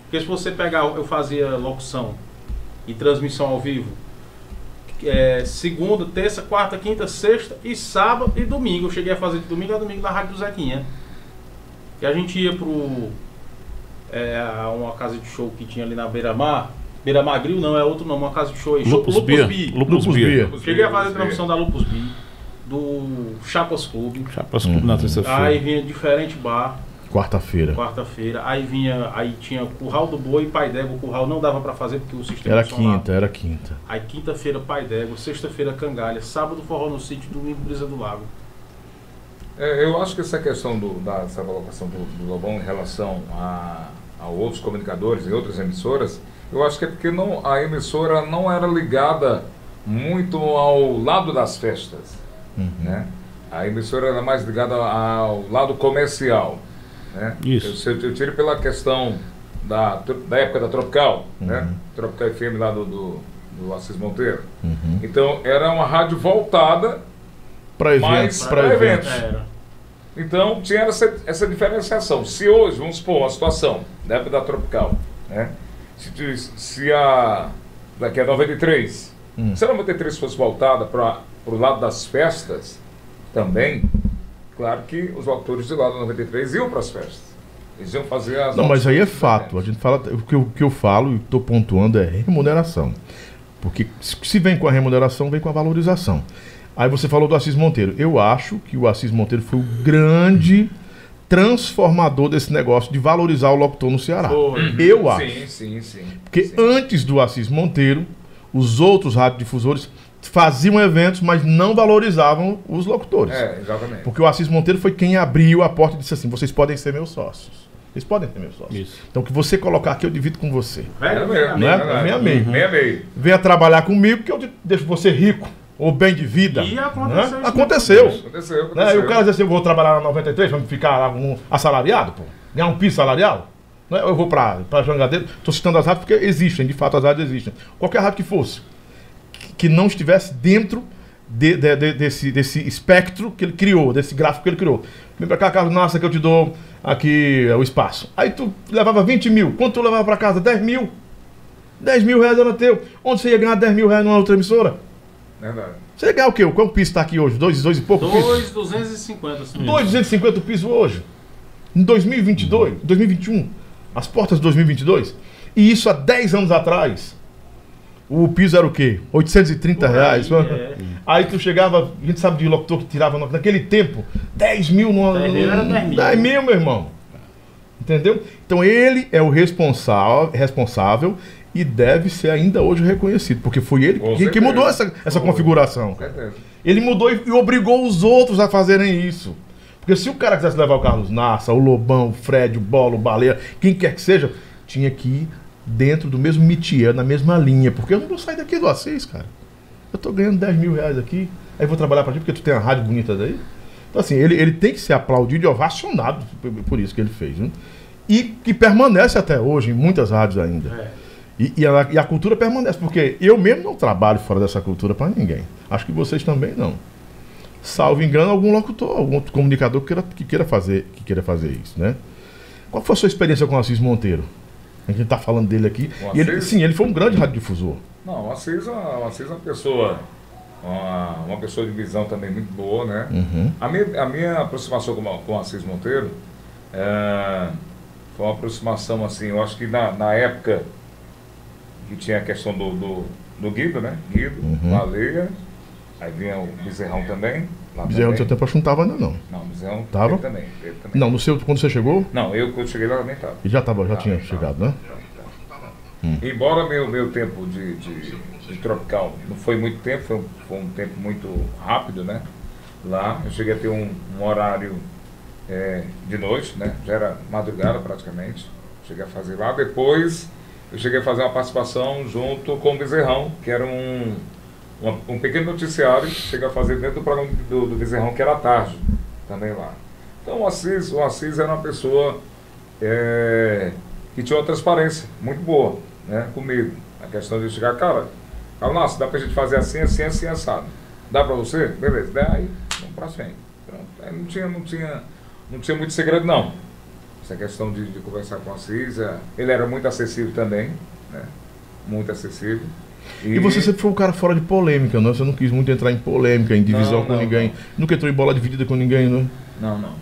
Speaker 2: Porque se você pegar, eu fazia locução e transmissão ao vivo, é, segunda, terça, quarta, quinta, sexta e sábado e domingo. Eu cheguei a fazer de domingo a domingo na Rádio do Zequinha. Que a gente ia pro. é, a uma casa de show que tinha ali na Beira-Mar. Beira-Mar Grill não, é outro nome, uma casa de show aí. show-
Speaker 3: Lupus Bia.
Speaker 2: Bi.
Speaker 3: Lupus
Speaker 1: Lupus
Speaker 3: Bia.
Speaker 1: Bia.
Speaker 2: Cheguei a fazer transmissão da Lupus Bi, do Chapas Clube.
Speaker 3: Chapas Clube na
Speaker 2: Aí
Speaker 3: terça-feira.
Speaker 2: vinha diferente bar
Speaker 1: Quarta-feira.
Speaker 2: quarta-feira. Aí vinha, aí tinha Curral do Boi, Pai d'Égua. O Curral não dava pra fazer porque o sistema
Speaker 1: Era
Speaker 2: funcionava.
Speaker 1: quinta, era quinta.
Speaker 2: Aí quinta-feira Pai d'Égua, sexta-feira Cangalha, sábado Forró no Sítio, domingo Brisa do Lago.
Speaker 5: É, eu acho que essa questão do, da, dessa colocação do, do Lobão em relação a, a outros comunicadores e outras emissoras, eu acho que é porque não, a emissora não era ligada muito ao lado das festas. Né? A emissora era mais ligada ao lado comercial. Né?
Speaker 3: Isso.
Speaker 5: Eu, sei- eu tiro pela questão da, tro- da época da Tropical, né? Tropical FM lá do, do, do Assis Monteiro. Então era uma rádio voltada
Speaker 1: Para
Speaker 5: Mas
Speaker 1: eventos, para
Speaker 5: pra
Speaker 1: eventos.
Speaker 5: eventos.
Speaker 2: É, Era.
Speaker 5: então tinha essa, essa diferenciação. Se hoje, vamos supor, uma situação da época da Tropical, né? Se, tu- se a. daqui a 93,
Speaker 1: Hum.
Speaker 5: se a 93 fosse voltada para o lado das festas também, claro que os autores do lado da 93 iam para as festas. Eles iam fazer as.
Speaker 1: Não, mas aí é fato. A gente fala, o que eu, o que eu falo e estou pontuando é remuneração. Porque se se vem com a remuneração, vem com a valorização. Aí você falou do Assis Monteiro. Eu acho que o Assis Monteiro foi o grande transformador desse negócio de valorizar o locutor no Ceará.
Speaker 2: Foi.
Speaker 1: Eu acho.
Speaker 5: Sim, sim, sim.
Speaker 1: Porque
Speaker 5: sim.
Speaker 1: antes do Assis Monteiro, os outros radiodifusores faziam eventos, mas não valorizavam os locutores.
Speaker 5: É, exatamente.
Speaker 1: Porque o Assis Monteiro foi quem abriu a porta e disse assim: vocês podem ser meus sócios. Vocês podem ser meus sócios.
Speaker 3: Isso.
Speaker 1: Então, o que você colocar aqui, eu divido com você.
Speaker 5: Era
Speaker 2: Velho,
Speaker 5: é mesmo,
Speaker 1: né?
Speaker 5: era-
Speaker 1: Meia meio.
Speaker 5: Meia meio.
Speaker 1: Venha trabalhar comigo que eu de- deixo você rico ou bem de vida.
Speaker 2: E
Speaker 1: né?
Speaker 2: aconteceu isso.
Speaker 1: Aconteceu.
Speaker 5: Aconteceu, aconteceu.
Speaker 1: Né? E o cara diz assim: eu vou trabalhar na 93 pra me ficar lá um assalariado, pô. Ganhar um piso salarial. Né? Eu vou pra, pra Jangadeiro. Tô citando as rádios porque existem, de fato as rádios existem. Qualquer rádio que fosse, que- que não estivesse dentro de- de- de- desse, desse espectro que ele criou, desse gráfico que ele criou. Vem pra cá, Carlos, nossa, que eu te dou eh, aqui é, o espaço. Aí tu levava 20 mil. Quanto tu levava pra casa? 10 mil. 10 mil reais era teu. Onde você ia ganhar 10 mil reais numa outra emissora?
Speaker 5: Verdade.
Speaker 1: Você ia ganhar o quê? Quanto piso tá aqui hoje? Dois, dois e pouco piso?
Speaker 2: 2,250.
Speaker 5: Hum.
Speaker 2: se não me engano.
Speaker 1: 2,250 piso hoje. Em
Speaker 5: Hum.
Speaker 1: 2022, 2021. As portas de 2022. E isso há 10 anos atrás. O piso era o quê? 830 reais. né?
Speaker 2: Por aí, é.
Speaker 1: Aí tu chegava, a gente sabe de locutor que tirava no- naquele tempo 10 mil no
Speaker 2: 10 mil era 10 mil.
Speaker 1: 10 mil, meu irmão. Entendeu? Então ele é o responsável, responsável e deve ser ainda hoje reconhecido, porque foi ele
Speaker 5: Com
Speaker 1: que, que
Speaker 5: certeza.
Speaker 1: mudou essa, essa
Speaker 5: Foi.
Speaker 1: configuração.
Speaker 5: Com certeza.
Speaker 1: Ele mudou e, e obrigou os outros a fazerem isso. Porque se o cara quisesse levar o Carlos Nassa, o Lobão, o Fred, o Bolo, o Baleia, quem quer que seja, tinha que ir dentro do mesmo métier, na mesma linha. Porque eu não vou sair daqui do Assis, cara. Eu tô ganhando 10 mil reais aqui, aí vou trabalhar pra ti porque tu tem uma rádio bonita daí. Então, assim, ele, ele tem que ser aplaudido e ovacionado por, por isso que ele fez. Né? E que permanece até hoje em muitas rádios ainda.
Speaker 5: É.
Speaker 1: E, e ela- e a cultura permanece, porque eu mesmo não trabalho fora dessa cultura para ninguém. Acho que vocês também não. Salvo engano, algum locutor, algum outro comunicador que queira, que queira, fazer, que queira fazer isso, né? Qual foi a sua experiência com o Assis Monteiro? A gente está falando dele aqui.
Speaker 5: Com
Speaker 1: E ele-
Speaker 5: Assis?
Speaker 1: sim, ele foi um grande radiodifusor.
Speaker 5: Não, o Assis, é uma- o Assis é uma pessoa, uma, uma pessoa de visão também muito boa, né?
Speaker 1: Uhum.
Speaker 5: A, minha, a minha aproximação com, o- com o Assis Monteiro é, foi uma aproximação assim, eu acho que na, na época que tinha a questão do, do, do Guido, né? Guido,
Speaker 1: Uhum.
Speaker 5: Baleia, aí vinha o Bezerrão também. Lá
Speaker 1: Bezerrão do seu
Speaker 5: também.
Speaker 1: tempo acho que não estava ainda, não.
Speaker 5: Não, Bezerrão
Speaker 1: Tava?
Speaker 5: ele também. Ele também.
Speaker 1: Não, no seu, quando você chegou,
Speaker 5: Não, eu quando cheguei lá também estava.
Speaker 1: ele já, tava, já tinha
Speaker 5: tá.
Speaker 1: chegado, né?
Speaker 5: Embora meu, meu tempo de, de- de tropical não foi muito tempo, foi um, foi um tempo muito rápido, né? Lá eu cheguei a ter um, um horário é, de noite, né? Já era madrugada praticamente. Cheguei a fazer lá. Depois eu cheguei a fazer uma participação junto com o Bezerrão, que era um, uma- um pequeno noticiário que cheguei a fazer dentro do programa do, do Bezerrão, que era à tarde, também lá. Então o Assis, o Assis era uma pessoa é, que tinha uma transparência muito boa né, comigo. A questão de chegar, cara, cara, nossa, dá pra gente fazer assim, assim, assim, assado. Dá pra você? Beleza, daí vamos pra frente. Pronto. Aí não tinha, não tinha, não tinha muito segredo não. Essa questão de, de conversar com o Assis, é, ele era muito acessível também, né? Muito acessível.
Speaker 1: E você sempre foi um cara fora de polêmica, não? Você não quis muito entrar em polêmica, em divisão
Speaker 5: Não,
Speaker 1: com
Speaker 5: não,
Speaker 1: ninguém.
Speaker 5: não.
Speaker 1: Nunca entrou em bola dividida com ninguém, né? não?
Speaker 5: Não, não.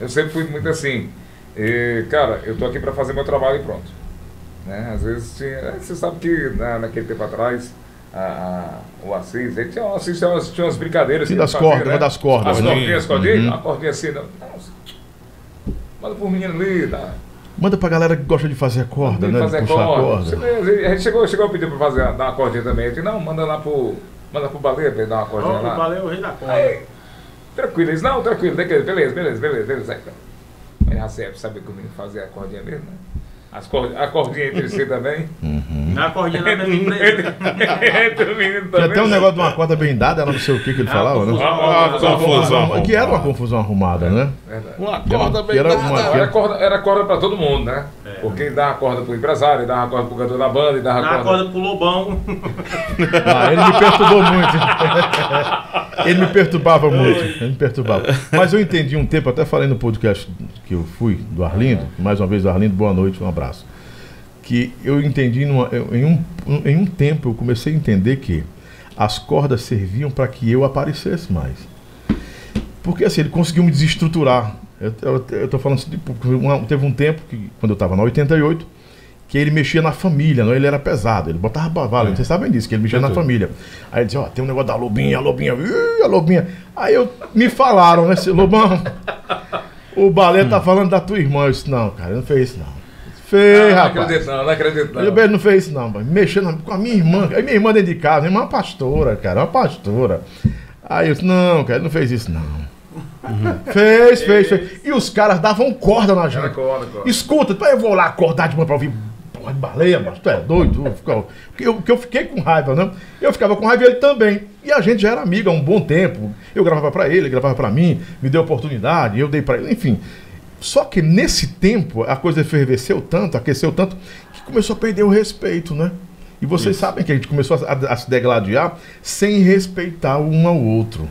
Speaker 5: Eu sempre fui muito assim. eh, cara, eu tô aqui para fazer meu trabalho e pronto. Né? Às vezes tinha. eh, Você sabe que na, naquele tempo atrás, a- a- o Assis, ele tinha, o Assis tinha, umas, tinha umas
Speaker 1: E
Speaker 5: brincadeiras. que ele
Speaker 1: das cordas, vai das cordas,
Speaker 5: As
Speaker 1: né?
Speaker 5: cordinhas, cordinhas,
Speaker 1: Uhum.
Speaker 5: a cordinha assim, não. Nossa, manda pro menino ali, dá.
Speaker 1: Manda pra galera que gosta de fazer a corda,
Speaker 5: Tem
Speaker 1: né?
Speaker 5: que
Speaker 1: De
Speaker 5: fazer
Speaker 1: puxar a
Speaker 5: corda.
Speaker 1: corda.
Speaker 5: Você- A gente chegou, chegou a pedir para fazer, dar uma cordinha também. Eu disse, não, manda lá pro. Manda pro baleia pra ele dar uma
Speaker 2: Ó,
Speaker 5: cordinha lá.
Speaker 2: o Baleia é o rei da corda.
Speaker 5: Aí, tranquilo, eles, não, tranquilo, beleza, beleza, beleza, beleza, beleza. Aí, tá. Mas já sabe, sabe como fazer a cordinha mesmo, né? As cor- a cordinha entre si também.
Speaker 2: Na cordinha da minha empresa.
Speaker 5: entre o menino
Speaker 1: Tinha
Speaker 5: também.
Speaker 1: até um negócio de uma corda blindada, era não sei o que que
Speaker 5: É
Speaker 1: ele falava, né?
Speaker 2: confusão.
Speaker 3: Ah,
Speaker 2: Ah,
Speaker 3: confusão.
Speaker 1: Que era uma confusão arrumada, né?
Speaker 5: Verdade.
Speaker 3: Uma
Speaker 1: Era uma-
Speaker 3: corda
Speaker 1: que era uma-
Speaker 5: Não, Era corda, era corda pra todo mundo, né? Porque ele dava corda pro empresário, ele dava corda pro cantor da banda, ele dava
Speaker 2: Na
Speaker 5: corda.
Speaker 2: corda pro Lobão.
Speaker 1: Ah, ele me perturbou muito. ele me perturbava muito. Ele me perturbava. Mas eu entendi um tempo, até falei no podcast que eu fui, do Arlindo. Mais uma vez, Arlindo, boa noite, um abraço. Que eu entendi, numa- eu- em, um, em um tempo, eu comecei a entender que as cordas serviam para que eu aparecesse mais. Porque assim, ele conseguiu me desestruturar. Eu, eu, eu tô falando assim, de- porque uma- teve um tempo, que, quando eu tava na 88, que ele mexia na família, não? é? ele era pesado, ele botava bavalo, vocês sabem disso, que ele mexia na família. Aí ele dizia, ó, tem um negócio da lobinha, a lobinha, ih, a lobinha. Aí eu, me falaram, né, seu Lobão, o balé tá falando da tua irmã. Eu disse, não, cara, eu não fez isso não. Fez,
Speaker 5: Não, não
Speaker 1: rapaz.
Speaker 5: acredito não, não acredito não.
Speaker 1: Ele é bem, não fez isso, não, mano. Mexendo com a minha irmã. Aí minha irmã dentro de casa, minha irmã é uma pastora, cara, é uma pastora. Aí eu disse, não, cara, ele não fez isso, não. Fez, fez, fez. E os caras davam corda na gente.
Speaker 5: Era corda, corda.
Speaker 1: Escuta, tu- eu vou lá acordar de manhã pra ouvir porra de baleia, mas tu é doido. Eu, fico- eu, que eu fiquei com raiva, né? Eu ficava com raiva e ele também. E a gente já era amigo há um bom tempo. Eu gravava pra ele, ele gravava pra mim, me deu oportunidade, eu dei pra ele, enfim. Só que nesse tempo a coisa efervesceu tanto, aqueceu tanto, que começou a perder o respeito, né? E vocês sabem que a gente começou a, a se degladiar sem respeitar um ao outro.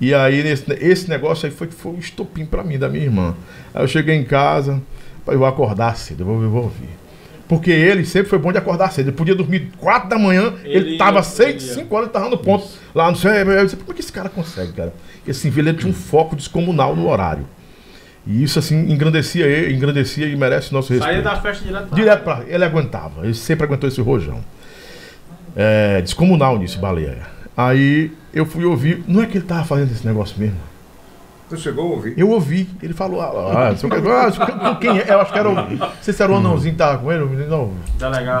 Speaker 1: E aí, nesse- esse negócio aí foi que foi um o estopim pra mim, da minha irmã. Aí eu cheguei em casa, falei, eu vou acordar cedo, eu vou, eu vou ouvir. Porque ele sempre foi bom de acordar cedo. Ele podia dormir 4 da manhã, ele,
Speaker 2: Ele
Speaker 1: tava
Speaker 2: ia,
Speaker 1: 6,
Speaker 2: ele ia.
Speaker 1: 5 horas, ele tava no ponto. Lá no céu. Eu disse, como é que esse cara consegue, cara? Porque assim, ele tinha um foco descomunal no horário. E isso, assim, engrandecia ele, engrandecia e merece nosso respeito.
Speaker 2: Saía é da festa direto pra
Speaker 1: Direto pra. Ele aguentava. Ele sempre aguentou esse rojão. É, descomunal nisso, baleia. Aí eu fui ouvir. Não é que ele tava fazendo esse negócio mesmo.
Speaker 5: Tu chegou a ouvir?
Speaker 1: Eu ouvi. Ele falou. Ah, ah, não sei o que- ah, acho que- quem é? Eu acho que era o. Não sei se era o anãozinho que tava com ele. O menino, não,
Speaker 2: Delegado.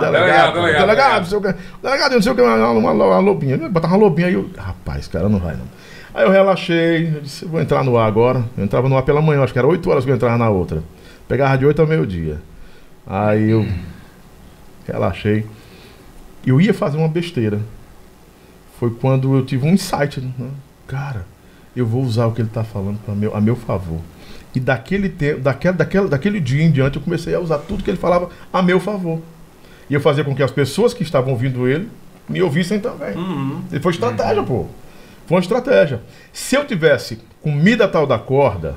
Speaker 1: delegado.
Speaker 5: Delegado, delegado,
Speaker 1: Delegado,
Speaker 5: delegado.
Speaker 1: não sei o que. Delegado, não sei o que. Uma, uma, uma lobinha. Eu Botava uma lobinha aí. Eu, rapaz, cara, não vai não. Aí eu relaxei. Eu disse, eu vou entrar no ar agora. Eu entrava no ar pela manhã. Acho que era 8 horas que eu entrava na outra. Pegava de 8 ao meio-dia. Aí eu relaxei. Eu ia fazer uma besteira. Foi quando eu tive um insight. né? Cara, eu vou usar o que ele tá falando pra meu, a meu favor. E daquele tempo, daquela, daquela, daquele dia em diante, eu comecei a usar tudo que ele falava a meu favor. E eu fazia com que as pessoas que estavam ouvindo ele me ouvissem também. E foi estratégia, pô. Foi uma estratégia. Se eu tivesse comida tal da corda,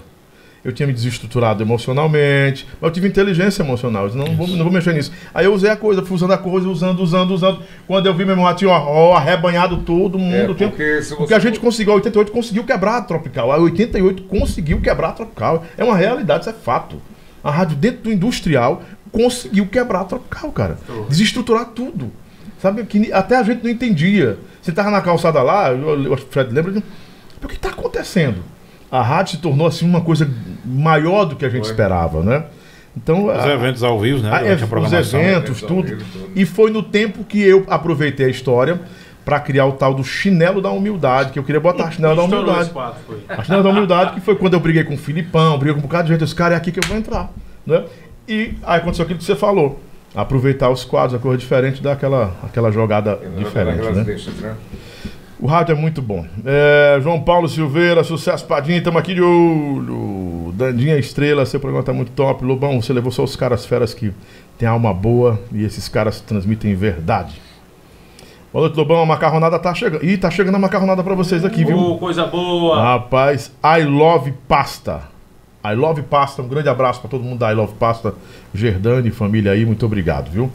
Speaker 1: eu tinha me desestruturado emocionalmente, mas eu tive inteligência emocional. Eu disse, não, vou, não vou mexer nisso. Aí eu usei a coisa, fui usando a coisa, usando, usando, usando. Quando eu vi meu irmão, tinha ó, ó, arrebanhado todo mundo.
Speaker 5: É,
Speaker 1: o tempo.
Speaker 5: porque se
Speaker 1: Porque
Speaker 5: você
Speaker 1: a gente conseguiu, a 88 conseguiu quebrar a Tropical. A 88 conseguiu quebrar a Tropical. É uma realidade, isso é fato. A rádio dentro do industrial conseguiu quebrar a Tropical, cara. Desestruturar tudo. Sabe, que ni- até a gente não entendia. Você tava na calçada lá, eu- eu acho que o Fred lembra, de- o que tá acontecendo? A rádio se tornou assim uma coisa maior do que a gente esperava, né? Então,
Speaker 3: Os
Speaker 1: a-
Speaker 3: eventos ao vivo, né?
Speaker 1: ah, é,
Speaker 3: durante a
Speaker 1: os
Speaker 3: programação.
Speaker 1: eventos, tudo.
Speaker 5: Eventos ao vivo, tudo.
Speaker 1: E foi no tempo que eu aproveitei a história para criar o tal do chinelo da humildade, que eu queria botar a chinela da
Speaker 2: Estourou esse
Speaker 1: humildade.
Speaker 2: quadro, foi.
Speaker 1: A chinela da humildade, que foi quando eu briguei com o Filipão, briguei com um bocado de gente, esse cara é aqui que eu vou entrar. Né? E aí aconteceu aquilo que você falou. Aproveitar os quadros, a coisa diferente daquela aquela jogada diferente, né?
Speaker 5: Deixas, né?
Speaker 1: O rádio é muito bom. É, João Paulo Silveira, sucesso Padinha, estamos aqui de olho. Dandinha Estrela, seu programa tá muito top. Lobão, você levou só os caras feras que têm alma boa e esses caras transmitem verdade. Boa noite, Lobão. A macarronada tá chegando. Ih, tá chegando a macarronada para vocês aqui, viu?
Speaker 2: Ô, coisa boa.
Speaker 1: Rapaz, I love pasta. I love pasta. Um grande abraço para todo mundo da I love pasta. Gerdani, família aí, muito obrigado, viu?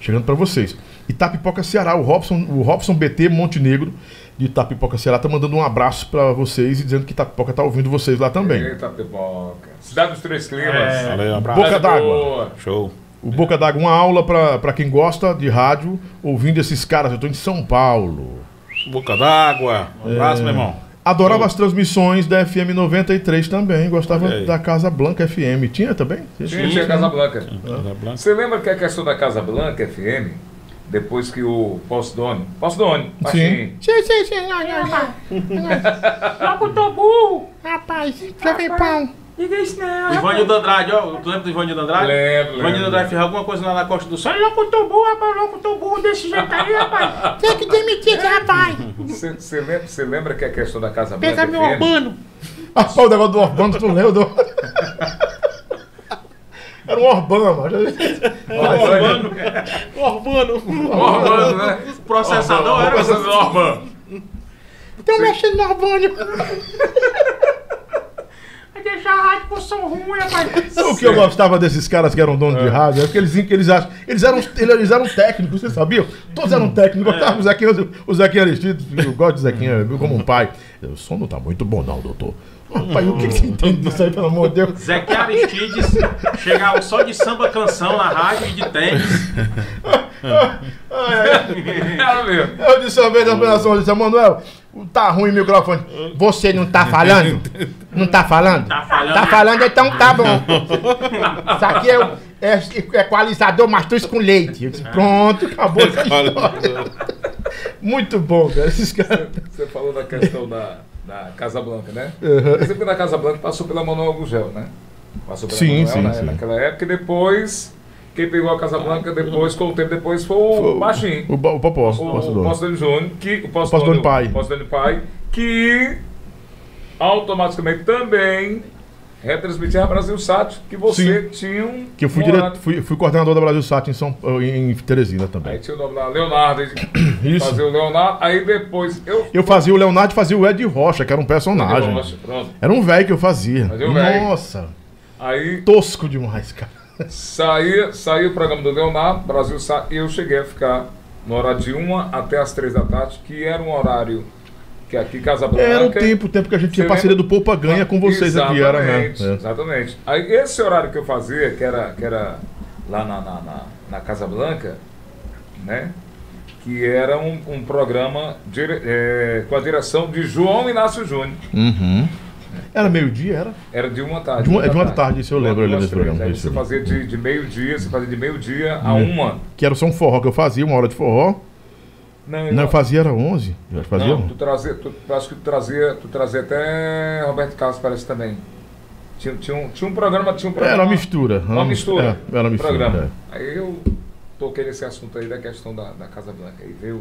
Speaker 1: Chegando para vocês. Itapipoca Ceará, o Robson, o Robson BT Montenegro de Itapipoca Ceará tá mandando um abraço para vocês e dizendo que Itapipoca tá ouvindo vocês lá também.
Speaker 5: Eita, pipoca. Cidade dos Três Climas.
Speaker 3: Valeu,
Speaker 1: É.
Speaker 3: um abraço.
Speaker 1: Boca d'água.
Speaker 5: Boa.
Speaker 3: Show.
Speaker 1: O Boca d'água, uma aula para quem gosta de rádio, ouvindo esses caras. Eu tô em São Paulo.
Speaker 3: Boca d'água. Um
Speaker 1: É.
Speaker 3: abraço, meu irmão.
Speaker 1: Adorava as transmissões da FM 93 também. Gostava
Speaker 3: Olha aí.
Speaker 1: da Casa Blanca FM. Tinha também?
Speaker 5: Tinha, tinha Casa Blanca.
Speaker 3: Casa Blanca.
Speaker 5: Você lembra que é a questão da Casa Blanca FM, depois que o Posidone, Posidone,
Speaker 1: Sim.
Speaker 5: baixinho,
Speaker 6: Sim, sim, sim. Não, não, não. Locutor burro. Rapaz, jovem pão. Diga isso
Speaker 1: Ah.
Speaker 6: não.
Speaker 2: Ivanildo Andrade, ó. Tu lembra do Ivanildo Andrade?
Speaker 5: Lembro,
Speaker 2: Ivanildo
Speaker 5: lembro.
Speaker 2: Andrade fez alguma coisa lá na Costa do Sol.
Speaker 6: Olha o locutor burro, rapaz. Locutor burro desse jeito aí, rapaz. Tem que demitir esse rapaz.
Speaker 5: você, você lembra, você lembra que é a questão da Casa Blanca
Speaker 6: Pega
Speaker 5: FM,
Speaker 6: meu urbano.
Speaker 1: Rapaz, o negócio do Orbano, tu lembra? Do... Era um Orbano,
Speaker 5: Urbano, Urbano, né?
Speaker 2: O processador era.
Speaker 6: Estão um mexendo no urbano. Vai deixar a rádio com som ruim, rapaz.
Speaker 1: O que eu gostava desses caras que eram donos de rádio é porque eles, eles, acham, eles, eram, eles eram técnicos, vocês sabiam? Todos eram técnicos. Gostava do Zequinha, o Zequinha Aristides, eu gosto do Zequinha viu, como um pai. O som não tá muito bom, não, doutor. Rapaz, o que, que você entende disso aí, pelo amor de Deus?
Speaker 2: Zeque Aristides chegava só de samba canção na rádio e de tênis.
Speaker 5: Era mesmo.
Speaker 1: Eu disse uma vez na operação, eu disse, Manuel, tá ruim o microfone. Você não tá falando? Não tá falando?
Speaker 2: Tá falando.
Speaker 6: Tá falando, então tá bom. Isso aqui é, o- é, é equalizador mastruz com leite. Eu disse,
Speaker 5: É.
Speaker 1: Pronto, acabou essa
Speaker 3: Olha,
Speaker 1: Muito bom, cara. Esses caras.
Speaker 6: tá-
Speaker 5: Você falou da questão da, da Casa Blanca, né? Você foi na Casa Blanca, passou pela Manuel Gugel, né? Passou pela
Speaker 1: Sim,
Speaker 5: Manuel
Speaker 1: sim,
Speaker 5: na-
Speaker 1: sim.
Speaker 5: naquela época e depois, quem pegou a Casa Blanca depois, com o tempo depois, foi o Baixinho.
Speaker 1: O, ba- o Popó, o
Speaker 5: o
Speaker 1: Postador.
Speaker 5: Posidone Júnior, que o
Speaker 1: Posidone
Speaker 5: Posidone
Speaker 1: um Pai.
Speaker 5: Posidone Pai, que automaticamente também retransmitia a Brasil Sat, que você tinha um
Speaker 1: Que eu fui,
Speaker 5: morado.
Speaker 1: dire... fui, fui coordenador da Brasil Sat em, São... em Teresina também.
Speaker 5: Aí tinha o nome lá, Leonardo, aí
Speaker 1: Isso.
Speaker 5: fazia o Leonardo, aí depois eu...
Speaker 1: Eu fazia o Leonardo e fazia o Ed Rocha, que era um personagem.
Speaker 5: Nossa, pronto.
Speaker 1: Era um velho que eu fazia.
Speaker 5: Fazia o velho.
Speaker 1: Nossa,
Speaker 5: Aí
Speaker 1: tosco demais, cara.
Speaker 5: Saí, saí o programa do Leonardo, Brasil sa... eu cheguei a ficar no horário de 1 até as 3 da tarde, que era um horário que aqui em Casa Branca...
Speaker 1: Era o tempo, o tempo que a gente tinha
Speaker 5: Ah, Você
Speaker 1: parceria
Speaker 5: lembra?
Speaker 1: do Poupa Ganha com vocês aqui,
Speaker 5: exatamente,
Speaker 1: era mesmo. É.
Speaker 5: Exatamente. Aí esse horário que eu fazia, que era, que era lá na, na, na, na Casa Blanca, né? Que era um, um programa dire- eh, com a direção de João Inácio Júnior.
Speaker 1: É. Era meio-dia, era?
Speaker 5: Era de uma tarde.
Speaker 1: De uma- é de uma tarde, isso eu lembro, eu
Speaker 5: Duas,
Speaker 1: lembro desse
Speaker 5: três.
Speaker 1: programa,
Speaker 5: Aí
Speaker 1: isso
Speaker 5: Você
Speaker 1: eu
Speaker 5: fazia de, de meio-dia, você fazia de meio-dia a uma.
Speaker 1: Que era só um forró que eu fazia, uma hora de forró. Não, eu fazia era 11. Eu acho que fazia um.
Speaker 5: Não, tu trazia, tu, tu- acho que tu trazia, tu trazia até Roberto Carlos, parece também. Tinha, tinha, um, tinha um programa, tinha um programa.
Speaker 1: Era uma mistura.
Speaker 5: Uma mistura.
Speaker 1: É, era uma mistura.
Speaker 5: Programa.
Speaker 1: é.
Speaker 5: Aí eu toquei nesse assunto aí da questão da, da Casa Blanca. E veio,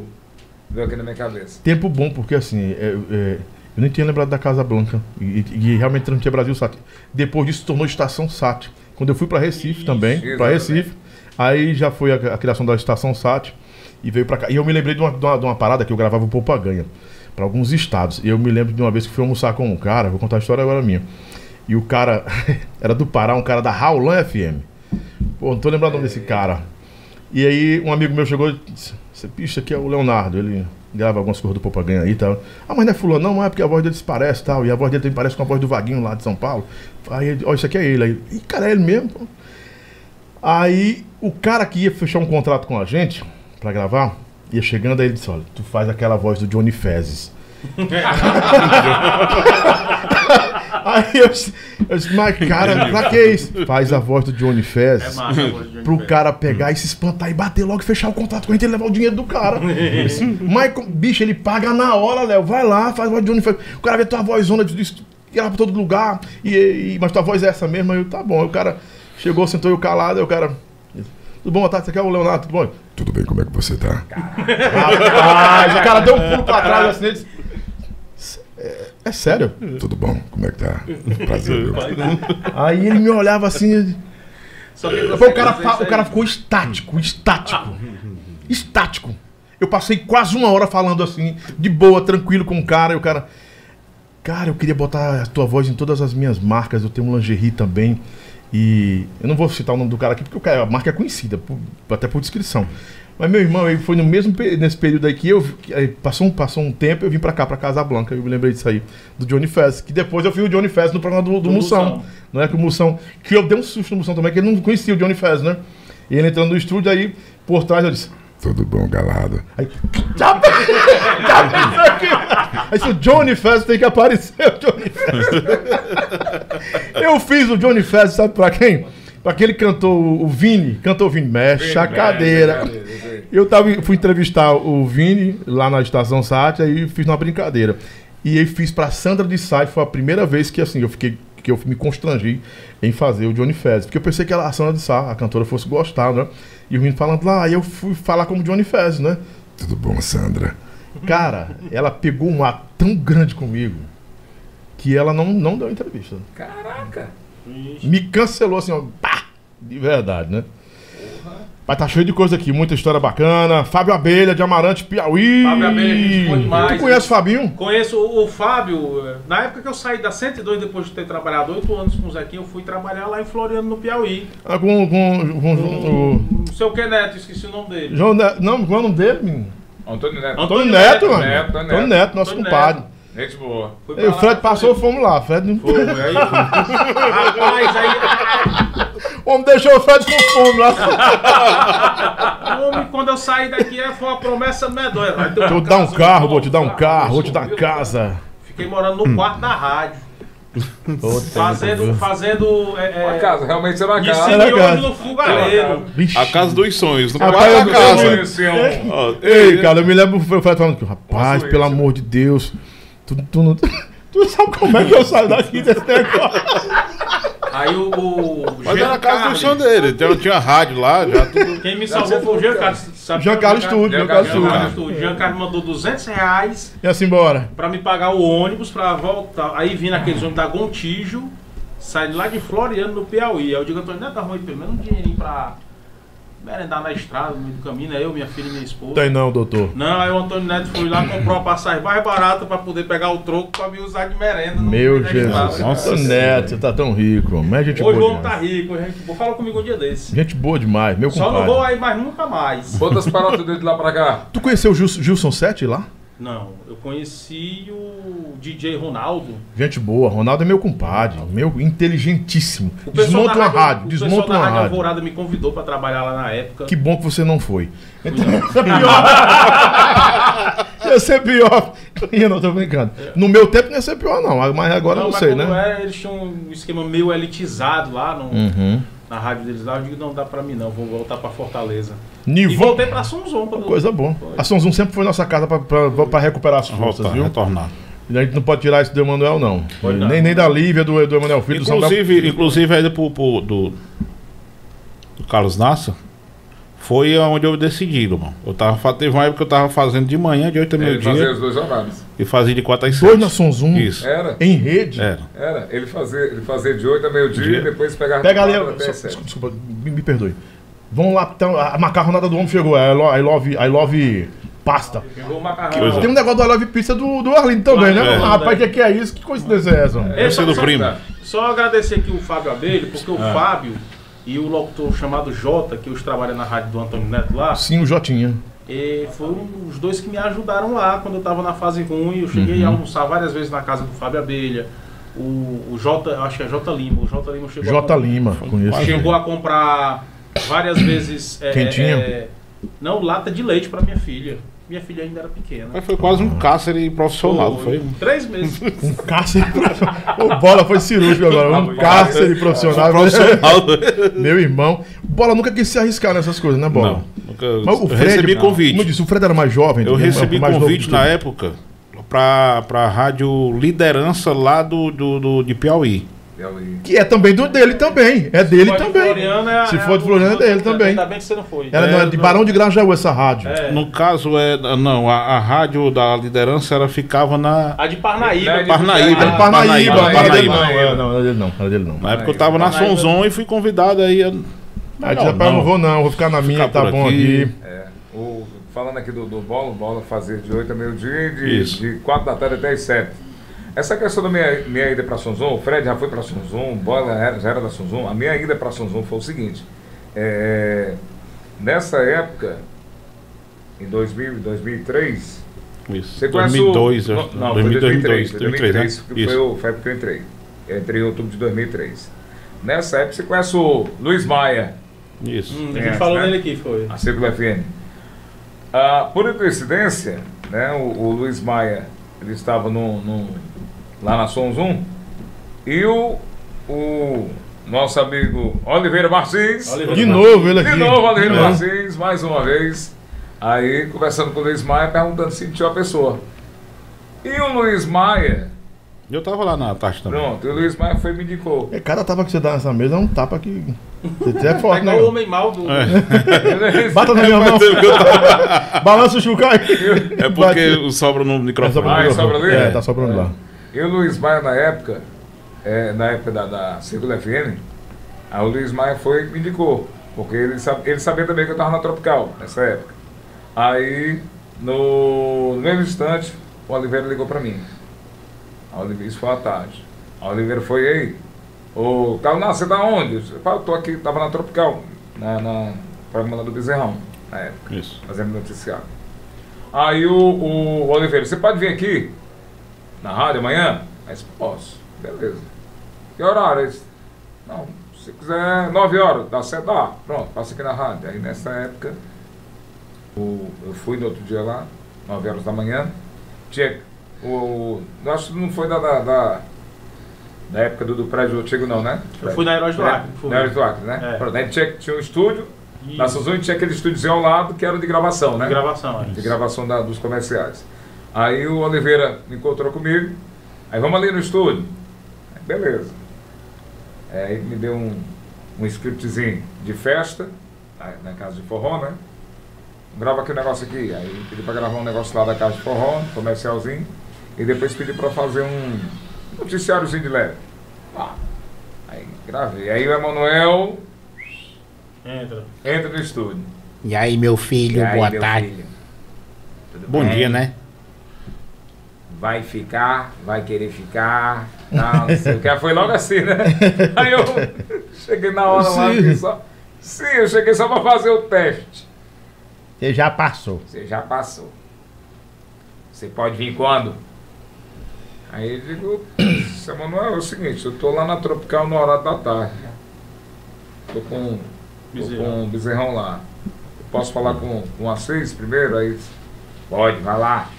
Speaker 5: veio aqui na minha cabeça.
Speaker 1: Tempo bom, porque assim, é, é, eu nem tinha lembrado da Casa Blanca. E, e realmente transmitia Brasil Sat. Depois disso, tornou Estação Sat. Quando eu fui para Recife também, para
Speaker 5: exatamente.
Speaker 1: Recife, aí já foi a, a criação da Estação Sat e veio para cá. E eu me lembrei de uma, de uma- de uma parada que eu gravava o Poupa Ganha para alguns estados. E eu me lembro de uma vez que fui almoçar com um cara, vou contar a história agora minha. E o cara era do Pará, um cara da Raulan FM. Pô, não tô lembrando o nome desse cara. E aí um amigo meu chegou e disse, esse bicho aqui é o Leonardo, ele grava algumas coisas do Popaganha aí e tal. Ah, mas não é fulano, não, é porque a voz dele se parece e tal. E a voz dele também parece com a voz do Vaguinho lá de São Paulo. Aí ele, ó, isso aqui é ele. Aí, ele, Ih, cara, é ele mesmo. pô." Aí o cara que ia fechar um contrato com a gente pra gravar, ia chegando, aí ele disse, olha, tu faz aquela voz do Johnny Fezes. aí eu, disse- eu disse, mas cara, pra que isso? Faz a voz do Johnny Fezes
Speaker 2: É
Speaker 1: pro cara
Speaker 7: Hum.
Speaker 1: pegar e se espantar e bater logo e fechar o contrato com a gente e levar o dinheiro do cara. Mas, bicho, ele paga na hora, Léo. Vai lá, faz voz de uniforme. O cara vê tua vozona, tu diz, ir lá pra todo lugar, e, e- mas tua voz é essa mesmo. Aí eu, tá bom. Aí o cara chegou, sentou eu calado, aí o cara. Tudo bom, boa tarde, você quer o Leonardo? Tudo bom?
Speaker 7: Tudo bem, como é que você tá?
Speaker 1: Rapaz, o cara deu um pulo pra trás assim, ele disse, é, é sério?
Speaker 7: Tudo bom, como é que tá? Prazer, viu?
Speaker 1: Aí ele me olhava assim. eu- Depois o cara, fa- o cara ficou estático, estático. Estático. Eu passei quase uma hora falando assim, de boa, tranquilo com o cara, e o cara. Cara, eu queria botar a tua voz em todas as minhas marcas, eu tenho um lingerie também. E eu não vou citar o nome do cara aqui, porque o cara, a marca é conhecida, por- até por descrição. Mas meu irmão, ele foi no mesmo pe- nesse período aí que eu. que aí passou, um, passou um tempo, eu vim pra cá, pra Casa Blanca, eu me lembrei disso aí, do Johnny Fest. Que depois eu fui o Johnny Fest no programa do, do, Moção. Não é que o Moção. Que eu dei um susto no Moção também, que ele não conhecia o Johnny Fest, né? E ele entrando no estúdio aí, por trás, eu disse.
Speaker 7: Tudo bom, galado?
Speaker 1: Aí. Já pensou aqui? Aí se o Johnny Fest tem que aparecer, o Johnny Fest. Eu fiz o Johnny Fest, sabe pra quem? Pra aquele cantor, o Vini, cantor Vini, mexe a cadeira. Eu tava, fui entrevistar o Vini lá na estação Sat, aí fiz uma brincadeira. E aí fiz pra Sandra de Sá, e foi a primeira vez que assim, eu fiquei que eu me constrangi em fazer o Johnny Fezes. Porque eu pensei que ela- a Sandra de Sá, a cantora, fosse gostar, né? E o Vini falando lá, aí eu fui falar como Johnny Fezes, né?
Speaker 7: Tudo bom, Sandra?
Speaker 1: Cara, ela pegou um ar tão grande comigo que ela não, não deu entrevista.
Speaker 5: Caraca!
Speaker 1: Me cancelou assim, ó. Pá! De verdade, né? Mas tá cheio de coisa aqui, muita história bacana. Fábio Abelha, de Amarante, Piauí.
Speaker 4: Fábio Abelha, gente boa demais.
Speaker 1: Tu conhece o Fabinho?
Speaker 4: Conheço o, o Fábio. eh, Na época que eu saí da 102, depois de ter trabalhado oito anos com o Zequinho, eu fui trabalhar lá em Floriano, no Piauí.
Speaker 1: Ah, Com, com, com o-
Speaker 4: O seu Queneto, esqueci o nome dele.
Speaker 1: João Neto. Não, qual é o nome dele, menino?
Speaker 5: Antônio Neto.
Speaker 4: Antônio
Speaker 1: Tony Neto,
Speaker 4: Neto,
Speaker 1: mano.
Speaker 5: Neto,
Speaker 1: Tony
Speaker 5: Tony
Speaker 1: Neto,
Speaker 5: Neto,
Speaker 1: nosso
Speaker 4: Tony
Speaker 1: compadre.
Speaker 5: Gente boa.
Speaker 4: Fui pra
Speaker 1: E o
Speaker 4: lá-
Speaker 1: Fred passou, fomos lá. Fred não...
Speaker 4: Foi, aí- Rapaz, aí.
Speaker 1: O homem deixou o Fred com fome lá.
Speaker 4: Homem, quando eu saí daqui, eh, foi uma promessa medonha. Vai ter
Speaker 1: Vou te dar um
Speaker 4: casa,
Speaker 1: carro,
Speaker 4: vou
Speaker 1: vou te dar um Hum.
Speaker 4: comprar,
Speaker 1: carro, vou te dar
Speaker 4: subiu,
Speaker 1: casa.
Speaker 4: Fiquei morando no quarto da rádio. fazendo. fazendo
Speaker 2: é,
Speaker 4: eh, eh,
Speaker 5: Uma casa, realmente era uma
Speaker 4: E
Speaker 5: casa.
Speaker 1: Era
Speaker 4: seguir
Speaker 1: casa.
Speaker 4: hoje no Fogareiro.
Speaker 1: Vixe.
Speaker 3: A casa dos sonhos, no
Speaker 1: Ah,
Speaker 3: quarto da
Speaker 1: eu
Speaker 5: Eu
Speaker 1: tenho
Speaker 3: casa.
Speaker 5: conheci um-
Speaker 3: Ó,
Speaker 1: Ei, cara, eu me lembro o Fred falando que, rapaz,
Speaker 5: Posso ir,
Speaker 1: pelo
Speaker 3: é
Speaker 5: senhor?
Speaker 1: amor de Deus, tu, tu não. Tu não sabe como é que eu saio daqui desse negócio?
Speaker 4: Aí o. o
Speaker 3: Mas era a casa do
Speaker 4: Carlos,
Speaker 3: sonho dele. Então tinha rádio lá, já tudo.
Speaker 4: Quem me salvou foi o Jean Carlos. Sabe
Speaker 1: Jean
Speaker 4: quem é o
Speaker 1: Carlos Tudo, meu caso
Speaker 5: Jean Carlos
Speaker 4: Jean Carlos
Speaker 1: tudo.
Speaker 4: Tudo. Jean Carlos mandou 200 reais
Speaker 1: E assim, bora.
Speaker 4: pra me pagar o ônibus pra voltar. Aí vim naqueles ônibus da
Speaker 2: é
Speaker 4: Gontijo, saindo lá de Floriano, no Piauí. Aí eu digo, Antônio, né, tá ruim, pelo menos um dinheirinho pra.
Speaker 2: merendar na estrada, no meio do caminho, né? Eu, minha filha e minha esposa.
Speaker 1: Tem não, doutor.
Speaker 2: Não, aí o Antônio Neto foi lá, comprou a passagem mais barata pra poder pegar o troco pra me usar de merenda. no
Speaker 1: Meu
Speaker 2: meio da
Speaker 1: Jesus.
Speaker 2: estrada.
Speaker 1: Nossa, Neto, você tá tão rico. Mas gente
Speaker 2: Hoje o
Speaker 1: boa
Speaker 2: homem tá
Speaker 1: demais.
Speaker 2: rico, gente. boa. Fala comigo um dia desse.
Speaker 1: Gente boa demais, meu
Speaker 2: Só não
Speaker 1: compadre.
Speaker 2: vou aí mais nunca mais.
Speaker 5: Bota as parotas dele de lá pra cá.
Speaker 1: Tu conheceu o Gilson, Gilson Sete lá?
Speaker 2: Não, eu conheci o DJ Ronaldo.
Speaker 1: Gente boa, Ronaldo é meu compadre, meu inteligentíssimo.
Speaker 2: O pessoal
Speaker 1: Desmonta
Speaker 2: da
Speaker 1: uma rádio,
Speaker 2: o
Speaker 1: desmonta
Speaker 2: pessoal da
Speaker 1: uma
Speaker 2: Rádio é
Speaker 1: rádio.
Speaker 2: Alvorada me convidou pra trabalhar lá na época.
Speaker 1: Que bom que você não foi. Então, pior. ia ser pior. Ia não, tô brincando. No meu tempo não ia ser pior, não. Mas agora eu não
Speaker 2: mas
Speaker 1: sei,
Speaker 2: quando
Speaker 1: né?
Speaker 2: Era, eles tinham um esquema meio elitizado lá no-
Speaker 1: Uhum.
Speaker 2: na rádio deles lá. Eu digo, não dá pra mim não, vou voltar pra Fortaleza. E
Speaker 1: Nivon.
Speaker 2: voltei pra Sonzon. Pra...
Speaker 1: Coisa boa. A Sonzum sempre foi nossa casa pra, pra, pra recuperar as forças,
Speaker 3: Voltar,
Speaker 1: viu?
Speaker 3: retornar.
Speaker 1: E a gente não pode tirar isso do Emanuel, não.
Speaker 2: Pode não.
Speaker 1: Nem, nem da Lívia, do, do Emanuel Filho, do Samuel.
Speaker 3: Inclusive, inclusive ainda pro, pro- do, do Carlos Nasser, foi onde eu decidi, irmão. Eu tava, fa- teve uma época que eu tava fazendo de manhã, de 8 a
Speaker 5: Ele
Speaker 3: meio-dia,
Speaker 5: fazia É. os dois horários.
Speaker 3: e fazia de 4 às 6.
Speaker 1: Dois na Sonzum.
Speaker 3: Isso. É.
Speaker 5: Era,
Speaker 1: Em rede.
Speaker 3: Era.
Speaker 5: era. Ele fazia, ele fazia de 8 a meio-dia e depois pegava
Speaker 1: Pega ali,
Speaker 5: de quatro
Speaker 1: eu-
Speaker 5: até
Speaker 1: só-
Speaker 5: as sete.
Speaker 1: desculpa, desculpa, me, me perdoe. Vamos lá, então, a a macarronada do homem chegou. é I lo- I love, I love pasta.
Speaker 2: Pegou o macarrão.
Speaker 3: coisa.
Speaker 1: Tem um negócio do I love pizza do, do Arlindo também, né?
Speaker 2: É.
Speaker 1: Ah, Rapaz, o que, que é isso? Que coincidência é essa? mano?
Speaker 2: Ei,
Speaker 3: Você
Speaker 2: só-
Speaker 3: do
Speaker 2: só-
Speaker 3: primo.
Speaker 5: Tá.
Speaker 2: Só agradecer aqui o Fábio Abelho, porque
Speaker 1: Ah.
Speaker 2: o Fábio e o locutor chamado Jota, que hoje trabalha na rádio do Antônio Neto lá,
Speaker 1: Sim, o Jotinha.
Speaker 2: e foram os dois que me ajudaram lá quando eu tava na fase ruim. Eu cheguei
Speaker 1: Uhum.
Speaker 2: a almoçar várias vezes na casa do Fábio Abelha. O, o Jota, eu acho que é Jota Lima. O Jota Lima chegou
Speaker 1: J
Speaker 2: a,
Speaker 1: Lima, conheço.
Speaker 2: chegou a comprar várias vezes. é,
Speaker 1: Quentinha?
Speaker 2: é, não, lata de leite para minha filha. Minha filha ainda era pequena.
Speaker 3: Mas foi quase um cárcere profissional, foi.
Speaker 2: Três meses.
Speaker 1: Um cárcere profissional. O Bola foi cirúrgico agora. Um cárcere
Speaker 3: é,
Speaker 1: profissional. Meu irmão. Bola nunca quis se arriscar nessas coisas, né, Bola?
Speaker 3: Não, nunca-
Speaker 1: Mas o
Speaker 3: eu
Speaker 1: Fred,
Speaker 3: recebi
Speaker 1: não,
Speaker 3: convite.
Speaker 1: Como eu disse, o Fred era mais jovem.
Speaker 3: Eu
Speaker 1: né,
Speaker 3: recebi
Speaker 1: mais novo
Speaker 3: convite
Speaker 1: que
Speaker 3: na
Speaker 1: tu.
Speaker 3: época pra, pra rádio liderança lá do, do, do- de Piauí.
Speaker 5: E ali.
Speaker 1: Que é também do dele também. É dele
Speaker 2: Se for de
Speaker 1: também.
Speaker 2: Floriano, é-
Speaker 1: Se
Speaker 2: é
Speaker 1: for de
Speaker 2: a-
Speaker 1: Floriano, é dele também.
Speaker 2: Ainda bem que você não foi.
Speaker 1: Era não, é de Barão de Grajaú essa rádio.
Speaker 2: É.
Speaker 3: No caso, é, não, a, a rádio da liderança ela ficava na.
Speaker 2: A de Parnaíba.
Speaker 5: Não, é de-
Speaker 3: Parnaíba,
Speaker 1: Era de
Speaker 3: Ah, Parnaíba,
Speaker 1: Parnaíba, não era dele não,
Speaker 5: Parnaíba.
Speaker 1: é, não, era dele não, era dele não.
Speaker 3: Na época eu tava na
Speaker 2: Parnaíba.
Speaker 3: Sonzon e fui convidado aí. eu-
Speaker 1: Aí disse, Ah, rapaz, eu não vou não, vou ficar na minha,
Speaker 3: ficar
Speaker 1: tá
Speaker 3: por
Speaker 1: bom
Speaker 3: aqui.
Speaker 1: aqui.
Speaker 5: É. O, falando aqui do, do bolo, o bolo fazia de 8 a meio-dia e
Speaker 3: Isso.
Speaker 5: de, de 4 da tarde até as 7. Essa questão da minha, minha ida para Sonzon, o Fred já foi para Sonzon, o Bola era- já era da Sonzon. A minha ida para Sonzon foi o seguinte: é, nessa época, em 2000, 2003,
Speaker 3: Isso.
Speaker 5: você conhece
Speaker 3: 2002,
Speaker 5: o...
Speaker 3: eu
Speaker 5: Não,
Speaker 3: acho.
Speaker 5: não, foi
Speaker 3: 2003,
Speaker 5: 2003. 2003,
Speaker 3: né?
Speaker 5: que foi,
Speaker 3: Isso.
Speaker 5: o, foi a época que eu entrei. Eu entrei em outubro de 2003. Nessa época, você conhece o Luiz Maia.
Speaker 3: Isso.
Speaker 2: Hum, a
Speaker 5: É,
Speaker 2: gente falou
Speaker 5: né?
Speaker 2: nele aqui, foi.
Speaker 5: a Círculo FM. Ah, por coincidência, né, o, o Luiz Maia ele estava no, no- lá na Som Zoom e o, o nosso amigo Oliveira Martins,
Speaker 2: Oliveira
Speaker 1: De novo ele aqui.
Speaker 5: de novo Oliveira
Speaker 1: É.
Speaker 5: Martins, mais uma vez, aí conversando com o Luiz Maia, perguntando se tinha uma pessoa. E o Luiz Maia,
Speaker 3: Eu tava lá na tarde também.
Speaker 5: pronto, o Luiz Maia foi e me indicou.
Speaker 1: É, cada tapa que você dá nessa mesa é um tapa que... Você é
Speaker 2: É
Speaker 1: forte, né?
Speaker 2: igual o homem mal do.
Speaker 1: É. Bata na minha mão. Balança o chuca aí.
Speaker 3: É porque o sobra no microfone.
Speaker 5: Ah, é sobra ali?
Speaker 1: É, tá sobrando lá.
Speaker 5: E o Luiz Maia na época, é, na época da, da Círculo FM, aí ah, o Luiz Maia foi e me indicou, porque ele, sabe, ele sabia também que eu estava na Tropical nessa época. Aí, no, no mesmo instante, o Oliveira ligou para mim. A Oliveira, isso foi à tarde. A Oliveira foi aí. Ô, Carlos Nasser, você tá onde? Eu disse, "Pá, eu tô aqui, tava na Tropical, na, na programa lá do Bezerrão, na época
Speaker 3: Isso.
Speaker 5: fazendo noticiário. Aí o, o Oliveira, você pode vir aqui na rádio amanhã? Aí eu disse, posso, beleza. Que horário? Ele disse, Não, se quiser, 9 horas, dá certo, dá. Pronto, passa aqui na rádio. Aí nessa época, o- eu fui no outro dia lá, 9 horas da manhã. Tinha, o, o- acho que não foi da, da, da, da época do, do prédio antigo, não, né?
Speaker 2: Eu fui na Heróis do Acre. fui.
Speaker 5: Na Heróis do Acre, né?
Speaker 2: É.
Speaker 5: Pronto, aí tinha, tinha um estúdio,
Speaker 2: Isso.
Speaker 5: na Suzune tinha aquele estúdiozinho ao lado que era de gravação, né?
Speaker 2: De gravação, é.
Speaker 5: de gravação da- dos comerciais. Aí o Oliveira me encontrou comigo. Aí vamos ali no estúdio. Aí, beleza. É, Aí me deu um, um scriptzinho de festa, na, na casa de forró, né? Grava aqui um negócio aqui. Aí pedi pra gravar um negócio lá da casa de forró, um comercialzinho. E depois pedi pra fazer um Ah, noticiáriozinho de leve. Pá. Aí gravei. Aí o Emanuel
Speaker 4: Entra.
Speaker 5: Entra no estúdio.
Speaker 8: E aí, meu filho,
Speaker 5: E aí,
Speaker 8: boa
Speaker 5: meu
Speaker 8: tarde.
Speaker 5: filho? Tudo
Speaker 3: Bom
Speaker 5: bem?
Speaker 3: dia, né?
Speaker 5: Vai ficar, vai querer ficar. Não, não sei o que. Aí Foi logo assim, né? Aí eu cheguei na hora lá,
Speaker 1: Sim.
Speaker 5: fiquei só. Sim, eu cheguei só pra fazer o teste.
Speaker 8: Você já passou.
Speaker 5: Você já passou. Você pode vir quando? Aí eu digo, seu Manuel, é o seguinte, eu tô lá na Tropical no horário da tarde. Tô com, tô com um bezerrão lá. Eu posso falar com, com o Assis primeiro? Aí ele disse, pode, vai lá.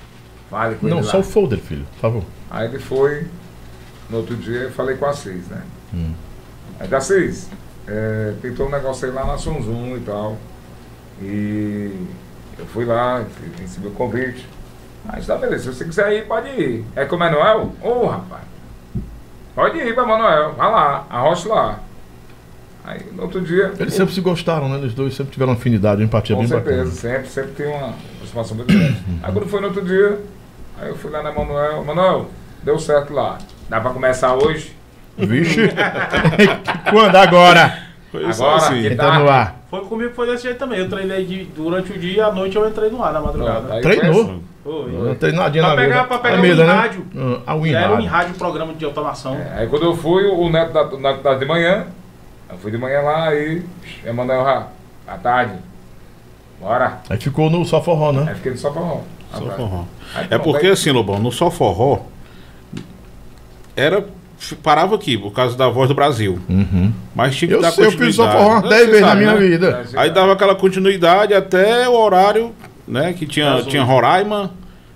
Speaker 5: Fale com
Speaker 1: Não,
Speaker 5: ele
Speaker 1: só
Speaker 5: lá.
Speaker 1: o folder, filho, por favor.
Speaker 5: Aí ele foi, no outro dia eu falei com a Cis, né? Aí da Cis, é, tem todo um negócio aí lá na Sunzum e tal. E eu fui lá, recebi o convite. Aí tá beleza, se você quiser ir, pode ir. É com o Manuel? Ô rapaz, pode ir pra Manuel, vai lá, arrocha lá. Aí no outro dia.
Speaker 1: Eles sempre se gostaram, né? Eles dois sempre tiveram afinidade, uma empatia
Speaker 5: Com
Speaker 1: bem
Speaker 5: certeza,
Speaker 1: bacana.
Speaker 5: sempre, sempre tem uma aproximação muito grande. Aí quando foi no outro dia, aí eu fui lá na Manuel, Manuel, deu certo lá. Dá pra começar hoje?
Speaker 1: Vixe! Quando? Agora!
Speaker 3: Foi
Speaker 5: Agora,
Speaker 3: assim.
Speaker 5: ele
Speaker 8: Então
Speaker 5: tá-
Speaker 8: no ar.
Speaker 4: Foi comigo, foi desse jeito também. Eu treinei de- durante o dia e à noite eu entrei no ar na
Speaker 5: Pronto,
Speaker 4: madrugada.
Speaker 5: aí começa.
Speaker 1: Treinou.
Speaker 4: Foi.
Speaker 1: Uma Treinadinha
Speaker 4: Pra
Speaker 1: na
Speaker 4: pegar-
Speaker 1: vida.
Speaker 4: pra pegar
Speaker 1: É
Speaker 4: um
Speaker 1: medo, né?
Speaker 4: rádio.
Speaker 1: Ah, Ah, o
Speaker 4: Já era um
Speaker 1: rádio.
Speaker 4: rádio programa de automação.
Speaker 5: É, Aí quando eu fui, o neto da, o neto da de manhã, eu fui de manhã lá, aí eu mandei o ra- à tarde. Bora.
Speaker 1: Aí ficou no só forró, né?
Speaker 5: Aí fiquei no Sopão.
Speaker 3: Só forró. É porque assim, Lobão, no Só Forró era. f- Parava aqui, por causa da voz do Brasil.
Speaker 1: Uhum.
Speaker 3: Mas tinha que
Speaker 1: Eu
Speaker 3: dar
Speaker 1: sei, eu fiz só
Speaker 3: continuidade.
Speaker 1: forró
Speaker 3: Você
Speaker 1: 10 vezes na
Speaker 3: sabe,
Speaker 1: minha
Speaker 3: né?
Speaker 5: É,
Speaker 1: vida.
Speaker 3: Aí dava aquela continuidade até o horário, né? Que tinha, tinha Roraima.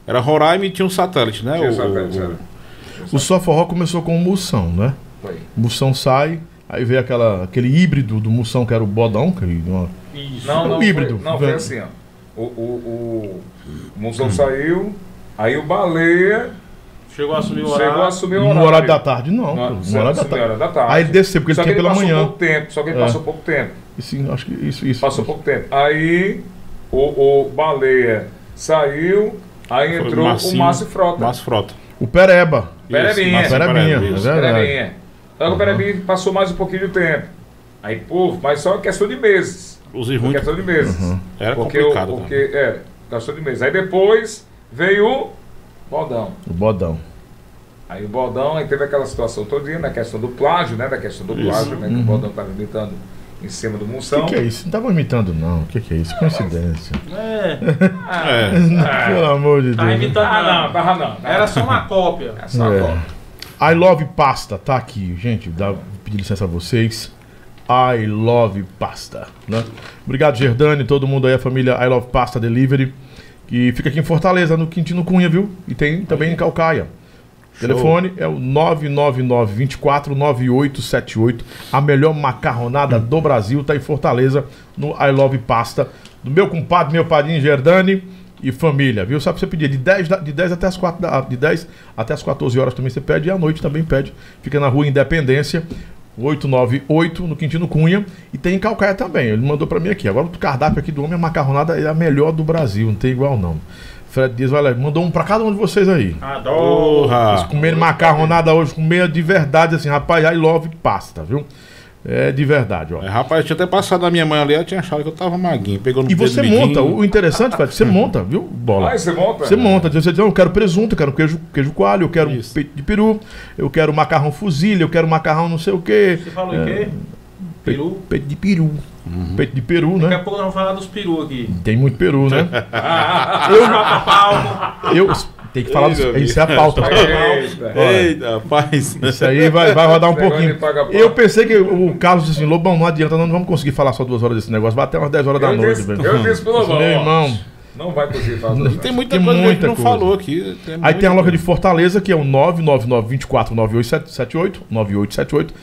Speaker 3: Era Roraima e tinha um satélite, né? o- o-
Speaker 1: O só forró começou com o Moção, né?
Speaker 5: Foi.
Speaker 1: Moção sai, aí veio aquela, aquele híbrido do Moção, que era o bodão, que ele- uma-
Speaker 4: Isso.
Speaker 5: Não, não,
Speaker 1: O híbrido.
Speaker 5: Foi, não, foi assim, ó. O, o, o, o Monção saiu, aí o Baleia
Speaker 4: Chegou a assumir o
Speaker 5: chegou a
Speaker 4: horário.
Speaker 5: assumir o
Speaker 1: no horário da tarde, não. pô, No horário da tarde.
Speaker 5: hora é da tarde.
Speaker 1: Aí ele desceu, porque ele
Speaker 5: Só
Speaker 1: tinha
Speaker 5: que
Speaker 1: pela
Speaker 5: passou
Speaker 1: manhã.
Speaker 5: Pouco tempo, só que ele
Speaker 1: É.
Speaker 5: passou pouco tempo.
Speaker 1: Sim, acho que isso, isso.
Speaker 5: Passou pouco tempo. Aí o, o Baleia saiu, aí
Speaker 3: Foi
Speaker 5: entrou o
Speaker 3: Marcinho-
Speaker 5: Márcio Frota.
Speaker 3: Márcio Frota.
Speaker 1: O Pereba.
Speaker 5: Perebinha.
Speaker 3: Márcio
Speaker 1: Perebinha,
Speaker 3: Perebinha.
Speaker 1: é
Speaker 5: Isso,
Speaker 1: verdade. Uhum.
Speaker 5: Perebinha. Só que o Perebinha passou mais um pouquinho de tempo. Aí, pô, mas só questão de meses.
Speaker 3: Inclusive,
Speaker 5: Foi
Speaker 3: muito.
Speaker 5: questão de meses.
Speaker 1: Uhum.
Speaker 3: Era
Speaker 5: Porque, o-
Speaker 3: complicado. né?
Speaker 5: porque é, questão de meses. Aí depois veio o Baldão.
Speaker 1: O bodão.
Speaker 5: Aí o Baldão aí teve aquela situação todinha, na questão do plágio, né? Da questão do plágio, né? Que o Baldão estava imitando em cima do
Speaker 1: O
Speaker 5: Munção.
Speaker 1: que, que é isso? Não tava imitando, não. O que, que é isso? Coincidência.
Speaker 4: É,
Speaker 3: cara. É.
Speaker 1: Pelo amor de
Speaker 4: tá
Speaker 1: Deus. né?
Speaker 4: evitando.
Speaker 5: Ah, não, tava não. tava
Speaker 4: Era só uma cópia.
Speaker 5: não. Só
Speaker 1: É.
Speaker 5: agora.
Speaker 1: I love pasta, tá aqui, gente. Dá, pedir licença a vocês. I love pasta, né? Obrigado, Gerdani, todo mundo aí, a família I Love Pasta Delivery, que fica aqui em Fortaleza, no Quintino Cunha, viu? E tem também em Calcaia. O Telefone é o 999-24-9878. A melhor macarronada do Brasil tá em Fortaleza, no I Love Pasta. Do meu compadre, meu padrinho Gerdani e família, viu? Sabe o que você pedir? De 10, da- de 10 até as 4 da, de 10 até as 14 horas também você pede. E à noite também pede. Fica na rua Independência. 898 no Quintino Cunha e tem em Calcaia também. Ele mandou pra mim aqui. Agora o cardápio aqui do homem, a macarronada é a melhor do Brasil, não tem igual não. Fred Dias, vai lá, mandou um pra cada um de vocês aí.
Speaker 4: Adoro.
Speaker 1: Vocês
Speaker 3: Porra.
Speaker 1: comerem macarronada hoje, comer de verdade, assim, rapaz, I love pasta, viu? É de verdade, ó.
Speaker 3: É, Rapaz, tinha até passado a minha mãe ali, ela tinha achado que eu tava maguinho. Pegou no
Speaker 1: E
Speaker 3: pé do
Speaker 1: você
Speaker 3: neguinho.
Speaker 1: monta, o interessante, Fred, você monta, viu, bola?
Speaker 5: Aí você monta?
Speaker 1: Você monta, você diz, "Não, eu quero presunto, eu quero queijo, queijo coalho, eu quero peito de peru, eu quero macarrão fuzilha, eu quero macarrão não sei o quê.
Speaker 4: Você falou em quê?
Speaker 5: É.
Speaker 4: Peru?
Speaker 1: Peito de peru. Peito de peru,
Speaker 4: Daqui
Speaker 1: né?
Speaker 4: a pouco nós vamos falar dos peru aqui.
Speaker 1: Tem muito peru, né?
Speaker 4: Chapa palma.
Speaker 1: Eu tem que falar dos, isso é a pauta.
Speaker 5: Eita.
Speaker 3: Eita, rapaz.
Speaker 1: Isso aí vai, vai rodar um
Speaker 5: Negócio
Speaker 1: pouquinho.
Speaker 5: de paga pau.
Speaker 1: Eu pensei que o Carlos disse assim, Lobão, não adianta, não, não vamos conseguir falar só duas horas desse negócio. Vai até umas 10 horas da
Speaker 5: Eu
Speaker 1: noite,
Speaker 5: disse-
Speaker 1: velho.
Speaker 5: eu disse pro Lobão,
Speaker 1: Meu
Speaker 5: ó.
Speaker 1: irmão.
Speaker 5: Não vai conseguir fazer.
Speaker 3: Tem muita
Speaker 1: Tem
Speaker 3: coisa que a gente
Speaker 1: muita
Speaker 3: não
Speaker 1: coisa.
Speaker 3: falou aqui.
Speaker 1: Aí tem a loja
Speaker 3: loja
Speaker 1: de Fortaleza, que é o 999-24-9878, 9878.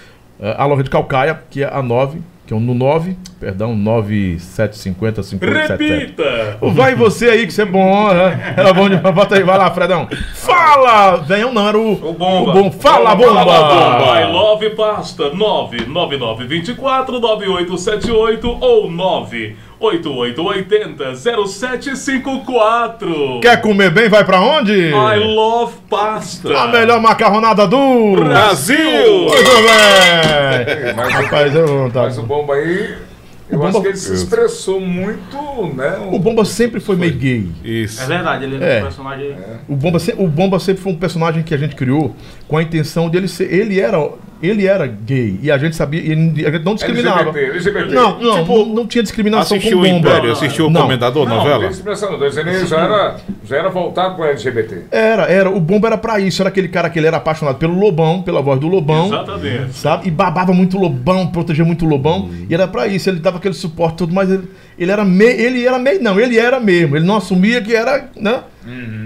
Speaker 1: Eh, A loja de Calcaia, que é a 9, que é o no 9, perdão, 9750 5877.
Speaker 4: Repita!
Speaker 1: Vai você aí, que você é bom, né? Era bom demais. Bota aí, vai lá, Fredão. Fala! Venham não, era o...
Speaker 4: O bomba.
Speaker 1: O bom. Fala, bomba!
Speaker 4: I love pasta 999249878 ou 988800754.
Speaker 1: Quer comer bem, vai pra onde?
Speaker 4: I love pasta.
Speaker 1: A melhor macarronada do...
Speaker 4: Brasil.
Speaker 1: Muito bem!
Speaker 3: um.
Speaker 5: Mas,
Speaker 1: Rapaz, eu vou tá...
Speaker 5: mas o bomba aí Eu
Speaker 1: O
Speaker 5: acho
Speaker 1: Bomba-
Speaker 5: que ele se expressou muito, né?
Speaker 1: O Bomba sempre foi, meio gay.
Speaker 3: Isso.
Speaker 4: É verdade, ele
Speaker 1: É.
Speaker 4: é um personagem.
Speaker 1: O Bomba, se- o Bomba sempre foi um personagem que a gente criou com a intenção dele ser. Ele era, ele era gay e a gente sabia. E a gente não discriminava.
Speaker 5: LGBT, LGBT.
Speaker 1: Não, não, não, não tinha discriminação
Speaker 3: Tipo, Assistiu o
Speaker 1: com o Bomba.
Speaker 3: Império, assistiu o
Speaker 1: Não.
Speaker 3: Comendador,
Speaker 5: Não,
Speaker 3: novela?
Speaker 5: ele se expressou, não. Ele já era, já era voltado para LGBT.
Speaker 1: Era, era. O Bomba era pra isso. Era aquele cara que ele era apaixonado pelo Lobão, pela voz do Lobão.
Speaker 4: Exatamente.
Speaker 1: Sabe? E babava muito o Lobão, protegia muito o Lobão. E era pra isso, ele dava aquele suporte todo, mas ele, ele era meio. Ele era meio. Não, ele era mesmo. Ele não assumia que era. Né?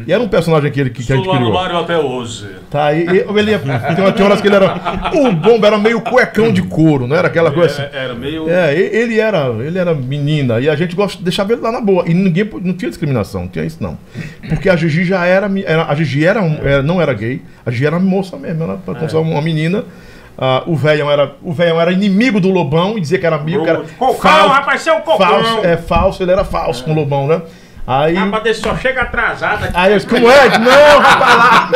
Speaker 1: E era um personagem que, ele, que, que a gente criou.
Speaker 4: até hoje.
Speaker 1: Tá, e, e- ele, tem, tem horas que ele era. O Bomba era meio cuecão de couro, não era aquela coisa assim.
Speaker 4: Era, era meio.
Speaker 1: É, e- ele era, ele era menina e a gente gosta deixava ele lá na boa e ninguém po- não tinha discriminação, não tinha isso não, porque a Gigi já era, mi- era- a Gigi era, um- era- não era gay, a Gigi era moça mesmo, ela
Speaker 4: É.
Speaker 1: era considerada uma menina. Ah, o velhão era, o velhão era inimigo do Lobão e dizia que era amigo, que era
Speaker 4: Cocão, rapaz, você é um cocão.
Speaker 1: falso, é falso, ele era falso com o Lobão, né? Aí,
Speaker 4: Rapaz, desse só chega atrasado aqui.
Speaker 1: aí eu disse, como é? Não, rapaz lá.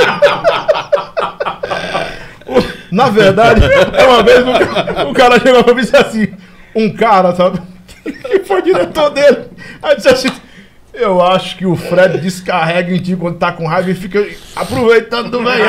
Speaker 1: Na verdade, é uma vez o cara, o cara chegou pra mim e disse assim: um cara, sabe? Que foi diretor dele. Aí disse assim: Eu acho que o Fred descarrega em ti quando tá com raiva e fica aproveitando do velhão.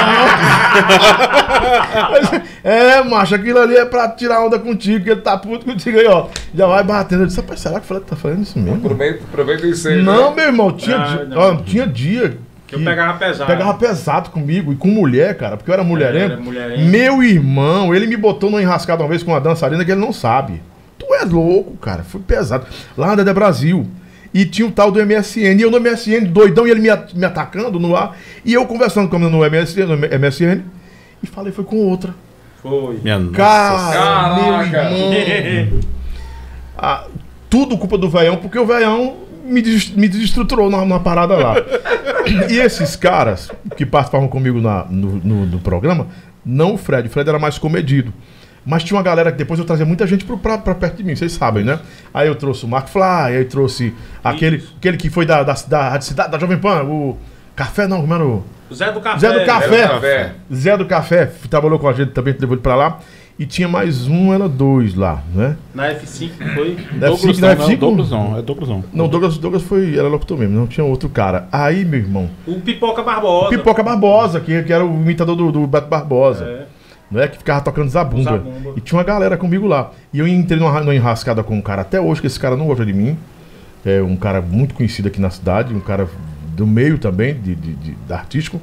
Speaker 1: Aí disse, é, macho, aquilo ali é pra tirar onda contigo, que ele tá puto contigo aí, ó. Já vai batendo. Eu disse: Rapaz, será que o Fred tá fazendo isso mesmo?
Speaker 5: Aproveita, aproveita e seja.
Speaker 1: Não, meu irmão, tinha,
Speaker 4: Ah,
Speaker 1: dia-
Speaker 4: não.
Speaker 1: ó, tinha dia.
Speaker 4: Que eu pegava pesado.
Speaker 1: Pegava pesado comigo e com mulher, cara, porque eu era mulherengo.
Speaker 4: Era mulherengo.
Speaker 1: Meu irmão, ele me botou numa enrascada uma vez com uma dançarina que ele não sabe. Tu é louco, cara, foi pesado. Lá na Dedé Brasil. E tinha o tal do MSN. E eu no MSN, doidão, e ele me, at- me atacando no ar. E eu conversando com a menina no MSN, no MSN. E falei, foi com outra.
Speaker 4: Foi.
Speaker 3: Minha nossa.
Speaker 1: Cara, meu
Speaker 5: Caraca.
Speaker 1: irmão. Ah, tudo culpa do veião, porque o veião me, des- me desestruturou na, na parada lá. e esses caras que participavam comigo na- no, no- no programa, não o Fred, o Fred era mais comedido. Mas tinha uma galera que depois eu trazia muita gente pro, pra, pra perto de mim, vocês sabem, né? Aí eu trouxe o Mark Fly, aí eu trouxe aquele, aquele que foi da, da, da, da, da Jovem Pan, o Café não, como era o...
Speaker 4: O Zé do Café.
Speaker 1: Zé do
Speaker 5: Era
Speaker 1: Café.
Speaker 5: café.
Speaker 1: Zé do Café f- trabalhou com a gente também, levou ele pra lá. E tinha mais um, era dois lá, né?
Speaker 4: Na F5 foi.
Speaker 1: Deve ser
Speaker 3: Douglas
Speaker 1: que
Speaker 3: não,
Speaker 1: deve
Speaker 3: não,
Speaker 1: ser-
Speaker 3: Douglas não, é Douglas não.
Speaker 1: Não, Douglas, Douglas foi, era locutor mesmo, não tinha outro cara. Aí, meu irmão,
Speaker 4: O Pipoca Barbosa.
Speaker 1: Pipoca Barbosa, que, que era o imitador do, do Beto Barbosa. Não é que ficava tocando zabumba.
Speaker 4: Zabumba.
Speaker 1: E tinha uma galera comigo lá. E eu entrei numa, numa enrascada com um cara até hoje, que esse cara não gosta de mim. É um cara muito conhecido aqui na cidade, um cara do meio também, de, de, de- da artístico.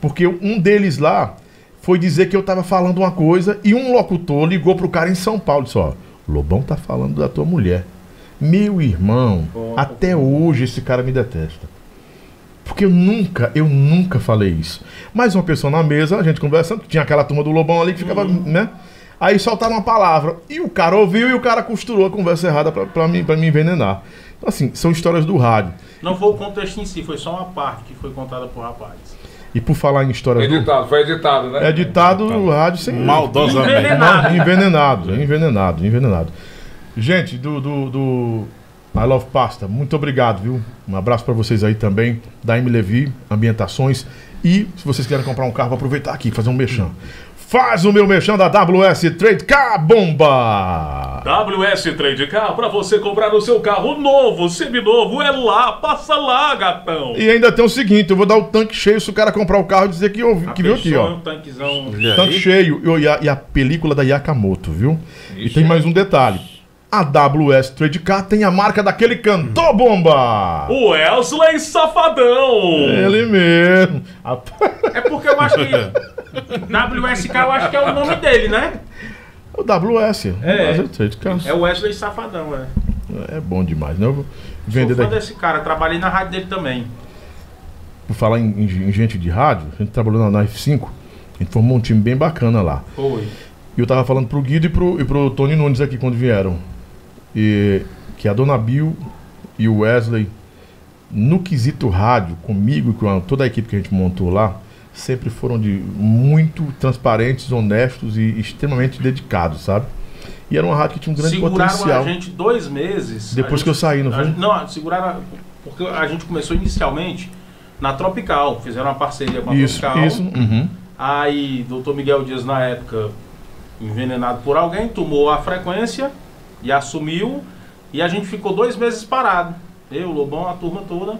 Speaker 1: Porque um deles lá foi dizer que eu tava falando uma coisa e um locutor ligou pro cara em São Paulo e disse, ó, Lobão tá falando da tua mulher. Meu irmão, até hoje esse cara me detesta. Porque eu nunca, eu nunca falei isso. Mas uma pessoa na mesa, a gente conversando, tinha aquela turma do Lobão ali que ficava, né? Aí soltaram uma palavra. E o cara ouviu e o cara costurou a conversa errada pra, pra, mim, pra me envenenar. Então, assim, são histórias do rádio.
Speaker 4: Não foi o contexto em si, foi só uma parte que foi contada pro rapaz.
Speaker 1: E por falar em histórias do.
Speaker 5: Editado, foi editado, né?
Speaker 1: É ditado o rádio sem.
Speaker 3: Maldosamente.
Speaker 1: Envenenado, envenenado, envenenado, envenenado. Gente, do, do, do I Love Pasta, muito obrigado, viu? Um abraço pra vocês aí também, da M. Levi, Ambientações. E se vocês quiserem comprar um carro, vou aproveitar aqui, e fazer um mexão. Faz o meu mexão da WS Trade K Bomba!
Speaker 4: WS Trade Car, pra você comprar o seu carro novo, seminovo, é lá, passa lá, gatão.
Speaker 1: E ainda tem o seguinte, eu vou dar o tanque cheio se o cara comprar o carro e dizer que, eu,
Speaker 4: A
Speaker 1: que viu aqui,
Speaker 4: pessoa é
Speaker 1: ó.
Speaker 4: um tanquezão.
Speaker 1: Tanque Tá cheio e, a, e a película da Yakamoto, viu? E tem mais um detalhe. A WS Trade Car tem a marca daquele cantor bomba!
Speaker 4: O Wesley Safadão!
Speaker 1: Ele mesmo. Rapaz,
Speaker 4: É porque eu acho que. WSK eu acho que é o nome dele, né?
Speaker 1: O WS.
Speaker 4: É.
Speaker 1: Mas eu sei de cara.
Speaker 4: É o Wesley Safadão, é.
Speaker 1: É bom demais, né? Eu vou Vender
Speaker 4: Sou fã
Speaker 1: daqui.
Speaker 4: desse cara, trabalhei na rádio dele também.
Speaker 1: Por falar em, em- em gente de rádio, a gente trabalhou na, na F5, a gente formou um time bem bacana lá.
Speaker 4: Foi.
Speaker 1: E eu tava falando pro Guido e pro, e pro Tony Nunes aqui quando vieram. E que a Dona Bill e o Wesley, no quesito rádio, comigo e com a- toda a equipe que a gente montou lá, sempre foram de muito transparentes, honestos e extremamente dedicados, sabe? E era uma rádio que tinha um grande
Speaker 4: seguraram
Speaker 1: potencial.
Speaker 4: a gente dois meses.
Speaker 1: Depois
Speaker 4: A gente-
Speaker 1: que eu saí, não
Speaker 4: a
Speaker 1: foi?
Speaker 4: gente- não, seguraram. a- Porque a gente começou inicialmente na Tropical. Fizeram uma parceria com a
Speaker 1: Isso,
Speaker 4: Tropical.
Speaker 1: isso. uhum.
Speaker 4: Aí, doutor Miguel Dias, na época, envenenado por alguém, tomou a frequência e assumiu.
Speaker 2: E a gente ficou dois meses parado. Eu, o Lobão, a turma toda.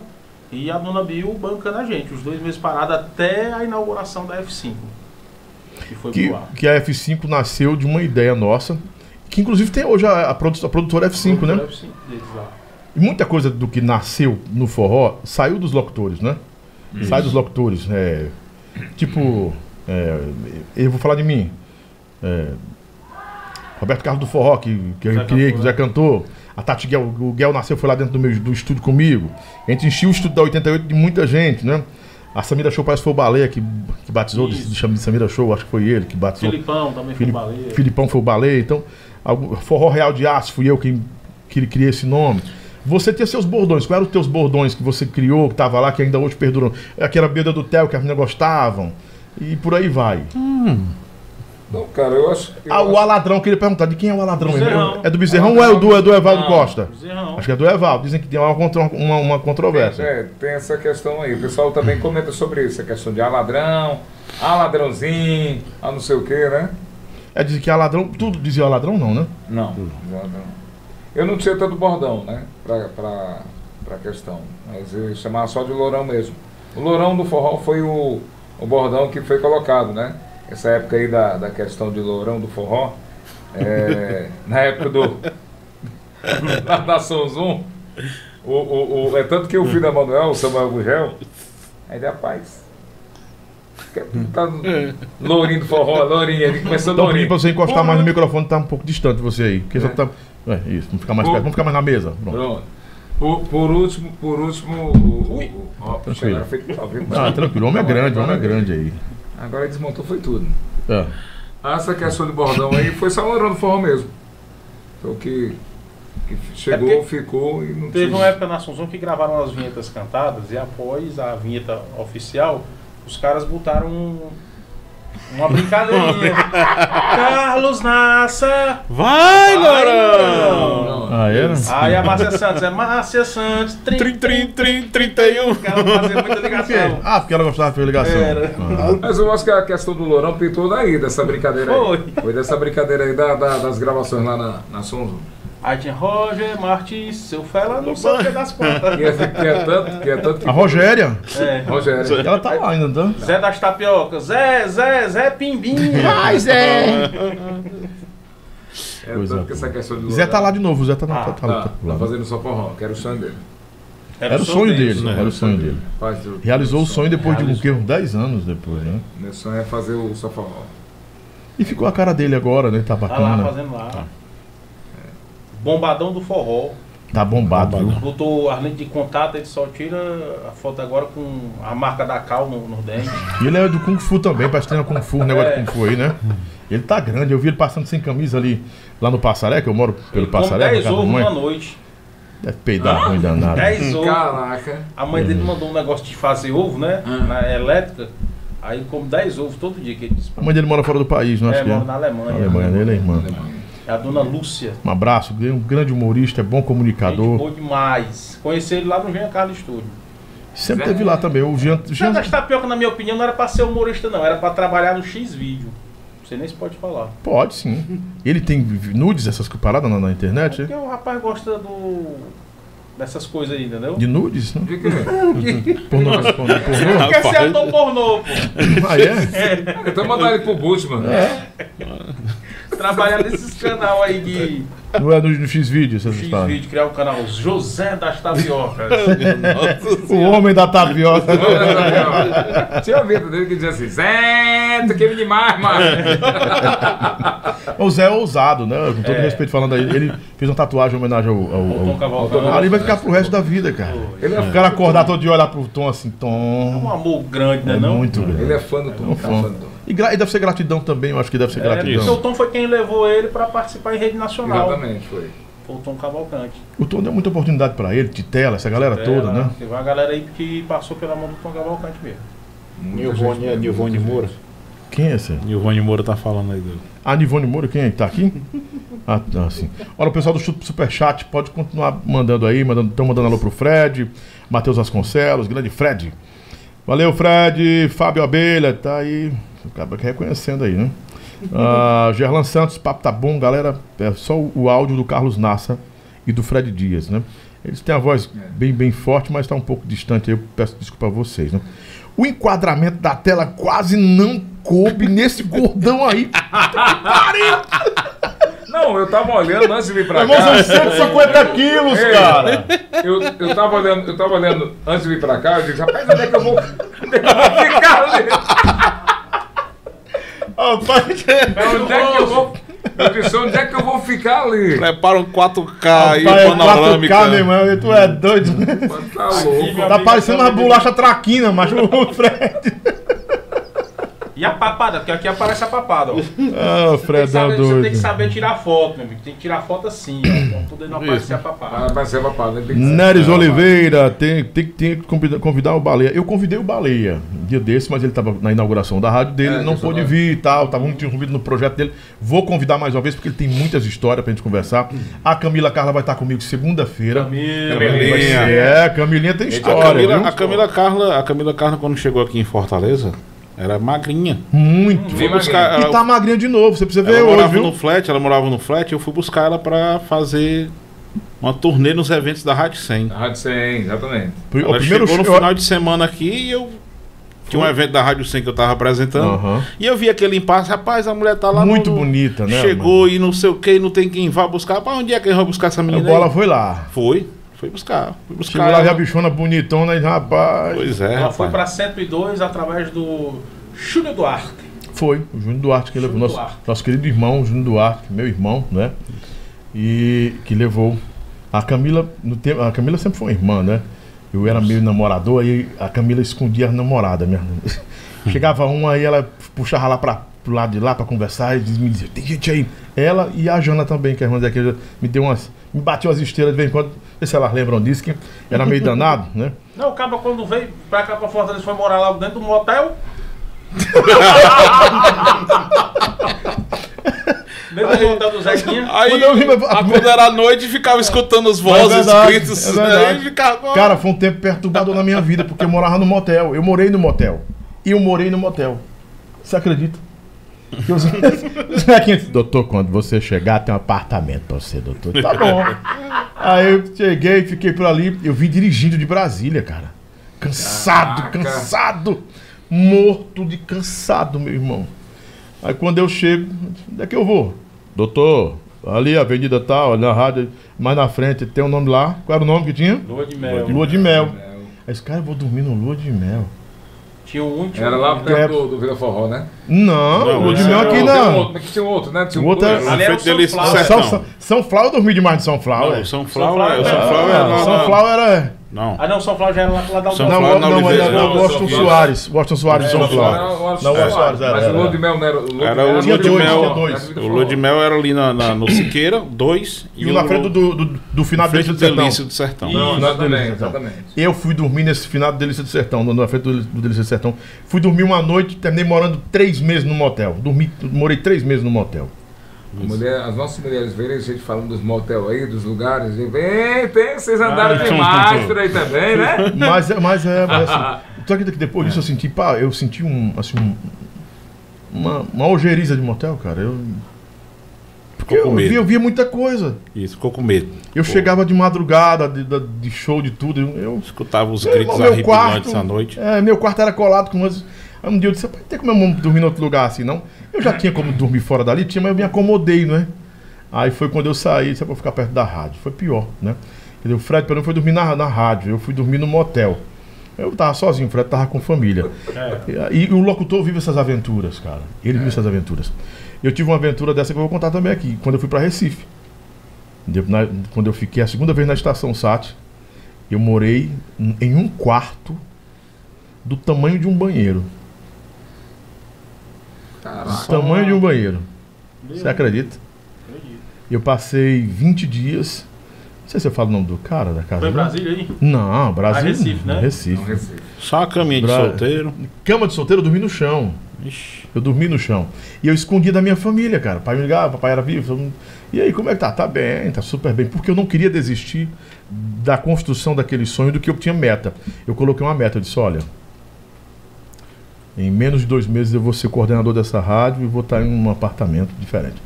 Speaker 2: E a dona Bill bancando a gente. Os dois meses parado até a inauguração da F5. Que foi
Speaker 1: que,
Speaker 2: pro ar.
Speaker 1: que a F5 nasceu de uma ideia nossa, que inclusive tem hoje a, a produ- a produtora F5, né?
Speaker 2: F5 deles lá.
Speaker 1: E muita coisa do que nasceu no forró saiu dos locutores, né? Sai dos locutores. é, tipo, é, eu vou falar de mim. é, Roberto Carlos do Forró, que, que eu criei,
Speaker 2: Zé Cantor, né?
Speaker 1: que o Zé cantou. A Tati Guel, o Guel nasceu, foi lá dentro do, meu, do estúdio comigo. A gente enchia o estúdio da 88 de muita gente, né? A Samira Show parece que foi o Baleia que, que batizou,
Speaker 2: Isso.
Speaker 1: de, de Samira Show, acho que foi ele que batizou.
Speaker 2: Filipão também foi
Speaker 1: Fili-
Speaker 2: baleia.
Speaker 1: Filipão foi o baleia, então. algum- Forró Real de Aço, fui eu quem que criei esse nome. Você tinha seus bordões. Quais eram os teus bordões que você criou, que tava lá, que ainda hoje perduram? Aquela bebida do Theo que as meninas gostavam. E por aí vai.
Speaker 5: Não, cara, eu acho que.
Speaker 1: Ah, o Aladrão, eu queria perguntar de quem é o Aladrão?
Speaker 2: Bezerrão.
Speaker 1: É do Bezerrão ou é o do, é do Evaldo
Speaker 5: Não.
Speaker 1: Costa?
Speaker 2: Bezerrão.
Speaker 1: Acho que é do Evaldo. Dizem que tem uma, contro- uma, uma controvérsia.
Speaker 5: É, tem essa questão aí. O pessoal também comenta sobre isso, a questão de aladrão, aladrãozinho, a não sei o que, né?
Speaker 1: É, dizem que Aladrão. Tudo dizia Aladrão, não, né?
Speaker 5: Não. não, não. Eu não tinha tanto bordão, né? Pra, pra, pra questão. Mas eu chamava só de lourão mesmo. O lourão do forró foi o, o bordão que foi colocado, né? Essa época aí da, da questão de lourão do forró. é, na época do. da, da Sonzum. O, o, o- é tanto que o filho da Manuel, o Samuel Gugel, aí ele, rapaz. quer pintar Lourinho do forró, lourinho, ele começou
Speaker 1: Então, eu pedi
Speaker 5: lourinho.
Speaker 1: pra você encostar mais no microfone, tá um pouco distante você aí. Porque só tá. É, isso, vamos ficar mais
Speaker 5: Pô.
Speaker 1: perto. Vamos ficar mais na mesa. Pronto.
Speaker 5: Pronto. Por, por último, por último, o- o- ó, puxa,
Speaker 1: Tranquilo.
Speaker 5: agora foi tudo ao vivo.
Speaker 1: Ah, tranquilo, o homem é grande, o homem é grande aí.
Speaker 5: Agora desmontou, foi tudo.
Speaker 1: É.
Speaker 5: Essa questão de bordão aí foi só orando forró mesmo. Foi o que, que chegou,
Speaker 2: É porque
Speaker 5: ficou e não
Speaker 2: Teve um
Speaker 5: tinha-
Speaker 2: uma época na Assunção que gravaram as vinhetas cantadas e após a vinheta oficial, os caras botaram um- uma brincadeirinha. Carlos Nassa!
Speaker 3: Vai,
Speaker 2: Lourão!
Speaker 1: Ah, era?
Speaker 2: Aí a Márcia Santos, é Márcia Santos, trim, trim,
Speaker 3: Trim, trim, trim, 31.
Speaker 2: os caras faziam muita ligação.
Speaker 1: Ah, porque ela gostava de fazer ligação. Ah.
Speaker 5: Mas eu acho que a questão do Lourão pintou daí, dessa brincadeira aí.
Speaker 2: Foi.
Speaker 5: Foi dessa brincadeira aí da- da- das gravações lá na, na Sonzo.
Speaker 2: Aí tinha Roger, Martins, seu fela, não sei o que das contas.
Speaker 5: Que é, que é tanto, que é tanto
Speaker 1: A Rogéria,
Speaker 2: É.
Speaker 5: que. Rogério.
Speaker 1: ela tá lá ainda, tá?
Speaker 2: Zé das Tapiocas, Zé, Zé, Zé Pimbinha.
Speaker 9: Mas é.
Speaker 5: É
Speaker 1: Coisa
Speaker 5: tanto que essa
Speaker 1: boa.
Speaker 5: questão do Lourão.
Speaker 1: Zé tá lá de novo, Zé tá, na, tá, tá lá,
Speaker 5: Tá,
Speaker 1: tá
Speaker 5: tá
Speaker 1: lá.
Speaker 5: fazendo só forró, que era o sonho dele.
Speaker 1: Era o sonho dele, era o sonho dele.
Speaker 5: Faz o-
Speaker 1: Realizou o sonho depois de o quê? Uns 10 anos depois, né?
Speaker 5: Meu sonho é fazer o só forró.
Speaker 1: E ficou a cara dele agora, né? Tá
Speaker 2: Tá lá
Speaker 1: bacana.
Speaker 2: fazendo lá. Bombadão do forró.
Speaker 1: Tá bombado, viu?
Speaker 2: Botou a lente de contato, ele só tira a foto agora com a marca da Cal no, no dente.
Speaker 1: E ele é do Kung Fu também, parece que treina Kung Fu, um negócio de Kung Fu aí, né? Ele tá grande, eu vi ele passando sem camisa ali, lá no Passaré, que eu moro pelo
Speaker 2: Como
Speaker 1: Passaré, na
Speaker 2: 10
Speaker 1: casa da
Speaker 2: ovos
Speaker 1: mãe.
Speaker 2: uma noite.
Speaker 1: Deve peidar ruim danado.
Speaker 5: Hum.
Speaker 2: 10 ovos.
Speaker 5: Caraca.
Speaker 2: A mãe dele mandou um negócio de fazer ovo, né? Na elétrica. Aí ele come 10 ovos todo dia que ele disse.
Speaker 1: A mãe dele mora fora do país, não acho
Speaker 2: É,
Speaker 1: que é.
Speaker 2: mora na Alemanha.
Speaker 1: Alemanha dele é irmã.
Speaker 2: É a dona Lúcia.
Speaker 1: Um abraço, um grande humorista, é bom
Speaker 2: Gente
Speaker 1: comunicador.
Speaker 2: boa demais. Conheci ele lá no Jean Carlos Estúdio.
Speaker 1: Sempre
Speaker 2: é.
Speaker 1: teve lá também. O Jean,
Speaker 2: Zé
Speaker 1: Jean-
Speaker 2: das Tapioca, na minha opinião, não era pra ser humorista, não. Era pra trabalhar no X-Vídeo. Você nem se pode falar.
Speaker 1: pode sim. Ele tem nudes, essas paradas na, na internet,
Speaker 2: Porque
Speaker 1: é?
Speaker 2: o rapaz gosta do... dessas coisas aí, entendeu?
Speaker 1: De nudes, né?
Speaker 5: De quê?
Speaker 1: Pornô, pornô, pornô.
Speaker 2: Quer ser ator pornô, pô.
Speaker 1: Ah, é?
Speaker 5: Então mandar ele pro Bushman. É.
Speaker 2: Trabalhar nesses canal aí de
Speaker 1: Não é no, no X-Vídeo, essas paradas.
Speaker 2: X-Vídeo, criar o canal José das Tapiocas.
Speaker 1: O homem da tapioca.
Speaker 5: Tinha a vida dele que dizia assim: Zé, tu quer me demais, mano.
Speaker 1: o Zé é ousado, né? Com todo respeito falando aí. Ele fez uma tatuagem em homenagem ao. ao-
Speaker 2: É. Tom
Speaker 1: ao-
Speaker 2: Cavalcante.
Speaker 1: Ali vai ficar pro resto da vida, cara.
Speaker 5: Ele é,
Speaker 1: O
Speaker 5: fã,
Speaker 1: cara acordar todo dia e olhar pro Tom assim,
Speaker 2: Um
Speaker 1: Tom.
Speaker 2: amor grande, né?
Speaker 1: É
Speaker 2: não?
Speaker 1: muito
Speaker 5: ele
Speaker 1: grande.
Speaker 5: é fã do Tom.
Speaker 1: Um
Speaker 5: tá fã
Speaker 1: fã.
Speaker 5: do Tom.
Speaker 1: E, gra- e deve ser gratidão também, eu acho que deve ser
Speaker 2: É, porque
Speaker 1: gratidão.
Speaker 2: o Tom foi quem levou ele pra participar em rede nacional.
Speaker 5: Exatamente, foi.
Speaker 2: Foi o Tom Cavalcante.
Speaker 1: O Tom deu muita oportunidade pra ele, Titela, essa galera toda,
Speaker 2: É,
Speaker 1: né? Tá
Speaker 2: Teve uma galera aí que passou pela mão do Tom Cavalcante mesmo.
Speaker 9: Nilvone, é Nilvone Moura.
Speaker 1: Quem é esse?
Speaker 3: E o Rony Moura tá falando aí dele.
Speaker 1: A Nivone Moura, quem é que tá aqui? Ah, tá, sim. Olha, o pessoal do Chu- Superchat pode continuar mandando aí, mandando, estão mandando alô pro Fred, Matheus Vasconcelos, grande Fred. Valeu, Fred, Fábio Abelha, tá aí. Acaba reconhecendo aí, né? Ah, Gerlan Santos, papo tá bom, galera. É só o áudio do Carlos Nassa e do Fred Dias, né? Eles têm a voz bem, bem forte, mas está um pouco distante aí, eu peço desculpa a vocês, né? O enquadramento da tela quase não coube nesse gordão aí.
Speaker 5: Não, eu tava olhando antes de vir pra
Speaker 1: Irmão,
Speaker 5: cá.
Speaker 1: são 150 quilos,
Speaker 5: Ei,
Speaker 1: cara.
Speaker 5: Eu, eu, tava olhando, eu tava olhando antes de vir pra cá, eu disse, rapaz, onde é que eu vou, onde é que eu vou ficar ali?
Speaker 1: Rapaz,
Speaker 5: Onde é que eu vou... Eu disse, onde é que eu vou ficar ali?
Speaker 3: Prepara um 4K aí,
Speaker 1: é
Speaker 3: panorâmica.
Speaker 1: 4K, meu irmão, tu é doido.
Speaker 5: Tá louco.
Speaker 1: Tá parecendo uma bolacha traquina, mas o Fred.
Speaker 4: E a papada, porque aqui aparece a papada, ó. Você
Speaker 1: Ah, o
Speaker 4: tem que
Speaker 1: Fred é
Speaker 4: saber- Você tem que
Speaker 1: doido.
Speaker 4: saber tirar foto, meu amigo. Tem que tirar foto assim, ó.
Speaker 2: Então,
Speaker 4: Pra poder não aparecer a papada.
Speaker 5: Ah, vai ser papada, ele tem que
Speaker 1: Neres Oliveira, tem, tem, tem que convida- convidar o Baleia. Eu convidei o Baleia um dia desse, mas ele estava na inauguração da rádio dele,
Speaker 5: É,
Speaker 1: não
Speaker 5: que
Speaker 1: pôde
Speaker 5: saudade.
Speaker 1: vir e tal, um estava muito envolvido no projeto dele. Vou convidar mais uma vez, porque ele tem muitas histórias pra gente conversar. A Camila Carla vai estar comigo segunda-feira.
Speaker 5: Camelinha.
Speaker 1: Vai ser- É, Camilinha tem
Speaker 3: A
Speaker 1: história.
Speaker 3: Camila,
Speaker 1: viu?
Speaker 3: a Camila Carla, a Camila Carla quando chegou aqui em Fortaleza, era magrinha.
Speaker 1: Muito.
Speaker 5: Vem
Speaker 3: buscar-
Speaker 1: E tá magrinha de novo, você precisa ver
Speaker 3: Ah, Ela
Speaker 1: hoje,
Speaker 3: morava
Speaker 1: viu?
Speaker 3: no flat, ela morava no flat, eu fui buscar ela pra fazer uma turnê nos eventos da Rádio 100.
Speaker 5: Rádio 100, exatamente.
Speaker 1: Pri-
Speaker 3: Ela
Speaker 1: O primeiro
Speaker 3: chegou no
Speaker 1: show-
Speaker 3: final de semana aqui e eu tinha um evento da Rádio 100 que eu tava apresentando.
Speaker 1: Aham.
Speaker 3: E eu vi aquele impasse, rapaz, a mulher tá lá no-
Speaker 1: Muito
Speaker 3: no-
Speaker 1: bonita, né?
Speaker 3: Chegou e não sei o que, não tem quem vá buscar. Rapaz, onde é que vai buscar essa
Speaker 1: mano?
Speaker 3: menina?
Speaker 1: A bola
Speaker 3: aí?
Speaker 1: foi lá.
Speaker 3: Foi, foi buscar. Foi buscar
Speaker 1: Chegou lá,
Speaker 3: ela.
Speaker 1: já bichona bonitona, e rapaz.
Speaker 3: Pois é,
Speaker 4: Ela foi
Speaker 3: rapaz.
Speaker 4: pra 102 através do Júlio Duarte.
Speaker 1: Foi, o Júnior Duarte que
Speaker 4: Júnior
Speaker 1: levou. Nosso,
Speaker 4: Duarte.
Speaker 1: nosso querido irmão, Júnior Duarte, meu irmão, né? E que levou. A Camila, no tempo, a Camila sempre foi uma irmã, né? Eu era meio namorador, aí a Camila escondia a namorada, minha Chegava uma, aí ela puxava lá pra, pro lado de lá pra conversar e diz- me dizia, tem gente aí. Ela e a Jana também, que é a irmã daquele, me deu umas. Me bateu as esteiras de vez em quando. Não sei se elas lembram disso, que era meio danado, né?
Speaker 4: Não, o Cabo quando veio pra cá pra Fortaleza foi morar lá dentro do motel. dentro do motel do Zequinha.
Speaker 3: Aí,
Speaker 1: Quando eu vi-
Speaker 3: a- quando era noite, ficava escutando os
Speaker 1: É
Speaker 3: vozes,
Speaker 1: verdade,
Speaker 3: gritos.
Speaker 1: é verdade.
Speaker 3: aí ficava...
Speaker 1: Cara, foi um tempo perturbador na minha vida, porque eu morava no motel. Eu morei no motel. E eu morei no motel. Você acredita? Que os- os molequinhos, doutor, quando você chegar, tem um apartamento pra você, doutor. Tá bom. Aí eu cheguei, fiquei por ali. Eu vim dirigindo de Brasília, cara. Cansado,
Speaker 5: Caraca.
Speaker 1: cansado. Morto de cansado, meu irmão. Aí quando eu chego, onde é que eu vou? Doutor, ali a avenida tal, na rádio, mais na frente tem um nome lá. Qual era o nome que tinha?
Speaker 4: Lua de mel.
Speaker 1: Lua de mel. Aí esse cara, eu vou dormir no lua de mel.
Speaker 4: Tinha um último.
Speaker 5: Era lá
Speaker 1: É.
Speaker 5: perto do, do Vila Forró, né?
Speaker 1: Não, lua de
Speaker 5: Tinha
Speaker 1: mel um aqui
Speaker 5: é outro, tinha
Speaker 1: não.
Speaker 5: um outro, mas tinha outro, né? Tinha
Speaker 1: O outro
Speaker 5: dois.
Speaker 1: era-
Speaker 4: Ali era o
Speaker 3: Feito deles-
Speaker 4: São
Speaker 1: Ah,
Speaker 4: Flávio.
Speaker 1: São,
Speaker 3: Sertão.
Speaker 1: São, São Flávio, eu dormi demais de São Flávio.
Speaker 3: Não,
Speaker 1: é.
Speaker 3: o
Speaker 1: São
Speaker 3: Sunflower, o
Speaker 4: Sunflower,
Speaker 3: Sunflower é
Speaker 1: Flávio,
Speaker 3: lá
Speaker 1: São
Speaker 3: na-
Speaker 1: Flávio era.
Speaker 3: Não.
Speaker 4: Ah não, São Flávio já era lá, lá da
Speaker 3: São
Speaker 4: Aldão.
Speaker 1: Não,
Speaker 2: é
Speaker 3: Flávio
Speaker 1: não,
Speaker 3: não,
Speaker 1: não, era
Speaker 3: não,
Speaker 1: não,
Speaker 5: não,
Speaker 2: né?
Speaker 1: Washington
Speaker 5: São Flávio.
Speaker 1: Soares. Washington Soares, de São
Speaker 5: Era o
Speaker 1: Flávio.
Speaker 5: Lua de
Speaker 1: Não, o
Speaker 5: Forró,
Speaker 1: Soares, era,
Speaker 5: Mas o
Speaker 1: era.
Speaker 5: Lua de Mel não era. Lua
Speaker 3: Era o
Speaker 5: de Mel
Speaker 3: Lua de
Speaker 5: Vila
Speaker 3: Mel,
Speaker 5: Forró,
Speaker 1: dois.
Speaker 5: era Vila
Speaker 3: O Lua de
Speaker 5: Forró.
Speaker 3: Mel era ali na, na- no Siqueira, dois.
Speaker 1: E um na
Speaker 3: o-
Speaker 1: frente do, do, do final
Speaker 3: frente
Speaker 1: do
Speaker 3: do
Speaker 1: sertão.
Speaker 3: Delícia do Sertão.
Speaker 5: Não,
Speaker 1: Isso,
Speaker 5: exatamente,
Speaker 1: Delícia do Sertão.
Speaker 5: exatamente.
Speaker 1: Eu fui dormir nesse final do Delícia do Sertão, no- na frente do, do Delícia do Sertão. Fui dormir uma noite, terminei morando três meses no motel. Dormi, morei três meses no motel.
Speaker 5: Mulher, as nossas mulheres verem a gente falando dos motel aí, dos lugares, e vem, tem, vocês andaram de máscara aí também, né?
Speaker 1: Mas, é- mas é, mas assim, tu acredita que depois disso eu senti, pá, eu senti um, assim, um- uma, uma ojeriza de motel, cara. Eu, porque eu
Speaker 3: Ficou com
Speaker 1: via, eu
Speaker 3: medo.
Speaker 1: via muita coisa.
Speaker 3: Isso, ficou com medo.
Speaker 1: Eu chegava de madrugada, de, da- de show, de tudo. Eu, eu-
Speaker 3: Escutava os
Speaker 1: Meu irmão,
Speaker 3: gritos
Speaker 1: meu
Speaker 3: arrepiantes
Speaker 1: quarto-
Speaker 3: à noite.
Speaker 1: é, meu quarto era colado com umas... Aí um dia eu disse, rapaz, tem como eu dormir em outro lugar assim, não? Eu já tinha como dormir fora dali, tinha, mas eu me acomodei, não é? Aí foi quando eu saí, disse, "É pra ficar perto da rádio. Foi pior, né? Quer dizer, o Fred, pelo menos, foi dormir na, na rádio. Eu fui dormir no motel. Eu tava sozinho, o Fred tava com família.
Speaker 3: É.
Speaker 1: E, e o locutor vive essas aventuras, cara. Ele vive essas aventuras. Eu tive uma aventura dessa que eu vou contar também aqui, quando eu fui pra Recife. De- na- quando eu fiquei a segunda vez na estação SAT, eu morei em- em um quarto do tamanho de um banheiro.
Speaker 4: Ah.
Speaker 1: Do
Speaker 5: Caraca.
Speaker 1: tamanho de um banheiro. Você acredita? Eu passei 20 dias. Não sei se eu falo o nome do cara da casa.
Speaker 4: Foi em
Speaker 1: dele.
Speaker 4: Brasília aí?
Speaker 1: Não, Brasil.
Speaker 4: Ah, Recife, né?
Speaker 5: Não,
Speaker 1: Recife.
Speaker 5: um Recife.
Speaker 3: Só a caminha de
Speaker 1: Bra-
Speaker 3: solteiro.
Speaker 1: Cama de solteiro, eu dormi no chão.
Speaker 3: Ixi.
Speaker 1: Eu dormi no chão. E eu escondi da minha família, cara. Pai me ligava, papai era vivo. todo mundo- E aí, como é que tá? Tá bem, tá super bem. Porque eu não queria desistir da construção daquele sonho do que eu tinha meta. Eu coloquei uma meta, eu disse, olha. Em menos de dois meses eu vou ser coordenador dessa rádio e vou estar em um apartamento diferente.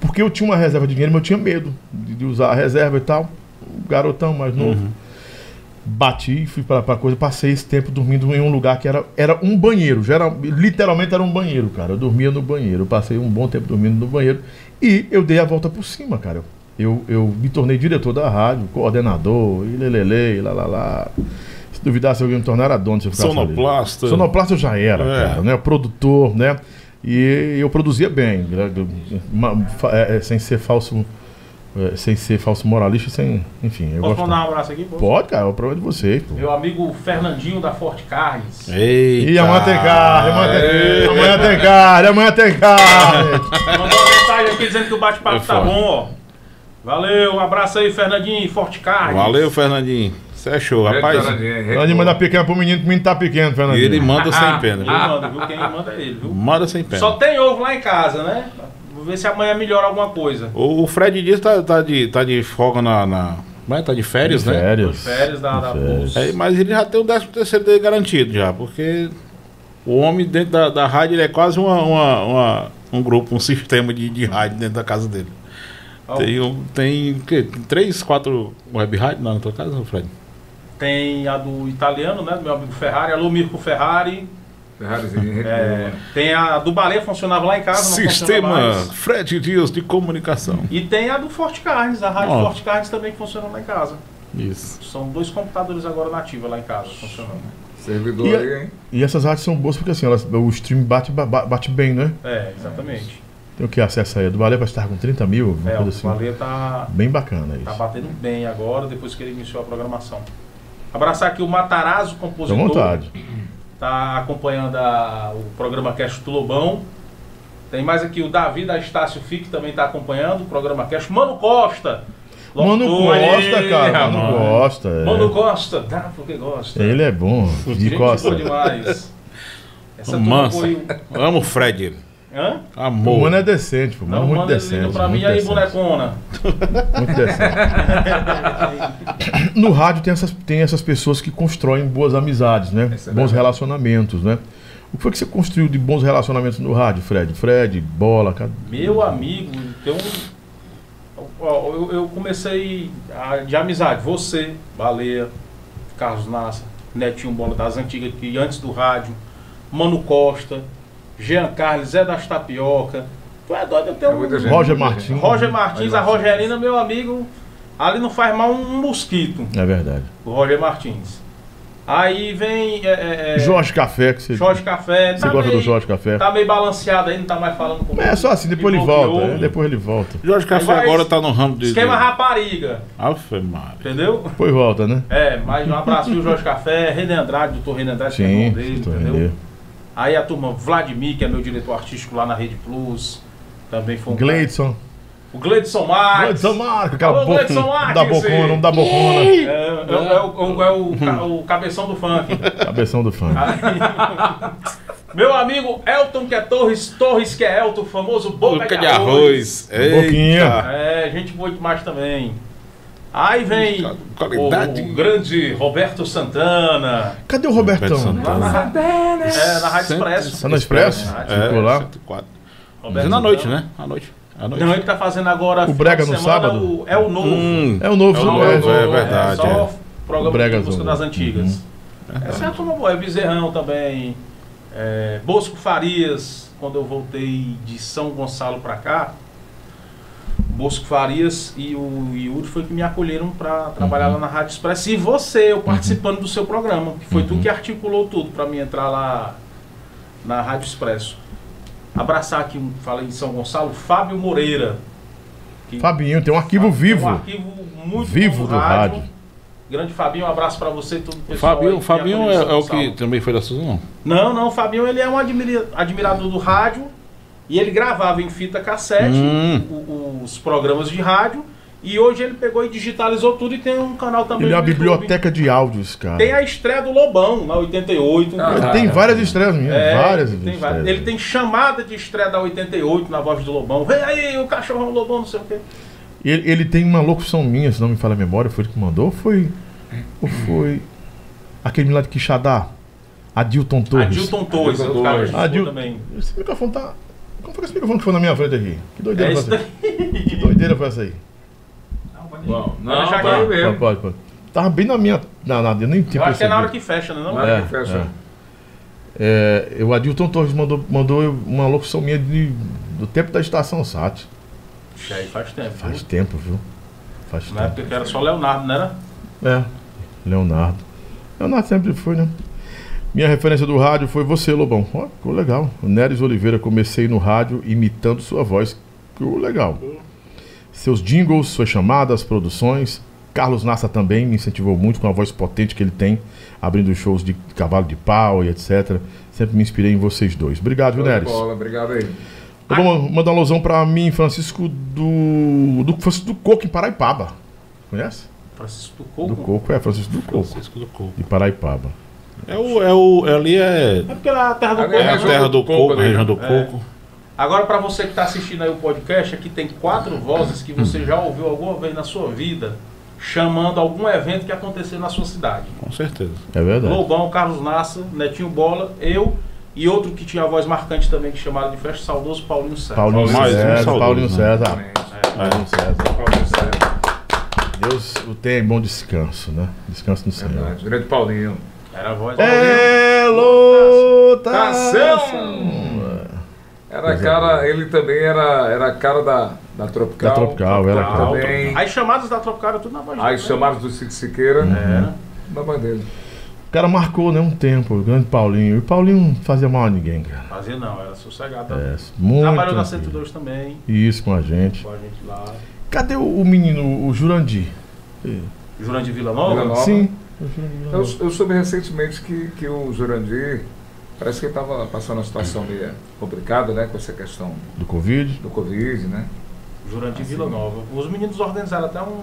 Speaker 1: Porque eu tinha uma reserva de dinheiro, mas eu tinha medo de, de usar a reserva e tal. O garotão mais novo. Bati, fui pra, pra coisa, passei esse tempo dormindo em um lugar que era, era um banheiro. Geral, literalmente era um banheiro, cara. Eu dormia no banheiro. Eu passei um bom tempo dormindo no banheiro. E eu dei a volta por cima, cara. Eu, eu me tornei diretor da rádio, coordenador, e lelele, lá, lá, lá. Se duvidasse, eu ia me tornar era dono. Se eu ficasse ali.
Speaker 3: Sonoplasta.
Speaker 1: Sonoplasta eu já era,
Speaker 3: É.
Speaker 1: cara, né? Produtor, né? E eu produzia bem, né? Uma- fa- é, é, sem ser falso, é, sem ser falso moralista, sem, enfim, eu
Speaker 2: Posso
Speaker 1: gosto.
Speaker 2: mandar um abraço aqui? Pô?
Speaker 1: Pode, cara, é o problema de vocês. Pô.
Speaker 2: Meu amigo Fernandinho da Forte Carnes.
Speaker 3: É. Eita.
Speaker 1: E amanhã tem carne, amanhã tem, amanhã tem carne, amanhã tem carne.
Speaker 2: Mandou uma mensagem aqui dizendo que o
Speaker 3: É
Speaker 2: bate-papo tá
Speaker 3: foda.
Speaker 2: bom, ó. Valeu, um abraço aí, Fernandinho, Forte Carnes.
Speaker 3: Valeu, Fernandinho. Você é show, rapaz.
Speaker 1: Nós de mandar pequeno pro menino, que o menino tá pequeno,
Speaker 3: E
Speaker 1: Fernandinho.
Speaker 3: ele manda sem
Speaker 2: Eu
Speaker 3: pena.
Speaker 1: Ah.
Speaker 2: mando, viu? Quem manda é ele, viu?
Speaker 3: Manda sem pena.
Speaker 2: ah. Só tem ovo lá em casa, né? Vou ver se amanhã melhora alguma coisa.
Speaker 3: O o Fred Dias tá, tá de, tá de folga na. na... Mas tá de férias, né?
Speaker 1: Férias.
Speaker 2: Férias da, da
Speaker 1: Férias.
Speaker 3: É, mas ele já tem o 13 terceiro dele garantido já, porque o homem dentro da, da rádio ele é quase uma, uma- uma- um grupo, um sistema de, de rádio dentro da casa dele.
Speaker 2: Ó,
Speaker 3: Tem, um- tem o quê? três, quatro web rádio lá na tua casa, Fred?
Speaker 2: Tem a do italiano, né? Do meu amigo Ferrari. Alô, Mirko Ferrari. É,
Speaker 5: É.
Speaker 2: tem a do balé, funcionava lá em casa. não funciona
Speaker 3: Sistema
Speaker 2: mais.
Speaker 3: Fred Dias de comunicação.
Speaker 2: E tem a do Forte Carnes, a rádio
Speaker 3: Ó.
Speaker 2: Forte Carnes também que funciona lá em casa.
Speaker 3: Isso.
Speaker 2: São dois computadores agora nativos lá em casa funcionando.
Speaker 5: Servidor
Speaker 1: E-
Speaker 5: aí, hein?
Speaker 1: E essas artes são boas porque assim, elas, o stream bate, ba- ba- bate bem, né?
Speaker 2: É, exatamente.
Speaker 1: Tem o que acesso aí? é Do Valeu pra estar com 30 mil, uma
Speaker 2: É, o
Speaker 1: coisa assim.
Speaker 2: balé tá,
Speaker 1: Bem bacana
Speaker 2: tá
Speaker 1: isso.
Speaker 2: batendo bem agora, depois que ele iniciou a programação. Abraçar aqui o Matarazzo,
Speaker 1: Fica à
Speaker 2: compositor.
Speaker 1: vontade.
Speaker 2: Tá acompanhando a- o programa Cast do Lobão. Tem mais aqui o Davi da Estácio Fique também tá acompanhando o programa Cast. Mano Costa.
Speaker 1: Mano
Speaker 2: locutor.
Speaker 1: Costa,
Speaker 2: Ei,
Speaker 1: cara.
Speaker 2: rapaz.
Speaker 1: Mano Costa. é.
Speaker 2: Mano Costa, dá porque gosta.
Speaker 1: Ele é bom. De
Speaker 2: Gente
Speaker 1: Costa.
Speaker 2: boa demais. Essa turma
Speaker 3: Mansa.
Speaker 2: foi.
Speaker 3: Amo o Fred. ele.
Speaker 2: Hã?
Speaker 1: O
Speaker 3: Amor.
Speaker 1: mano é decente, pô. Mano,
Speaker 2: Não,
Speaker 1: muito
Speaker 2: manda ele
Speaker 1: decente.
Speaker 2: liga pra mim
Speaker 1: muito
Speaker 2: aí,
Speaker 1: decente,
Speaker 2: bonecona.
Speaker 1: Muito decente. No rádio tem essas, tem essas pessoas que constroem boas amizades, né?
Speaker 5: Essa é
Speaker 1: bons
Speaker 5: verdade.
Speaker 1: relacionamentos, né? O que foi que você construiu de bons relacionamentos no rádio, Fred? Fred, bola, cara.
Speaker 2: Meu amigo, então. ó, Eu, eu comecei a- de amizade. Você, Baleia, Carlos Nassa, Netinho Bola das Antigas, que antes do rádio, Mano Costa, Jean Carlos, Zé das Tapioca. Tu é doido, eu tenho
Speaker 5: É muita gente.
Speaker 1: Roger Martins.
Speaker 2: Roger Martins, a Rogerina, meu amigo. Ali não faz mal um mosquito,
Speaker 1: É verdade.
Speaker 2: o Roger Martins. Aí vem. é, é, é,
Speaker 1: Jorge Café, que você.
Speaker 2: Jorge Café.
Speaker 1: Você gosta do Jorge Café?
Speaker 2: Tá meio balanceado aí, não tá mais falando comigo.
Speaker 1: Mas é só assim, depois ele
Speaker 2: bloqueou.
Speaker 1: volta. é, depois ele volta.
Speaker 3: Jorge Café
Speaker 2: Mas-
Speaker 3: agora tá no ramo de.
Speaker 2: Esquema
Speaker 3: de...
Speaker 2: rapariga,
Speaker 3: Afe Maria.
Speaker 2: entendeu?
Speaker 1: Depois volta, né?
Speaker 2: É, mas um abraço, viu, Jorge Café, René Andrade, doutor René Andrade, que é
Speaker 1: Sim,
Speaker 2: irmão dele,
Speaker 1: tô
Speaker 2: entendeu?
Speaker 1: entendendo.
Speaker 2: Aí a turma Vladimir, que é meu diretor artístico lá na Rede Plus, também foi um cara-
Speaker 1: Gleidson.
Speaker 2: O Gleidson Marques.
Speaker 1: Gleidson Marco, aquela
Speaker 2: Alô,
Speaker 1: boca.
Speaker 2: Gleidson Marques.
Speaker 1: Da bocona, não né? da bocona.
Speaker 2: É, é, o- é o, é o ca- o cabeção do funk.
Speaker 1: Cabeção do fã.
Speaker 2: Aí- Meu amigo Elton, que é Torres, Torres, que é Elton, o famoso boca,
Speaker 3: Boca de arroz. Eita.
Speaker 1: Boquinha.
Speaker 2: É, gente boa demais também. Aí vem o,
Speaker 3: Qualidade.
Speaker 2: o grande Roberto Santana,
Speaker 1: Cadê o Robertão?
Speaker 2: lá na, Então, né? é, na Rádio Expresso.
Speaker 1: Tá na Expresso?
Speaker 3: É,
Speaker 1: Ficou lá.
Speaker 3: 104.
Speaker 2: Roberto
Speaker 3: Na noite,
Speaker 2: Santana.
Speaker 3: né? À noite. À noite.
Speaker 2: Não, ele tá fazendo agora.
Speaker 1: O
Speaker 2: final
Speaker 1: Brega
Speaker 2: de
Speaker 1: no
Speaker 2: semana,
Speaker 1: sábado?
Speaker 2: o- é o novo.
Speaker 3: Hum,
Speaker 1: É o novo
Speaker 2: o
Speaker 3: é,
Speaker 1: Sudeste.
Speaker 3: novo, é verdade,
Speaker 2: só
Speaker 3: é.
Speaker 2: programa
Speaker 1: O Brega
Speaker 2: de música
Speaker 1: Azul.
Speaker 2: das antigas. Essa é a turma boa. É Bezerrão também. é, Bosco Farias, quando eu voltei de São Gonçalo pra cá. Bosco Farias e o Yuri foi que me acolheram pra trabalhar lá na Rádio Express. E você, eu participando do seu programa, que foi tu que articulou tudo pra mim entrar lá na Rádio Expresso. Abraçar aqui, um- falei em São Gonçalo, Fábio Moreira. que-
Speaker 1: Fabinho, tem um arquivo
Speaker 2: um
Speaker 1: vivo.
Speaker 2: arquivo muito
Speaker 1: Vivo
Speaker 2: bom
Speaker 1: do rádio.
Speaker 2: Grande Fabinho, um abraço pra você e todo o pessoal. aí
Speaker 3: Fabinho,
Speaker 2: que
Speaker 3: Fabinho é,
Speaker 2: acolheu
Speaker 3: é o
Speaker 2: São
Speaker 3: que
Speaker 2: Gonçalo.
Speaker 3: também foi da Suzy, não?
Speaker 2: Não, não, o Fabinho ele é um admira- admirador do rádio e ele gravava em fita cassete
Speaker 3: Hum.
Speaker 2: o- os programas de rádio e hoje ele pegou e digitalizou tudo e tem um canal também.
Speaker 1: Ele é uma
Speaker 2: no YouTube.
Speaker 1: biblioteca de áudios, cara.
Speaker 2: Tem a estreia do Lobão, na 88.
Speaker 5: Ah,
Speaker 1: Tem várias estrelas minhas,
Speaker 2: É,
Speaker 1: várias né?
Speaker 2: tem
Speaker 1: estrelas.
Speaker 2: várias. Ele tem chamada de estreia da 88 na voz do Lobão. Vem aí, o cachorrão Lobão, não sei o quê.
Speaker 1: Ele, ele tem uma locução minha, se não me falha a memória, foi ele que mandou, ou foi... Ou foi... Aquele lá de Quixadá, Adilton Torres.
Speaker 2: Adilton Torres, é
Speaker 5: Adilton
Speaker 2: o cara que
Speaker 5: Torres.
Speaker 2: escutou
Speaker 1: Adil-
Speaker 2: também.
Speaker 1: Esse microfone tá... Como foi que esse microfone que foi na minha frente aqui? Que
Speaker 2: É
Speaker 1: doideira
Speaker 2: isso
Speaker 1: foi essa aí? Que
Speaker 2: daí.
Speaker 1: doideira foi essa aí?
Speaker 2: Não, pode ir.
Speaker 5: Bom,
Speaker 2: Pode
Speaker 5: não,
Speaker 2: deixar
Speaker 5: tá aí
Speaker 2: aqui.
Speaker 1: Pode,
Speaker 5: mesmo.
Speaker 1: pode, pode. Tava bem na minha. Na, na, eu nem tinha
Speaker 2: É. Eu acho que é na hora
Speaker 1: percebido.
Speaker 2: que fecha, né? Não?
Speaker 5: Na hora que
Speaker 1: É,
Speaker 5: fecha.
Speaker 1: É, eu- o Adilton Torres mandou, mandou uma locução minha de, do tempo da estação SAT.
Speaker 2: Ixi, Aí faz tempo.
Speaker 1: Faz tempo, viu? Faz
Speaker 2: Na
Speaker 1: tempo.
Speaker 2: época que era só Leonardo, né, não era?
Speaker 1: É. Leonardo. Leonardo sempre foi, né? Minha referência do rádio foi você, Lobão. Ó, ficou legal. O Neres Oliveira, comecei no rádio imitando sua voz. Ficou legal. Seus jingles, suas chamadas, produções. Carlos Nassa também me incentivou muito com a voz potente que ele tem, abrindo shows de cavalo de pau e etc. Sempre me inspirei em vocês dois. Obrigado, viu,
Speaker 5: Show de
Speaker 1: Neres?
Speaker 5: bola, Obrigado aí.
Speaker 1: Eu vou ma- mandar um alusão pra mim, Francisco do. do Francisco do Coco, em Paraipaba. Conhece?
Speaker 2: Francisco do
Speaker 1: Do
Speaker 2: Coco.
Speaker 1: Coco, é, Francisco do Coco,
Speaker 3: Francisco do Coco.
Speaker 1: de Paraipaba.
Speaker 3: É o, é o, ali é,
Speaker 2: É porque lá é a terra do
Speaker 5: Ali é
Speaker 3: é
Speaker 2: Coco.
Speaker 3: a
Speaker 5: região
Speaker 3: terra
Speaker 5: do
Speaker 3: do,
Speaker 5: coco
Speaker 3: coco,
Speaker 5: ali.
Speaker 3: a região do
Speaker 2: É.
Speaker 3: coco.
Speaker 2: Agora, pra você que tá assistindo aí o podcast, aqui tem quatro vozes que você já ouviu alguma vez na sua vida chamando algum evento que aconteceu na sua cidade.
Speaker 3: Com certeza.
Speaker 1: É verdade.
Speaker 2: Lobão, Carlos Nassa, Netinho Bola, eu e outro que tinha a voz marcante também, que chamaram de festa, saudoso Paulinho É, Santos.
Speaker 1: Paulinho
Speaker 3: Mais um
Speaker 1: César.
Speaker 3: saudoso,
Speaker 1: Paulinho
Speaker 3: né?
Speaker 1: César.
Speaker 5: Exatamente.
Speaker 1: Paulinho César.
Speaker 5: Paulinho César,
Speaker 1: Deus o tenha em bom descanso, né? Descanso no Senhor.
Speaker 5: é Verdade. Grande Paulinho.
Speaker 2: Era a voz
Speaker 1: É lotação!
Speaker 5: Tação! Era cara, ele também era, era a cara da, da
Speaker 1: né?
Speaker 5: Tropical.
Speaker 1: Da Tropical, é.
Speaker 2: Tá,
Speaker 1: era a cara da
Speaker 5: Também.
Speaker 2: As chamadas da Tropicária, tudo na voz
Speaker 5: Aí
Speaker 2: dele, né?
Speaker 5: chamaram do Cid Siqueira
Speaker 1: Uhum.
Speaker 5: na mãe dele.
Speaker 1: O cara marcou, né? Um tempo, o grande Paulinho. E o Paulinho não fazia mal a ninguém, cara.
Speaker 2: Fazia não, era sossegado.
Speaker 1: É, muito.
Speaker 2: Tá. Trabalhou na
Speaker 1: tranquilo.
Speaker 2: 102 também,
Speaker 1: Isso com a gente.
Speaker 2: com a gente lá.
Speaker 1: Cadê o, o menino, o Jurandir?
Speaker 2: Jurandir Vila Nova.
Speaker 5: Vila Nova.
Speaker 1: Sim.
Speaker 5: Eu, eu soube recentemente que, que o Jurandir parece que ele estava passando uma situação meio complicada, né? Com essa questão
Speaker 1: Do Covid.
Speaker 5: do Covid, né?
Speaker 2: Jurandir
Speaker 1: Assim.
Speaker 2: Vila Nova. Os meninos organizaram até um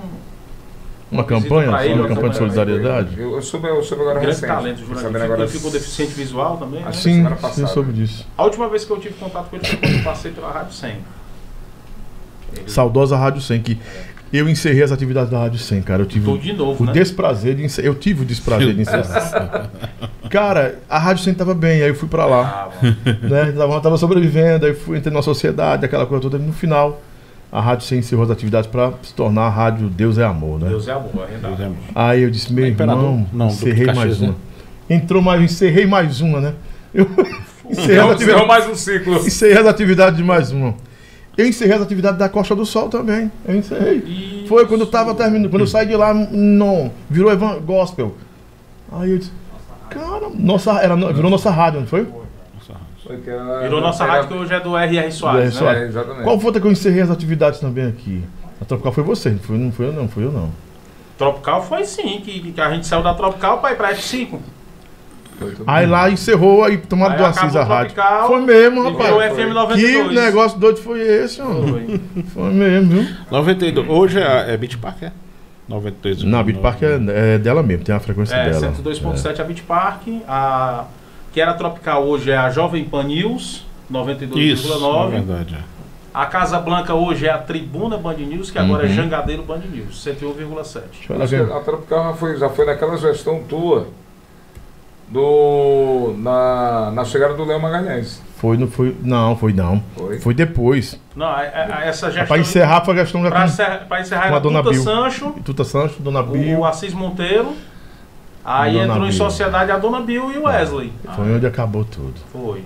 Speaker 1: Uma
Speaker 2: Visita
Speaker 1: campanha,
Speaker 2: pra ele,
Speaker 1: uma
Speaker 2: uma
Speaker 5: né?
Speaker 1: campanha de
Speaker 2: campanha.
Speaker 1: solidariedade.
Speaker 5: Eu, eu soube, eu soube agora
Speaker 2: grande
Speaker 5: recente.
Speaker 2: talento, o
Speaker 5: Fiquei
Speaker 2: Jurandir.
Speaker 5: sabendo
Speaker 2: Ele
Speaker 5: agora
Speaker 2: ficou deficiente visual também, né?
Speaker 1: Sim,
Speaker 5: semana
Speaker 1: sim,
Speaker 5: passada.
Speaker 1: soube disso.
Speaker 2: A última vez que eu tive contato com ele foi quando eu passei pela Rádio 100. Ele-
Speaker 1: Saudosa Rádio 100, que eu encerrei as atividades da Rádio 100, cara. Eu tive
Speaker 2: Tô de novo,
Speaker 1: o
Speaker 2: né?
Speaker 1: desprazer de encerrar. Eu tive o desprazer de encerrar. cara, a Rádio 100 tava bem, aí eu fui pra tá lá.
Speaker 2: Ah, mano.
Speaker 1: Né? Tava, tava sobrevivendo, aí fui entrando na sociedade, aquela coisa toda. No final, a Rádio 100 encerrou as atividades pra se tornar a Rádio Deus é Amor, né?
Speaker 2: Deus é amor, arrendado.
Speaker 1: Aí eu disse, meu
Speaker 3: É imperador?
Speaker 1: irmão,
Speaker 3: Não, do
Speaker 1: encerrei mais
Speaker 3: Caxias,
Speaker 1: uma.
Speaker 3: né?
Speaker 1: Entrou mais, encerrei mais uma, né? Eu encerrei as
Speaker 5: Então,
Speaker 1: atividades-
Speaker 5: encerrou mais um ciclo.
Speaker 1: Encerrei as atividades de mais uma. Eu encerrei as atividades da Costa do Sol também. Eu encerrei.
Speaker 2: E
Speaker 1: Foi quando tá- eu tava terminando. Quando eu saí de lá, não. Virou evan gospel. Aí eu disse. Cara, nossa, era, no- virou nossa rádio, não foi?
Speaker 5: Foi que era-
Speaker 2: virou nossa
Speaker 5: era-
Speaker 2: rádio que hoje é do RR Soares,
Speaker 1: Do
Speaker 2: né?
Speaker 1: RR
Speaker 5: É, exatamente.
Speaker 1: Qual foi outra que eu encerrei as atividades também aqui? A Tropical foi você, não foi, não foi eu não, foi eu não.
Speaker 2: Tropical foi sim, que, que a gente saiu da Tropical pra ir pra F5.
Speaker 5: Foi tudo
Speaker 1: Aí
Speaker 5: bem.
Speaker 1: lá encerrou, aí tomaram
Speaker 2: Aí
Speaker 1: do Assis a
Speaker 2: acabou
Speaker 1: rádio.
Speaker 2: Tropical,
Speaker 1: Foi mesmo,
Speaker 2: E virou
Speaker 1: rapaz.
Speaker 2: FM
Speaker 1: Que
Speaker 2: 92.
Speaker 1: negócio doido foi esse, mano?
Speaker 2: Foi.
Speaker 1: Foi mesmo, viu?
Speaker 3: 92. Hoje é, é Beach Park, é? 92.
Speaker 1: Não, a Beat Park é, é dela mesmo, tem a frequência
Speaker 2: É,
Speaker 1: dela.
Speaker 2: 102.7 a Beach Park, a que era tropical hoje é a Jovem Pan News,
Speaker 3: Isso, na
Speaker 2: 92,9.
Speaker 3: verdade. é.
Speaker 2: A Casa Blanca hoje é a Tribuna Band News, que agora
Speaker 1: Uhum.
Speaker 2: é Jangadeiro Band News, 101,7.
Speaker 1: É. Deixa eu olhar
Speaker 5: Acho
Speaker 1: aqui.
Speaker 5: que A Tropical já foi, já foi naquela gestão tua do, na, na chegada do Léo Magalhães.
Speaker 1: Foi, não foi. Não, foi não.
Speaker 5: Foi?
Speaker 1: Foi depois.
Speaker 2: Não, a- a- a- essa
Speaker 1: É Pra
Speaker 2: gestão.
Speaker 1: encerrar foi a questão
Speaker 2: pra
Speaker 1: da
Speaker 2: encerrar, pra encerrar
Speaker 1: com
Speaker 2: era
Speaker 1: a Dona
Speaker 2: Tuta
Speaker 1: Bill.
Speaker 2: Sancho,
Speaker 1: Tuta Sancho, Dona Bill.
Speaker 2: o Assis Monteiro. Aí
Speaker 1: Dona
Speaker 2: entrou em
Speaker 1: Bill. É.
Speaker 2: sociedade a Dona Bill e o Wesley. Ah,
Speaker 1: Foi onde acabou tudo.
Speaker 2: Foi.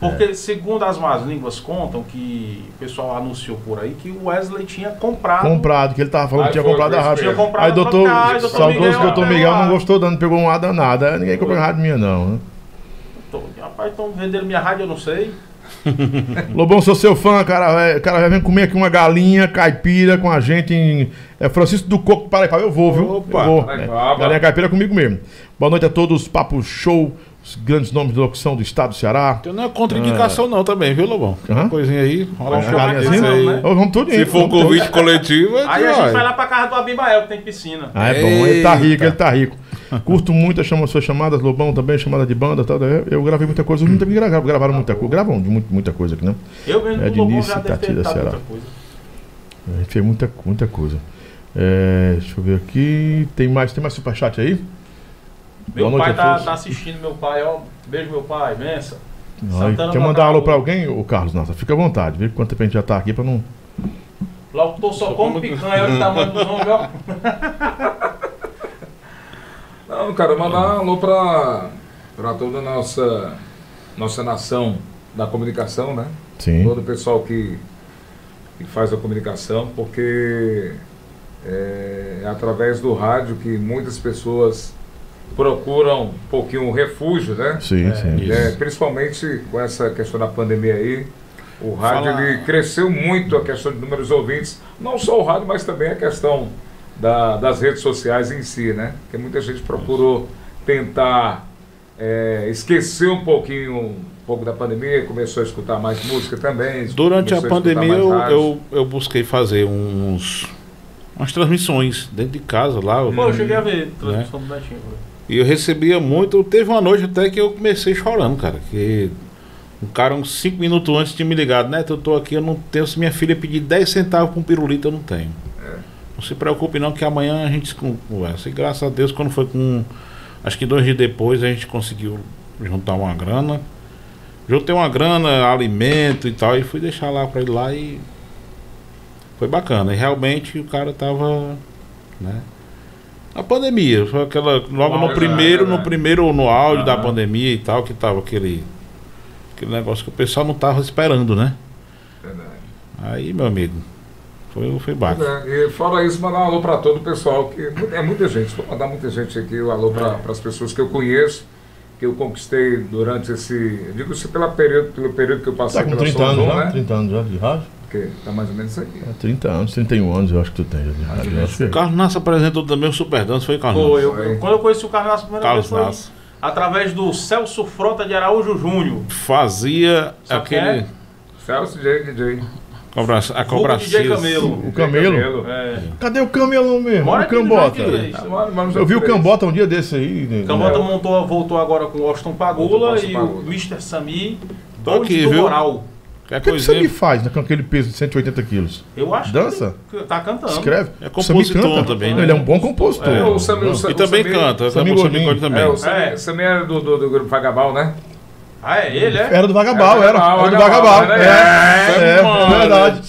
Speaker 2: Porque, segundo as más línguas contam, que o pessoal anunciou por aí que o Wesley tinha comprado.
Speaker 1: Comprado, que ele tava falando que
Speaker 5: Aí
Speaker 1: tinha
Speaker 5: foi,
Speaker 1: comprado a
Speaker 5: foi
Speaker 1: rádio.
Speaker 5: isso mesmo. Tinha
Speaker 2: comprado
Speaker 1: Aí doutor,
Speaker 2: pra cá, doutor
Speaker 1: saudoso
Speaker 2: Miguel,
Speaker 1: doutor
Speaker 2: pegou
Speaker 1: Miguel não
Speaker 2: lá.
Speaker 1: gostou, dando, pegou um uma danada. É, Ninguém comprou a rádio minha, não. né?
Speaker 2: Tô, Rapaz, estão vendendo minha rádio, eu não sei.
Speaker 1: Lobão, sou seu fã, cara. é, cara já vem comer aqui uma galinha caipira com a gente em é, Francisco do Coco, Paraipaba. Eu vou, viu?
Speaker 3: Opa,
Speaker 1: eu vou. É,
Speaker 5: Paraipaba.
Speaker 1: galinha caipira comigo mesmo. Boa noite a todos, papo show, os grandes nomes de locução do estado do Ceará.
Speaker 3: Então não é contraindicação, não, também, viu, Lobão?
Speaker 1: Hã?
Speaker 3: Coisinha aí, rola um
Speaker 1: A galinha assim,
Speaker 3: churrasco aí.
Speaker 1: Ô, Vamos tudo
Speaker 3: Se for um convite coletivo, é
Speaker 2: Aí
Speaker 3: que
Speaker 2: a gente
Speaker 3: vai.
Speaker 2: vai lá pra casa do Abimael, que tem piscina.
Speaker 1: Ah, é bom, ele tá rico, ele tá rico. Curto muito as chama- suas chamadas, Lobão também, chamada de banda, tal. Eu, eu gravei muita coisa, os meninos também gra- gravaram muita coisa, gravam de muito- muita coisa aqui, né?
Speaker 2: Eu mesmo
Speaker 1: É
Speaker 2: do Lobão
Speaker 1: Diniz,
Speaker 2: já deve ter
Speaker 1: Tatira,
Speaker 2: editado
Speaker 1: Ceará.
Speaker 2: outra coisa.
Speaker 1: A gente fez muita, muita coisa. É, deixa eu ver aqui. Tem mais, tem mais superchat aí?
Speaker 2: Meu
Speaker 1: Boa noite
Speaker 2: pai
Speaker 1: a
Speaker 2: tá,
Speaker 1: todos.
Speaker 2: tá assistindo, meu pai, ó. Beijo, meu pai, benção.
Speaker 1: Ai,
Speaker 4: Santana
Speaker 1: quer mandar
Speaker 4: Manaus.
Speaker 1: alô pra alguém, ô Carlos Nata? Fica à vontade, viu? Quanto tempo a gente já tá aqui pra não.
Speaker 4: Locutor só come picanha, olha o tamanho do nome, ó.
Speaker 5: Não, cara, mandar um alô pra, pra toda a nossa, nossa nação da comunicação, né?
Speaker 1: Sim.
Speaker 5: Todo o pessoal que, que faz a comunicação, porque é, é através do rádio que muitas pessoas procuram um pouquinho um refúgio, né?
Speaker 1: Sim, sim.
Speaker 5: É, principalmente com essa questão da pandemia aí, o rádio
Speaker 3: Fala-
Speaker 5: ele cresceu muito a questão de números de ouvintes, não só o rádio, mas também a questão da- das redes sociais em si, né? Porque muita gente procurou tentar é, esquecer um pouquinho, um pouco da pandemia, começou a escutar mais música também.
Speaker 3: Durante a
Speaker 5: começou escutar
Speaker 3: pandemia
Speaker 5: mais
Speaker 3: eu,
Speaker 5: rádio.
Speaker 3: eu, eu busquei fazer uns umas transmissões dentro de casa lá.
Speaker 4: Pô, eu cheguei a ver transmissão do Netinho. pô.
Speaker 3: E eu recebia muito. Teve uma noite até que eu comecei chorando, cara. Que um cara, uns 5 minutos antes, tinha me ligado, né? Eu tô aqui, eu não tenho. Se minha filha pedir 10 centavos pra um pirulito, eu não tenho. Não se preocupe, não, que amanhã a gente se con- conversa. E graças a Deus, quando foi com. um, Acho que dois dias depois, a gente conseguiu juntar uma grana. Juntei uma grana, alimento e tal, e fui deixar lá pra ele lá e. Foi bacana. E realmente o cara tava. Né? A pandemia, foi aquela. Logo no
Speaker 5: Verdade,
Speaker 3: primeiro, no
Speaker 5: verdade.
Speaker 3: primeiro ou no áudio da
Speaker 5: Aham.
Speaker 3: pandemia e tal, que tava aquele. Aquele negócio que o pessoal não tava esperando, né?
Speaker 5: É Verdade.
Speaker 3: Aí, meu amigo, foi, foi bacana.
Speaker 5: É, e fora isso, mandar um alô para todo o pessoal, que mu- é muita gente, vou mandar muita gente aqui, um alô para as pessoas que eu conheço, que eu conquistei durante esse. eu Digo isso pela período, pelo período que eu passei
Speaker 1: Tá com
Speaker 5: pela
Speaker 1: 30
Speaker 5: São
Speaker 1: anos
Speaker 5: João,
Speaker 1: já?
Speaker 5: né?
Speaker 1: 30 anos já de rádio?
Speaker 5: Porque tá mais ou menos isso aqui.
Speaker 1: É, 30 anos, 31 anos eu acho que tu tem já de rádio. né? Eu acho que
Speaker 3: O Carlos Nasser apresentou também o Super Dance, foi Carlos?
Speaker 4: Pô,
Speaker 3: Nasser?
Speaker 4: eu, eu- quando eu conheci o Carlos Nasser, a primeira
Speaker 3: Ah, Carlos
Speaker 4: vez foi
Speaker 3: Nasser.
Speaker 4: através do Celso Frota de Araújo Júnior.
Speaker 3: Fazia
Speaker 4: Sabe
Speaker 3: aquele.
Speaker 4: quem é?
Speaker 5: Celso DJ, DJ.
Speaker 3: Cobra, a
Speaker 4: Vulgo DJ
Speaker 3: cobracia.
Speaker 4: Camelo.
Speaker 1: O Camelo?
Speaker 4: É.
Speaker 1: Cadê o Camelo mesmo?
Speaker 4: Mora
Speaker 1: O
Speaker 4: aqui no
Speaker 1: Cambota.
Speaker 4: Jardim Direito.
Speaker 5: Ah, mano, mano, já
Speaker 1: Eu vi o
Speaker 5: três.
Speaker 1: Cambota um dia desse aí. né?
Speaker 4: Cambota é um montou, voltou agora com o Washington Pagula
Speaker 5: Washington
Speaker 4: e o
Speaker 5: Pagula.
Speaker 4: Mr. Sami,
Speaker 3: Tô
Speaker 4: dono
Speaker 3: aqui,
Speaker 4: do
Speaker 3: viu?
Speaker 4: Moral.
Speaker 3: É
Speaker 1: O que, que você
Speaker 3: coisinha.
Speaker 1: me faz né, com aquele peso de 180 quilos?
Speaker 4: Eu acho
Speaker 1: Dança?
Speaker 4: que ele tá cantando.
Speaker 1: Escreve.
Speaker 3: É
Speaker 1: O Samir
Speaker 3: compositor
Speaker 1: canta.
Speaker 3: também,
Speaker 1: Não,
Speaker 3: né?
Speaker 1: Ele é um bom compositor.
Speaker 5: É, o Samir- o Sa-
Speaker 3: E também
Speaker 5: Samir-
Speaker 3: canta, é
Speaker 1: Samir
Speaker 3: bom saber
Speaker 1: Godinho.
Speaker 3: quando também.
Speaker 5: É, o Samir,
Speaker 4: É.
Speaker 5: Samir era do, do, do grupo Vagabal, né?
Speaker 4: Ah, é ele, é?
Speaker 1: Era do Vagabal, era. Era do Vagabal.
Speaker 5: né?
Speaker 1: É, é,
Speaker 3: mano.
Speaker 1: verdade.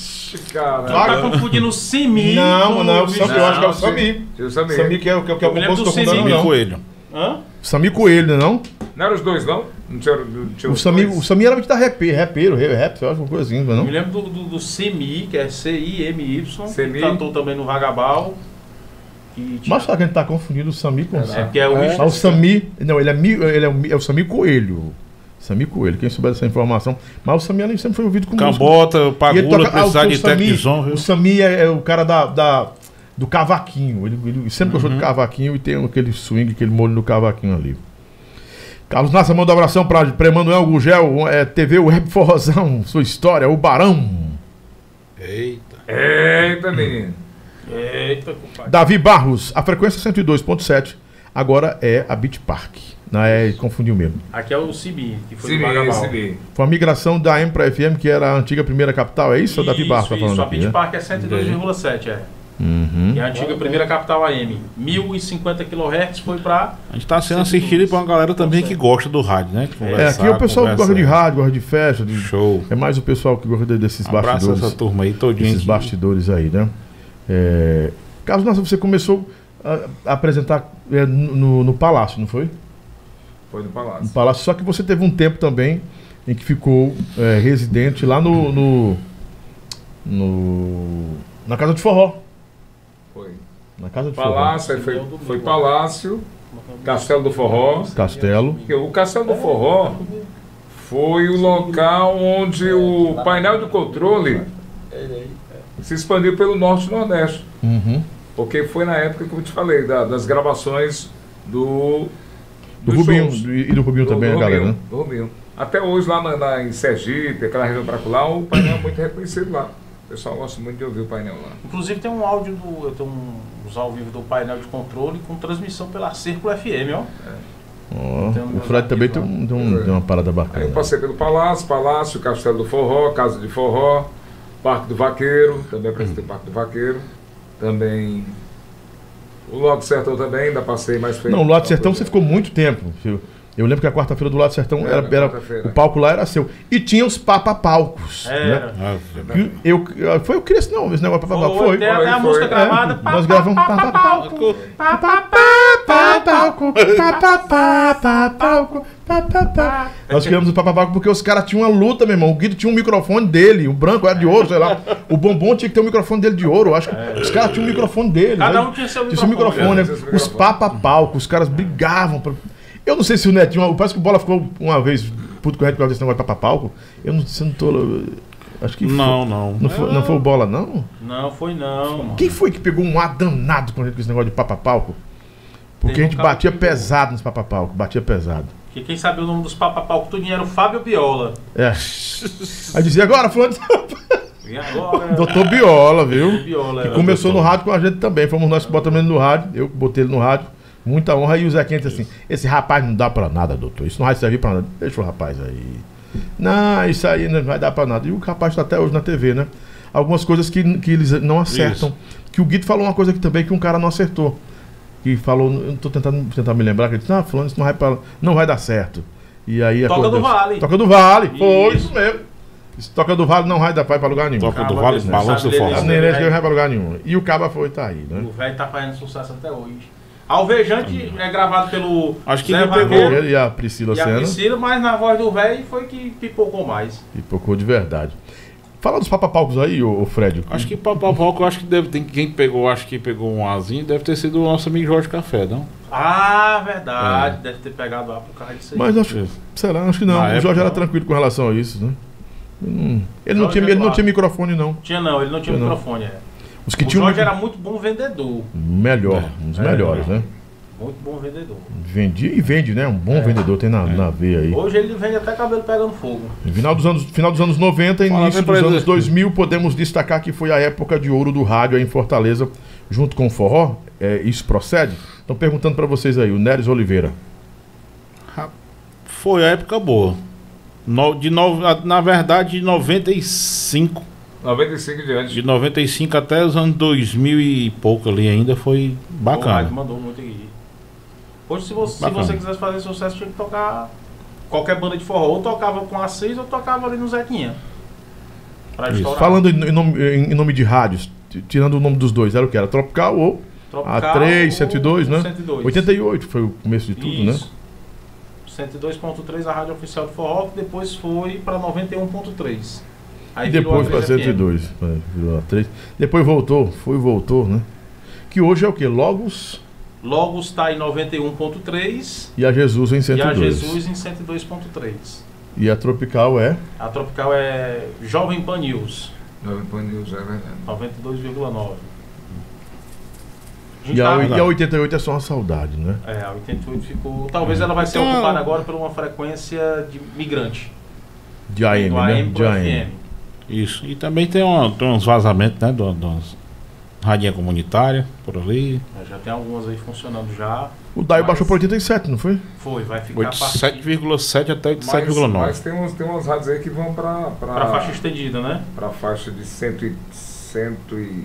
Speaker 5: Cara,
Speaker 4: Tu tá confundindo o Simi com
Speaker 1: Não, não, o
Speaker 4: Mr.
Speaker 1: Samir, eu acho que é o
Speaker 4: Sami.
Speaker 1: Samir.
Speaker 5: e o Samir.
Speaker 1: Samir que é o que é
Speaker 4: Eu
Speaker 1: o
Speaker 4: me lembro
Speaker 1: compositor
Speaker 4: do Samir
Speaker 1: com não.
Speaker 3: Samir Coelho.
Speaker 4: Hã?
Speaker 1: Samir Coelho, né, não?
Speaker 5: Não eram os dois, não? Não tinha, não tinha
Speaker 1: O
Speaker 5: os
Speaker 1: Samir,
Speaker 5: dois?
Speaker 1: o Samir era muito da rap, rapeiro, rap, rap, eu acho uma coisinha, não?
Speaker 4: Eu me lembro do, do, do Semi, que é C-I-M-Y. que
Speaker 5: Semi.
Speaker 4: Cantou também no Vagabal. E tinha-
Speaker 1: Mas será que a gente tá confundindo o Samir com o
Speaker 4: É
Speaker 1: Samir?
Speaker 4: porque é o
Speaker 1: Ah, o Samir. Não, ele é, mi- ele é, o mi- é o Samir Coelho. Samir Coelho, quem souber dessa informação. Mas o Samir ele sempre foi ouvido como.
Speaker 3: Cambota,
Speaker 1: E ele
Speaker 3: Pagula,
Speaker 1: toca- ah,
Speaker 3: precisar
Speaker 1: o
Speaker 3: de
Speaker 1: Samir-
Speaker 3: técnico de som, viu?
Speaker 1: O Samir é, é o cara da, da- do cavaquinho. Ele, ele sempre gostou de cavaquinho e tem aquele swing, aquele molho no cavaquinho ali. Carlos Nassa manda um abração pra, pra Emanuel Gugel, é, TV Web Forrozão, sua história, o Barão.
Speaker 3: Eita.
Speaker 5: Eita, menino.
Speaker 4: É, Eita, compadre.
Speaker 1: Davi Barros, a frequência é 102.7 agora é a Beach Park. Não é, confundiu mesmo.
Speaker 4: Aqui é o Simi, que foi do
Speaker 5: Samir,
Speaker 4: Vagabal.
Speaker 5: Samir.
Speaker 1: Foi uma migração da M pra FM, que era a antiga primeira capital, é isso? o Davi Barros tá
Speaker 4: isso,
Speaker 1: falando
Speaker 4: a
Speaker 1: aqui, Uhum.
Speaker 4: Beach
Speaker 1: né?
Speaker 4: Park é 102,7, é. E a antiga primeira capital AM. 1050 kHz foi pra.
Speaker 3: A gente tá sendo assistido por uma galera também que gosta do rádio, né?
Speaker 1: É, aqui é o pessoal que gosta de rádio, gosta de festa, de-
Speaker 3: Show.
Speaker 1: É mais o pessoal que gosta desses
Speaker 3: Abraça essa
Speaker 1: bastidores.
Speaker 3: turma aí todinha.
Speaker 1: Esses
Speaker 3: que-
Speaker 1: bastidores aí, né? É... Carlos Nasser, você começou a a apresentar é, no, no- no Palácio, não foi?
Speaker 5: Foi no
Speaker 1: No
Speaker 5: palácio.
Speaker 1: Palácio, só que você teve um tempo também em que ficou é, residente lá no, no, no- Na Casa de Forró.
Speaker 5: Foi.
Speaker 1: Na Casa de
Speaker 5: Palácio, aí foi, foi Palácio, Castelo do Forró.
Speaker 1: Forró. Castelo.
Speaker 5: Porque o Castelo do Forró foi o local onde o painel de controle se expandiu pelo norte e nordeste.
Speaker 1: Uhum.
Speaker 5: Porque foi na época que eu te falei, da- das gravações do.
Speaker 1: Do
Speaker 5: dos
Speaker 1: Rubinho.
Speaker 5: shows.
Speaker 1: do- E do Rubinho
Speaker 5: Do-
Speaker 1: também,
Speaker 5: do
Speaker 1: a galera,
Speaker 5: Rubinho,
Speaker 1: né?
Speaker 5: do Rubinho. Até hoje lá na, na- em Sergipe, aquela região pra lá, o painel é muito reconhecido lá. O pessoal gosta muito de ouvir o painel lá.
Speaker 4: Inclusive tem um áudio do. Eu tenho um, uns ao vivo do painel de controle com transmissão pela Círculo FM, ó.
Speaker 1: Ó,
Speaker 4: Tem um
Speaker 1: o Fred também tem, um- tem um- tem uma parada
Speaker 5: Aí eu
Speaker 1: bacana.
Speaker 5: passei pelo Palácio, Palácio, Castelo do Forró, Casa de Forró, Parque do Vaqueiro, também apresentei o Parque do Vaqueiro, também o Lote Sertão também, ainda passei mais feio.
Speaker 1: Não, no Lado Sertão você ficou muito tempo. Eu- Eu lembro que a quarta-feira do Lado do Sertão
Speaker 5: Era,
Speaker 1: era, era-
Speaker 5: quarta-feira.
Speaker 1: o palco lá era seu. E tinha os papapalcos.
Speaker 2: É, Era.
Speaker 1: Né? Que Eu, eu- foi eu que criei esse nome, esse negócio
Speaker 3: Tá,
Speaker 1: papapalco. Foi.
Speaker 2: Foi, até até a
Speaker 5: Foi,
Speaker 2: música
Speaker 5: foi.
Speaker 2: gravada.
Speaker 1: É, nós gravamos papapalco. Papapalco, papapapapalco, papapá. Nós criamos o papapalco porque os caras tinham uma luta, meu irmão. O Guido tinha um microfone dele, o branco era de ouro, sei lá. O bombom tinha que ter um microfone dele de ouro. eu Acho que os caras tinham um microfone dele.
Speaker 2: Cada
Speaker 1: né?
Speaker 2: um tinha seu
Speaker 1: Tinha seu
Speaker 2: microfone,
Speaker 1: microfone.
Speaker 5: né?
Speaker 1: né?
Speaker 5: Tinha seu
Speaker 1: Os
Speaker 5: microfone.
Speaker 1: papapalco, os caras brigavam. pra- Eu não sei se o Netinho. Parece que o Bola ficou uma vez puto com o Red por causa desse negócio de papapalco. Eu não sei, não tô. Acho que. foi-
Speaker 3: Não, não.
Speaker 1: Não foi, não foi o Bola, não?
Speaker 3: é-
Speaker 2: Não, foi não, mano.
Speaker 1: Quem foi que pegou um ar danado com a gente com esse negócio de papapalco? Porque
Speaker 2: Teve
Speaker 1: a
Speaker 2: um
Speaker 1: gente
Speaker 2: cara
Speaker 1: batia
Speaker 2: que pegou.
Speaker 1: pesado nos papapalco, batia pesado.
Speaker 2: Que quem sabia o nome dos papapau que tudinho era o Fábio Biola.
Speaker 1: É. Aí dizia agora, fulano,
Speaker 2: E agora.
Speaker 1: doutor Biola, viu?
Speaker 2: Biola.
Speaker 1: Que
Speaker 2: era.
Speaker 1: começou no rádio com a gente também. Fomos nós que botamos ele no rádio, eu que botei ele no rádio. Muita honra. E o Zé Quente assim: esse rapaz não dá pra nada, doutor. Isso não vai servir pra nada. Deixa o rapaz aí. Não, isso aí não vai dar pra nada. E o rapaz tá até hoje na TV, né? Algumas coisas que, que eles não acertam. Que o Guido falou uma coisa aqui também que um cara não acertou. Que falou, eu tô tentando tentar me lembrar, que ele disse, não, fulano, isso não vai, pra, não vai dar certo. E aí a
Speaker 2: Toca
Speaker 1: coisa
Speaker 2: do
Speaker 1: deu-
Speaker 2: Vale.
Speaker 1: Toca do Vale. Foi
Speaker 2: Isso.
Speaker 1: isso mesmo. Isso toca do vale não vai dar pra lugar nenhum.
Speaker 3: Toca do
Speaker 2: Acaba
Speaker 3: Vale,
Speaker 2: desse
Speaker 3: balança o
Speaker 2: saber
Speaker 1: A
Speaker 3: forró.
Speaker 2: desse-
Speaker 1: Nereia não vai pra lugar nenhum. E o Caba foi, tá aí, né?
Speaker 2: né? O velho tá fazendo sucesso até hoje. Alvejante é gravado pelo
Speaker 3: Acho que
Speaker 2: Zé
Speaker 3: ele tá pegou.
Speaker 2: Vaqueiro
Speaker 1: Ele e a Priscila
Speaker 2: e a
Speaker 1: Senna
Speaker 2: Priscila, mas na voz do velho foi que pipocou mais.
Speaker 1: pipocou de verdade. Fala dos papapalcos aí, ô, ô Fred.
Speaker 3: Acho que papapoca, eu acho que deve ter. Quem pegou, acho que pegou um azinho, deve ter sido o nosso amigo Jorge Café, não?
Speaker 2: Ah, verdade. Deve ter pegado lá por causa disso aí.
Speaker 1: É. Mas acho que. Será? Acho que não. o
Speaker 3: Na época,
Speaker 1: Jorge era
Speaker 3: não.
Speaker 1: tranquilo com relação a isso, né? Hum. Ele, não
Speaker 2: Jorge
Speaker 1: tinha, ele não
Speaker 2: Eduardo.
Speaker 1: tinha microfone, não.
Speaker 2: Tinha não, ele não tinha
Speaker 1: Tinha não.
Speaker 2: microfone. é.
Speaker 1: Os que um
Speaker 2: o
Speaker 1: tinham.
Speaker 2: Jorge era É. muito bom vendedor.
Speaker 1: Melhor, um dos melhores, né?
Speaker 2: Muito bom vendedor.
Speaker 1: Vendia e vende, né? Um bom
Speaker 2: É.
Speaker 1: vendedor tem na, na veia aí.
Speaker 2: Hoje ele vende até cabelo pegando fogo.
Speaker 1: No Final dos anos, final dos anos 90 e
Speaker 3: Fala,
Speaker 1: início
Speaker 3: vem
Speaker 1: dos
Speaker 3: pra ele.
Speaker 1: anos 2000, podemos destacar que foi a época de ouro do rádio aí em Fortaleza, junto com o forró. É, isso procede? Estão perguntando pra vocês aí, o Neres Oliveira.
Speaker 3: Foi a época boa. No- de no- a- na verdade, de 95.
Speaker 5: 95 em diante.
Speaker 3: De 95 até os anos 2000 e pouco ali ainda foi
Speaker 2: O rádio
Speaker 3: bacana.
Speaker 2: mandou muito aqui. Hoje, se você, se
Speaker 3: Bacana.
Speaker 2: você quisesse fazer sucesso, tinha que tocar qualquer banda de forró. Ou tocava com a Assis ou tocava ali no Zequinha. Pra
Speaker 3: Isso.
Speaker 2: estourar.
Speaker 1: Falando em em nome, em- em nome de rádios, t- tirando o nome dos dois, era o que? Era Tropical ou
Speaker 2: Tropical
Speaker 1: A3,
Speaker 2: ou
Speaker 1: 102, né?
Speaker 2: 102.
Speaker 1: 88, foi o começo de tudo, né?
Speaker 2: Isso. 102.3, a rádio oficial do forró, que depois foi pra 91.3.
Speaker 1: E
Speaker 2: Aí virou
Speaker 1: depois
Speaker 2: a
Speaker 1: pra
Speaker 2: 3 FM.
Speaker 1: 102, é, virou A3. Depois voltou, foi e voltou, né? Que hoje é o que? Logos
Speaker 2: Logo está tá em 91.3
Speaker 1: e a Jesus em
Speaker 2: e a
Speaker 1: 102.
Speaker 2: Jesus em 102.3.
Speaker 1: E a Tropical é
Speaker 2: A Tropical é Jovem Pan News,
Speaker 5: Não, Pan News, é verdade.
Speaker 2: 92,9. A gente
Speaker 1: E a,
Speaker 2: tá-
Speaker 1: oi- e a 88 é só uma saudade, né?
Speaker 2: É, a 88 ficou. Talvez ela vai ser
Speaker 3: Então-
Speaker 2: ocupada agora por uma frequência de migrante.
Speaker 1: De AM,
Speaker 2: do
Speaker 1: né?
Speaker 2: AM
Speaker 1: De
Speaker 2: pro
Speaker 1: AM.
Speaker 2: FM.
Speaker 3: Isso. E também tem, uma- tem uns vazamentos, né? Do, dos radinha comunitária por ali.
Speaker 2: Já tem algumas aí funcionando já.
Speaker 1: O Daio
Speaker 2: Mas-
Speaker 1: baixou pra 87, não foi?
Speaker 2: Foi, vai ficar a partir-
Speaker 3: 7,7 até
Speaker 5: Mas-
Speaker 3: 7,9.
Speaker 5: Mas tem uns, tem umas rádios aí que vão pra, pra,
Speaker 2: pra faixa estendida, né?
Speaker 5: pra faixa de 100 e... 100 e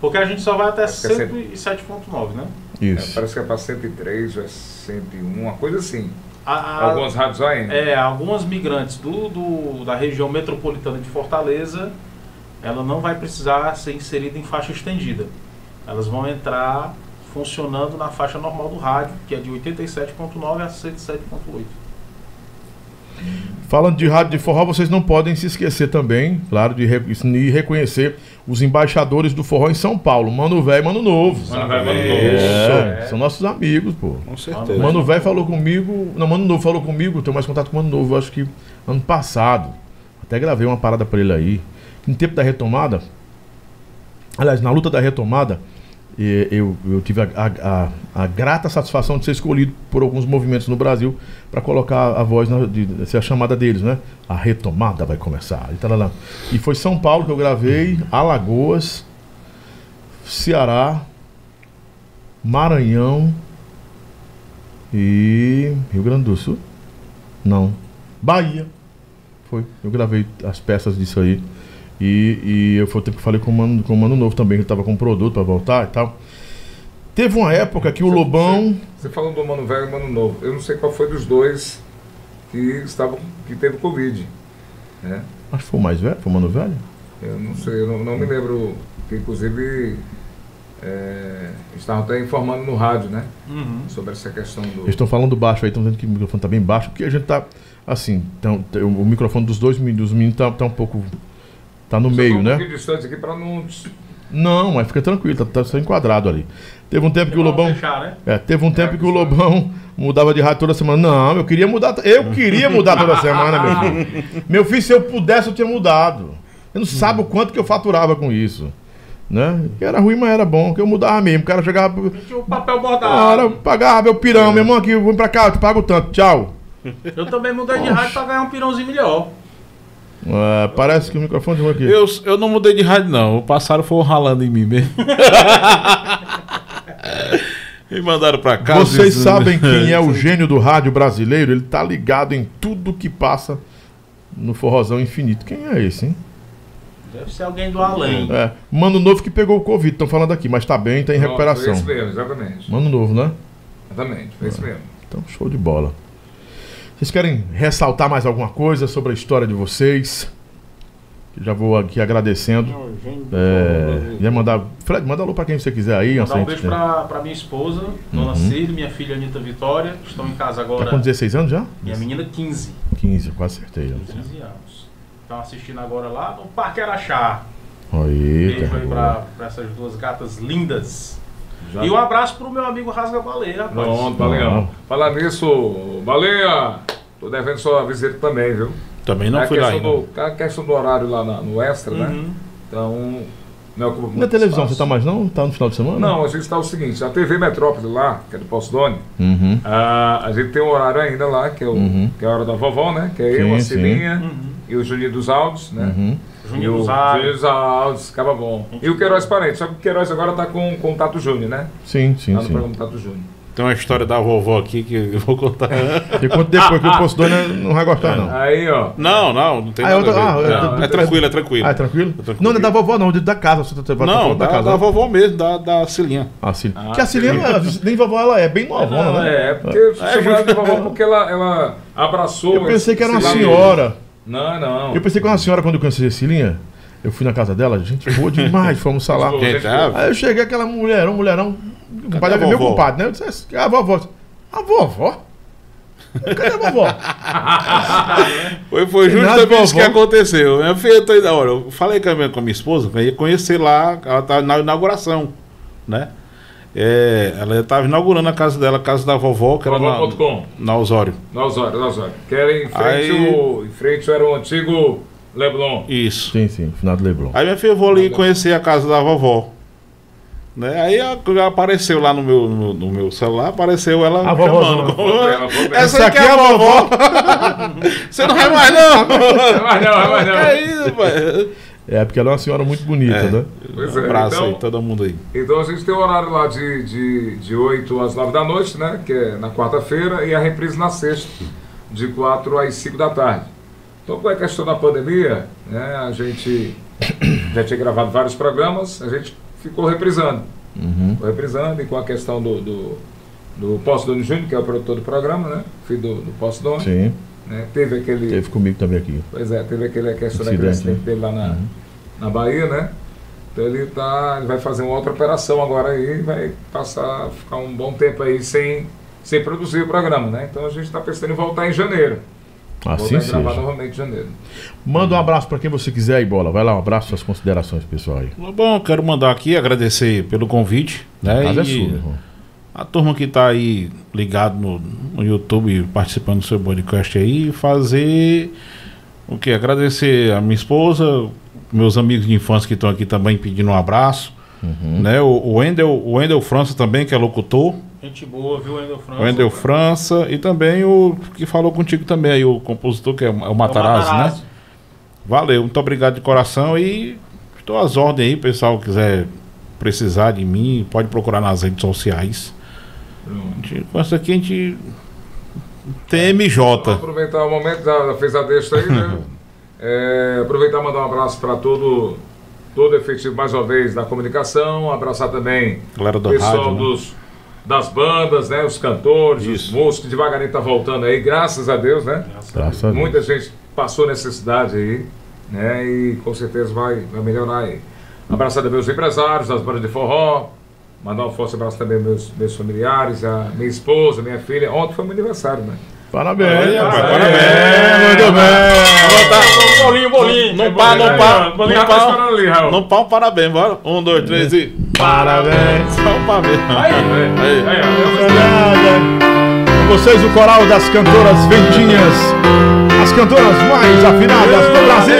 Speaker 2: Porque a gente só vai até
Speaker 5: Acho que é
Speaker 2: 107.9, né?
Speaker 5: é,
Speaker 1: Isso.
Speaker 5: parece que é pra 103 ou é 101, uma coisa assim.
Speaker 2: A- a-
Speaker 5: Algumas rádios ainda.
Speaker 2: Ah, É, algumas migrantes do, do- da região metropolitana de Fortaleza, ela não vai precisar ser inserida em faixa estendida. Elas vão entrar funcionando na faixa normal do rádio, que é de 87.9 a 107.8.
Speaker 1: Falando de rádio de forró, vocês não podem se esquecer também, claro, de re- e reconhecer os embaixadores do forró em São Paulo. Mano Velho e Mano Novo.
Speaker 2: Mano Velho, Mano Novo.
Speaker 1: É,
Speaker 4: Então
Speaker 1: são nossos amigos, pô.
Speaker 3: Com certeza.
Speaker 1: Mano Velho falou comigo. Não, Mano Novo falou comigo. Tenho mais contato com o Mano Novo, acho que ano passado. Até gravei uma parada pra ele aí. No tempo da retomada. Aliás, na luta da retomada, eh, eu, eu tive a, a- a- a grata satisfação de ser escolhido por alguns movimentos no Brasil para colocar a voz, na, de, de ser a chamada deles, né? A retomada vai começar. E, talalá. e foi São Paulo que eu gravei, Alagoas, Ceará, Maranhão e Rio Grande do Sul? Não. Bahia. Foi. Eu gravei as peças disso aí. tipo, um E, e eu fui, falei com o, mano, com o Mano Novo também, que ele tava com o produto pra voltar e tal. Teve uma época que o Lobão.
Speaker 5: Você falando do Mano Velho e Mano Novo, eu não sei qual foi dos dois que, estava, que teve Covid. Né?
Speaker 1: Acho que foi o mais velho, foi o Mano Velho?
Speaker 5: Eu não sei, eu não, não me lembro. Que inclusive é, estavam até informando no rádio, né?
Speaker 3: Uhum.
Speaker 5: Sobre essa questão do.
Speaker 1: Eles estão falando baixo aí, estão vendo que o microfone está bem baixo, porque a gente tá. Assim, tão, tem- o microfone dos dois meninos, dos meninos tá, tá um pouco. Tá no
Speaker 5: Eu só tô
Speaker 1: meio,
Speaker 5: um
Speaker 1: né?
Speaker 5: pouquinho distante aqui para não.
Speaker 1: Não, mas fica tranquilo, tá, tá só enquadrado ali. Teve um tempo que o
Speaker 4: Pra não
Speaker 1: Lobão.
Speaker 4: Fechar, né?
Speaker 1: É, teve um tempo que o Lobão mudava de rádio toda semana. Não, eu queria mudar. Eu queria mudar toda semana, meu filho. Meu filho, se eu pudesse, eu tinha mudado. Eu não sabe o quanto que eu faturava com isso. Né? Que Era ruim, mas era bom, que eu mudava mesmo. O cara chegava. pro-
Speaker 4: Tinha o papel
Speaker 1: Ora, eu
Speaker 4: bordado.
Speaker 1: pagava meu pirão, meu irmão aqui, eu vim pra cá, eu te pago tanto, tchau.
Speaker 4: Eu também mudei de rádio pra ganhar um pirãozinho melhor.
Speaker 1: É, parece que o microfone chegou aqui.
Speaker 3: Eu, eu não mudei de rádio, não. O passaro foi um ralando em mim mesmo. Me mandaram pra casa.
Speaker 1: Vocês
Speaker 3: isso-
Speaker 1: sabem quem é o gênio do rádio brasileiro? Ele tá ligado em tudo que passa no Forrozão Infinito. Quem é esse, hein?
Speaker 4: Deve ser alguém do além.
Speaker 1: É, Mano Novo que pegou o Covid, estão falando aqui, mas tá bem, tá em recuperação.
Speaker 5: Foi Esse mesmo, exatamente.
Speaker 1: Mano Novo, né?
Speaker 5: Exatamente, foi esse mesmo.
Speaker 1: Então, show de bola. Vocês querem ressaltar mais alguma coisa sobre a história de vocês? Eu Já vou aqui agradecendo. É, ia mandar. Fred, manda alô pra quem você quiser aí,
Speaker 4: Mandar um
Speaker 1: Anselmo.
Speaker 4: beijo pra, pra minha esposa, Dona Cir, minha filha Anitta Vitória, que estão em casa
Speaker 1: Uhum. Tá
Speaker 4: agora.
Speaker 1: com 16 anos já?
Speaker 4: Minha menina, 15.
Speaker 1: 15, eu quase acertei.
Speaker 4: 15 anos. Estão assistindo agora lá no Parque Araxá.
Speaker 1: Aí,
Speaker 4: Beijo aí
Speaker 1: cara.
Speaker 4: pra, pra essas duas gatas lindas.
Speaker 5: Já-
Speaker 4: E um abraço pro meu amigo Rasga Baleia, rapaz.
Speaker 5: Pronto,
Speaker 3: tá
Speaker 5: Baleão. Falar nisso, Baleia! Tô devendo sua visita também, viu? É
Speaker 3: Também não
Speaker 5: a,
Speaker 3: fui lá
Speaker 5: questão
Speaker 3: ainda.
Speaker 5: do, a questão do horário lá na- no extra, né?
Speaker 4: Uhum.
Speaker 5: Então, não ocupa muito
Speaker 1: Na televisão,
Speaker 5: espaço.
Speaker 1: você tá mais não? Tá no final de semana?
Speaker 5: Não, a gente está o seguinte, a TV Metrópole lá, que é do Postdone,
Speaker 1: Uhum.
Speaker 5: a, a gente tem um horário ainda lá, que é, o,
Speaker 1: Uhum.
Speaker 5: que é a hora da vovó, né? Que é
Speaker 1: Sim,
Speaker 5: eu, a
Speaker 1: sim.
Speaker 5: Cilinha e o Juninho dos Alves, né?
Speaker 1: Uhum.
Speaker 5: E
Speaker 4: Juninho
Speaker 5: o
Speaker 4: dos Ares.
Speaker 5: Juninho dos Alves, acaba bom. E o Queiroz Parente, só que o Queiroz agora tá com, com o Tato Júnior, né?
Speaker 1: Sim, sim,
Speaker 5: Tá no
Speaker 1: sim.
Speaker 5: programa do Tato Júnior.
Speaker 3: Tem uma história da vovó aqui que eu vou contar.
Speaker 1: E quanto depois que o Poço Dono né, não vai gostar, não.
Speaker 5: Aí, ó,
Speaker 3: Não, não, não tem
Speaker 1: Ah,
Speaker 3: nada
Speaker 1: outra-
Speaker 3: a ver.
Speaker 1: ah, é
Speaker 3: Não,
Speaker 1: do-
Speaker 3: é,
Speaker 1: do-
Speaker 3: tranquilo, é tranquilo.
Speaker 1: Ah, é tranquilo?
Speaker 3: tranquilo.
Speaker 1: Não, não é da vovó, não, de- da casa. Você tá, tá
Speaker 3: Não,
Speaker 1: falando
Speaker 3: da,
Speaker 1: da casa.
Speaker 3: da
Speaker 1: né?
Speaker 3: vovó mesmo, da, da Cilinha.
Speaker 1: A Cil... que a Cilinha, ela- nem vovó ela é, bem novona, né?
Speaker 5: É, porque chamou ela de vovó porque ela, ela abraçou.
Speaker 1: Eu pensei
Speaker 5: esse-
Speaker 1: que era uma
Speaker 5: esse lado.
Speaker 1: senhora.
Speaker 5: Não, não.
Speaker 1: Eu pensei que era uma senhora quando eu conheci a Cilinha. Eu fui na casa dela, gente boa demais, fomos almoçar lá.
Speaker 3: Gente, ah,
Speaker 1: Aí eu cheguei, aquela mulherão, mulherão. Meu
Speaker 3: a
Speaker 1: compadre, é meu
Speaker 3: vovó?
Speaker 1: compadre, né? Eu disse, "Esse- a vovó. A vovó? Cadê a vovó?
Speaker 3: foi, foi
Speaker 1: Tem nada
Speaker 3: justamente isso
Speaker 1: vovó.
Speaker 3: que aconteceu. Minha filha, eu tô indo, olha, eu falei com a minha, com a minha esposa, que eu ia conhecer lá, ela tá na inauguração, né? É, ela estava inaugurando a casa dela, a casa da vovó, que era na,
Speaker 5: Vovó.com.
Speaker 3: na Osório.
Speaker 5: Na Osório, na Osório. Que era em frente,
Speaker 3: Aí-
Speaker 5: ao, em frente era o antigo Leblon.
Speaker 3: Isso.
Speaker 1: Sim, sim, final do Leblon.
Speaker 3: Aí minha filha, eu vou ali conhecer a casa da vovó. Né? Aí a- apareceu lá no meu, no, no meu celular, apareceu ela
Speaker 1: A vovózona.
Speaker 3: chamando.
Speaker 5: Ela falou pra ela.
Speaker 3: Essa aqui é a vovó. Você não vai mais, não.
Speaker 5: Mas não, mas não.
Speaker 3: Que isso, pai?
Speaker 1: É, porque ela é uma senhora muito bonita,
Speaker 3: É.
Speaker 1: né?
Speaker 5: Pois
Speaker 3: Um
Speaker 5: é,
Speaker 3: abraço aí,
Speaker 5: então,
Speaker 3: todo mundo aí.
Speaker 5: então a gente tem o horário lá de, de, de 8 às 9 da noite, né? Que é na quarta-feira, e a reprise na sexta, de 4 às 5 da tarde. Então, com a questão da pandemia, né? A gente já tinha gravado vários programas, a gente ficou reprisando.
Speaker 1: Uhum.
Speaker 5: Ficou reprisando, e com a questão do, do, do Posse Dono Júnior, que é o produtor do programa, né? Filho do, do Posse Dono.
Speaker 1: Sim,
Speaker 5: né, Teve aquele.
Speaker 1: teve comigo também aqui.
Speaker 5: Pois é, teve aquele, a questão daquele
Speaker 1: Incidente,
Speaker 5: acidente
Speaker 1: né?
Speaker 5: dele lá na, na Bahia, né? Então ele, tá, ele vai fazer uma outra operação agora aí, e vai passar, ficar um bom tempo aí sem, sem produzir o programa, né? Então a gente está pensando em voltar em janeiro. Voltar
Speaker 1: Assim
Speaker 5: a gravar
Speaker 1: seja.
Speaker 5: novamente em janeiro.
Speaker 1: Manda um abraço pra quem você quiser aí, bola. Vai lá, um abraço, suas considerações, pessoal aí.
Speaker 3: Bom, quero mandar aqui, agradecer pelo convite. Né?
Speaker 1: Casa é
Speaker 3: E
Speaker 1: sua, irmão.
Speaker 3: A turma que tá aí ligado no, no YouTube, participando do seu podcast aí, fazer o que? Agradecer a minha esposa, meus amigos de infância que estão aqui também pedindo um abraço. Né? O, o, Wendel, o Wendel França também, que é locutor.
Speaker 4: Gente boa, viu, Wendel França?
Speaker 3: O Wendel França e também o que falou contigo também aí, o compositor que é o, é o Matarazzo, né? Valeu, muito obrigado de coração e estou às ordens aí, pessoal que quiser precisar de mim, pode procurar nas redes sociais. A gente- Com essa aqui a gente
Speaker 5: Vou
Speaker 3: TMJ.
Speaker 5: aproveitar o momento, já fez a deixa aí, né? É, aproveitar e mandar um abraço para todo todo o efetivo, mais uma vez, da comunicação. Abraçar também
Speaker 3: Galera do
Speaker 5: o pessoal
Speaker 3: rádio, né?
Speaker 5: dos, das bandas, né? Os cantores, os músicos, que devagarinho tá voltando aí, graças a Deus, né?
Speaker 1: Graças a Deus.
Speaker 5: Muita gente passou necessidade aí, né? E com certeza vai, vai melhorar aí. Abraçar também os empresários, das bandas de forró. Mandar um forte abraço também aos meus, meus familiares, a minha esposa, minha filha. Ontem foi meu aniversário, né?
Speaker 1: Parabéns, rapaz.
Speaker 3: parabéns.
Speaker 1: Muito bem.
Speaker 5: Bolinho, bolinho.
Speaker 3: Não pá,
Speaker 5: né?
Speaker 3: não pá, não pá.
Speaker 5: ali, Raul.
Speaker 3: Não pá, um parabéns, bora. Um, dois, três e. Parabéns. Só um parabéns.
Speaker 5: Aí, aí, ó.
Speaker 1: Com vocês o coral das cantoras Ventinhas, as cantoras mais afinadas do Brasil.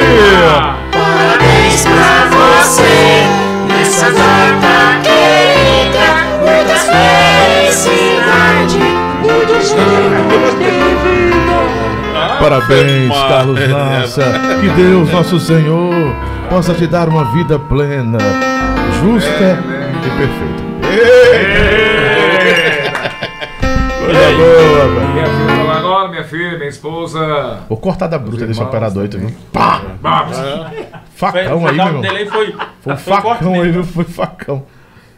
Speaker 10: Parabéns pra você nessa data querida. Muitas felicidades, muitos anos de vida.
Speaker 1: Parabéns,
Speaker 3: Mar-
Speaker 1: Carlos Lassa. Que Deus, nosso Senhor, possa te dar uma vida plena, justa e perfeita. Coisa boa, velho.
Speaker 5: Minha filha tá lá agora, minha filha, minha esposa.
Speaker 1: Vou cortar da bruta desse
Speaker 5: irmãos
Speaker 1: operador aí, tu viu?
Speaker 5: também.
Speaker 1: Pá!
Speaker 5: Babs.
Speaker 1: Facão É. aí, meu
Speaker 4: É. O
Speaker 1: irmão.
Speaker 4: delay foi.
Speaker 1: Foi um
Speaker 4: corte
Speaker 1: facão
Speaker 4: dele.
Speaker 1: aí, viu? Foi um facão.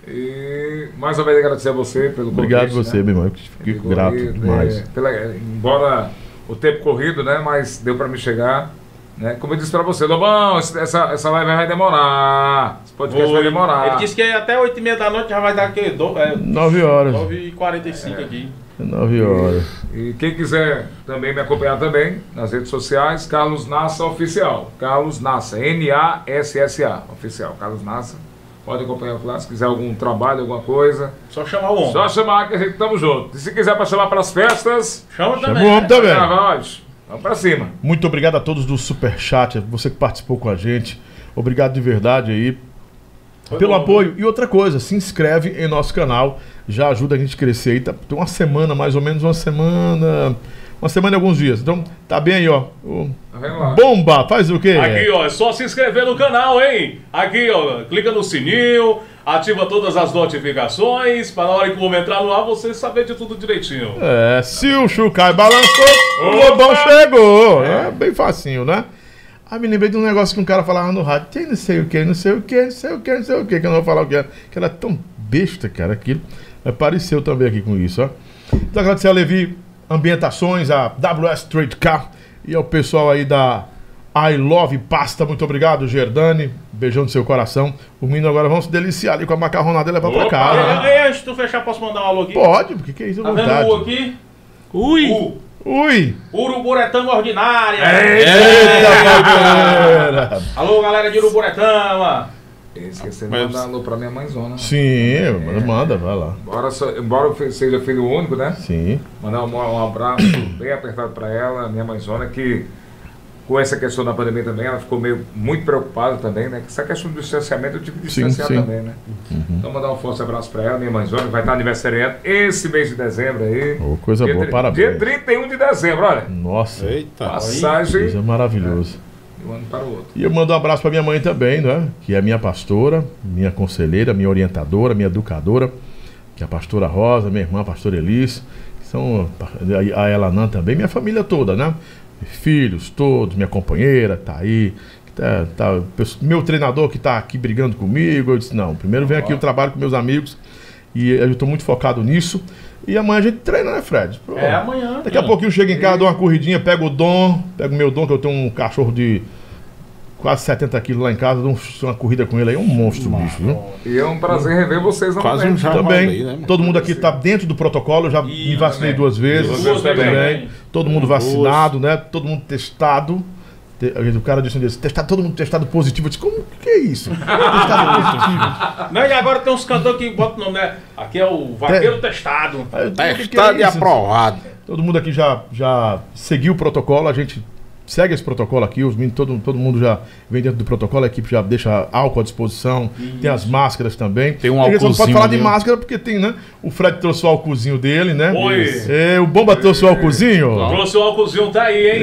Speaker 5: E mais uma vez agradecer a você pelo
Speaker 1: Obrigado
Speaker 5: convite,
Speaker 1: você,
Speaker 5: né?
Speaker 1: meu irmão. Eu Fico
Speaker 5: Pelo
Speaker 1: grato
Speaker 5: convite,
Speaker 1: demais.
Speaker 5: é, pela- embora o tempo corrido, né? Mas deu pra me chegar. Né? Como eu disse pra você, Lobão, esse- essa, essa live vai demorar. Esse podcast vai demorar.
Speaker 4: Ele disse que até 8 e meia da noite já vai dar aqui. Do, é,
Speaker 1: Nove horas.
Speaker 4: 9h45 aqui.
Speaker 1: Nove horas.
Speaker 5: E quem quiser também me acompanhar também nas redes sociais, Carlos Nassa Oficial. Carlos Nassa, N-A-S-S-A, oficial. Carlos Nassa. Pode acompanhar por lá se quiser algum trabalho, alguma coisa.
Speaker 4: Só chamar o homem.
Speaker 5: Só chamar que a gente tamo junto. E se quiser pra chamar pras festas,
Speaker 4: Chama
Speaker 1: Tá
Speaker 4: também. né?
Speaker 1: bom também.
Speaker 5: carnavais, vamos pra cima.
Speaker 1: Muito obrigado a todos do Superchat, a você que participou com a gente. Obrigado de verdade aí pelo apoio. E outra coisa, se inscreve em nosso canal, já ajuda a gente a crescer aí. Tá, tem uma semana, mais ou menos, uma semana. Uma semana e alguns dias. Então, tá bem aí, ó. O-
Speaker 5: Tá vendo lá?
Speaker 1: Bomba! Faz o quê?
Speaker 4: Aqui, ó, é só se inscrever no canal, hein? Aqui, ó, clica no sininho, ativa todas as notificações, para na hora que o homem entrar no ar, você saber de tudo direitinho.
Speaker 1: É, se o Chucai balançou, o Lobão chegou. É. bem facinho, né? Ah, me lembrei de um negócio que um cara falava no rádio. Tem não sei o que, não sei o que, não sei o que, não sei o que, que eu não vou falar o que era. Que era tão besta, cara, aquilo. Apareceu também aqui com isso, ó. Então agradecer a Levi Ambientações, a WS Trade Car e ao pessoal aí da I Love Pasta. Muito obrigado, Gerdani. Beijão no seu coração. O menino agora vamos se deliciar ali com a macarronada e levar pra casa. né?
Speaker 4: Ei, antes de tu fechar, posso mandar um alô aqui?
Speaker 1: Pode, porque que é isso à
Speaker 4: É, Tá vendo
Speaker 1: vontade.
Speaker 4: o U aqui? U.
Speaker 1: Ui!
Speaker 4: Uruburetama Ordinária.
Speaker 1: Eita,
Speaker 4: Alô, galera de Uruburetama.
Speaker 5: Esqueci de mandar alô pra minha mãezona. né?
Speaker 1: Sim, manda, manda, vai lá.
Speaker 5: Embora, só- embora eu fe- seja filho único, né?
Speaker 1: Sim.
Speaker 5: Mandar um, um abraço bem apertado para ela, minha mãezona, que com essa questão da pandemia também, ela ficou meio muito preocupada também, né? Que essa questão do distanciamento, eu tive que
Speaker 1: Sim,
Speaker 5: distanciar
Speaker 1: sim. Uhum.
Speaker 5: também, né? Então, mandar um forte abraço para ela, minha mãezona, que vai estar aniversariando esse mês de dezembro aí.
Speaker 1: Ô, coisa
Speaker 5: dia,
Speaker 1: boa,
Speaker 5: tri-
Speaker 1: parabéns.
Speaker 5: Dia 31 de dezembro, olha.
Speaker 1: Nossa, Deus é
Speaker 3: Eita.
Speaker 5: Passagem
Speaker 1: maravilhoso.
Speaker 5: de um ano para o outro.
Speaker 1: E eu mando um abraço pra minha mãe também, né? Que é minha pastora, minha conselheira, minha orientadora, minha educadora, que é a pastora Rosa, minha irmã, a pastora Elis, que são a a Elanã também, minha família toda, né? Filhos todos, minha companheira, tá aí. que Tá, tá- meu treinador que tá aqui brigando comigo, eu disse, não, primeiro vem aqui o trabalho com meus amigos. E eu tô muito focado nisso. E amanhã a gente treina, né, Fred? Pô,
Speaker 4: É amanhã.
Speaker 3: Ah.
Speaker 1: Daqui a pouquinho eu chego em casa, dou uma corridinha, pego o dom, pego o meu dom, que eu tenho um cachorro de quase 70 quilos lá em casa, dou um- uma corrida com ele aí, é um monstro, bicho, viu?
Speaker 5: E é um prazer rever vocês
Speaker 3: Quase um
Speaker 5: novamente.
Speaker 3: já
Speaker 1: Também,
Speaker 3: né?
Speaker 1: todo mundo aqui tá dentro do protocolo, eu já me vacinei
Speaker 5: também.
Speaker 1: duas vezes.
Speaker 5: Duas
Speaker 4: vezes
Speaker 1: também.
Speaker 4: também.
Speaker 1: Todo mundo vacinado, né? Todo mundo testado. Te- O cara disse um dia, testado, todo mundo testado positivo. Eu disse, como que é isso? testado positivo.
Speaker 4: Não, e agora tem uns cantores que botam o nome, né? Aqui é o Vaqueiro Testado.
Speaker 1: Aí eu disse, "O que que é
Speaker 3: Testado e
Speaker 1: isso?"
Speaker 3: aprovado.
Speaker 1: Todo mundo aqui já, já seguiu o protocolo, a gente segue esse protocolo aqui, os meninos, todo, todo mundo já vem dentro do protocolo, a equipe já deixa álcool à disposição, tem as máscaras também.
Speaker 3: Tem um
Speaker 1: A gente só não pode
Speaker 3: álcoolzinho
Speaker 1: falar de
Speaker 3: ali, ó.
Speaker 1: máscara porque tem, né? O Fred trouxe o álcoolzinho dele, né?
Speaker 4: Oi.
Speaker 1: É, o Bomba trouxe o álcoolzinho.
Speaker 4: Trouxe o álcoolzinho, tá aí, hein?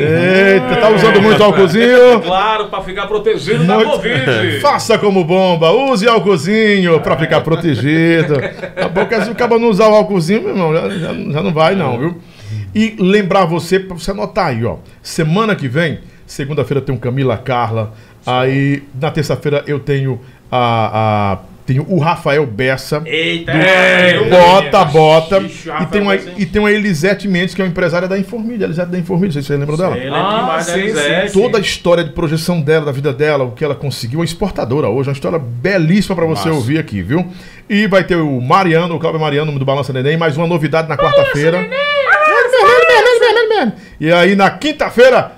Speaker 1: Eita, tá usando muito álcoolzinho?
Speaker 4: Claro, pra ficar protegido da
Speaker 1: Muito- É.
Speaker 4: Covid.
Speaker 1: Faça como bomba, use álcoolzinho pra ficar protegido. Tá bom, que se o cabo não usar o álcoolzinho, meu irmão, já, já, já não vai não, viu? E lembrar você, pra você anotar aí, ó. Semana que vem, segunda-feira tem um Camila Carla, Aí, na terça-feira, eu tenho a. a- tenho o Rafael Bessa.
Speaker 4: Eita,
Speaker 1: do-
Speaker 4: é,
Speaker 1: do
Speaker 4: eu
Speaker 1: bota,
Speaker 4: lembro.
Speaker 1: bota.
Speaker 4: Ixi,
Speaker 1: e,
Speaker 4: Rafael
Speaker 1: tem uma,
Speaker 4: Bessa, hein?
Speaker 1: e tem uma Elisete Mendes, que é uma empresária da Informília. Elisete da Informília, não sei se você lembra dela.
Speaker 4: Ele é demais,
Speaker 5: Ah, sim,
Speaker 4: né,
Speaker 5: sim,
Speaker 4: Zé?
Speaker 1: Toda a história de projeção dela, da vida dela, o que ela conseguiu, é exportadora hoje, é uma história belíssima pra você ouvir aqui, viu? E vai ter o Mariano, o Cláudio Mariano do Balança Neném, mais uma novidade na quarta-feira. E aí na quinta-feira,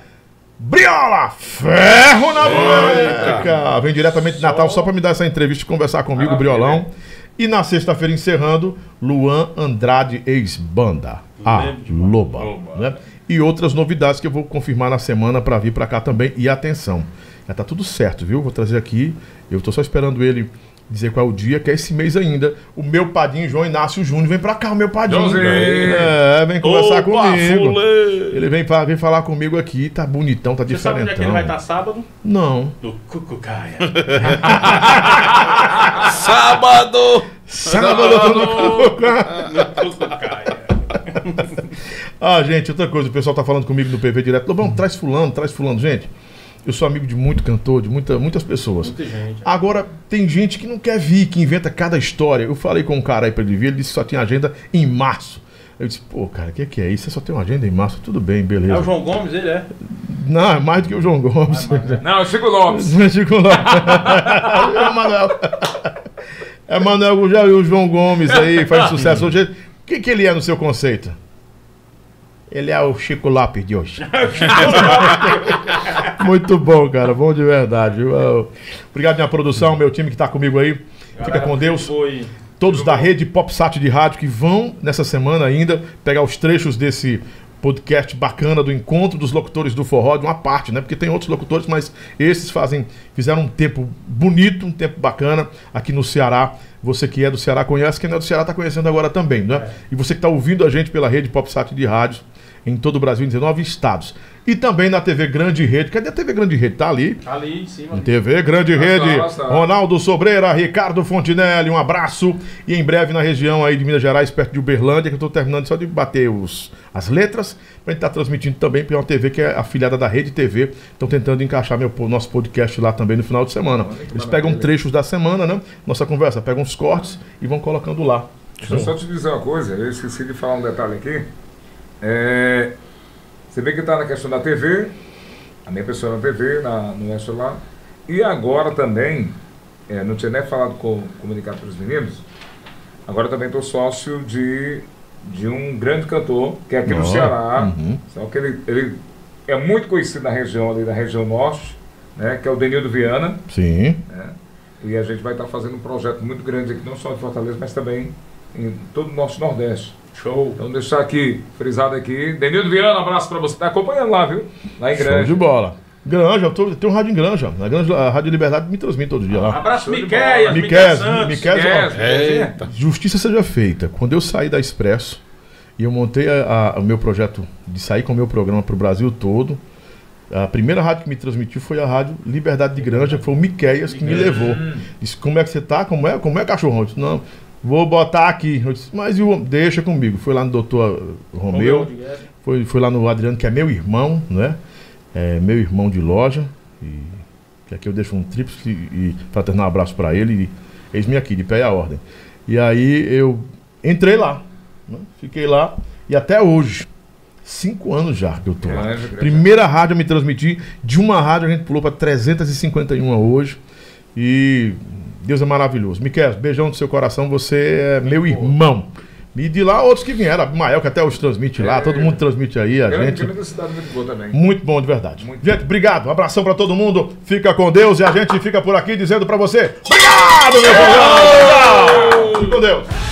Speaker 1: Briola Ferro na boca! Vem diretamente de Natal só pra me dar essa entrevista e conversar comigo, Briolão. E na sexta-feira, encerrando, Luan Andrade, ex-banda. A Loba. né? E outras novidades que eu vou confirmar na semana pra vir pra cá também. E atenção, já tá tudo certo, viu? Vou trazer aqui. Eu tô só esperando ele dizer qual é o dia, que é esse mês ainda. O meu padinho, João Inácio Júnior, vem pra cá, o meu padinho.
Speaker 5: Joãozinho!
Speaker 1: É, vem conversar
Speaker 3: Opa,
Speaker 1: comigo.
Speaker 3: fuleiro!
Speaker 1: Ele vem, pra, vem falar comigo aqui, tá bonitão, tá
Speaker 4: Você sabe onde é que
Speaker 1: diferentão.
Speaker 4: ele vai estar sábado?
Speaker 1: Não.
Speaker 4: No Cucucaia.
Speaker 3: Sábado!
Speaker 1: Sábado no Cuca.
Speaker 4: No Cucucaia.
Speaker 1: Ah, gente, outra coisa, o pessoal tá falando comigo no PV direto. Lobão, traz fulano, traz fulano. Gente, eu sou amigo de muito cantor, de muita, muitas pessoas.
Speaker 4: Muita gente.
Speaker 1: Agora, tem gente que não quer vir, que inventa cada história. Eu falei com um cara aí pra ele vir, ele disse que só tinha agenda em março. Eu disse, pô, cara, o que, que é isso? Você só tem uma agenda em março? Tudo bem,
Speaker 4: É
Speaker 1: beleza.
Speaker 4: o João Gomes, ele é.
Speaker 1: Não, é mais do que o João Gomes.
Speaker 5: Não, Chico Lopes.
Speaker 1: Chico Lopes. é o Manuel. É Manuel Gugel e o João Gomes aí, faz sucesso hoje. O que, que ele é no seu conceito? Ele é o Chico Lopes de hoje. Muito bom, cara. Bom de verdade. viu? Eu- Obrigado, minha produção, meu time que tá comigo aí. Fica com Deus
Speaker 4: Foi.
Speaker 1: todos da rede PopSat de rádio que vão nessa semana ainda pegar os trechos desse podcast bacana do encontro dos locutores do forró de uma parte, né? Porque tem outros locutores, mas esses fazem fizeram um tempo bonito, um tempo bacana aqui no Ceará. Você que é do Ceará conhece, quem não é do Ceará está conhecendo agora também, né? E você que está ouvindo a gente pela rede PopSat de rádio em todo o Brasil, em 19 estados. E também na TV Grande Rede. Cadê a TV Grande Rede? Tá ali.
Speaker 4: Tá ali em cima.
Speaker 1: TV Grande Rede,
Speaker 5: nossa.
Speaker 1: Ronaldo Sobreira, Ricardo Fontinelli, um abraço. E em breve na região aí de Minas Gerais, perto de Uberlândia, que eu tô terminando só de bater os, as letras, pra gente estar transmitindo também pela uma TV que é afiliada da Rede TV. Estão tentando encaixar meu, po- nosso podcast lá também no final de semana. Eles pegam trechos da semana, né? Nossa conversa, pegam os cortes e vão colocando lá.
Speaker 5: Deixa eu só te dizer uma coisa, eu esqueci de falar um detalhe aqui. É, você vê que está na questão da TV, a minha pessoa na TV, na, no meu celular, e agora também, é, não tinha nem falado com comunicado para os meninos, agora também estou sócio de, de um grande cantor, que é aqui do
Speaker 1: Ó,
Speaker 5: Ceará, só que ele, ele é muito conhecido na região ali, da região norte, né, que é o Denildo Viana.
Speaker 1: Sim.
Speaker 5: E a gente vai estar fazendo um projeto muito grande aqui, não só em Fortaleza, mas também em todo o nosso Nordeste. Show! Então deixar aqui, frisado aqui. Denildo Viana, abraço pra você. Tá acompanhando lá, viu? Lá em
Speaker 1: Show de
Speaker 5: Grande.
Speaker 1: bola. Granja, eu tô, tem um rádio em Granja. A, Granja, a Rádio Liberdade me transmite todo dia lá.
Speaker 4: Abraço,
Speaker 5: Show de
Speaker 4: Miquel.
Speaker 5: bola.
Speaker 1: Miquel,
Speaker 4: Miquel Santos.
Speaker 1: Miquel, ó,
Speaker 5: Esquece, esquece.
Speaker 1: Justiça seja feita. Quando eu saí da Expresso e eu montei a- a- o meu projeto de sair com o meu programa para o Brasil todo, a primeira rádio que me transmitiu foi a rádio Liberdade de Granja, que foi o Miqueias que me levou. Disse, como é que você tá? Como é, como é cachorrão? Eu disse, não, vou botar aqui. Eu disse, mas e o homem? deixa comigo. Foi lá no doutor eh, Romeu, foi, foi lá no Adriano, que é meu irmão, né? É, meu irmão de loja. E que aqui eu deixo um tríplice e fraternal abraço para ele. E eis-me aqui, de pé e a ordem. E aí eu entrei lá, né? fiquei lá e até hoje. Cinco anos já que eu tô lá.
Speaker 5: Grande, grande.
Speaker 1: Primeira rádio eu me transmiti, de uma rádio a gente pulou para 351 hoje. E Deus é maravilhoso. Miquel, beijão do seu coração, você é meu irmão. E de lá outros que vieram, Abimael, que até hoje transmite lá,
Speaker 5: É.
Speaker 1: todo mundo transmite aí, a
Speaker 5: Grande,
Speaker 1: gente.
Speaker 5: grande cidade muito boa também.
Speaker 1: Muito bom, de verdade.
Speaker 5: Muito
Speaker 1: gente, obrigado. Um abração pra todo mundo. Fica com Deus e a gente fica por aqui dizendo pra você: Obrigado, meu povo! Obrigado! Fique com Deus!